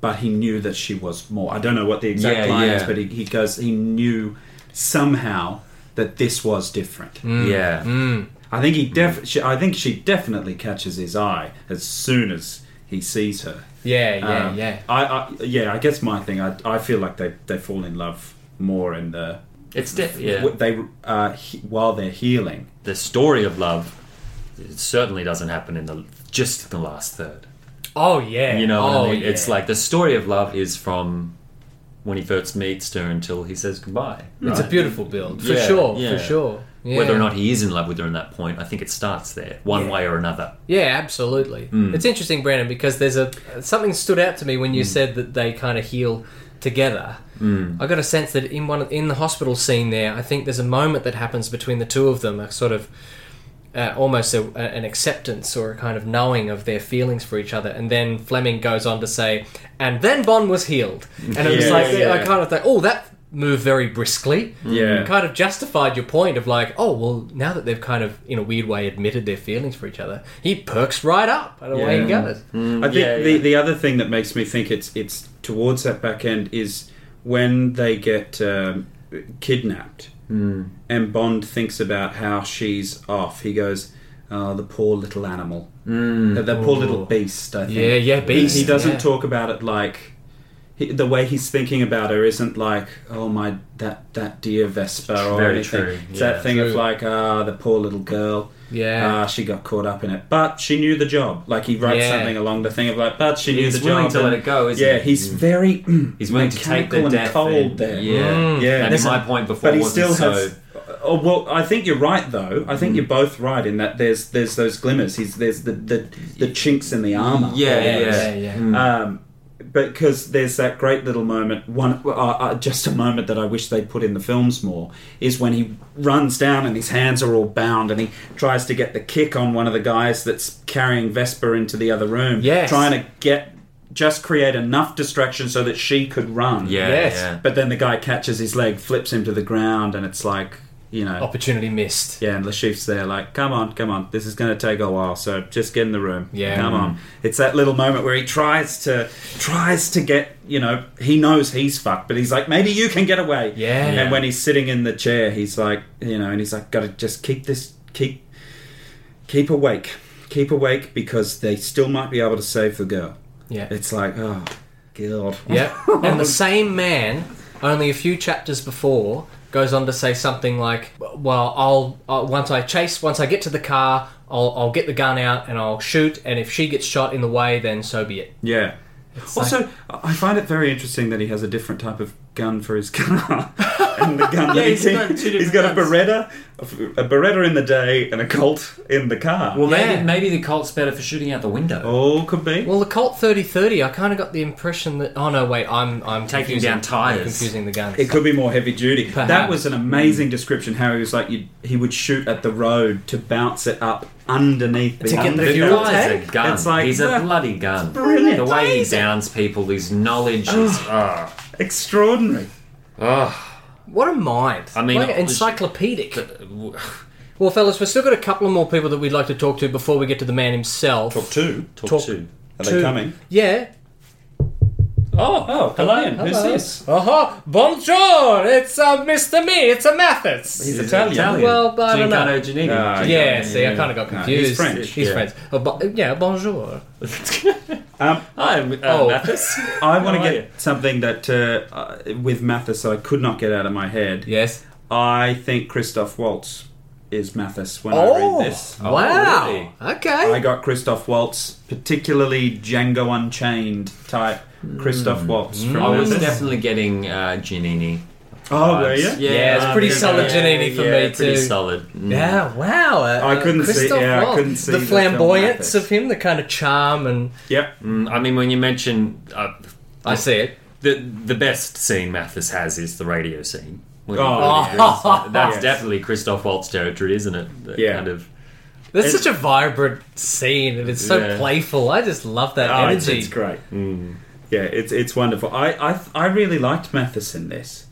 Speaker 3: But he knew that she was more. I don't know what the exact
Speaker 2: Yeah,
Speaker 3: line is,
Speaker 2: yeah.
Speaker 3: but he, he goes. He knew somehow that this was different.
Speaker 2: yeah,
Speaker 1: Mm.
Speaker 2: Mm.
Speaker 3: I think he def- she, I think she definitely catches his eye as soon as he sees her.
Speaker 1: yeah,
Speaker 2: Ah.
Speaker 1: yeah,
Speaker 3: Um,
Speaker 1: yeah.
Speaker 3: I, I yeah. I guess my thing. I, I feel like they, they fall in love more in the
Speaker 2: it's def- yeah.
Speaker 3: w- they uh, he, while they're healing.
Speaker 2: the story of love it certainly doesn't happen in the just the last third.
Speaker 1: Oh yeah.
Speaker 2: You know what
Speaker 1: oh,
Speaker 2: I mean?
Speaker 1: yeah.
Speaker 2: It's like the story of love is from when he first meets her until he says goodbye.
Speaker 1: it's a beautiful build for
Speaker 2: Yeah,
Speaker 1: sure,
Speaker 2: yeah.
Speaker 1: for sure. Hmm. Yeah.
Speaker 2: Whether or not he is in love with her in that point, I think it starts there, one way or another.
Speaker 1: Yeah, absolutely.
Speaker 3: Hmm.
Speaker 1: It's interesting, Brandon, because there's a something stood out to me when you said that they kind of heal together.
Speaker 3: Hmm.
Speaker 1: Mm. I got a sense that in one in the hospital scene there, I think there's a moment that happens between the two of them, a sort of uh, almost a, a- an acceptance or a kind of knowing of their feelings for each other. And then Fleming goes on to say, "And then Bond was healed," and it was
Speaker 3: Yeah,
Speaker 1: like
Speaker 3: yeah.
Speaker 1: I kind of thought, "Oh, that." Move very briskly.
Speaker 3: Yeah.
Speaker 1: It kind of justified your point of like, oh well, now that they've kind of in a weird way admitted their feelings for each other, he perks right up and away he goes.
Speaker 3: I think
Speaker 2: Mm, Yeah,
Speaker 3: the,
Speaker 2: yeah.
Speaker 3: the other thing that makes me think it's it's towards that back end is when they get um, kidnapped
Speaker 2: Mm.
Speaker 3: and Bond thinks about how she's off. He goes, "Oh, the poor little animal,
Speaker 2: Mm.
Speaker 3: the, the poor little beast." I think.
Speaker 1: Yeah, yeah,
Speaker 3: He-
Speaker 1: beast,
Speaker 3: He, doesn't
Speaker 1: yeah.
Speaker 3: talk about it like he, the way he's thinking about her isn't like, "Oh my, that that dear Vespa" or
Speaker 2: Very
Speaker 3: anything.
Speaker 2: true,
Speaker 3: It's
Speaker 2: yeah.
Speaker 3: that thing of
Speaker 1: True.
Speaker 3: like, "Ah, the poor little girl."
Speaker 1: Yeah.
Speaker 3: Ah, she got caught up in it, but she knew the job. Like he writes
Speaker 1: Yeah.
Speaker 3: something along the thing of like, but she knew
Speaker 2: He's
Speaker 3: the
Speaker 2: willing
Speaker 3: job.
Speaker 2: to
Speaker 3: and-
Speaker 2: let it go, isn't
Speaker 3: yeah,
Speaker 2: he?
Speaker 3: he's very mm,
Speaker 2: He's willing to take
Speaker 3: mechanical
Speaker 2: the
Speaker 3: and
Speaker 2: death.
Speaker 3: cold
Speaker 2: and-
Speaker 3: there.
Speaker 2: Yeah.
Speaker 1: Hmm.
Speaker 3: Yeah.
Speaker 2: Maybe
Speaker 3: Listen,
Speaker 2: my point before
Speaker 3: But he
Speaker 2: wasn't
Speaker 3: still has.
Speaker 2: so. Mm.
Speaker 3: Oh, well, I think you're right though. I think you're both right in that there's there's those glimmers. He's there's the the, the chinks in the armor.
Speaker 2: Yeah, yeah, yeah.
Speaker 1: yeah, yeah.
Speaker 3: Um, because there's that great little moment, one uh, uh, just a moment that I wish they put in the films more, is when he runs down and his hands are all bound and he tries to get the kick on one of the guys that's carrying Vesper into the other room,
Speaker 1: Yes.
Speaker 3: trying to get just create enough distraction so that she could run.
Speaker 2: Yeah,
Speaker 1: Yes.
Speaker 2: yeah.
Speaker 3: But then the guy catches his leg, flips him to the ground, and it's like you
Speaker 1: Oh,
Speaker 3: know.
Speaker 1: Opportunity missed.
Speaker 3: Yeah, and Lashif's there, like, come on, come on, this is going to take a while, so just get in the room.
Speaker 1: Yeah. Mm.
Speaker 3: come on. It's that little moment where he tries to tries to get, you know, he knows he's fucked, but he's like, maybe you can get away.
Speaker 1: Yeah.
Speaker 3: And when he's sitting in the chair, he's like, you know, and he's like, got to just keep this, keep, keep awake, keep awake, because they still might be able to save the girl.
Speaker 1: Yeah.
Speaker 3: It's like, oh, god.
Speaker 1: Yeah. And the same man, only a few chapters before, goes on to say something like, "Well, I'll, I'll once I chase, once I get to the car, I'll, I'll get the gun out and I'll shoot, and if she gets shot in the way, then so be it."
Speaker 3: Yeah. also, I find it very interesting that he has a different type of gun for his car. and the gun that
Speaker 8: he's
Speaker 3: he-
Speaker 8: got two different
Speaker 3: he's got a
Speaker 8: guns.
Speaker 3: Beretta, a Beretta in the day, and a Colt in the car.
Speaker 2: Well,
Speaker 1: Yeah.
Speaker 2: maybe, maybe the Colt's better for shooting out the window.
Speaker 3: all could be.
Speaker 1: Well, the Colt 3030, I kind of got the impression that. Oh no, wait, I'm I'm
Speaker 2: Taking
Speaker 1: confusing-
Speaker 2: down tyres.
Speaker 1: I'm confusing the guns.
Speaker 3: It could be more heavy duty. That
Speaker 1: Perhaps.
Speaker 3: was an amazing description. How he was like, you'd, he would shoot at the road to bounce it up underneath the
Speaker 1: To get the
Speaker 3: undercut.
Speaker 1: fuel
Speaker 2: guy's a gun.
Speaker 3: It's like ah,
Speaker 2: he's a
Speaker 3: well,
Speaker 2: bloody gun.
Speaker 3: brilliant.
Speaker 2: The way he downs people, his knowledge is. ah.
Speaker 3: extraordinary.
Speaker 1: What a mind!
Speaker 2: I mean,
Speaker 1: Like
Speaker 2: it was-
Speaker 1: encyclopedic. Well, fellas, we've still got a couple of more people that we'd like to talk to before we get to the man himself.
Speaker 3: Two.
Speaker 2: Talk,
Speaker 1: Talk-
Speaker 2: to.
Speaker 3: Are they
Speaker 1: Two.
Speaker 3: coming?
Speaker 1: Yeah.
Speaker 2: Oh, oh, hello.
Speaker 3: Who's this?
Speaker 1: Aha! Uh-huh. Bonjour! It's uh, Mr. Me. It's a Mathis.
Speaker 3: He's Italian.
Speaker 1: Well, I don't know.
Speaker 2: Giancarlo Giannini.
Speaker 3: Ah,
Speaker 2: Giancarlo
Speaker 1: yeah,
Speaker 2: Giannini.
Speaker 1: see, I kind of got confused.
Speaker 3: he's French.
Speaker 1: He's
Speaker 2: Yeah.
Speaker 1: French. Oh, bo- yeah, bonjour.
Speaker 2: Hi, I'm uh,
Speaker 1: Oh.
Speaker 2: Mathis.
Speaker 3: I want to
Speaker 2: How are
Speaker 3: get
Speaker 2: you?
Speaker 3: something that uh, uh, with Mathis that I could not get out of my head.
Speaker 1: Yes.
Speaker 3: I think Christoph Waltz is Mathis when I
Speaker 1: Oh,
Speaker 3: read this.
Speaker 1: wow.
Speaker 2: really?
Speaker 1: Okay.
Speaker 3: I got Christoph Waltz, particularly Django Unchained type
Speaker 1: Hmm.
Speaker 3: Christoph Waltz. From
Speaker 2: I was
Speaker 3: Mathis.
Speaker 2: definitely getting uh, Giannini.
Speaker 3: Oh, were you?
Speaker 2: Yeah,
Speaker 1: Yeah, it's pretty solid Giannini for
Speaker 2: yeah,
Speaker 1: me
Speaker 2: Pretty
Speaker 1: too.
Speaker 2: solid. Mm.
Speaker 1: Yeah, wow. uh,
Speaker 3: I couldn't see-
Speaker 1: Christoph
Speaker 3: yeah, I
Speaker 1: Waltz.
Speaker 3: couldn't see
Speaker 1: the
Speaker 3: the
Speaker 1: flamboyance
Speaker 3: film
Speaker 1: of him, the kind of charm, and
Speaker 3: Yep.
Speaker 2: Mm, I mean, when you mention uh,
Speaker 1: I see it.
Speaker 2: the the best scene Mathis has is the radio scene. When he-
Speaker 3: Oh.
Speaker 2: when he does- that's
Speaker 3: Yes.
Speaker 2: definitely Christoph Waltz territory, isn't it? That
Speaker 3: Yeah.
Speaker 2: Kind of.
Speaker 1: That's such a vibrant scene, and it's so
Speaker 2: Yeah.
Speaker 1: playful. I just love that
Speaker 3: Oh, it's,
Speaker 1: energy.
Speaker 3: it's great. Hmm. Yeah, it's it's wonderful. I I, I really liked Mathis in this.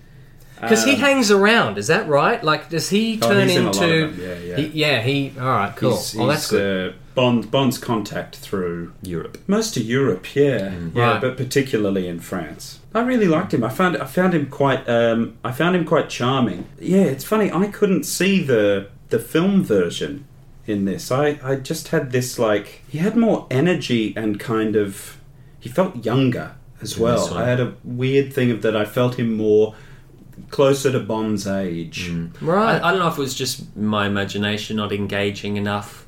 Speaker 1: Because he hangs around, is that right? Like, does he
Speaker 3: Um, Oh,
Speaker 1: turn
Speaker 3: he's in a lot of
Speaker 1: into?
Speaker 3: them, yeah, yeah.
Speaker 1: He, yeah, he. All right, cool.
Speaker 3: He's-
Speaker 1: oh, that's
Speaker 3: he's,
Speaker 1: good.
Speaker 3: Uh, Bond Bond's contact through
Speaker 2: Europe.
Speaker 3: most of Europe, yeah, yeah,
Speaker 2: Mm.
Speaker 1: Right.
Speaker 3: but particularly in France. I really liked him. I found I found him quite um, I found him quite charming. Yeah, it's funny. I couldn't see the the film version in this. I I just had this like he had more energy and kind of he felt younger as well.
Speaker 2: one.
Speaker 3: I had a weird thing of that. I felt him more closer to Bond's age.
Speaker 2: I,
Speaker 1: right.
Speaker 2: I don't know if it was just my imagination not engaging enough.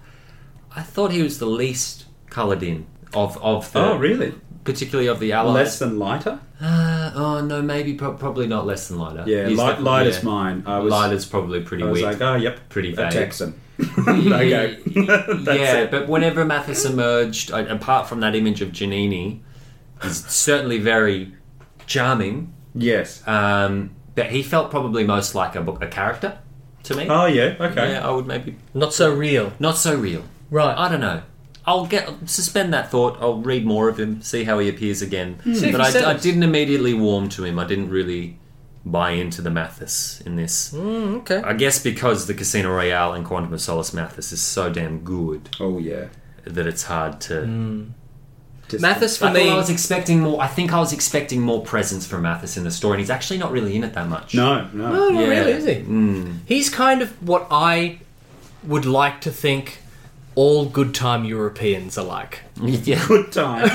Speaker 2: I thought he was the least coloured in of of the.
Speaker 3: Oh, really?
Speaker 2: Particularly of the allies.
Speaker 3: Less than lighter.
Speaker 2: Uh, oh no, maybe pro- probably not less than lighter.
Speaker 3: Yeah,
Speaker 2: He's
Speaker 3: light,
Speaker 2: definitely-
Speaker 3: lighter's
Speaker 2: yeah.
Speaker 3: mine. I was
Speaker 2: Lighter's probably pretty
Speaker 3: I was
Speaker 2: weak.
Speaker 3: like, oh, yep,
Speaker 2: pretty
Speaker 3: a
Speaker 2: vague.
Speaker 3: Texan.
Speaker 2: yeah,
Speaker 3: okay.
Speaker 2: yeah but whenever Mathis emerged, I, apart from that image of Janini, he's certainly very charming.
Speaker 3: Yes.
Speaker 2: Um, but he felt probably most like a, book, a character to me.
Speaker 3: Oh yeah. Okay.
Speaker 2: Yeah, I would maybe
Speaker 1: Not so real.
Speaker 2: not so real.
Speaker 1: Right.
Speaker 2: I don't know. I'll get suspend that thought. I'll read more of him, see how he appears again.
Speaker 1: Hmm. See if
Speaker 2: But
Speaker 1: he
Speaker 2: I, I
Speaker 1: settles.
Speaker 2: didn't immediately warm to him. I didn't really buy into the Mathis in this.
Speaker 1: Mm, okay.
Speaker 2: I guess because the Casino Royale and Quantum of Solace Mathis is so damn good
Speaker 3: Oh yeah.
Speaker 2: that it's hard to.
Speaker 3: Just-
Speaker 1: Mathis Mm. for
Speaker 2: I
Speaker 1: me.
Speaker 2: thought I was expecting more. I think I was expecting more presence from Mathis in the story, and he's actually not really in it that much.
Speaker 3: No, no.
Speaker 1: No, Oh, not
Speaker 2: Yeah.
Speaker 1: really, is he?
Speaker 3: Mm.
Speaker 1: He's kind of what I would like to think all good time Europeans are like.
Speaker 2: yeah,
Speaker 3: Good time.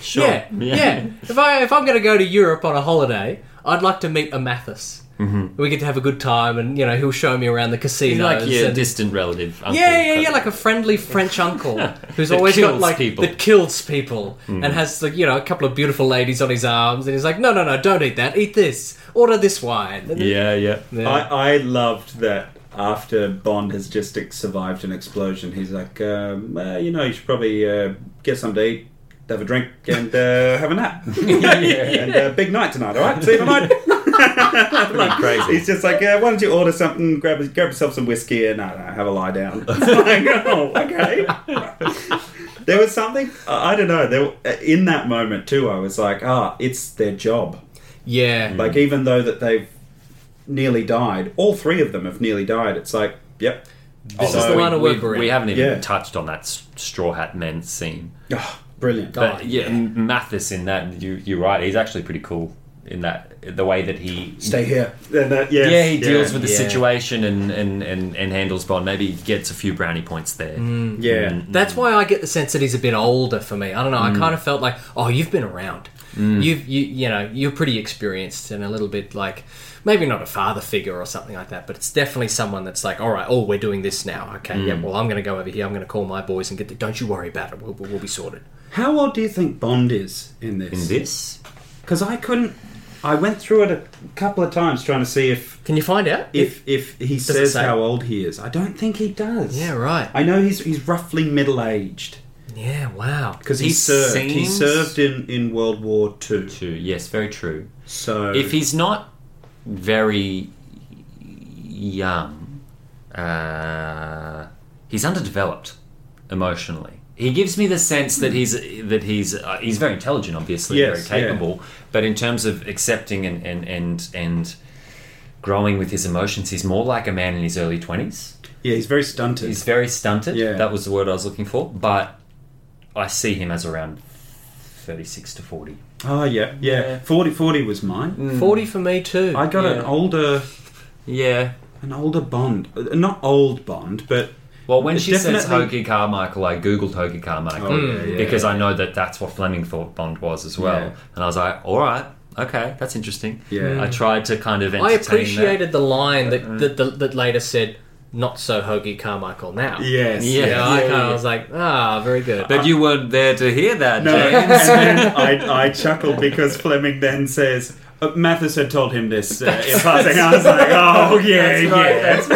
Speaker 2: sure.
Speaker 1: Yeah, yeah. if I if I'm going to go to Europe on a holiday, I'd like to meet a Mathis. Mm-hmm. We get to have a good time, and you know he'll show me around the
Speaker 2: He's
Speaker 1: casinos.
Speaker 2: like your
Speaker 1: and-
Speaker 2: distant relative. Uncle,
Speaker 1: yeah, yeah,
Speaker 2: but-
Speaker 1: yeah, like a friendly French uncle who's always got
Speaker 2: kills
Speaker 1: like
Speaker 2: people. Mm.
Speaker 1: that kills people and has like you know a couple of beautiful ladies on his arms, and he's like, no, no, no, don't eat that. Eat this. Order this wine. And then-
Speaker 2: yeah, yeah.
Speaker 3: I, I loved that. After Bond has just ex- survived an explosion, he's like, um, uh, you know, you should probably uh, get some to eat, have a drink, and uh, have a nap. And uh, big night tonight, all right? See you tonight. like, crazy. He's just like, uh, why don't you order something, grab, grab yourself some whiskey, and uh, have a lie down. It's like, oh, okay. there was something, I I don't know, there, uh, in that moment too, I was like, ah, it's their job.
Speaker 1: yeah.
Speaker 3: Like even though that they've nearly died, all three of them have nearly died. It's like, yep.
Speaker 1: Oh, This is the
Speaker 2: we-
Speaker 1: line of
Speaker 2: we,
Speaker 1: work we're in.
Speaker 2: we haven't even
Speaker 3: Yeah.
Speaker 2: touched on that s- Straw Hat Men scene.
Speaker 3: Oh, brilliant.
Speaker 2: But
Speaker 1: Oh,
Speaker 2: yeah, M- Mathis in that, you, you're right. He's actually pretty cool in that the way that he
Speaker 3: Stay here. And that, yes,
Speaker 2: yeah, he deals with the
Speaker 1: yeah.
Speaker 2: situation and, and, and, and handles Bond. Maybe he gets a few brownie points there.
Speaker 3: Yeah.
Speaker 1: That's why I get the sense that he's a bit older for me. I don't know. I kind of felt like, oh, you've been around. You've you you know you're pretty experienced and a little bit like maybe not a father figure or something like that, but it's definitely someone that's like, all right, oh, we're doing this now. Okay, yeah. Well, I'm going to go over here. I'm going to call my boys and get. The, don't you worry about it. We'll, we'll, we'll be sorted.
Speaker 3: How old do you think Bond is in
Speaker 2: In
Speaker 3: this?
Speaker 2: this?
Speaker 3: Because I couldn't. I went through it a couple of times trying to see if
Speaker 1: Can you find out?
Speaker 3: if if he
Speaker 1: it
Speaker 3: says
Speaker 1: say?
Speaker 3: how old he is. I don't think he does.
Speaker 1: yeah, right.
Speaker 3: I know he's he's roughly middle aged
Speaker 1: Yeah, wow.
Speaker 3: because he,
Speaker 2: He
Speaker 3: served. He
Speaker 2: seems-
Speaker 3: served in in World War Two.
Speaker 2: True. Yes, very true.
Speaker 3: So
Speaker 2: If he's not very young, uh, he's underdeveloped emotionally. He gives me the sense that he's that he's uh, he's very intelligent, obviously,
Speaker 3: Yes,
Speaker 2: very
Speaker 3: yeah.
Speaker 2: capable. But in terms of accepting and and and and growing with his emotions, he's more like a man in his early twenties.
Speaker 3: yeah, he's very stunted.
Speaker 2: He's very stunted.
Speaker 3: Yeah.
Speaker 2: That was the word I was looking for. But I see him as around thirty-six to forty.
Speaker 3: oh yeah, yeah,
Speaker 2: Yeah.
Speaker 3: 40, 40 was mine.
Speaker 1: 40 for me too.
Speaker 3: I got an
Speaker 2: Yeah.
Speaker 3: older
Speaker 2: Yeah.
Speaker 3: an older Bond, Uh, not old Bond, but
Speaker 2: Well, when
Speaker 3: It's
Speaker 2: she says
Speaker 3: definitely-
Speaker 2: Hoagie Carmichael, I googled Hoagie Carmichael
Speaker 3: Oh, yeah, yeah,
Speaker 2: Hmm. because I know that that's what Fleming thought Bond was as well.
Speaker 3: Yeah.
Speaker 2: And I was like, all right, okay, that's interesting.
Speaker 3: Yeah.
Speaker 2: I tried to kind of
Speaker 1: I
Speaker 2: entertain
Speaker 1: appreciated the line that, that, that, that later said, not so Hoagie Carmichael now.
Speaker 3: yes,
Speaker 2: Yeah.
Speaker 1: Yeah, I, kinda
Speaker 2: yeah.
Speaker 1: was like, ah, very good.
Speaker 2: that. But you weren't there to hear that,
Speaker 3: No,
Speaker 2: James.
Speaker 3: and then I, I chuckled because Fleming then says, uh, Mathis had told him this uh, in passing. I was like, oh, yeah,
Speaker 2: That's right,
Speaker 3: yeah.
Speaker 2: that's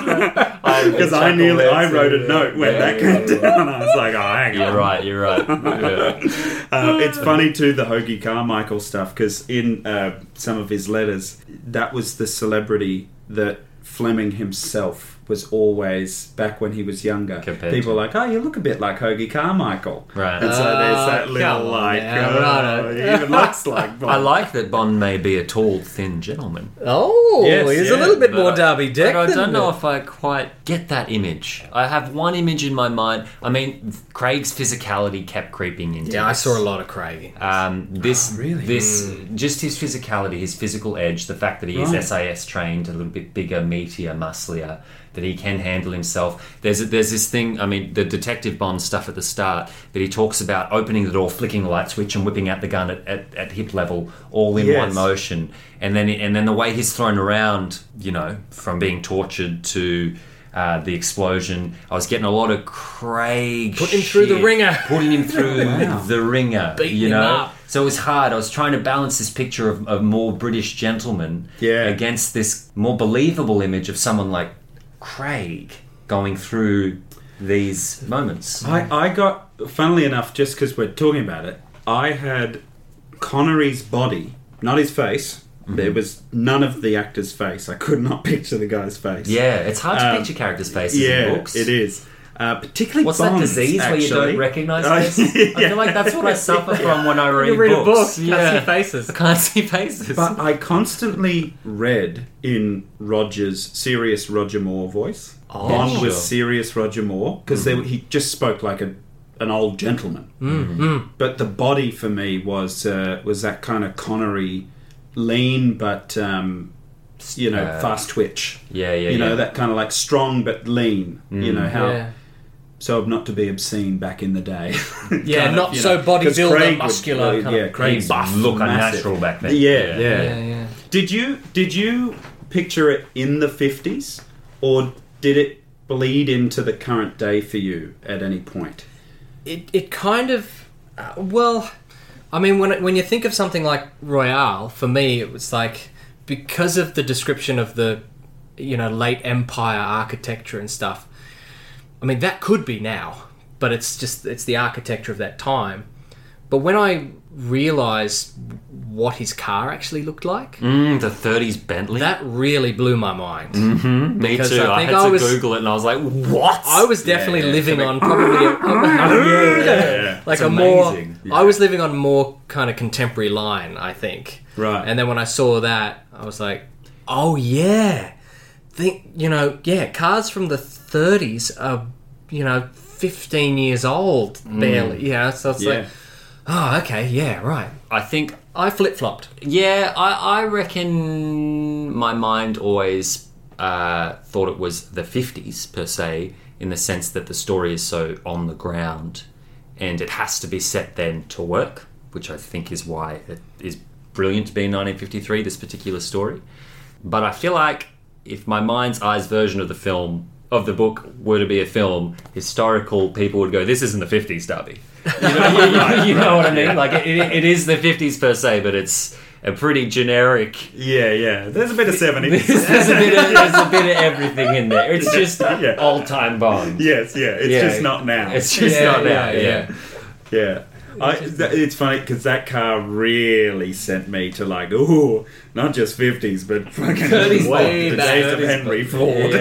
Speaker 2: right, that's right.
Speaker 3: Because I nearly, I wrote a
Speaker 2: Yeah.
Speaker 3: note when
Speaker 2: uh, Yeah,
Speaker 3: that
Speaker 2: yeah,
Speaker 3: came down. I was like, oh, hang on.
Speaker 2: You're right, you're right. Yeah.
Speaker 3: Uh, it's funny too the Hoagie Carmichael stuff because in uh, some of his letters, that was the celebrity that Fleming himself was always back when he was younger.
Speaker 2: Compared
Speaker 3: People were like, oh, you look a bit like Hoagie Carmichael,
Speaker 2: Right.
Speaker 3: And so there's that
Speaker 1: Oh,
Speaker 3: little
Speaker 1: come on
Speaker 3: like,
Speaker 1: now,
Speaker 3: oh,
Speaker 1: righto.
Speaker 3: he even looks like. Bob.
Speaker 2: I like that Bond may be a tall, thin gentleman.
Speaker 1: oh,
Speaker 3: Yes,
Speaker 1: he's
Speaker 3: yeah,
Speaker 1: a little bit
Speaker 2: but
Speaker 1: more
Speaker 2: I-
Speaker 1: Derby Dick.
Speaker 2: But I
Speaker 1: than-
Speaker 2: don't know if I quite get that image. I have one image in my mind. I mean, Craig's physicality kept creeping into.
Speaker 1: Yeah, I
Speaker 2: this.
Speaker 1: saw a lot of Craig.
Speaker 2: Um,
Speaker 1: Ah,
Speaker 2: this, this,
Speaker 1: Hmm.
Speaker 2: just his physicality, his physical edge, the fact that he is SAS trained, a little bit bigger, meatier, musclier, that he can handle himself. There's a, there's this thing. I mean, the detective Bond stuff at the start that he talks about opening the door, flicking the light switch, and whipping out the gun at, at, at hip level, all in one
Speaker 3: Yes.
Speaker 2: motion. And then and then the way he's thrown around, you know, from being tortured to. Uh, the explosion. I was getting a lot of Craig.
Speaker 1: Put him through the
Speaker 2: shit.
Speaker 1: ringer.
Speaker 2: Putting him through the ringer.
Speaker 1: Beating
Speaker 2: you
Speaker 1: him
Speaker 2: know,
Speaker 1: up.
Speaker 2: so it was hard. I was trying to balance this picture of a more British gentleman
Speaker 3: Yeah.
Speaker 2: against this more believable image of someone like Craig going through these moments.
Speaker 3: I, I got, funnily enough, just because we're talking about it, I had Connery's body, not his face.
Speaker 2: Mm-hmm.
Speaker 3: There was none of the actor's face. I could not picture the guy's face.
Speaker 2: Yeah, it's hard to
Speaker 3: Um,
Speaker 2: picture characters' faces in
Speaker 3: yeah,
Speaker 2: books.
Speaker 3: it is. Uh, particularly
Speaker 2: What's that
Speaker 3: Bond's,
Speaker 2: disease where you
Speaker 3: actually.
Speaker 2: don't recognise
Speaker 1: Oh,
Speaker 3: Uh,
Speaker 2: faces? I feel like that's what I suffer from when I read,
Speaker 1: You read a book,
Speaker 2: books.
Speaker 1: you
Speaker 2: yeah.
Speaker 1: can't see faces.
Speaker 2: I can't see faces.
Speaker 3: But I constantly read in Roger's serious Roger Moore voice.
Speaker 1: Oh,
Speaker 3: Bond
Speaker 2: sure. Mm-hmm.
Speaker 3: was serious Roger Moore because he just spoke like a, an old gentleman.
Speaker 2: Mm-hmm.
Speaker 3: But the body for me was uh, was that kind of Connery, lean but um, you know
Speaker 2: Uh,
Speaker 3: fast twitch.
Speaker 2: yeah, yeah,
Speaker 3: you know
Speaker 2: yeah.
Speaker 3: that kind of like strong but lean. You know how
Speaker 1: Yeah.
Speaker 3: so not to be obscene back in the day.
Speaker 1: Yeah,
Speaker 3: Kind of,
Speaker 1: not
Speaker 3: you
Speaker 1: so
Speaker 3: know, 'cause
Speaker 1: bodybuilder,
Speaker 3: Craig would-
Speaker 1: muscular kind of-
Speaker 3: yeah, Craig's
Speaker 2: He'd look
Speaker 3: massive.
Speaker 2: unnatural back then.
Speaker 3: Yeah, yeah.
Speaker 1: Yeah, yeah.
Speaker 3: Did you did you picture it in the fifties, or did it bleed into the current day for you at any point?
Speaker 1: it, it kind of uh, well i mean when, when you think of something like royale for me it was like because of the description of the you know late empire architecture and stuff i mean that could be now but it's just it's the architecture of that time but when i realized what his car actually looked like
Speaker 2: Mm, the 30s Bentley. Mm-hmm.
Speaker 1: that really blew my mind
Speaker 3: Mm-hmm.
Speaker 2: Me
Speaker 1: because
Speaker 2: too.
Speaker 1: I
Speaker 2: I,
Speaker 1: think
Speaker 2: had
Speaker 1: I
Speaker 2: to
Speaker 1: was-
Speaker 2: Google it and I was like, what?
Speaker 1: I was definitely
Speaker 3: yeah,
Speaker 1: living on probably a, like a
Speaker 2: amazing.
Speaker 1: more. I was living on more kind of contemporary line, I think.
Speaker 3: Right.
Speaker 1: And then when I saw that, I was like, oh yeah, think you know, yeah, cars from the 30s are you know 15 years old barely. Yeah, so it's like,
Speaker 3: Mm. Yeah.
Speaker 1: oh okay, yeah, right.
Speaker 2: I think
Speaker 1: I flip flopped.
Speaker 2: Yeah, I, I reckon my mind always uh, thought it was the 50s per se, in the sense that the story is so on the ground and it has to be set then to work, which I think is why it is brilliant to be in 1953, this particular story. But I feel like if my mind's eyes version of the film, of the book, were to be a film, historical people would go, this isn't the 50s, Darby. You know, you, you know what I mean? Like it, it, it is the fifties per se, but it's a pretty generic.
Speaker 3: Yeah, yeah. There's a bit of 70s.
Speaker 2: There's, there's a bit of, there's a bit of everything in there. It's just old time Bond.
Speaker 3: yes, yeah. It's
Speaker 2: Yeah.
Speaker 3: just not now.
Speaker 2: It's just
Speaker 1: Yeah,
Speaker 2: not
Speaker 1: yeah,
Speaker 2: that. Yeah,
Speaker 3: Yeah. I, th- it's funny because that car really sent me to like, ooh, not just 50s, but fucking
Speaker 2: 30s,
Speaker 3: what,
Speaker 1: way
Speaker 3: the
Speaker 1: back.
Speaker 3: days of
Speaker 2: 30s,
Speaker 3: Henry Ford.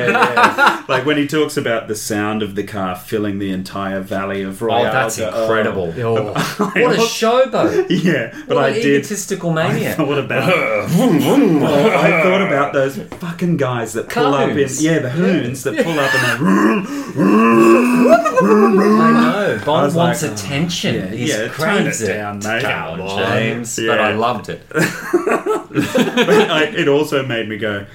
Speaker 3: like when he talks about the sound of the car filling the entire valley of
Speaker 2: Oh,
Speaker 3: Royale.
Speaker 2: that's
Speaker 3: oh,
Speaker 2: incredible.
Speaker 1: Oh.
Speaker 2: What a showboat!
Speaker 3: yeah, but
Speaker 2: what
Speaker 3: I
Speaker 2: an
Speaker 3: did.
Speaker 2: egotistical maniac.
Speaker 3: What about? Oh, I thought about those fucking guys that pull up in.
Speaker 2: Coons.
Speaker 3: Yeah, the hoons that pull up and they
Speaker 2: I know. Bond
Speaker 3: was
Speaker 2: wants
Speaker 3: like, oh,
Speaker 2: attention. He
Speaker 3: yeah,
Speaker 2: craves
Speaker 3: turn it
Speaker 2: it.
Speaker 3: down, mate.
Speaker 2: Come
Speaker 3: Come
Speaker 2: on,
Speaker 3: on.
Speaker 2: James.
Speaker 3: Yeah.
Speaker 2: But I loved it.
Speaker 3: but I, it also made me go,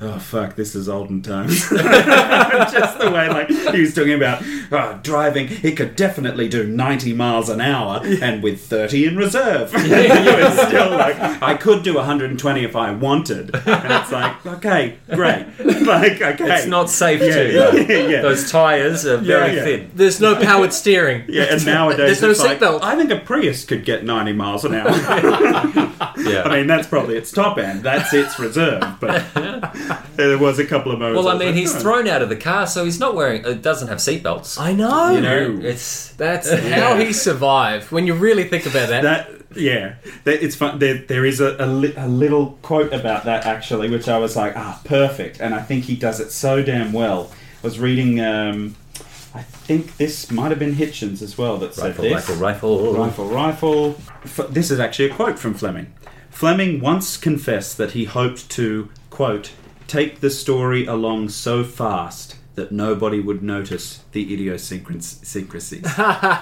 Speaker 3: oh fuck, this is olden times. Just the way like he was talking about oh, driving, he could definitely do ninety miles an hour and with thirty in reserve. you were still like, I could do one hundred and twenty if I wanted, and it's like, okay, great, like okay,
Speaker 2: It's not safe
Speaker 3: yeah,
Speaker 2: too.
Speaker 3: yeah,
Speaker 2: though.
Speaker 3: yeah, yeah.
Speaker 2: Those tires are very
Speaker 3: yeah.
Speaker 2: thin.
Speaker 1: There's no powered steering.
Speaker 3: yeah, and nowadays
Speaker 1: There's no
Speaker 3: it's like,
Speaker 1: seatbelt.
Speaker 3: I think a Prius could get ninety miles an hour.
Speaker 2: Yeah.
Speaker 3: I mean, that's probably its top end. That's its reserve. But there was a couple of moments.
Speaker 2: well, I
Speaker 3: was
Speaker 2: mean,
Speaker 3: like,
Speaker 2: he's
Speaker 3: "Oh,
Speaker 2: thrown out of the car, so he's not wearing. It doesn't have seatbelts.
Speaker 1: I know.
Speaker 2: You know, it's
Speaker 1: That's how he survived. When you really think about that,
Speaker 3: that yeah that, it's fun there, there is a, a, li- a little quote about that actually which i was like ah perfect and i think he does it so damn well i was reading um, i think this might have been hitchens as well that said
Speaker 2: rifle,
Speaker 3: this
Speaker 2: rifle,
Speaker 3: rifle,
Speaker 2: rifle,
Speaker 3: rifle. F- this is actually a quote from Fleming. Fleming once confessed that he hoped to, quote, take the story along so fast that nobody would notice the idiosyncrasies.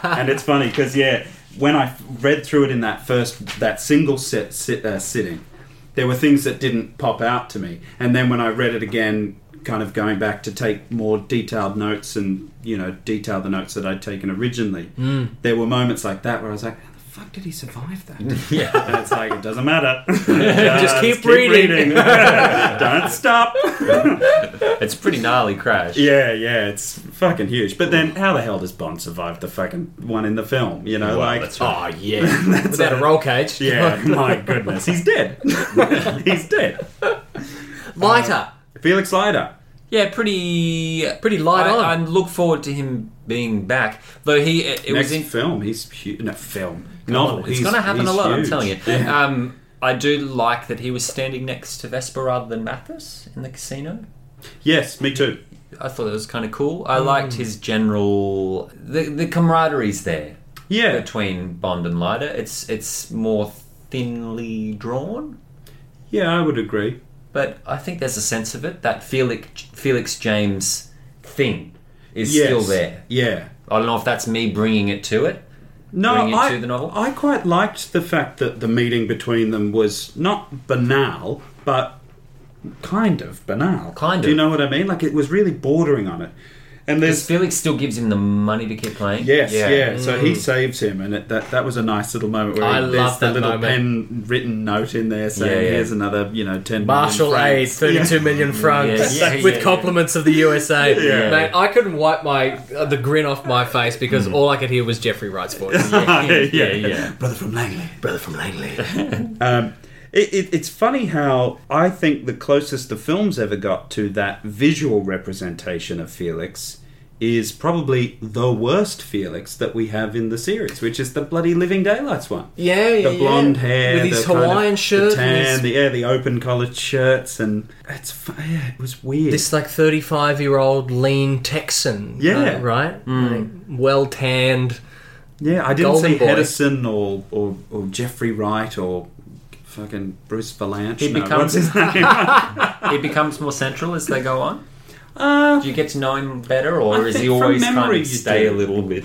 Speaker 3: and it's funny because, yeah, when I f- read through it in that first, that single set, sit, uh, sitting, there were things that didn't pop out to me. And then when I read it again, kind of going back to take more detailed notes and, you know, detail the notes that I'd taken originally, there were moments like that where I was like, how the fuck did he survive that?
Speaker 2: Yeah.
Speaker 3: And it's like, it doesn't matter. Just
Speaker 1: keep reading.
Speaker 3: Don't stop.
Speaker 2: It's a pretty gnarly crash.
Speaker 3: Yeah, yeah, it's fucking huge. But then how the hell does Bond survive the fucking one in the film? You know, like, oh,
Speaker 2: Oh yeah.
Speaker 1: without a roll cage,
Speaker 3: yeah, my goodness, he's dead. he's dead.
Speaker 1: lighter,
Speaker 3: Felix Leiter.
Speaker 2: Yeah, pretty
Speaker 1: pretty light
Speaker 2: I,
Speaker 1: on.
Speaker 2: I look forward to him being back, though he it, it
Speaker 3: Next
Speaker 2: was in
Speaker 3: film, he's huge. No, film. Novel.
Speaker 2: It's
Speaker 3: he's-
Speaker 2: going to happen
Speaker 3: he's
Speaker 2: a lot. I'm
Speaker 3: huge.
Speaker 2: telling you. Um, I do like that he was standing next to Vesper rather than Mathis in the casino.
Speaker 3: Yes, me too.
Speaker 2: I thought that was kind of cool. I liked his general the the camaraderie's there
Speaker 3: Yeah,
Speaker 2: between Bond and Lyder. It's it's more thinly drawn,
Speaker 3: yeah, I would agree.
Speaker 2: but I think there's a sense of it that Felix Felix James thing is
Speaker 3: Yes.
Speaker 2: still there.
Speaker 3: Yeah.
Speaker 2: I don't know if that's me bringing it to it.
Speaker 3: No,
Speaker 2: Bring it
Speaker 3: I,
Speaker 2: to the novel?
Speaker 3: I quite liked the fact that the meeting between them was not banal, but kind of banal.
Speaker 2: Kind
Speaker 3: Do you
Speaker 2: of.
Speaker 3: know what I mean? Like it was really bordering on it. And there's
Speaker 2: Because Felix still gives him the money to keep playing.
Speaker 3: Yes, yeah. So
Speaker 2: Mm.
Speaker 3: he saves him, and it, that that was a nice little moment where
Speaker 1: I
Speaker 3: he,
Speaker 1: love
Speaker 3: there's the
Speaker 1: that
Speaker 3: little
Speaker 1: moment.
Speaker 3: pen written note in there saying,
Speaker 2: Yeah, yeah.
Speaker 3: "Here's another, you know, ten million
Speaker 1: Martial
Speaker 3: francs."
Speaker 1: aid, thirty-two million francs,
Speaker 2: Yeah, yeah,
Speaker 1: with
Speaker 2: yeah.
Speaker 1: compliments of the USA.
Speaker 2: Yeah.
Speaker 1: Mate, I couldn't wipe my uh, the grin off my face
Speaker 3: Mm.
Speaker 1: because all I could hear was Jeffrey Wright's voice.
Speaker 2: yeah, yeah. yeah.
Speaker 3: brother from Langley.
Speaker 1: Brother from Langley.
Speaker 3: Um, it, it, it's funny how I think the closest the film's ever got to that visual representation of Felix is probably the worst Felix that we have in the series, which is the bloody Living Daylights one.
Speaker 1: Yeah, yeah,
Speaker 3: The blonde
Speaker 1: yeah.
Speaker 3: hair,
Speaker 1: with his
Speaker 3: the kind of-
Speaker 1: Hawaiian shirt,
Speaker 3: the tan,
Speaker 1: and his-
Speaker 3: the yeah, the open collared shirts, and it's fu- yeah, it was weird.
Speaker 1: this like thirty-five-year-old lean Texan.
Speaker 3: Yeah. Mm.
Speaker 1: uh, right. Like, well tanned.
Speaker 3: yeah, I didn't
Speaker 1: Golden
Speaker 3: see
Speaker 1: Boy.
Speaker 3: Hedison or, or or Jeffrey Wright or fucking Bruce Valanche.
Speaker 2: He
Speaker 3: No, what's
Speaker 2: becomes-
Speaker 3: his name?
Speaker 2: He becomes more central as they go on.
Speaker 3: Uh,
Speaker 2: Do you get to know him better, or
Speaker 3: I
Speaker 2: is
Speaker 3: think
Speaker 2: he
Speaker 3: from
Speaker 2: always kind
Speaker 3: memory
Speaker 2: of
Speaker 3: you
Speaker 2: stay
Speaker 3: do.
Speaker 2: a little bit?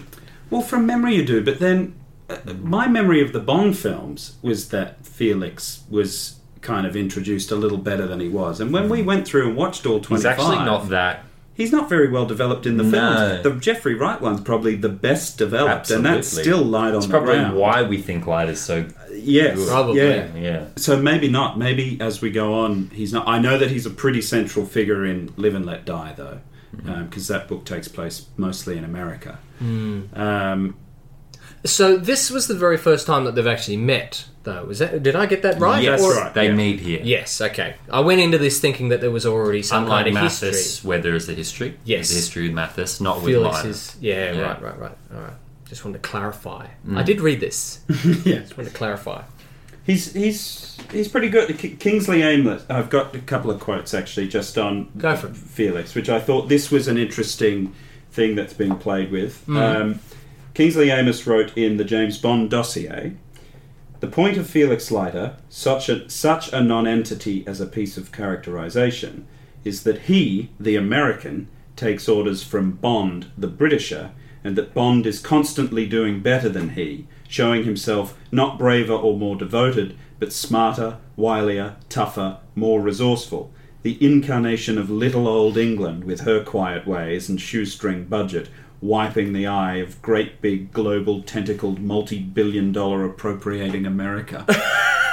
Speaker 3: Well, from memory you do, but then uh, my memory of the Bond films was that Felix was kind of introduced a little better than he was. And when we went through and watched all 25,
Speaker 2: Hmm. He's actually not that.
Speaker 3: he's not very well developed in the
Speaker 2: No.
Speaker 3: films. The Jeffrey Wright one's probably the best developed, and that's
Speaker 2: Absolutely.
Speaker 3: still light on
Speaker 2: It's
Speaker 3: the
Speaker 2: probably
Speaker 3: ground.
Speaker 2: why we think Light is so.
Speaker 3: yes,
Speaker 1: Probably.
Speaker 3: yeah.
Speaker 2: Yeah.
Speaker 3: So maybe not. Maybe as we go on, he's not. I know that he's a pretty central figure in Live and Let Die, though,
Speaker 2: Hmm.
Speaker 3: because that book takes place mostly in America. Um,
Speaker 1: So this was the very first time that they've actually met, though. Is that? Did I get that right?
Speaker 2: yes,
Speaker 1: Or-
Speaker 2: they meet here.
Speaker 1: Yes. Okay. I went into this thinking that there was already some
Speaker 2: Unlike
Speaker 1: kind of
Speaker 2: Mathis,
Speaker 1: history.
Speaker 2: where there is a history.
Speaker 1: Yes.
Speaker 2: There's a history with Mathis, not with
Speaker 1: Felix
Speaker 2: Lyra.
Speaker 1: is. Yeah,
Speaker 2: Yeah. Mm.
Speaker 1: Right. Right. Right. All right. Just wanted to clarify. I did read this. Just wanted to clarify.
Speaker 3: He's he's he's pretty good. K- Kingsley Aimless. I've got a couple of quotes actually just on
Speaker 1: Go for it.
Speaker 3: Felix, which I thought this was an interesting thing that's being played with.
Speaker 1: Mm.
Speaker 3: Um, Kingsley Amos wrote in the James Bond dossier. The point of Felix Leiter, such a, such a nonentity as a piece of characterization, is that he, the American, takes orders from Bond, the Britisher, and that Bond is constantly doing better than he, showing himself not braver or more devoted, but smarter, wilier, tougher, more resourceful. The incarnation of little old England with her quiet ways and shoestring budget, wiping the eye of great big global tentacled multi billion dollar appropriating America.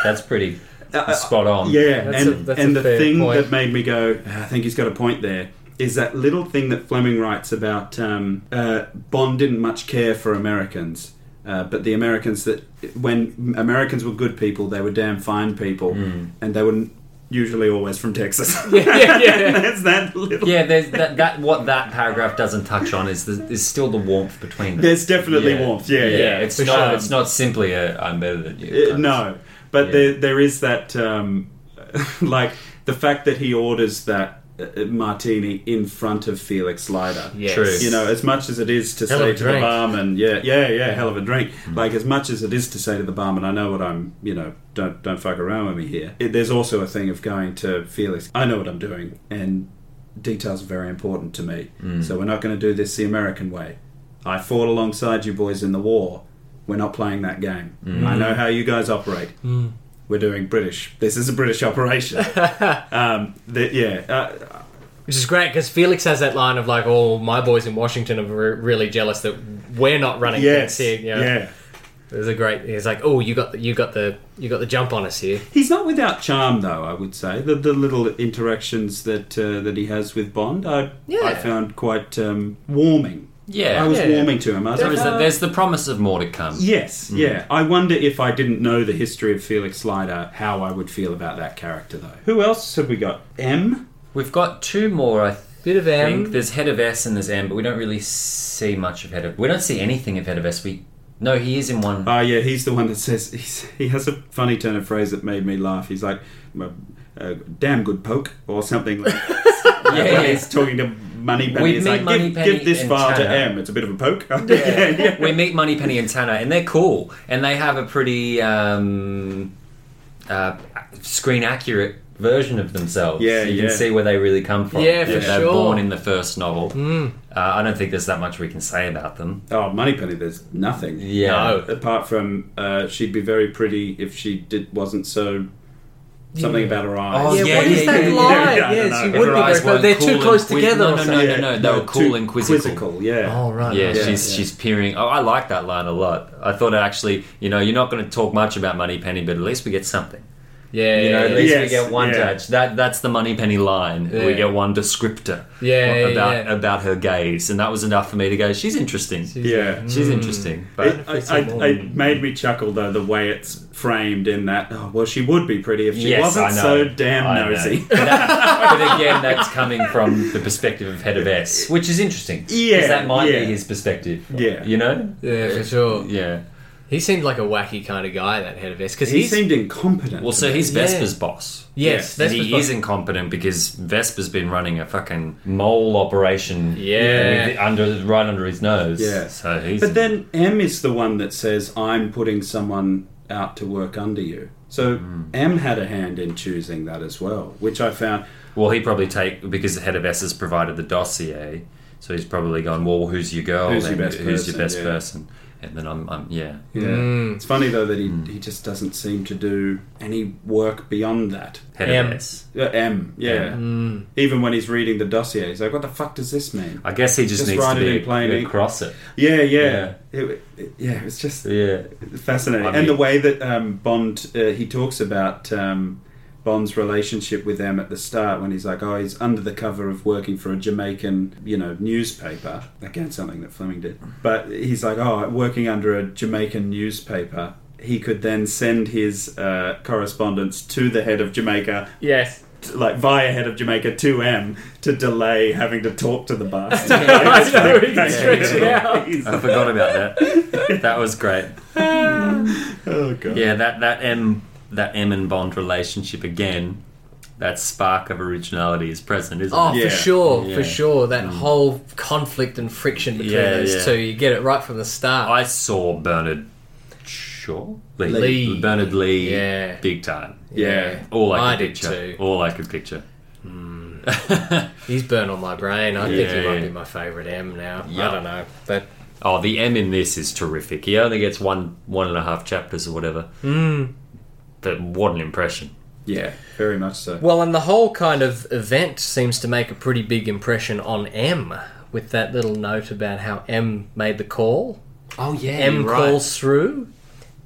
Speaker 2: That's pretty spot on.
Speaker 3: Uh, yeah,
Speaker 1: That's
Speaker 3: and,
Speaker 1: a- that's
Speaker 3: and
Speaker 1: a
Speaker 3: the
Speaker 1: fair
Speaker 3: thing
Speaker 1: point.
Speaker 3: that made me go, "Ah, I think he's got a point there, is that little thing that Fleming writes about um, uh, Bond didn't much care for Americans. Uh, but the Americans that when Americans were good people, they were damn fine people, and they were usually always from Texas.
Speaker 1: Hmm. yeah, yeah.
Speaker 3: That's that little
Speaker 2: Yeah, there's that, that what that paragraph doesn't touch on is the, is still the warmth between them.
Speaker 3: There's definitely warmth. Yeah, yeah.
Speaker 2: it's
Speaker 1: for
Speaker 2: not
Speaker 1: sure.
Speaker 2: it's not simply a I'm better than you.
Speaker 3: Uh,
Speaker 2: kind of-
Speaker 3: no, but
Speaker 2: Yeah.
Speaker 3: there there is that um, like the fact that he orders that uh, martini in front of Felix Leiter.
Speaker 1: Yes.
Speaker 2: True.
Speaker 3: You know, as much as it is to
Speaker 1: Hell of
Speaker 3: say
Speaker 1: a
Speaker 3: to the
Speaker 1: drink. Mm.
Speaker 3: barman, yeah, yeah, yeah, hell of a drink. Like as much as it is to say to the barman, I know what I'm, you know, don't don't fuck around with me here. It, there's also a thing of going to Felix. I know what I'm doing, and details are very important to me.
Speaker 1: Mm.
Speaker 3: So we're not going to do this the American way. I fought alongside you boys in the war. We're not playing that game.
Speaker 1: Mm.
Speaker 3: I know how you guys operate. We're doing British. This is a British operation. um, the, yeah, uh,
Speaker 1: Which is great because Felix has that line of like, "Oh, my boys in Washington are re- really jealous that we're not running
Speaker 3: yes,
Speaker 1: things here." You know?
Speaker 3: yeah.
Speaker 1: It was a great. He's like, "Oh, you got the, you got the you got the jump on us here."
Speaker 3: He's not without charm, though. I would say the the little interactions that uh, that he has with Bond, I I
Speaker 1: Yeah.
Speaker 3: found quite um, warming.
Speaker 2: Yeah.
Speaker 3: I was
Speaker 1: Yeah.
Speaker 3: warming to him. I was
Speaker 2: There is
Speaker 3: like,
Speaker 2: a,
Speaker 3: "Oh,
Speaker 2: there's Mm. the promise of more to come.
Speaker 3: yes, yeah. I wonder if I didn't know the history of Felix Leiter, how I would feel about that character, though. Who else have we got? M.
Speaker 2: We've got two more. I
Speaker 1: Bit of
Speaker 2: think
Speaker 1: M.
Speaker 2: there's head of S and there's M, but we don't really see much of head of. We don't see anything of head of S. We no, he is in one.
Speaker 3: Oh yeah, he's the one that says he's, he has a funny turn of phrase that made me laugh. He's like, "Mm, uh, "Damn good poke" or something. like that.
Speaker 2: Yeah,
Speaker 3: When
Speaker 2: yeah.
Speaker 3: he's talking to Moneypenny.
Speaker 2: We
Speaker 3: It's
Speaker 2: meet
Speaker 3: like, give,
Speaker 2: Moneypenny
Speaker 3: give this
Speaker 2: and
Speaker 3: file to
Speaker 2: Tanner.
Speaker 3: M. It's a bit of a poke. yeah, yeah.
Speaker 2: we meet Moneypenny and Tanner, and they're cool, and they have a pretty um, uh, screen accurate version of themselves.
Speaker 3: Yeah,
Speaker 2: you
Speaker 3: yeah.
Speaker 2: can see where they really come from.
Speaker 1: Yeah, for
Speaker 2: That They're
Speaker 1: sure. Hmm.
Speaker 2: born in the first novel. Uh, I don't think there's that much we can say about them.
Speaker 3: Oh, Moneypenny, there's nothing.
Speaker 2: Yeah,
Speaker 1: No.
Speaker 3: Apart from uh, she'd be very pretty if she did wasn't so something about her eyes.
Speaker 2: Oh,
Speaker 1: Yeah,
Speaker 2: yeah,
Speaker 1: what is
Speaker 2: yeah,
Speaker 1: that
Speaker 2: yeah,
Speaker 1: line?
Speaker 3: yeah, yeah, I
Speaker 1: yes, you
Speaker 3: don't know.
Speaker 1: would be
Speaker 2: Her
Speaker 1: very
Speaker 2: eyes
Speaker 1: close.
Speaker 2: weren't
Speaker 1: They're
Speaker 2: cool
Speaker 1: too
Speaker 2: and
Speaker 1: close
Speaker 2: quiz-
Speaker 1: together.
Speaker 2: no,
Speaker 1: or
Speaker 2: no, no,
Speaker 1: something.
Speaker 2: they were cool
Speaker 3: too
Speaker 2: and quizzical.
Speaker 3: yeah.
Speaker 1: Oh right.
Speaker 2: Yeah,
Speaker 1: right.
Speaker 2: she's
Speaker 3: yeah.
Speaker 2: she's peering. Oh, I like that line a lot. I thought actually, you know, you're not going to talk much about Moneypenny, but at least we get something.
Speaker 1: yeah,
Speaker 2: You know, at
Speaker 1: yeah,
Speaker 2: least we
Speaker 3: Yes,
Speaker 2: get one
Speaker 3: yeah.
Speaker 2: touch. That that's the Moneypenny line.
Speaker 1: Yeah.
Speaker 2: We get one descriptor
Speaker 1: Yeah, yeah,
Speaker 2: about
Speaker 1: yeah.
Speaker 2: about her gaze, and that was enough for me to go. She's interesting.
Speaker 3: Yeah.
Speaker 2: She's interesting.
Speaker 3: Hmm. It,
Speaker 2: But
Speaker 3: I, I, it made me chuckle though the way it's framed in that. Oh, well, she would be pretty if she
Speaker 2: Yes,
Speaker 3: wasn't
Speaker 2: I know.
Speaker 3: so damn
Speaker 2: I know.
Speaker 3: nosy.
Speaker 2: But that- but again, that's coming from the perspective of head of S, which is interesting. 'cause
Speaker 3: Yeah,
Speaker 2: that might
Speaker 3: yeah.
Speaker 2: be his perspective.
Speaker 3: Yeah.
Speaker 2: you know.
Speaker 1: yeah, for sure.
Speaker 2: Yeah.
Speaker 1: He seemed like a wacky kind of guy. That head of S because
Speaker 3: he
Speaker 1: he's
Speaker 3: seemed incompetent.
Speaker 2: Well, so he's
Speaker 1: Yeah.
Speaker 2: Vesper's boss.
Speaker 1: yes,
Speaker 2: And
Speaker 1: that's
Speaker 2: he
Speaker 1: what-
Speaker 2: is incompetent because Vesper's been running a fucking mole operation.
Speaker 1: Yeah.
Speaker 2: with- under right under his nose.
Speaker 3: Yeah.
Speaker 2: So he's.
Speaker 3: But then M is the one that says, "I'm putting someone out to work under you." So
Speaker 2: Hmm.
Speaker 3: M had a hand in choosing that as well, which I found.
Speaker 2: well, he probably take because the head of S has provided the dossier, so he's probably gone. Well, who's your girl?
Speaker 3: Who's your
Speaker 2: then?
Speaker 3: best
Speaker 2: who's your
Speaker 3: person,
Speaker 2: best
Speaker 3: yeah.
Speaker 2: person? And then I'm, I'm yeah. Hmm.
Speaker 3: Yeah. It's funny though that he, he just doesn't seem to do any work beyond that.
Speaker 2: Head
Speaker 1: M.
Speaker 2: of S.
Speaker 3: Uh, M, yeah.
Speaker 2: Yeah.
Speaker 3: Even when he's reading the dossier, he's like, "What the fuck does this mean?"
Speaker 2: I guess he just,
Speaker 3: Just
Speaker 2: needs to
Speaker 3: write it
Speaker 2: be
Speaker 3: in plain ink.
Speaker 2: across it.
Speaker 3: Yeah, yeah, It, it- yeah. It's just
Speaker 2: Yeah.
Speaker 3: fascinating,
Speaker 2: I
Speaker 3: and the
Speaker 2: mean-
Speaker 3: way that um, Bond uh, he talks about um, Bond's relationship with them at the start when he's like, oh, he's under the cover of working for a Jamaican, you know, newspaper. Again, something that Fleming did. But he's like, oh, working under a Jamaican newspaper. He could then send his uh, correspondence to the head of Jamaica,
Speaker 9: Yes.
Speaker 3: t- like via head of Jamaica to M, to delay having to talk to the bastard.
Speaker 9: I know, he can stretch it out.
Speaker 2: I forgot about that. That was great.
Speaker 3: oh, God.
Speaker 2: Yeah, that that M that M and Bond relationship again. That spark of originality is present, isn't
Speaker 1: Oh,
Speaker 2: it?
Speaker 3: Yeah.
Speaker 1: for sure,
Speaker 2: Yeah. Mm.
Speaker 1: for sure. That whole conflict and friction between
Speaker 2: Yeah,
Speaker 1: those
Speaker 2: yeah.
Speaker 1: two, you get it right from the start.
Speaker 2: I saw Bernard Shaw, Lee,
Speaker 1: Lee.
Speaker 2: Bernard Lee,
Speaker 1: Yeah.
Speaker 2: big time.
Speaker 3: Yeah.
Speaker 2: All I,
Speaker 1: I
Speaker 2: could
Speaker 1: did too.
Speaker 2: picture. All I could picture.
Speaker 1: He's burned on my brain. I think
Speaker 2: Yeah,
Speaker 1: he
Speaker 2: yeah.
Speaker 1: might be my favourite M now.
Speaker 2: Yeah.
Speaker 1: I don't know, but
Speaker 2: Oh, the M in this is terrific. He only gets one one and a half chapters or whatever.
Speaker 1: Hmm.
Speaker 2: But what an impression!
Speaker 3: Yeah, very much so.
Speaker 1: well, and the whole kind of event seems to make a pretty big impression on M with that little note about how M made the call.
Speaker 2: Oh yeah,
Speaker 1: M calls through,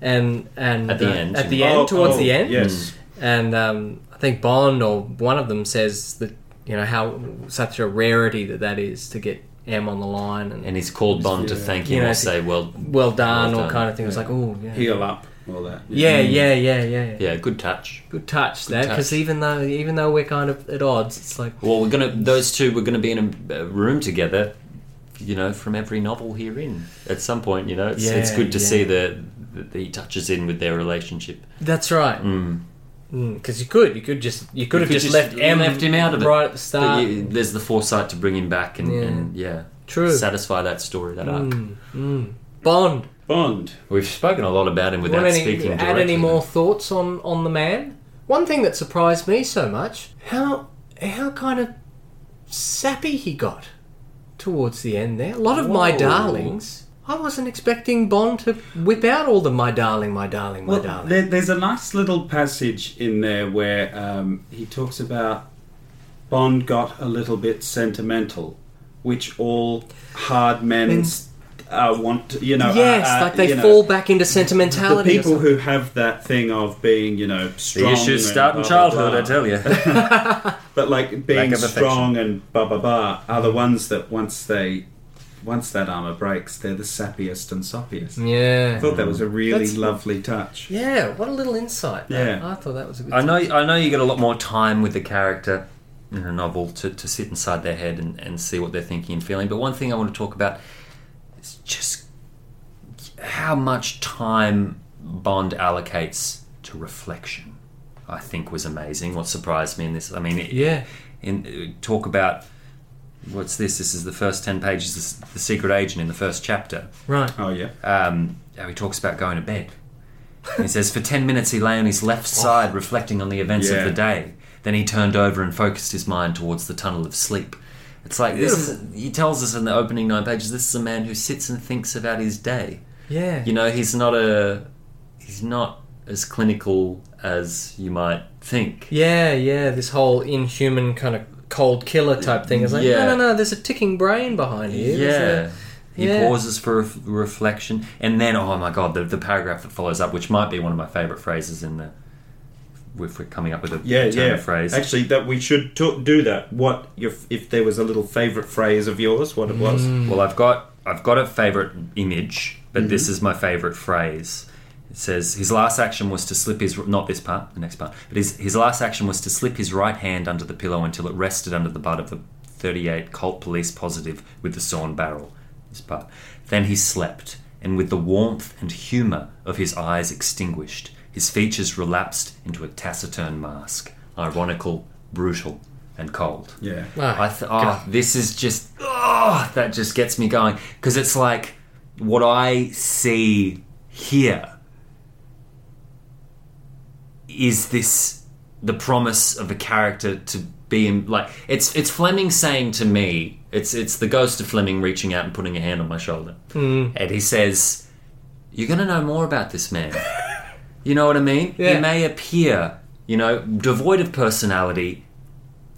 Speaker 1: and and
Speaker 2: At the end,
Speaker 1: at the
Speaker 2: you
Speaker 1: end,
Speaker 3: Oh,
Speaker 1: towards
Speaker 3: oh,
Speaker 1: the end,
Speaker 3: Yes.
Speaker 1: and um, I think Bond or one of them says that you know how such a rarity that that is to get M on the line and,
Speaker 2: and he's called Bond to thank him
Speaker 1: You know,
Speaker 2: and say, "Well,
Speaker 1: well done,
Speaker 2: Well
Speaker 1: all
Speaker 2: done. Mm.
Speaker 1: kind of thing. It's like oh yeah.
Speaker 3: Heal up, all that.
Speaker 1: yeah, yeah, yeah, yeah, yeah.
Speaker 2: yeah, good touch."
Speaker 1: Good touch there,
Speaker 2: touch.
Speaker 1: because even though even though we're kind of at odds, it's like
Speaker 2: Well, we're gonna those two were gonna be in a, a room together, you know, from every novel herein. At some point, you know, it's, it's
Speaker 1: Yeah,
Speaker 2: good to
Speaker 1: yeah.
Speaker 2: see the, the, the he touches in with their relationship.
Speaker 1: that's right. Because you could, you could just, you could have
Speaker 2: Mm. could
Speaker 1: just,
Speaker 2: just
Speaker 1: left M
Speaker 2: left him out of it.
Speaker 1: right at the
Speaker 2: But
Speaker 1: start.
Speaker 2: you, there's the foresight to bring him back and
Speaker 1: Yeah.
Speaker 2: yeah, and, yeah
Speaker 1: True. Hmm.
Speaker 2: satisfy that story, that arc.
Speaker 1: Bond,
Speaker 3: Bond.
Speaker 2: We've spoken a lot about him without
Speaker 1: want any,
Speaker 2: speaking
Speaker 1: add
Speaker 2: directly.
Speaker 1: any more thoughts on on the man? One thing that surprised me so much how how kind of sappy he got towards the end there. A lot of my
Speaker 2: Whoa.
Speaker 1: darlings. I wasn't expecting Bond to whip out all the my darling, my darling, my
Speaker 3: Well,
Speaker 1: darling.
Speaker 3: there, there's a nice little passage in there where um, he talks about Bond got a little bit sentimental, which all hard men s- uh, want. To, you know, are-
Speaker 1: yes,
Speaker 3: are,
Speaker 1: like they
Speaker 3: you know,
Speaker 1: fall back into
Speaker 3: The
Speaker 1: sentimentality. or
Speaker 3: people
Speaker 1: something.
Speaker 3: who have that thing of being, you know, strong.
Speaker 2: The issues
Speaker 3: and
Speaker 2: start in
Speaker 3: blah, blah,
Speaker 2: childhood,
Speaker 3: blah.
Speaker 2: I tell you.
Speaker 3: But like being
Speaker 2: of affection.
Speaker 3: strong and blah blah blah are the ones that once they, once that armor breaks, they're the sappiest and soppiest.
Speaker 2: Mm.
Speaker 3: I
Speaker 1: yeah.
Speaker 3: thought that was a really
Speaker 1: That's-
Speaker 3: lovely touch.
Speaker 1: Yeah, what a little insight. that.
Speaker 3: Yeah.
Speaker 1: I thought that was a good
Speaker 2: I know, I know, you get a lot more time with the character in a novel to, to sit inside their head and, and see what they're thinking and feeling. But one thing I want to talk about is just how much time Bond allocates to reflection. I think was amazing. What surprised me in this, I mean, it,
Speaker 1: Yeah.
Speaker 2: in talk about what's this? This is the first ten pages, this, the secret agent in the first chapter
Speaker 1: Right.
Speaker 3: Oh yeah.
Speaker 2: um, how he talks about going to bed. And he says, for 10 minutes he lay on his left side reflecting on the events
Speaker 3: Yeah.
Speaker 2: of the day. Then he turned over and focused his mind towards the tunnel of sleep. It's like this is, he tells us in the opening nine pages this is a man who sits and thinks about his day.
Speaker 1: Yeah.
Speaker 2: You know, he's not a he's not as clinical as you might think.
Speaker 1: Yeah, yeah, this whole inhuman kind of cold killer type thing. It's like,
Speaker 2: Yeah.
Speaker 1: no, no, no, there's a ticking brain behind here.
Speaker 2: Yeah. He
Speaker 1: Yeah.
Speaker 2: pauses for ref- reflection, and then oh my god, the, the paragraph that follows up, which might be one of my favorite phrases in the. If we're coming up with a
Speaker 3: yeah,
Speaker 2: turn
Speaker 3: yeah.
Speaker 2: of phrase,
Speaker 3: Actually, that we should to do that. What your, if there was a little favorite phrase of yours? What it was?
Speaker 2: well, I've got I've got a favorite image, but this is my favorite phrase. It says his last action was to slip his not this part, the next part, but his his last action was to slip his right hand under the pillow until it rested under the butt of the 38 Colt Police Positive with the sawn barrel. This part. Then he slept, and with the warmth and humour of his eyes extinguished, his features relapsed into a taciturn mask, ironical, brutal, and cold.
Speaker 3: Yeah.
Speaker 1: Ah,
Speaker 2: I th- oh, this is just oh, that just gets me going because it's like what I see here is this the promise of a character to be in, like it's it's Fleming saying to me it's it's the ghost of Fleming reaching out and putting a hand on my shoulder and he says you're gonna know more about this man you know what I mean
Speaker 1: Yeah.
Speaker 2: he may appear you know devoid of personality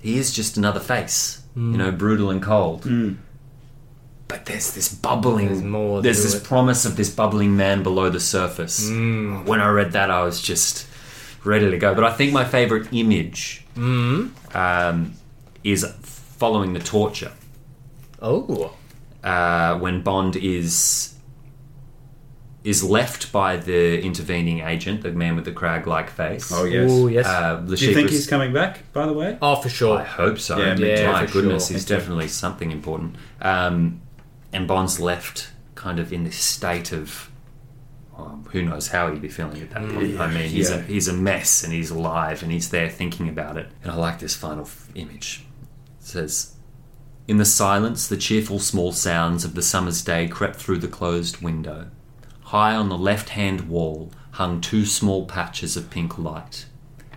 Speaker 2: he is just another face, you know, brutal and cold. But there's this bubbling,
Speaker 1: There's more
Speaker 2: there's
Speaker 1: to
Speaker 2: this
Speaker 1: it. Mm.
Speaker 2: promise of this bubbling man below the surface. When I read that, I was just, ready to go. But I think my favourite image
Speaker 1: Mm.
Speaker 2: um, is following the torture
Speaker 1: Oh.
Speaker 2: uh, when Bond is is left by the intervening agent, the man with the crag-like face.
Speaker 3: Oh, yes.
Speaker 1: Oh, yes.
Speaker 2: Uh,
Speaker 3: Do you think
Speaker 2: Lashibra's-
Speaker 3: he's coming back, by the way?
Speaker 1: oh, for sure.
Speaker 2: I hope so.
Speaker 3: Yeah, me
Speaker 1: too.
Speaker 2: my
Speaker 1: for
Speaker 2: goodness,
Speaker 1: sure.
Speaker 2: he's definitely something important. Um, and Bond's left kind of in this state of um, who knows how he'd be feeling at that point. I mean, he's,
Speaker 3: Mm.
Speaker 2: a,
Speaker 3: Yeah.
Speaker 2: he's a mess and he's alive and he's there thinking about it. And I like this final f- image. It says, In the silence, the cheerful small sounds of the summer's day crept through the closed window. High on the left hand wall hung two small patches of pink light.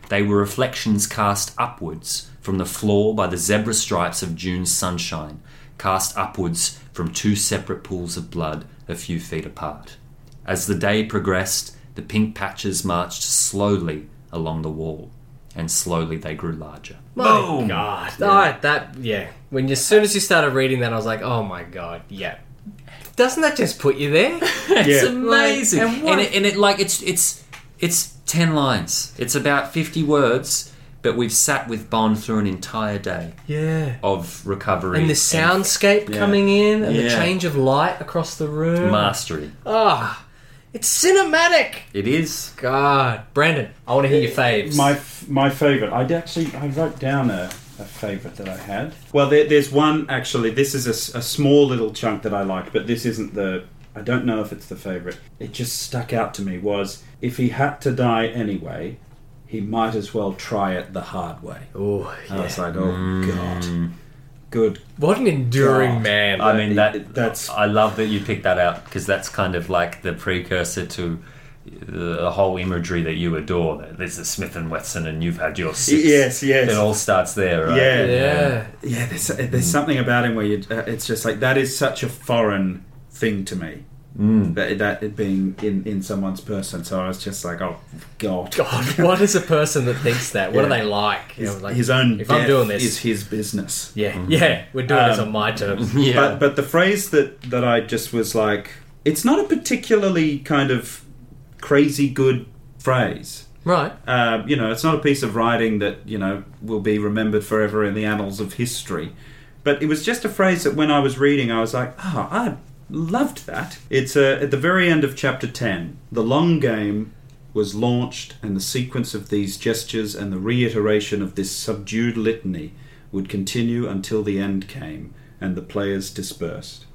Speaker 2: They were reflections cast upwards from the floor by the zebra stripes of June's sunshine, cast upwards from two separate pools of blood a few feet apart. As the day progressed, the pink patches marched slowly along the wall, and slowly they grew larger. Oh,
Speaker 1: My God. Ah, that, yeah. When you, as soon as you started reading that, I was like, oh my God, yeah. Doesn't that just put you there?
Speaker 2: It's
Speaker 3: Yeah.
Speaker 2: amazing,
Speaker 1: Like, and
Speaker 2: and,
Speaker 1: what-
Speaker 2: it, and it like it's it's it's ten lines. It's about fifty words, but we've sat with Bond through an entire day
Speaker 1: Yeah.
Speaker 2: of recovery
Speaker 1: And the soundscape coming in and the
Speaker 2: Yeah.
Speaker 1: change of light across the room.
Speaker 2: mastery.
Speaker 1: Ah, it's cinematic.
Speaker 2: It is.
Speaker 1: God, Brandon, I want to hear your faves.
Speaker 3: My f- my favorite. I actually I wrote down a, a favorite that I had. Well, there, there's one actually. This is a s- a, small little chunk that I liked, but this isn't the. I don't know if it's the favorite. It just stuck out to me was if he had to die anyway, he might as well try it the hard way.
Speaker 1: oh,
Speaker 3: I was like, oh god, good.
Speaker 1: what an enduring
Speaker 3: God.
Speaker 1: man.
Speaker 2: Mm. I mean that.
Speaker 3: it- that's-
Speaker 2: I love that you picked that out because that's kind of like the precursor to the whole imagery that you adore. There's the Smith and Wesson, and you've had your six.
Speaker 3: Yes, yes.
Speaker 2: It all starts there, right?
Speaker 3: Yeah.
Speaker 1: yeah.
Speaker 3: Yeah, there's there's something about him where you. Uh, it's just like that is such a foreign thing to me. That, that it being in, in someone's person, so I was just like, oh god,
Speaker 1: God, what is a person that thinks that? What
Speaker 3: Yeah.
Speaker 1: are they like? You
Speaker 3: his,
Speaker 1: know, like,
Speaker 3: his own
Speaker 1: If
Speaker 3: death
Speaker 1: I'm doing this,
Speaker 3: is his business.
Speaker 1: yeah, yeah, we're doing this
Speaker 3: Um,
Speaker 1: on my terms.
Speaker 2: Yeah.
Speaker 3: But but the phrase that that I just was like, it's not a particularly kind of crazy good phrase.
Speaker 1: Right.
Speaker 3: Uh, you know, it's not a piece of writing that you know will be remembered forever in the annals of history. But it was just a phrase that when I was reading, I was like, oh, I loved that. It's uh, at the very end of chapter ten. The long game was launched, and the sequence of these gestures and the reiteration of this subdued litany would continue until the end came and the players dispersed.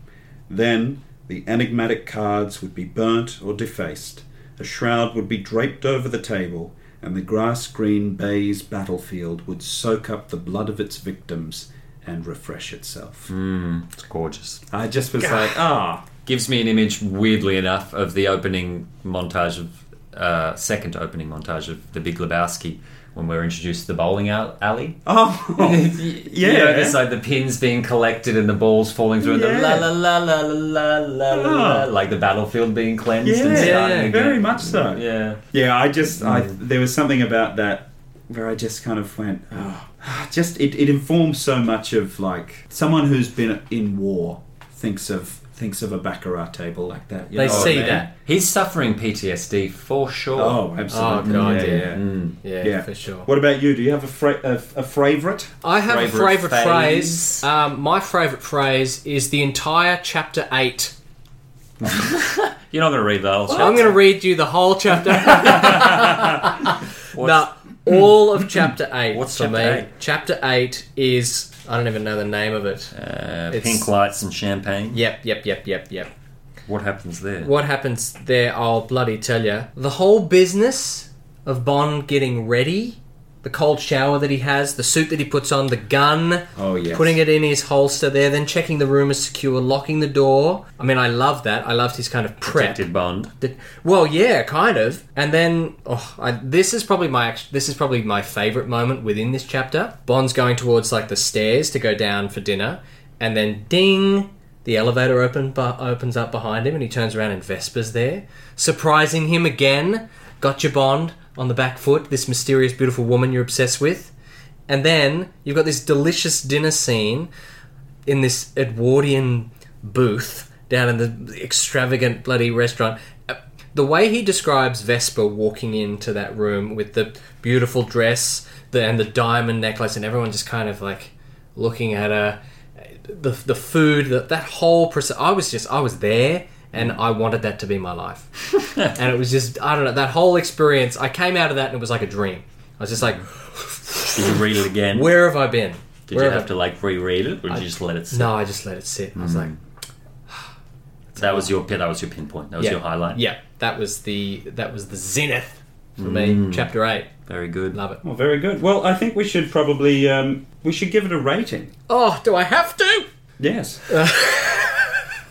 Speaker 3: Then the enigmatic cards would be burnt or defaced, a shroud would be draped over the table, and the grass green baize battlefield would soak up the blood of its victims and refresh itself.
Speaker 2: it's gorgeous.
Speaker 3: I just was like, ah,
Speaker 2: gives me an image, weirdly enough, of the opening montage of uh, second opening montage of The Big Lebowski when we're introduced to the bowling al- alley.
Speaker 3: oh,
Speaker 2: yeah, you know, it's like the pins being collected and the balls falling through, and
Speaker 3: Yeah.
Speaker 2: the la la la la la la la,
Speaker 3: Oh.
Speaker 2: like the battlefield being cleansed and
Speaker 3: Yeah,
Speaker 2: starting again.
Speaker 3: very much so.
Speaker 2: Yeah,
Speaker 3: Yeah, I just, I there was something about that where I just kind of went, oh, just it, it informs so much of like someone who's been in war thinks of thinks of a baccarat table like that. you
Speaker 1: They
Speaker 3: know what I
Speaker 1: see
Speaker 3: mean?
Speaker 1: that.
Speaker 2: Oh, he's suffering PTSD for sure.
Speaker 3: Oh,
Speaker 1: Oh,
Speaker 3: absolutely.
Speaker 1: God,
Speaker 3: yeah, Mm.
Speaker 1: yeah.
Speaker 3: yeah.
Speaker 1: Yeah,
Speaker 3: Yeah.
Speaker 1: for sure.
Speaker 3: What about you? Do you have a fra- a, a favorite?
Speaker 1: I have
Speaker 2: Favourite
Speaker 1: a favourite
Speaker 2: phase?
Speaker 1: phrase. Um, my favourite phrase is the entire chapter 8.
Speaker 2: You're not going to read those.
Speaker 1: I'm going to read you the whole chapter. no, all of chapter 8.
Speaker 2: What's
Speaker 1: for
Speaker 2: chapter
Speaker 1: me.
Speaker 2: eight?
Speaker 1: Chapter 8 is. I don't even know the name of it.
Speaker 2: uh,
Speaker 1: It's-
Speaker 2: pink lights and champagne.
Speaker 1: Yep, yep, yep, yep, yep.
Speaker 2: What happens there?
Speaker 1: What happens there, I'll bloody tell you. The whole business of Bond getting ready, the cold shower that he has, the suit that he puts on, the gun,
Speaker 3: Oh yes.
Speaker 1: putting it in his holster there, then checking the room is secure, locking the door. I mean, I love that. I loved his kind of prep.
Speaker 2: Detective Bond.
Speaker 1: The- well, yeah, kind of. And then, oh, I, this is probably my act- this is probably my favorite moment within this chapter. Bond's going towards like the stairs to go down for dinner, and then ding, the elevator open bu- opens up behind him, and he turns around and Vesper's there, surprising him again. Got your Bond on the back foot. This mysterious, beautiful woman you're obsessed with. And then you've got this delicious dinner scene in this Edwardian booth down in the extravagant bloody restaurant. Uh, the way he describes Vespa walking into that room with the beautiful dress the, and the diamond necklace, and everyone just kind of like looking at her, the, the food, that that whole process. I was just, I was there. And I wanted that to be my life, and it was just I don't know that whole experience. I came out of that and it was like a dream. I was just like,
Speaker 2: Did you read it again?
Speaker 1: where have I been?
Speaker 2: Did
Speaker 1: Where
Speaker 2: you
Speaker 1: have
Speaker 2: have to Hmm. like reread it, or did
Speaker 1: I-
Speaker 2: you just let it sit?
Speaker 1: No, I just let it sit. I was like,
Speaker 2: That was your pin. That was your pinpoint. That was your highlight.
Speaker 1: Yeah, that was the that was the zenith for me. Chapter eight,
Speaker 2: Very good.
Speaker 1: love it.
Speaker 3: Well, Oh, very good. Well, I think we should probably um, we should give it a rating.
Speaker 1: Oh, do I have to?
Speaker 3: Yes.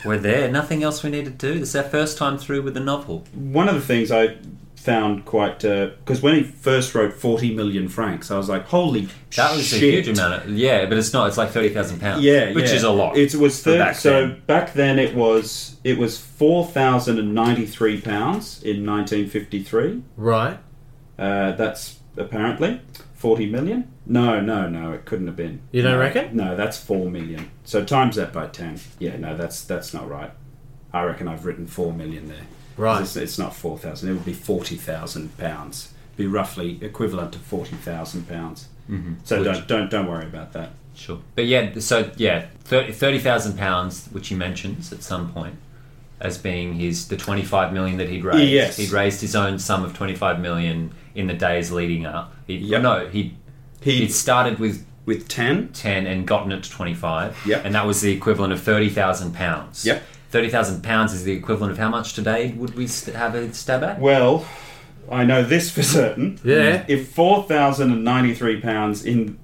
Speaker 2: We're there. Nothing else we need to do. This is our first time through with the novel.
Speaker 3: One of the things I found quite because when he first wrote forty million francs, I was like, holy
Speaker 2: That was
Speaker 3: shit.
Speaker 2: a huge amount. Of, yeah, but it's not. It's like thirty thousand pounds.
Speaker 3: Yeah,
Speaker 2: which
Speaker 3: yeah.
Speaker 2: is a lot.
Speaker 3: It was
Speaker 2: for
Speaker 3: thir-
Speaker 2: back
Speaker 3: so
Speaker 2: then.
Speaker 3: back then it was it was four thousand and ninety three pounds in nineteen fifty three.
Speaker 1: Right.
Speaker 3: Uh, that's apparently forty million. No, no, no, it couldn't have been.
Speaker 1: You don't
Speaker 3: No,
Speaker 1: reckon?
Speaker 3: No, that's four million. So times that by ten. Yeah, no, that's that's not right. I reckon I've written four million there. 'Cause
Speaker 1: Right.
Speaker 3: It's, it's not four thousand. It would be forty thousand pounds. Be roughly equivalent to forty thousand pounds. Mm-hmm. So
Speaker 2: Which-
Speaker 3: don't don't don't worry about that.
Speaker 2: Sure. But yeah, so yeah, thirty thousand pounds, which he mentions at some point as being his the twenty five million that he'd raised.
Speaker 3: Yes.
Speaker 2: He'd raised his own sum of twenty five million in the days leading up. He,
Speaker 3: Yep.
Speaker 2: No, he
Speaker 3: He
Speaker 2: he started with
Speaker 3: with ten.
Speaker 2: 10 and gotten it to 25.
Speaker 3: Yep.
Speaker 2: And that was the equivalent of 30,000 pounds.
Speaker 3: Yep.
Speaker 2: 30,000 pounds is the equivalent of how much today would we st- have a stab at?
Speaker 3: Well, I know this for certain.
Speaker 1: Yeah.
Speaker 3: If four thousand and ninety-three pounds in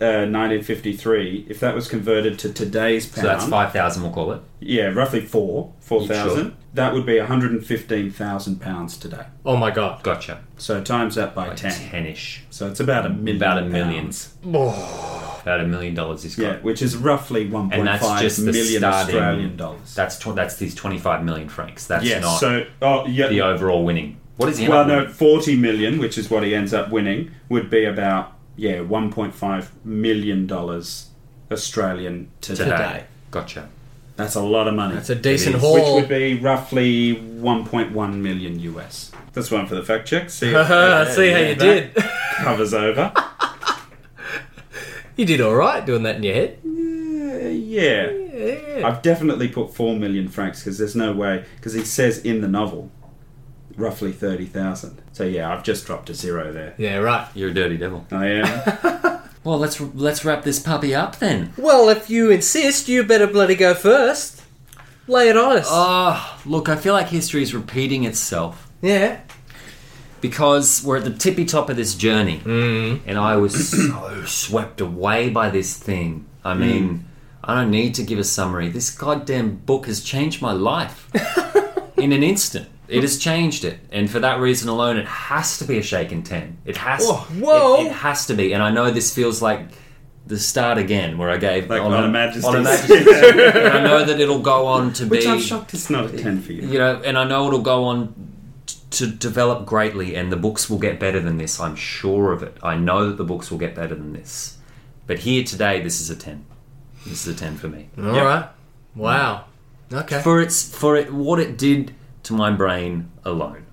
Speaker 3: uh, 1953, if that was converted to today's pound,
Speaker 2: So that's 5,000 we'll call it.
Speaker 3: yeah, roughly four, four thousand.
Speaker 2: Sure.
Speaker 3: That would be one hundred and fifteen thousand pounds today.
Speaker 1: Oh my god.
Speaker 2: Gotcha.
Speaker 3: So times that by ten.
Speaker 2: 10-ish.
Speaker 3: So it's about a million.
Speaker 2: About a million.
Speaker 3: pounds.
Speaker 1: Oh.
Speaker 2: About a million dollars he's
Speaker 3: Yeah,
Speaker 2: got.
Speaker 3: which is roughly one
Speaker 2: And
Speaker 3: point
Speaker 2: that's
Speaker 3: five
Speaker 2: just the
Speaker 3: million
Speaker 2: starting-
Speaker 3: Australian dollars.
Speaker 2: That's tw- that's these 25 million francs. That's
Speaker 3: yes.
Speaker 2: not
Speaker 3: So oh yeah.
Speaker 2: the overall winning. What is he end
Speaker 3: well,
Speaker 2: up
Speaker 3: no,
Speaker 2: with?
Speaker 3: forty million, which is what he ends up winning, would be about yeah one point five million dollars Australian to today.
Speaker 2: Today. Gotcha.
Speaker 3: That's a lot of money.
Speaker 1: That's a decent
Speaker 2: is.
Speaker 3: which
Speaker 1: haul.
Speaker 3: would be roughly one point one million US. That's one for the fact check. See, if
Speaker 1: Uh, see how
Speaker 3: yeah,
Speaker 1: you
Speaker 3: that-
Speaker 1: did.
Speaker 3: covers over. Uh,
Speaker 1: you did all right doing that in your head.
Speaker 3: Uh, yeah. I've definitely put four million francs because there's no way because he says in the novel roughly thirty thousand. So yeah, I've just dropped a zero there.
Speaker 1: Yeah, right.
Speaker 2: You're a dirty devil.
Speaker 3: I am.
Speaker 2: Well, let's let's wrap this puppy up then.
Speaker 1: Well, if you insist, you better bloody go first. Lay it on us.
Speaker 2: Oh, look, I feel like history is repeating itself.
Speaker 1: yeah.
Speaker 2: because we're at the tippy top of this journey, and I was so swept away by this thing. I mean, I don't need to give a summary. This goddamn book has changed my life in an instant. It has changed it, and for that reason alone, it has to be a shaken ten. It has.
Speaker 1: Oh, whoa.
Speaker 2: It, it has to be, and I know this feels like the start again, where I gave
Speaker 3: Like
Speaker 2: on
Speaker 3: Honor
Speaker 2: a-
Speaker 3: Majesty's.
Speaker 2: on a Majesty's. and I know that it'll go on to
Speaker 3: Which
Speaker 2: be
Speaker 3: I'm shocked it's not a ten for you.
Speaker 2: you know, and I know it'll go on t- to develop greatly, and the books will get better than this. I'm sure of it. I know that the books will get better than this. But here today, this is a ten. This is a ten for me
Speaker 1: All right. Wow. Okay.
Speaker 2: for its for it what it did to my brain alone.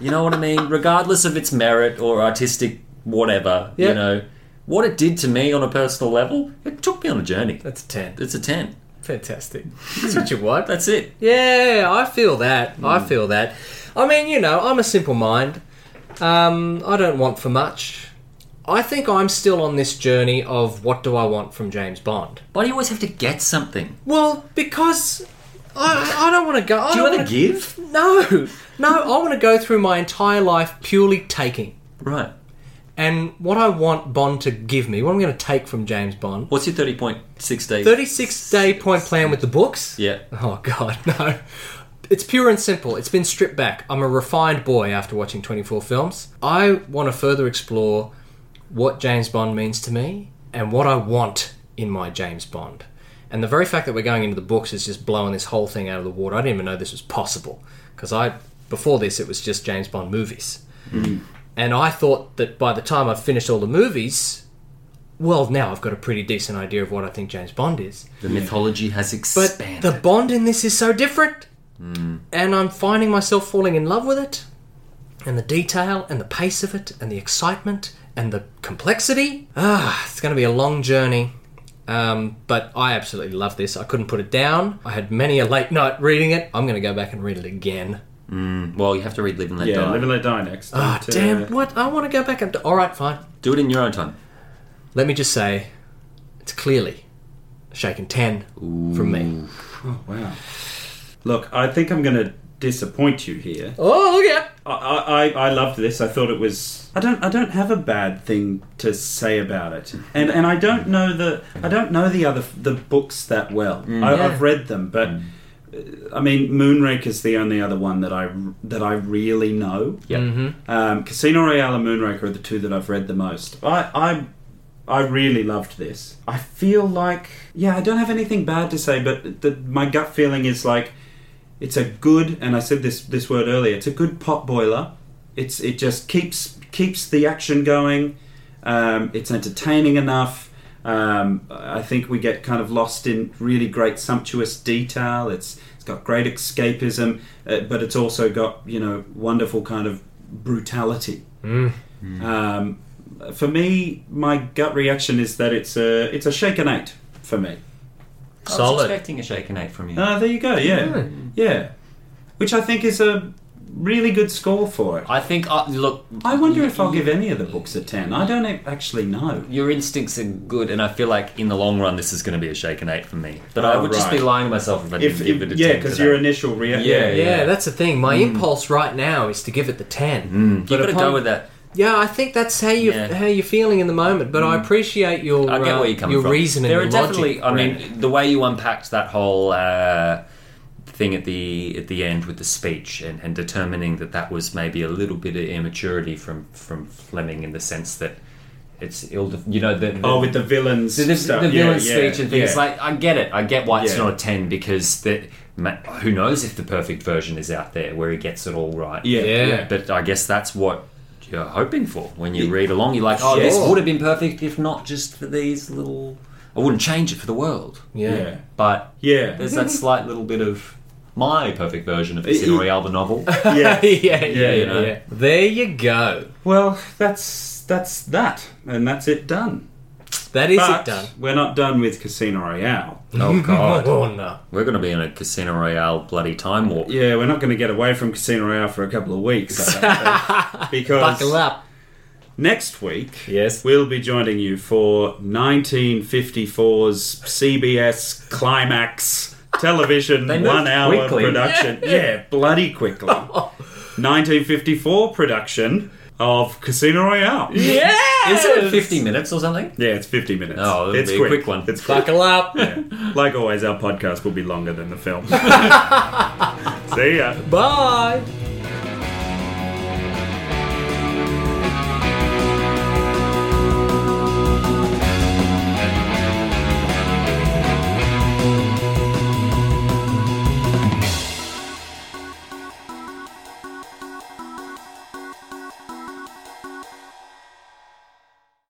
Speaker 2: you know what I mean? Regardless of its merit or artistic whatever,
Speaker 1: Yeah.
Speaker 2: you know, what it did to me on a personal level, it took me on a journey.
Speaker 1: That's a ten.
Speaker 2: It's a ten.
Speaker 1: Fantastic. That's what you want.
Speaker 2: That's it.
Speaker 1: Yeah, I feel that.
Speaker 2: Hmm.
Speaker 1: I feel that. I mean, you know, I'm a simple mind. Um, I don't want for much. I think I'm still on this journey of what do I want from James Bond.
Speaker 2: Why do you always have to get something?
Speaker 1: Well, because I, I don't want to go. I
Speaker 2: Do you
Speaker 1: don't
Speaker 2: want to
Speaker 1: wanna-
Speaker 2: give?
Speaker 1: No, no. I want to go through my entire life purely taking.
Speaker 2: Right.
Speaker 1: And what I want Bond to give me, what I'm going to take from James Bond,
Speaker 2: What's your thirty point six day?
Speaker 1: 36 day point plan with the books.
Speaker 2: Yeah.
Speaker 1: Oh God, no. It's pure and simple. It's been stripped back. I'm a refined boy after watching 24 films. I want to further explore what James Bond means to me and what I want in my James Bond. And the very fact that we're going into the books is just blowing this whole thing out of the water. I didn't even know this was possible because I before this it was just James Bond movies. And I thought that by the time I've finished all the movies, well, now I've got a pretty decent idea of what I think James Bond is.
Speaker 2: The mythology has
Speaker 1: But
Speaker 2: expanded.
Speaker 1: the Bond in this is so different. and I'm finding myself falling in love with it, and the detail, and the pace of it, and the excitement, and the complexity. Ah, it's going to be a long journey. Um, but I absolutely love this. I couldn't put it down. I had many a late night reading it. I'm going to go back and read it again.
Speaker 2: Well, you have to read Live and Let
Speaker 3: Yeah,
Speaker 2: Die.
Speaker 3: Live and Let Die next.
Speaker 1: Ah,
Speaker 3: time too.
Speaker 1: damn! What? I want to go back and. All right, fine.
Speaker 2: Do it in your own time.
Speaker 1: Let me just say, it's clearly a shaken ten from me.
Speaker 3: Wow. Look, I think I'm going to disappoint you here.
Speaker 1: Oh yeah.
Speaker 3: I, I, I loved this. I thought it was. I don't. I don't have a bad thing to say about it, and and I don't know the. I don't know the other the books that well. I,
Speaker 1: Yeah.
Speaker 3: I've read them, but. uh, I mean, Moonraker is the only other one that I that I really know.
Speaker 2: Yeah.
Speaker 1: Mm-hmm.
Speaker 3: Um, Casino Royale and Moonraker are the two that I've read the most. I, I I really loved this. I feel like yeah, I don't have anything bad to say, but the, my gut feeling is like it's a good and I said this this word earlier. It's a good pot boiler. It's it just keeps keeps the action going. Um, it's entertaining enough. Um, I think we get kind of lost in really great sumptuous detail. It's it's got great escapism, uh, but it's also got you know wonderful kind of brutality. Um, for me, my gut reaction is that it's a it's a shaken eight for me.
Speaker 2: I was
Speaker 1: Solid.
Speaker 2: expecting a shaken eight from you.
Speaker 3: Ah, there you go. Yeah, yeah. Which I think is a really good score for it.
Speaker 2: I think, uh, look,
Speaker 3: I wonder
Speaker 2: you-
Speaker 3: if I'll
Speaker 2: you-
Speaker 3: give any of the books a ten. I don't a- actually know.
Speaker 2: your instincts are good, and I feel like in the long run, this is going to be a shaken eight for me. But I
Speaker 3: Oh,
Speaker 2: would just be
Speaker 3: right.
Speaker 2: lying to myself if I didn't
Speaker 3: If,
Speaker 2: give
Speaker 3: if
Speaker 2: it a
Speaker 3: yeah,
Speaker 2: ten
Speaker 3: because
Speaker 2: today.
Speaker 3: your initial reaction.
Speaker 2: Yeah,
Speaker 1: Yeah, that's the thing. My impulse right now is to give it the ten.
Speaker 2: You've got to go
Speaker 1: upon-
Speaker 2: with that.
Speaker 1: Yeah, I think that's how you
Speaker 2: Yeah. Hmm.
Speaker 1: how you're feeling in the moment. But I appreciate your
Speaker 2: I get
Speaker 1: uh,
Speaker 2: where you're coming
Speaker 1: your
Speaker 2: from.
Speaker 1: reasoning.
Speaker 2: There are
Speaker 1: your
Speaker 2: definitely,
Speaker 1: logic.
Speaker 2: I mean, the way you unpacked that whole uh, thing at the at the end with the speech and, and determining that that was maybe a little bit of immaturity from from Fleming in the sense that it's ill, you know, the, the,
Speaker 3: Oh, with the villains.
Speaker 2: the, the,
Speaker 3: stuff.
Speaker 2: the
Speaker 3: Yeah,
Speaker 2: villain's
Speaker 3: yeah,
Speaker 2: speech and things
Speaker 3: yeah.
Speaker 2: like I get it. I get why it's
Speaker 3: Yeah.
Speaker 2: not a ten because that ma- who knows if the perfect version is out there where he gets it all right.
Speaker 3: Yeah.
Speaker 1: Yeah.
Speaker 2: But I guess that's what you're hoping for when you read along. You're like, oh, this
Speaker 1: Sure.
Speaker 2: would have been perfect if not just for these little. I wouldn't change it for the world,
Speaker 1: yeah.
Speaker 3: yeah.
Speaker 2: but
Speaker 3: Yeah.
Speaker 2: there's that slight little bit of my perfect version of the
Speaker 3: Yeah.
Speaker 2: Cinderella the novel.
Speaker 3: yeah.
Speaker 1: yeah, yeah,
Speaker 2: you know.
Speaker 1: yeah. There you go.
Speaker 3: Well, that's that's that, and that's it done.
Speaker 1: That is
Speaker 3: but
Speaker 1: it done.
Speaker 3: we're not done with Casino Royale.
Speaker 2: oh God,
Speaker 1: Oh no.
Speaker 2: we're going to be in a Casino Royale bloody time warp.
Speaker 3: Yeah, we're not going to get away from Casino Royale for a couple of weeks, I don't think,
Speaker 1: Buckle
Speaker 3: because
Speaker 1: up.
Speaker 3: next week
Speaker 1: Yes.
Speaker 3: we'll be joining you for 1954's CBS Climax television
Speaker 2: moved
Speaker 3: one-hour
Speaker 2: quickly.
Speaker 3: production. Yeah. bloody quickly. 1954 production of Casino Royale. Yeah,
Speaker 2: Is it 50 minutes or something?
Speaker 3: it's 50 minutes.
Speaker 2: Oh, it'll
Speaker 3: it's
Speaker 2: be a quick one.
Speaker 3: It's quick.
Speaker 1: Buckle up.
Speaker 3: Like always, our podcast will be longer than the film. See ya.
Speaker 1: Bye.